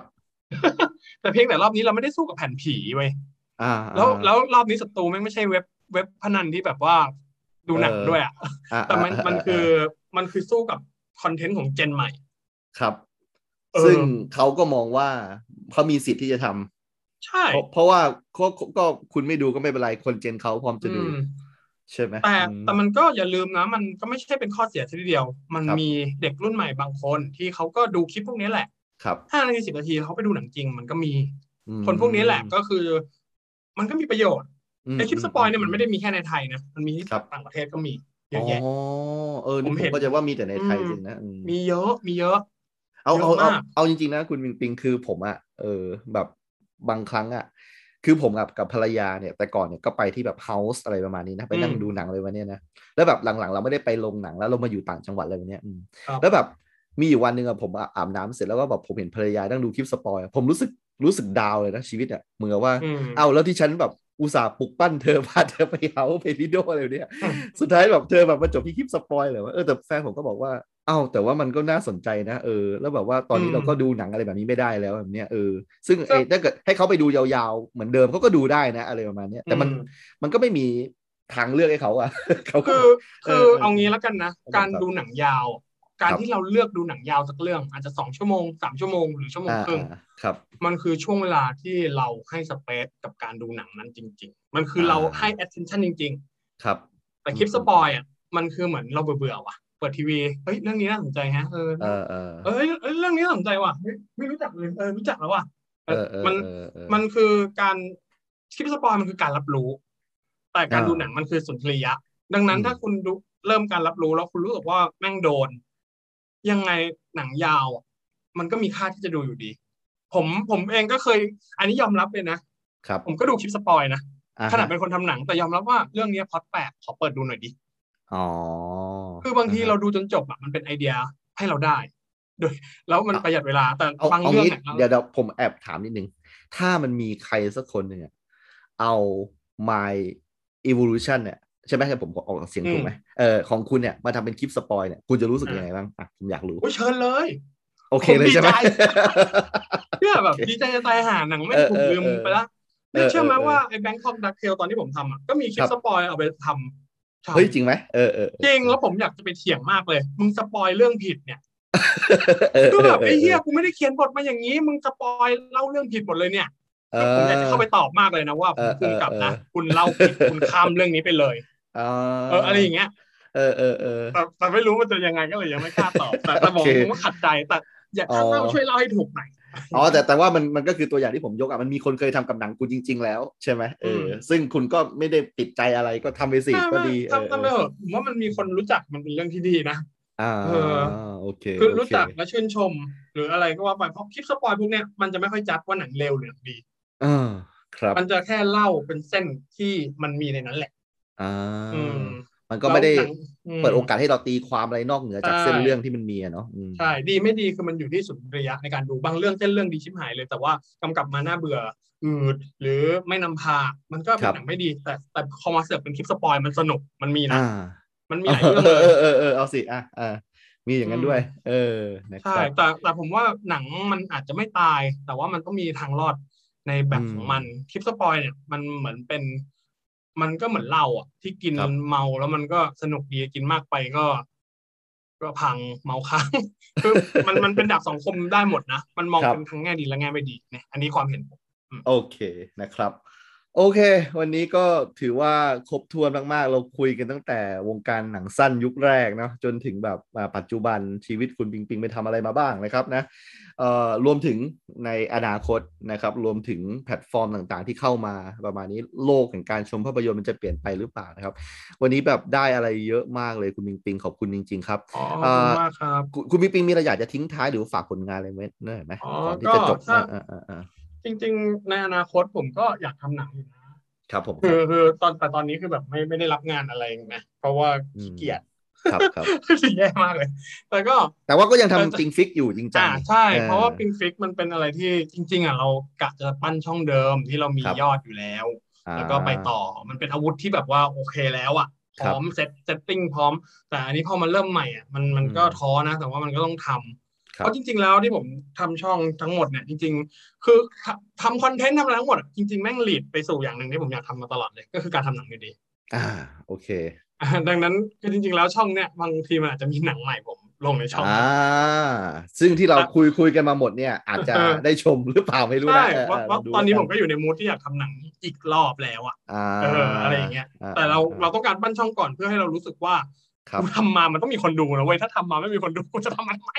Speaker 3: แต่เพียงแต่รอบนี้เราไม่ได้สู้กับแผ่นผีเว้ยแล้วแล้วรอบนี้ศัตรูไม่ไม่ใช่เว็บเว็บพนันที่แบบว่าดูหนังด้วยอ่ะแต่มันมันคือมันคือสู้กับคอนเทนต์ของเจนใหม่
Speaker 2: ครับ ซึ่งเขาก็มองว่าเขามีสิทธิ์ที่จะท
Speaker 3: ำใช่
Speaker 2: เพราะว่าก็ก็คุณไม่ดูก็ไม่เป็นไรคนเจนเขาพร้อมจะดู ใช่ไหม
Speaker 3: แต่แต่มันก็อย่าลืมนะ มันก็ไม่ใช่เป็นข้อเสียทีเดียว มันมีเด็กรุ่นใหม่บางคนที่เขาก็ดูคลิปพวกนี้แหละ
Speaker 2: ครับ
Speaker 3: ห้านาทีสิบนาทีเขาไปดูหนังจริง มันก็มีคนพวกนี้แหละก็คือมันก็มีประโยชน์ไอคลิปสปอยเนี่ยมันไม่ได้มีแค่ในไทยนะ มันมีที่ต่างประเทศก็มีเยอะแยะ
Speaker 2: อ๋อเออผมเห็นก็จะว่ามีแต่ในไทยจริงนะ
Speaker 3: มีเยอะมีเยอะ
Speaker 2: เอาเอา
Speaker 3: เยอะ
Speaker 2: เอา
Speaker 3: มาก
Speaker 2: เอาจริงๆนะคุณปิงปิงคือผมอะเออแบบบางครั้งอะคือผมกับกับภรรยาเนี่ยแต่ก่อนเนี่ยก็ไปที่แบบเฮาส์อะไรประมาณนี้นะไปนั่ง
Speaker 3: อืม
Speaker 2: ดูหนังเลยวันเนี้ยนะแล้วแบบหลังๆ เราไม่ได้ไปลงหนังแล้วเรามาอยู่ต่างจังหวัดเลยวันเนี้ยอืม
Speaker 3: ครับ
Speaker 2: แล้วแบบมีอยู่วันหนึ่งอะผมอะอาบน้ำเสร็จแล้วก็แบบผมเห็นภรรยานั่งดูคลิปสปอยอะผมรู้สึกรู้สึกดาวเลยนะชีวิตอะเหมือนกับว่า
Speaker 3: อืม
Speaker 2: เอาแล้วที่ฉันแบบอุตส่าห์ปลุกปั้นเธอพาเธอไปเฮาส์ไปลิโดอะไรเนี่ย
Speaker 3: <laughs>
Speaker 2: สุดท้ายแบบเธอแบบมาจบที่คลิปสปอยเลยว่าเออแต่แฟนผมก็บอกว่าเอ้าแต่ว่ามันก็น่าสนใจนะเออ แล้วแบบว่าตอนนี้
Speaker 3: อืม
Speaker 2: เราก็ดูหนังอะไรแบบนี้ไม่ได้แล้วแบบเนี้ยเออซึ่ง
Speaker 3: ครั
Speaker 2: ไอ้
Speaker 3: บ
Speaker 2: ถ้าเกิดให้เขาไปดูยาวๆเหมือนเดิมเขาก็ดูได้นะ อะไรประมาณเนี้ยแต่มัน
Speaker 3: อื
Speaker 2: มันก็ไม่มีทางเลือกให้เขาอะ <laughs> เขาก็
Speaker 3: คือ
Speaker 2: เอ
Speaker 3: คือ อ
Speaker 2: เออ
Speaker 3: เอางี้แล้วกันนะ
Speaker 2: ครับ
Speaker 3: การดูหนังยาว การ
Speaker 2: ครับ
Speaker 3: ที่เราเลือกดูหนังยาวสักเรื่อง อาจจะสองชั่วโมงสามชั่วโมงหรือชั่วโมง
Speaker 2: อ่า
Speaker 3: ครึ่ง
Speaker 2: อ่าครับ
Speaker 3: มันคือช่วงเวลาที่เราให้สเปซกับการดูหนังนั้นจริง ๆ มันคือเรา
Speaker 2: อ่า
Speaker 3: ให้ attention จริง
Speaker 2: ครับ
Speaker 3: ๆ แต่คลิปสปอยอ่ะ มันคือเหมือนเราเบื่อๆว่ะ เปิดทีวี เฮ้ย เรื่องนี้น่าสนใจฮะ เออ
Speaker 2: เออเออ
Speaker 3: เอ้ยเอ้ย เรื่องนี้น่าสนใจว่ะเฮ้ยไม่รู้จักเลยเออ รู้จักแล้วว่ะ
Speaker 2: เออเออ
Speaker 3: มัน
Speaker 2: เออเออ
Speaker 3: มันคือการคลิปสปอยมันคือการรับรู้ แต่การ
Speaker 2: อ่า
Speaker 3: ดูหนังมันคือสุนทรียะ ดังนั้น
Speaker 2: อืม
Speaker 3: ถ้าคุณดูเริ่มการรับรู้แล้วคุณรู้สึกว่าแม่งโดน ยังไงหนังยาวอะมันก็มีค่าที่จะดูอยู่ดี ผมผมเองก็เคย อันนี้ยอมรับเลยนะ
Speaker 2: ครับ
Speaker 3: ผมก็ดูคลิปสปอยนะ
Speaker 2: อ่ฮะ
Speaker 3: ขนาดเป็นคนทำหนัง แต่ยอมรับว่าเรื่องเนี้ยพล็อดแปลกขอเปิดดูหน่อยดิ
Speaker 2: อ๋อ
Speaker 3: คือบางที
Speaker 2: ฮะ
Speaker 3: เราดูจนจบอะมันเป็นไอเดียให้เราได้โดยแล้วมัน
Speaker 2: เอา
Speaker 3: ประหยัดเวลาแต่
Speaker 2: เอา
Speaker 3: ฟัง
Speaker 2: เอา
Speaker 3: เรื่อง
Speaker 2: งี้
Speaker 3: นี่ย
Speaker 2: เดี๋ยวเดี๋ยวผมแอบถามนิดนึง ถ้ามันมีใครสักคนหนึ่งอะเอา my evolution เนี่ยใช่ไหมครับผมออกเสียงถูกไหมเออของคุณเนี่ยมาทำเป็นคลิปสปอยเนี่ยคุณจะรู้สึกยังไงบ้างอ่ะผมอยากรู้
Speaker 3: โอ้ยเชิญเลย
Speaker 2: โอเคเลยใช่ไหม
Speaker 3: ผมดีใจ เพื่อแบบดีใจจะตายหาหนังไม่
Speaker 2: เออ
Speaker 3: ถูกลืม
Speaker 2: เออเออ
Speaker 3: ไปละ
Speaker 2: เออ
Speaker 3: เนี่ยเชื่อไหม
Speaker 2: เออเออ
Speaker 3: ว่าไอ้แบงคอกดักเทลตอนที่ผมทำอ่ะก็มีคลิ
Speaker 2: ครั
Speaker 3: ป
Speaker 2: บ
Speaker 3: สปอยเอาไปทำทำ
Speaker 2: เฮ้ยจริงไหมเออเออ
Speaker 3: จริงแล้วผมอยากจะไปเถียงมากเลย มึงสปอยเรื่องผิดเนี่ย
Speaker 2: เออ
Speaker 3: ก็แบบ
Speaker 2: เออ
Speaker 3: ไอ้เหี้ยกูไม่ได้เขียนบทมาอย่างนี้ มึงสปอยเล่าเรื่องผิดหมดเลยเนี่ย
Speaker 2: เอ
Speaker 3: แล้ว
Speaker 2: อ
Speaker 3: ผมอยากจะเข้าไปตอบมากเลยนะว่า
Speaker 2: เออเออ
Speaker 3: คุณกลับนะ
Speaker 2: เออ
Speaker 3: คุณเล่าผิดคุณข้ามเรื่องนี้ไปเลย
Speaker 2: เอ
Speaker 3: เอออะไรอย่างเงี้ย
Speaker 2: เออเออเออ
Speaker 3: แต่แต่ไม่รู้มันจะยังไงก็เลยยังไม่กล้าตอบ แต่แต่บอก
Speaker 2: โอเค
Speaker 3: ผมว่าขัดใจแต่อยากถ้าเล่า
Speaker 2: อ๋อ
Speaker 3: ช่วยเล่าให้ถูกหน่อย
Speaker 2: อ๋อแต่แต่ว่ามันมันก็คือตัวอย่างที่ผมยกอ่ะมันมีคนเคยทำกับหนังคุณจริง ๆ แล้วใช่ไหมเอออ
Speaker 3: ม
Speaker 2: ซึ่งคุณก็ไม่ได้ติดใจอะไรก็ทำไปสิ
Speaker 3: ไม่
Speaker 2: ก็
Speaker 3: ไม่
Speaker 2: ดีเออ
Speaker 3: ทำทำไปเถอะผมว่ามันมีคนรู้จักมันเป็นเรื่องที่ดีนะ
Speaker 2: อ่า
Speaker 3: เออ
Speaker 2: โอเค
Speaker 3: คือ
Speaker 2: โเ
Speaker 3: รู้จักและชื่นชม หรืออะไรก็ว่าไปเพราะคลิปสปอยพวกเนี้ยมันจะไม่ค่อยจัดว่าหนังเลวหรือหนังดี
Speaker 2: อ่าครับ
Speaker 3: มันจะแค่เล่าเป็นเส้นที่มันมีในนั้นแหละ
Speaker 2: อ่า
Speaker 3: อืม
Speaker 2: มันก็ไม่ได้
Speaker 3: แล้วหนังอืม
Speaker 2: เปิดโอกาสให้เราตีความอะไรนอกเหนือจาก
Speaker 3: ใช่
Speaker 2: เส้นเรื่องที่มันมีอะเนาะอืม
Speaker 3: ใช่ดีไม่ดีคือมันอยู่ที่สุนทรียะในการดูบางเรื่องเส้นเรื่องดีชิบหายเลยแต่ว่ากำกับมาหน้าเบื่ออืดหรือไม่นำพา มันก็เป็นหนังไม่ดี แต่แต่พอมาเสิร์ฟเป็นคลิปสปอยมันสนุกมันมีนะ
Speaker 2: อ่า
Speaker 3: มันมี
Speaker 2: เอ
Speaker 3: หลายเรื่องเล
Speaker 2: อย เออเออเออเอาสิอ่ะอ่ามีอย่างนั้นด้วย เออนะค
Speaker 3: ใช่
Speaker 2: รับ
Speaker 3: แต่แต่ผมว่าหนังมันอาจจะไม่ตาย แต่ว่ามันต้องมีทางรอดในแบบของมันคลิปสปอยเนี่ยมันเหมือนเป็น มันก็เหมือนเหล้าอ่ะ ที่กิน
Speaker 2: ครับ
Speaker 3: เมาแล้วมันก็สนุกดีกินมากไปก็ ก็พังเมาค้าง <laughs> คือมันมันเป็นดาบสองคมได้หมดนะ มันมองเป็นทั้งแง่ดีและแง่ไม่ดีเนี่ยอันนี้ความเห็นผม
Speaker 2: โอเคนะครับ โอเค วันนี้ก็ถือว่าครบถ้วนมาก ๆ เราคุยกันตั้งแต่วงการหนังสั้นยุคแรกเนาะจนถึงแบบอ่าปัจจุบันชีวิตคุณปิงปิงไปทำอะไรมาบ้างนะครับนะเอ่อรวมถึงในอนาคตนะครับ รวมถึงแพลตฟอร์มต่างๆ ที่เข้ามาประมาณนี้โลกแห่งการชมภาพยนตร์มันจะเปลี่ยนไปหรือเปล่านะครับ วันนี้แบบได้อะไรเยอะมากเลยคุณปิงปิงขอบคุณจริง ๆ ครับ
Speaker 3: อ๋อขอบคุณมากครับ
Speaker 2: คุณคุณปิงปิงมีอะไรอยากจะทิ้งท้ายหรือฝากผลงานอะไรไว้หน่อยไหม
Speaker 3: อ๋อ
Speaker 2: ก่อนที่จะจบ
Speaker 3: ก็ถ้า
Speaker 2: อ่าอ่าอ่า
Speaker 3: จริง ๆ ในอนาคตผมก็อยากทำหนังอยู่นะ
Speaker 2: ครับผมค
Speaker 3: คื
Speaker 2: รับ
Speaker 3: อคือตอนแต่ตอนนี้คือแบบไม่ไม่ได้รับงานอะไรนะเพราะว่าขี้เกียจ
Speaker 2: ครับครับ
Speaker 3: <laughs> แย่มากเลย แต่ก็
Speaker 2: แต่ว่าก็ยัง
Speaker 3: เออ
Speaker 2: ทำติงฟิกอยู่จริงจัง
Speaker 3: อ่า
Speaker 2: นี่
Speaker 3: ใช่
Speaker 2: ออ
Speaker 3: เพราะว่าปิงฟิกมันเป็นอะไรที่จริง ๆอ่ะเรากะจะปั้นช่องเดิมที่เรามี
Speaker 2: ครับ
Speaker 3: ยอดอยู่แล้ว
Speaker 2: อ่า
Speaker 3: แล้วก็ไปต่อมันเป็นอาวุธที่แบบว่าโอเคแล้วอ่ะพร้อมเซตเซตติ้งพร้อม แต่อันนี้พอมันเริ่มใหม่อ่ะมันมันก็
Speaker 2: อืม
Speaker 3: ท้อนะ แต่ว่ามันก็ต้องทำ
Speaker 2: ครับ
Speaker 3: เพราะจริง ๆ แล้วที่ผมทำช่องทั้งหมดเนี่ยจริง ๆ คือทำทำคอนเทนต์ทำอะไรทั้งหมดอะจริง ๆ แม่งหลีดไปสู่อย่างหนึ่งที่ผมอยากทำมาตลอดเลยก็คือการทำหนังอยู่ดี <laughs>
Speaker 2: อ่าโอเค
Speaker 3: อ่าดังนั้นคือจริงๆแล้วช่องเนี่ยบางทีมันอาจจะมีหนังใหม่ผมลงในช่อง
Speaker 2: อ่าซึ่งที่เรา
Speaker 3: อ่ะ
Speaker 2: คุยคุยกันมาหมดเนี่ย อาจจะ
Speaker 3: เออ
Speaker 2: ได้ชมหรือเปล่าไม่รู้
Speaker 3: ใช่
Speaker 2: นะเออ
Speaker 3: ว่าว่า
Speaker 2: เดู
Speaker 3: ตอนนี้
Speaker 2: แล้วกั
Speaker 3: ผมก็อยู่ในมูดที่อยากทำหนังอีกรอบแล้วอะ
Speaker 2: อ่า
Speaker 3: เอออะไรอย่างเงี้ยแต่เราเราต้องการปั้นช่องก่อนเพื่อให้เรารู้สึกว่า
Speaker 2: ครับ
Speaker 3: กูทำมามันต้องมีคนดูนะเว้ยถ้าทำมาไม่มีคนดูกูจะทำมันทำไม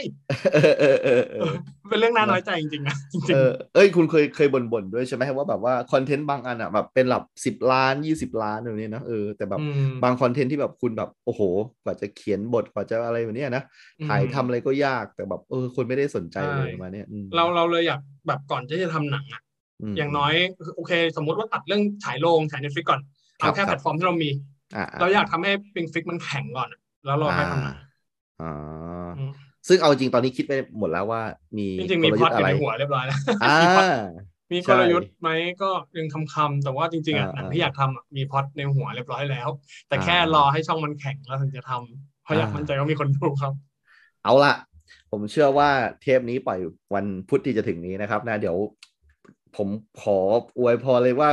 Speaker 2: เออเออเออเออ
Speaker 3: เป็นเรื่องน่าน้อยใจจริงๆนะจริ
Speaker 2: เอง อเอ้ยคุณเคยเคยบ่นๆด้วยใช่ไหมว่าแบบว่าคอนเทนต์บางอันอ่ะแบบเป็นหลักสิบล้านยี่สิบล้านอะไรแบบนี้นะเออแต่แบ
Speaker 3: ๆ
Speaker 2: บ
Speaker 3: อืม
Speaker 2: บางคอนเทนต์ที่แบบคุณแบบโอ้โห กว่าจะเขียนบทกว่าจะอะไรแบบเนี้ยนะถ่ายทำอะไรก็ยากแต่แบบเออคนไม่ได้สนใจเลย
Speaker 3: ใช่
Speaker 2: ประมาณเนี้ยอืม
Speaker 3: เราเราเลยอยากแบบก่อนที่จะทำหนังอะ
Speaker 2: ม
Speaker 3: อย่างน้อยโอเค สมมติว่าตัดเรื่องฉายโรงฉายเน็ตฟลิก่อนเอา
Speaker 2: ครั
Speaker 3: แค่
Speaker 2: บ
Speaker 3: แพลตฟอร์มที่เรามี
Speaker 2: อ่ะ
Speaker 3: เราอยากทำให้เป็นฟิกมันแข็งก่อนอะแล้วเราค่อยทำหนัง
Speaker 2: อ่า
Speaker 3: อืม
Speaker 2: ซึ่งเอาจริงตอนนี้คิดไปหมดแล้วว่ามี
Speaker 3: จริงๆมี
Speaker 2: กล
Speaker 3: พ
Speaker 2: ยุ
Speaker 3: ล็อ
Speaker 2: ท
Speaker 3: ต
Speaker 2: ธ์
Speaker 3: อ
Speaker 2: อะไร
Speaker 3: ยู่ในหัวเรียบร้อยแล้ว <laughs>
Speaker 2: อ่า
Speaker 3: มีกลยุทธ์ไหมก็ยังคำๆแต่ว่าจริงๆอ่ะ
Speaker 2: อ่า
Speaker 3: หนังที่อยากทำอะมีพล็อตในหัวเรียบร้อยแล้ว แต่
Speaker 2: อ่า
Speaker 3: แค่รอให้ช่องมันแข็งแล้วถึงจะทำเพราะอยาก
Speaker 2: อ่ามั่
Speaker 3: มั่นใจว่ามีคนดูครับ
Speaker 2: เอาละผมเชื่อว่าเทปนี้ปล่อยวันพุธที่จะถึงนี้นะครับนะเดี๋ยวผมขออวยพรเลยว่า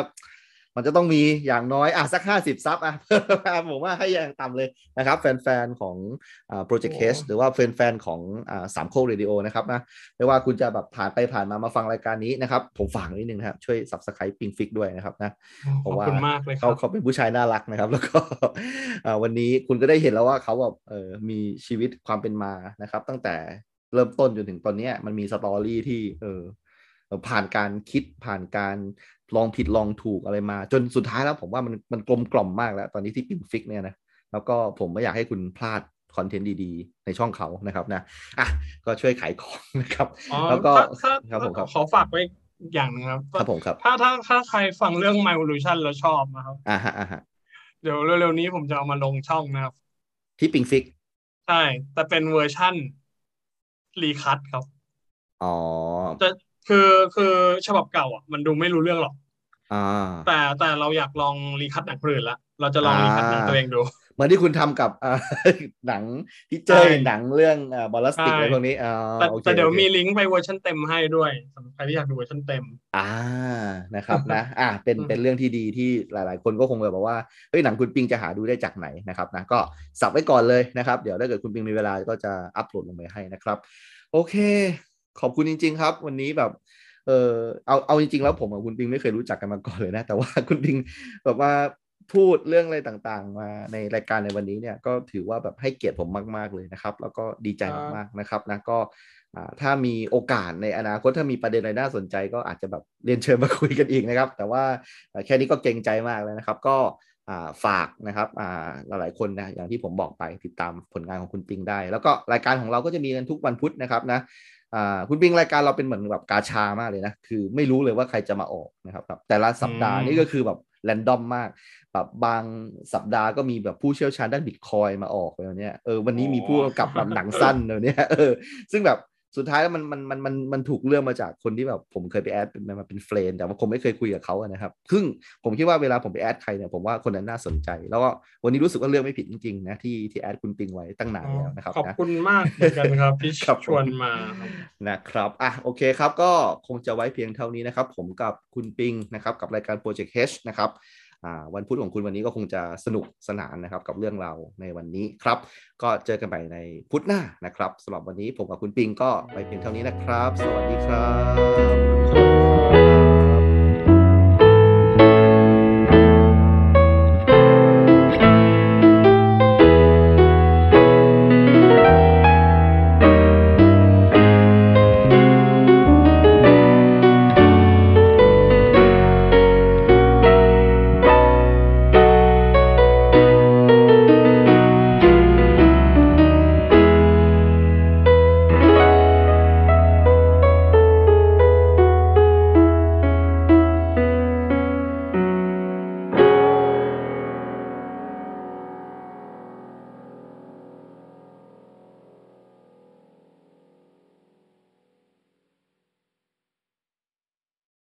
Speaker 2: มันจะต้องมีอย่างน้อยอ่ะสักห้าสิบซับอ่ะ <laughs> ผมว่าให้อย่างต่ำเลยนะครับ แฟนๆ ของโปรเจกต์
Speaker 3: โอ้
Speaker 2: เคสหรือว่าแฟนๆ ของอ่าสามโคกเรดิโอนะครับนะไม่ว่าคุณจะแบบผ่านไปผ่านมามาฟังรายการนี้นะครับ ผมฝากนิดนึงนะครับ ช่วย subscribe ปิงฟิกด้วยนะครับนะ
Speaker 3: ขอบคุณมากเลยครั
Speaker 2: เขา
Speaker 3: บ
Speaker 2: เขาเป็นผู้ชายน่ารักนะครับ <laughs> แล้วก็ อ่าวันนี้คุณก็ได้เห็นแล้วว่าเขาแบบเออมีชีวิตความเป็นมานะครับ ตั้งแต่เริ่มต้นจนถึงตอนเนี้ยมันมีสตอรี่ที่เออเอ่อผ่านการคิดผ่านการลองผิดลองถูกอะไรมา จนสุดท้ายแล้วผมว่ามันมันกลมกล่อมมากแล้ว ตอนนี้ที่ปิ่นฟิกเนี่ยนะแล้วก็ผมไม่อยากให้คุณพลาดคอนเทนต์ดีๆ ในช่องเขานะครับนะอ่ะก็ช่วยขายของนะครับ
Speaker 3: อ๋อ
Speaker 2: แล้วก็
Speaker 3: ถ้า
Speaker 2: ครับผมครั
Speaker 3: ถ้า
Speaker 2: บ
Speaker 3: ขอฝากไว้อย่างหนึงครับ
Speaker 2: ครับผมครับ
Speaker 3: ถ้าถ้าถ้าใครฟังเรื่อง My Evolution แล้วชอบนะครับ
Speaker 2: อ่าฮะอ่าฮะ
Speaker 3: เดี๋ยวเร็วๆนี้ผมจะเอามาลงช่องนะครับ
Speaker 2: ที่ปิงฟิก
Speaker 3: ใช่ แต่เป็นเวอร์ชั่นรีคัตครับ
Speaker 2: อ๋อ
Speaker 3: จะคือคือฉบับเก่าอ่ะมันดูไม่รู้เรื่องหรอก
Speaker 2: อ่า
Speaker 3: แต่แต่เราอยากลองรีคัตหนังคนอื่นละเราจะลองรีคัตหนังตัวเองดู
Speaker 2: เหมือนที่คุณทำกับ <laughs> อ่า หนังที่เจอ
Speaker 3: ใช่
Speaker 2: หนังเรื่องบอลลสติก
Speaker 3: ใช่
Speaker 2: อะไรพวกนี้อ่า
Speaker 3: แต่
Speaker 2: โอค
Speaker 3: แต่เดี๋ยว
Speaker 2: โอค
Speaker 3: มีลิงก์ไปเวอร์ชันเต็มให้ด้วยสำหรับใครที่อยากดูเวอร์ชันเต็ม
Speaker 2: อ่านะครับนะ
Speaker 3: <laughs>
Speaker 2: อ่าเป็น
Speaker 3: อืม
Speaker 2: เป็นเรื่องที่ดีที่หลาย ๆ คนก็คงแบบว่าเฮ้ยหนังคุณปิงจะหาดูได้จากไหนนะครับนะก็สับไว้ก่อนเลยนะครับ เดี๋ยวถ้าเกิดคุณปิงมีเวลาก็จะอัปโหลดลงไปให้นะครับ โอเค ขอบคุณจริง ๆ ครับ วันนี้แบบเออเอาเอาจริง ๆ แล้วผมกับคุณปิงไม่เคยรู้จักกันมาก่อนเลยนะ แต่ว่า <laughs> คุณปิงแบบว่าพูดเรื่องอะไรต่างๆ มาในรายการในวันนี้เนี่ยก็ถือว่าแบบให้เกียรติผมมากๆเลยนะครับ แล้วก็ดีใจมากๆนะครับนะก็อ่าถ้ามีโอกาสในอนาคตถ้ามีประเด็นอะไรน่าสนใจ ก็อาจจะแบบเรียนเชิญมาคุยกันอีกนะครับ แต่ว่าอ่าแค่นี้ก็เกรงใจมากแล้วนะครับ ก็อ่าฝากนะครับอ่าหลายๆคนนะอย่างที่ผมบอกไปติดตามผลงานของคุณปิงได้ แล้วก็รายการของเราก็จะมีกันทุกวันพุธนะครับนะ อ่าคุณปิงรายการเราเป็นเหมือนแบบกาชามากเลยนะ คือไม่รู้เลยว่าใครจะมาออกนะครับแบบแต่ละสัปดาห์
Speaker 3: อืม
Speaker 2: นี่ก็คือแบบแรนดอมมากแบบบางสัปดาห์ก็มีแบบผู้เชี่ยวชาญด้านบิตคอยมาออกแล้วเนี่ยเออวันนี้มีผู้กำกับแบบหนังสั้นแล้วเนี่ยเออซึ่งแบบสุดท้ายแล้วมันมันมันมันมันถูกเลือกมาจากคนที่แบบผมเคยไปแอดเป็นมาเป็นเฟรนด์แต่ว่าผมไม่เคยคุยกับเขาอะนะครับซึ่งผมคิดว่าเวลาผมไปแอดใครเนี่ยผมว่าคนนั้นน่าสนใจ แล้วก็วันนี้รู้สึกว่าเลือกไม่ผิดจริงๆนะที่ที่แอดคุณปิงไว้ตั้งนานแล้วนะครับ
Speaker 3: ขอบ
Speaker 2: นะ
Speaker 3: คุณมากเหมือนกันครับที่
Speaker 2: ครับผม
Speaker 3: ชวนมาครับ
Speaker 2: นะครับ อ่ะ โอเคครับ ก็คงจะไว้เพียงเท่านี้นะครับ ผมกับคุณปิงนะครับ กับรายการ Project H นะครับ อ่า วันพุธของคุณวันนี้ก็คงจะสนุกสนานนะครับ กับเรื่องเราวในวันนี้ครับ ก็เจอกันใหม่ในพุธหน้านะครับสำหรับวันนี้ผมกับคุณปิงก็ไว้เพียงเท่านี้นะครับ สวัสดีครับ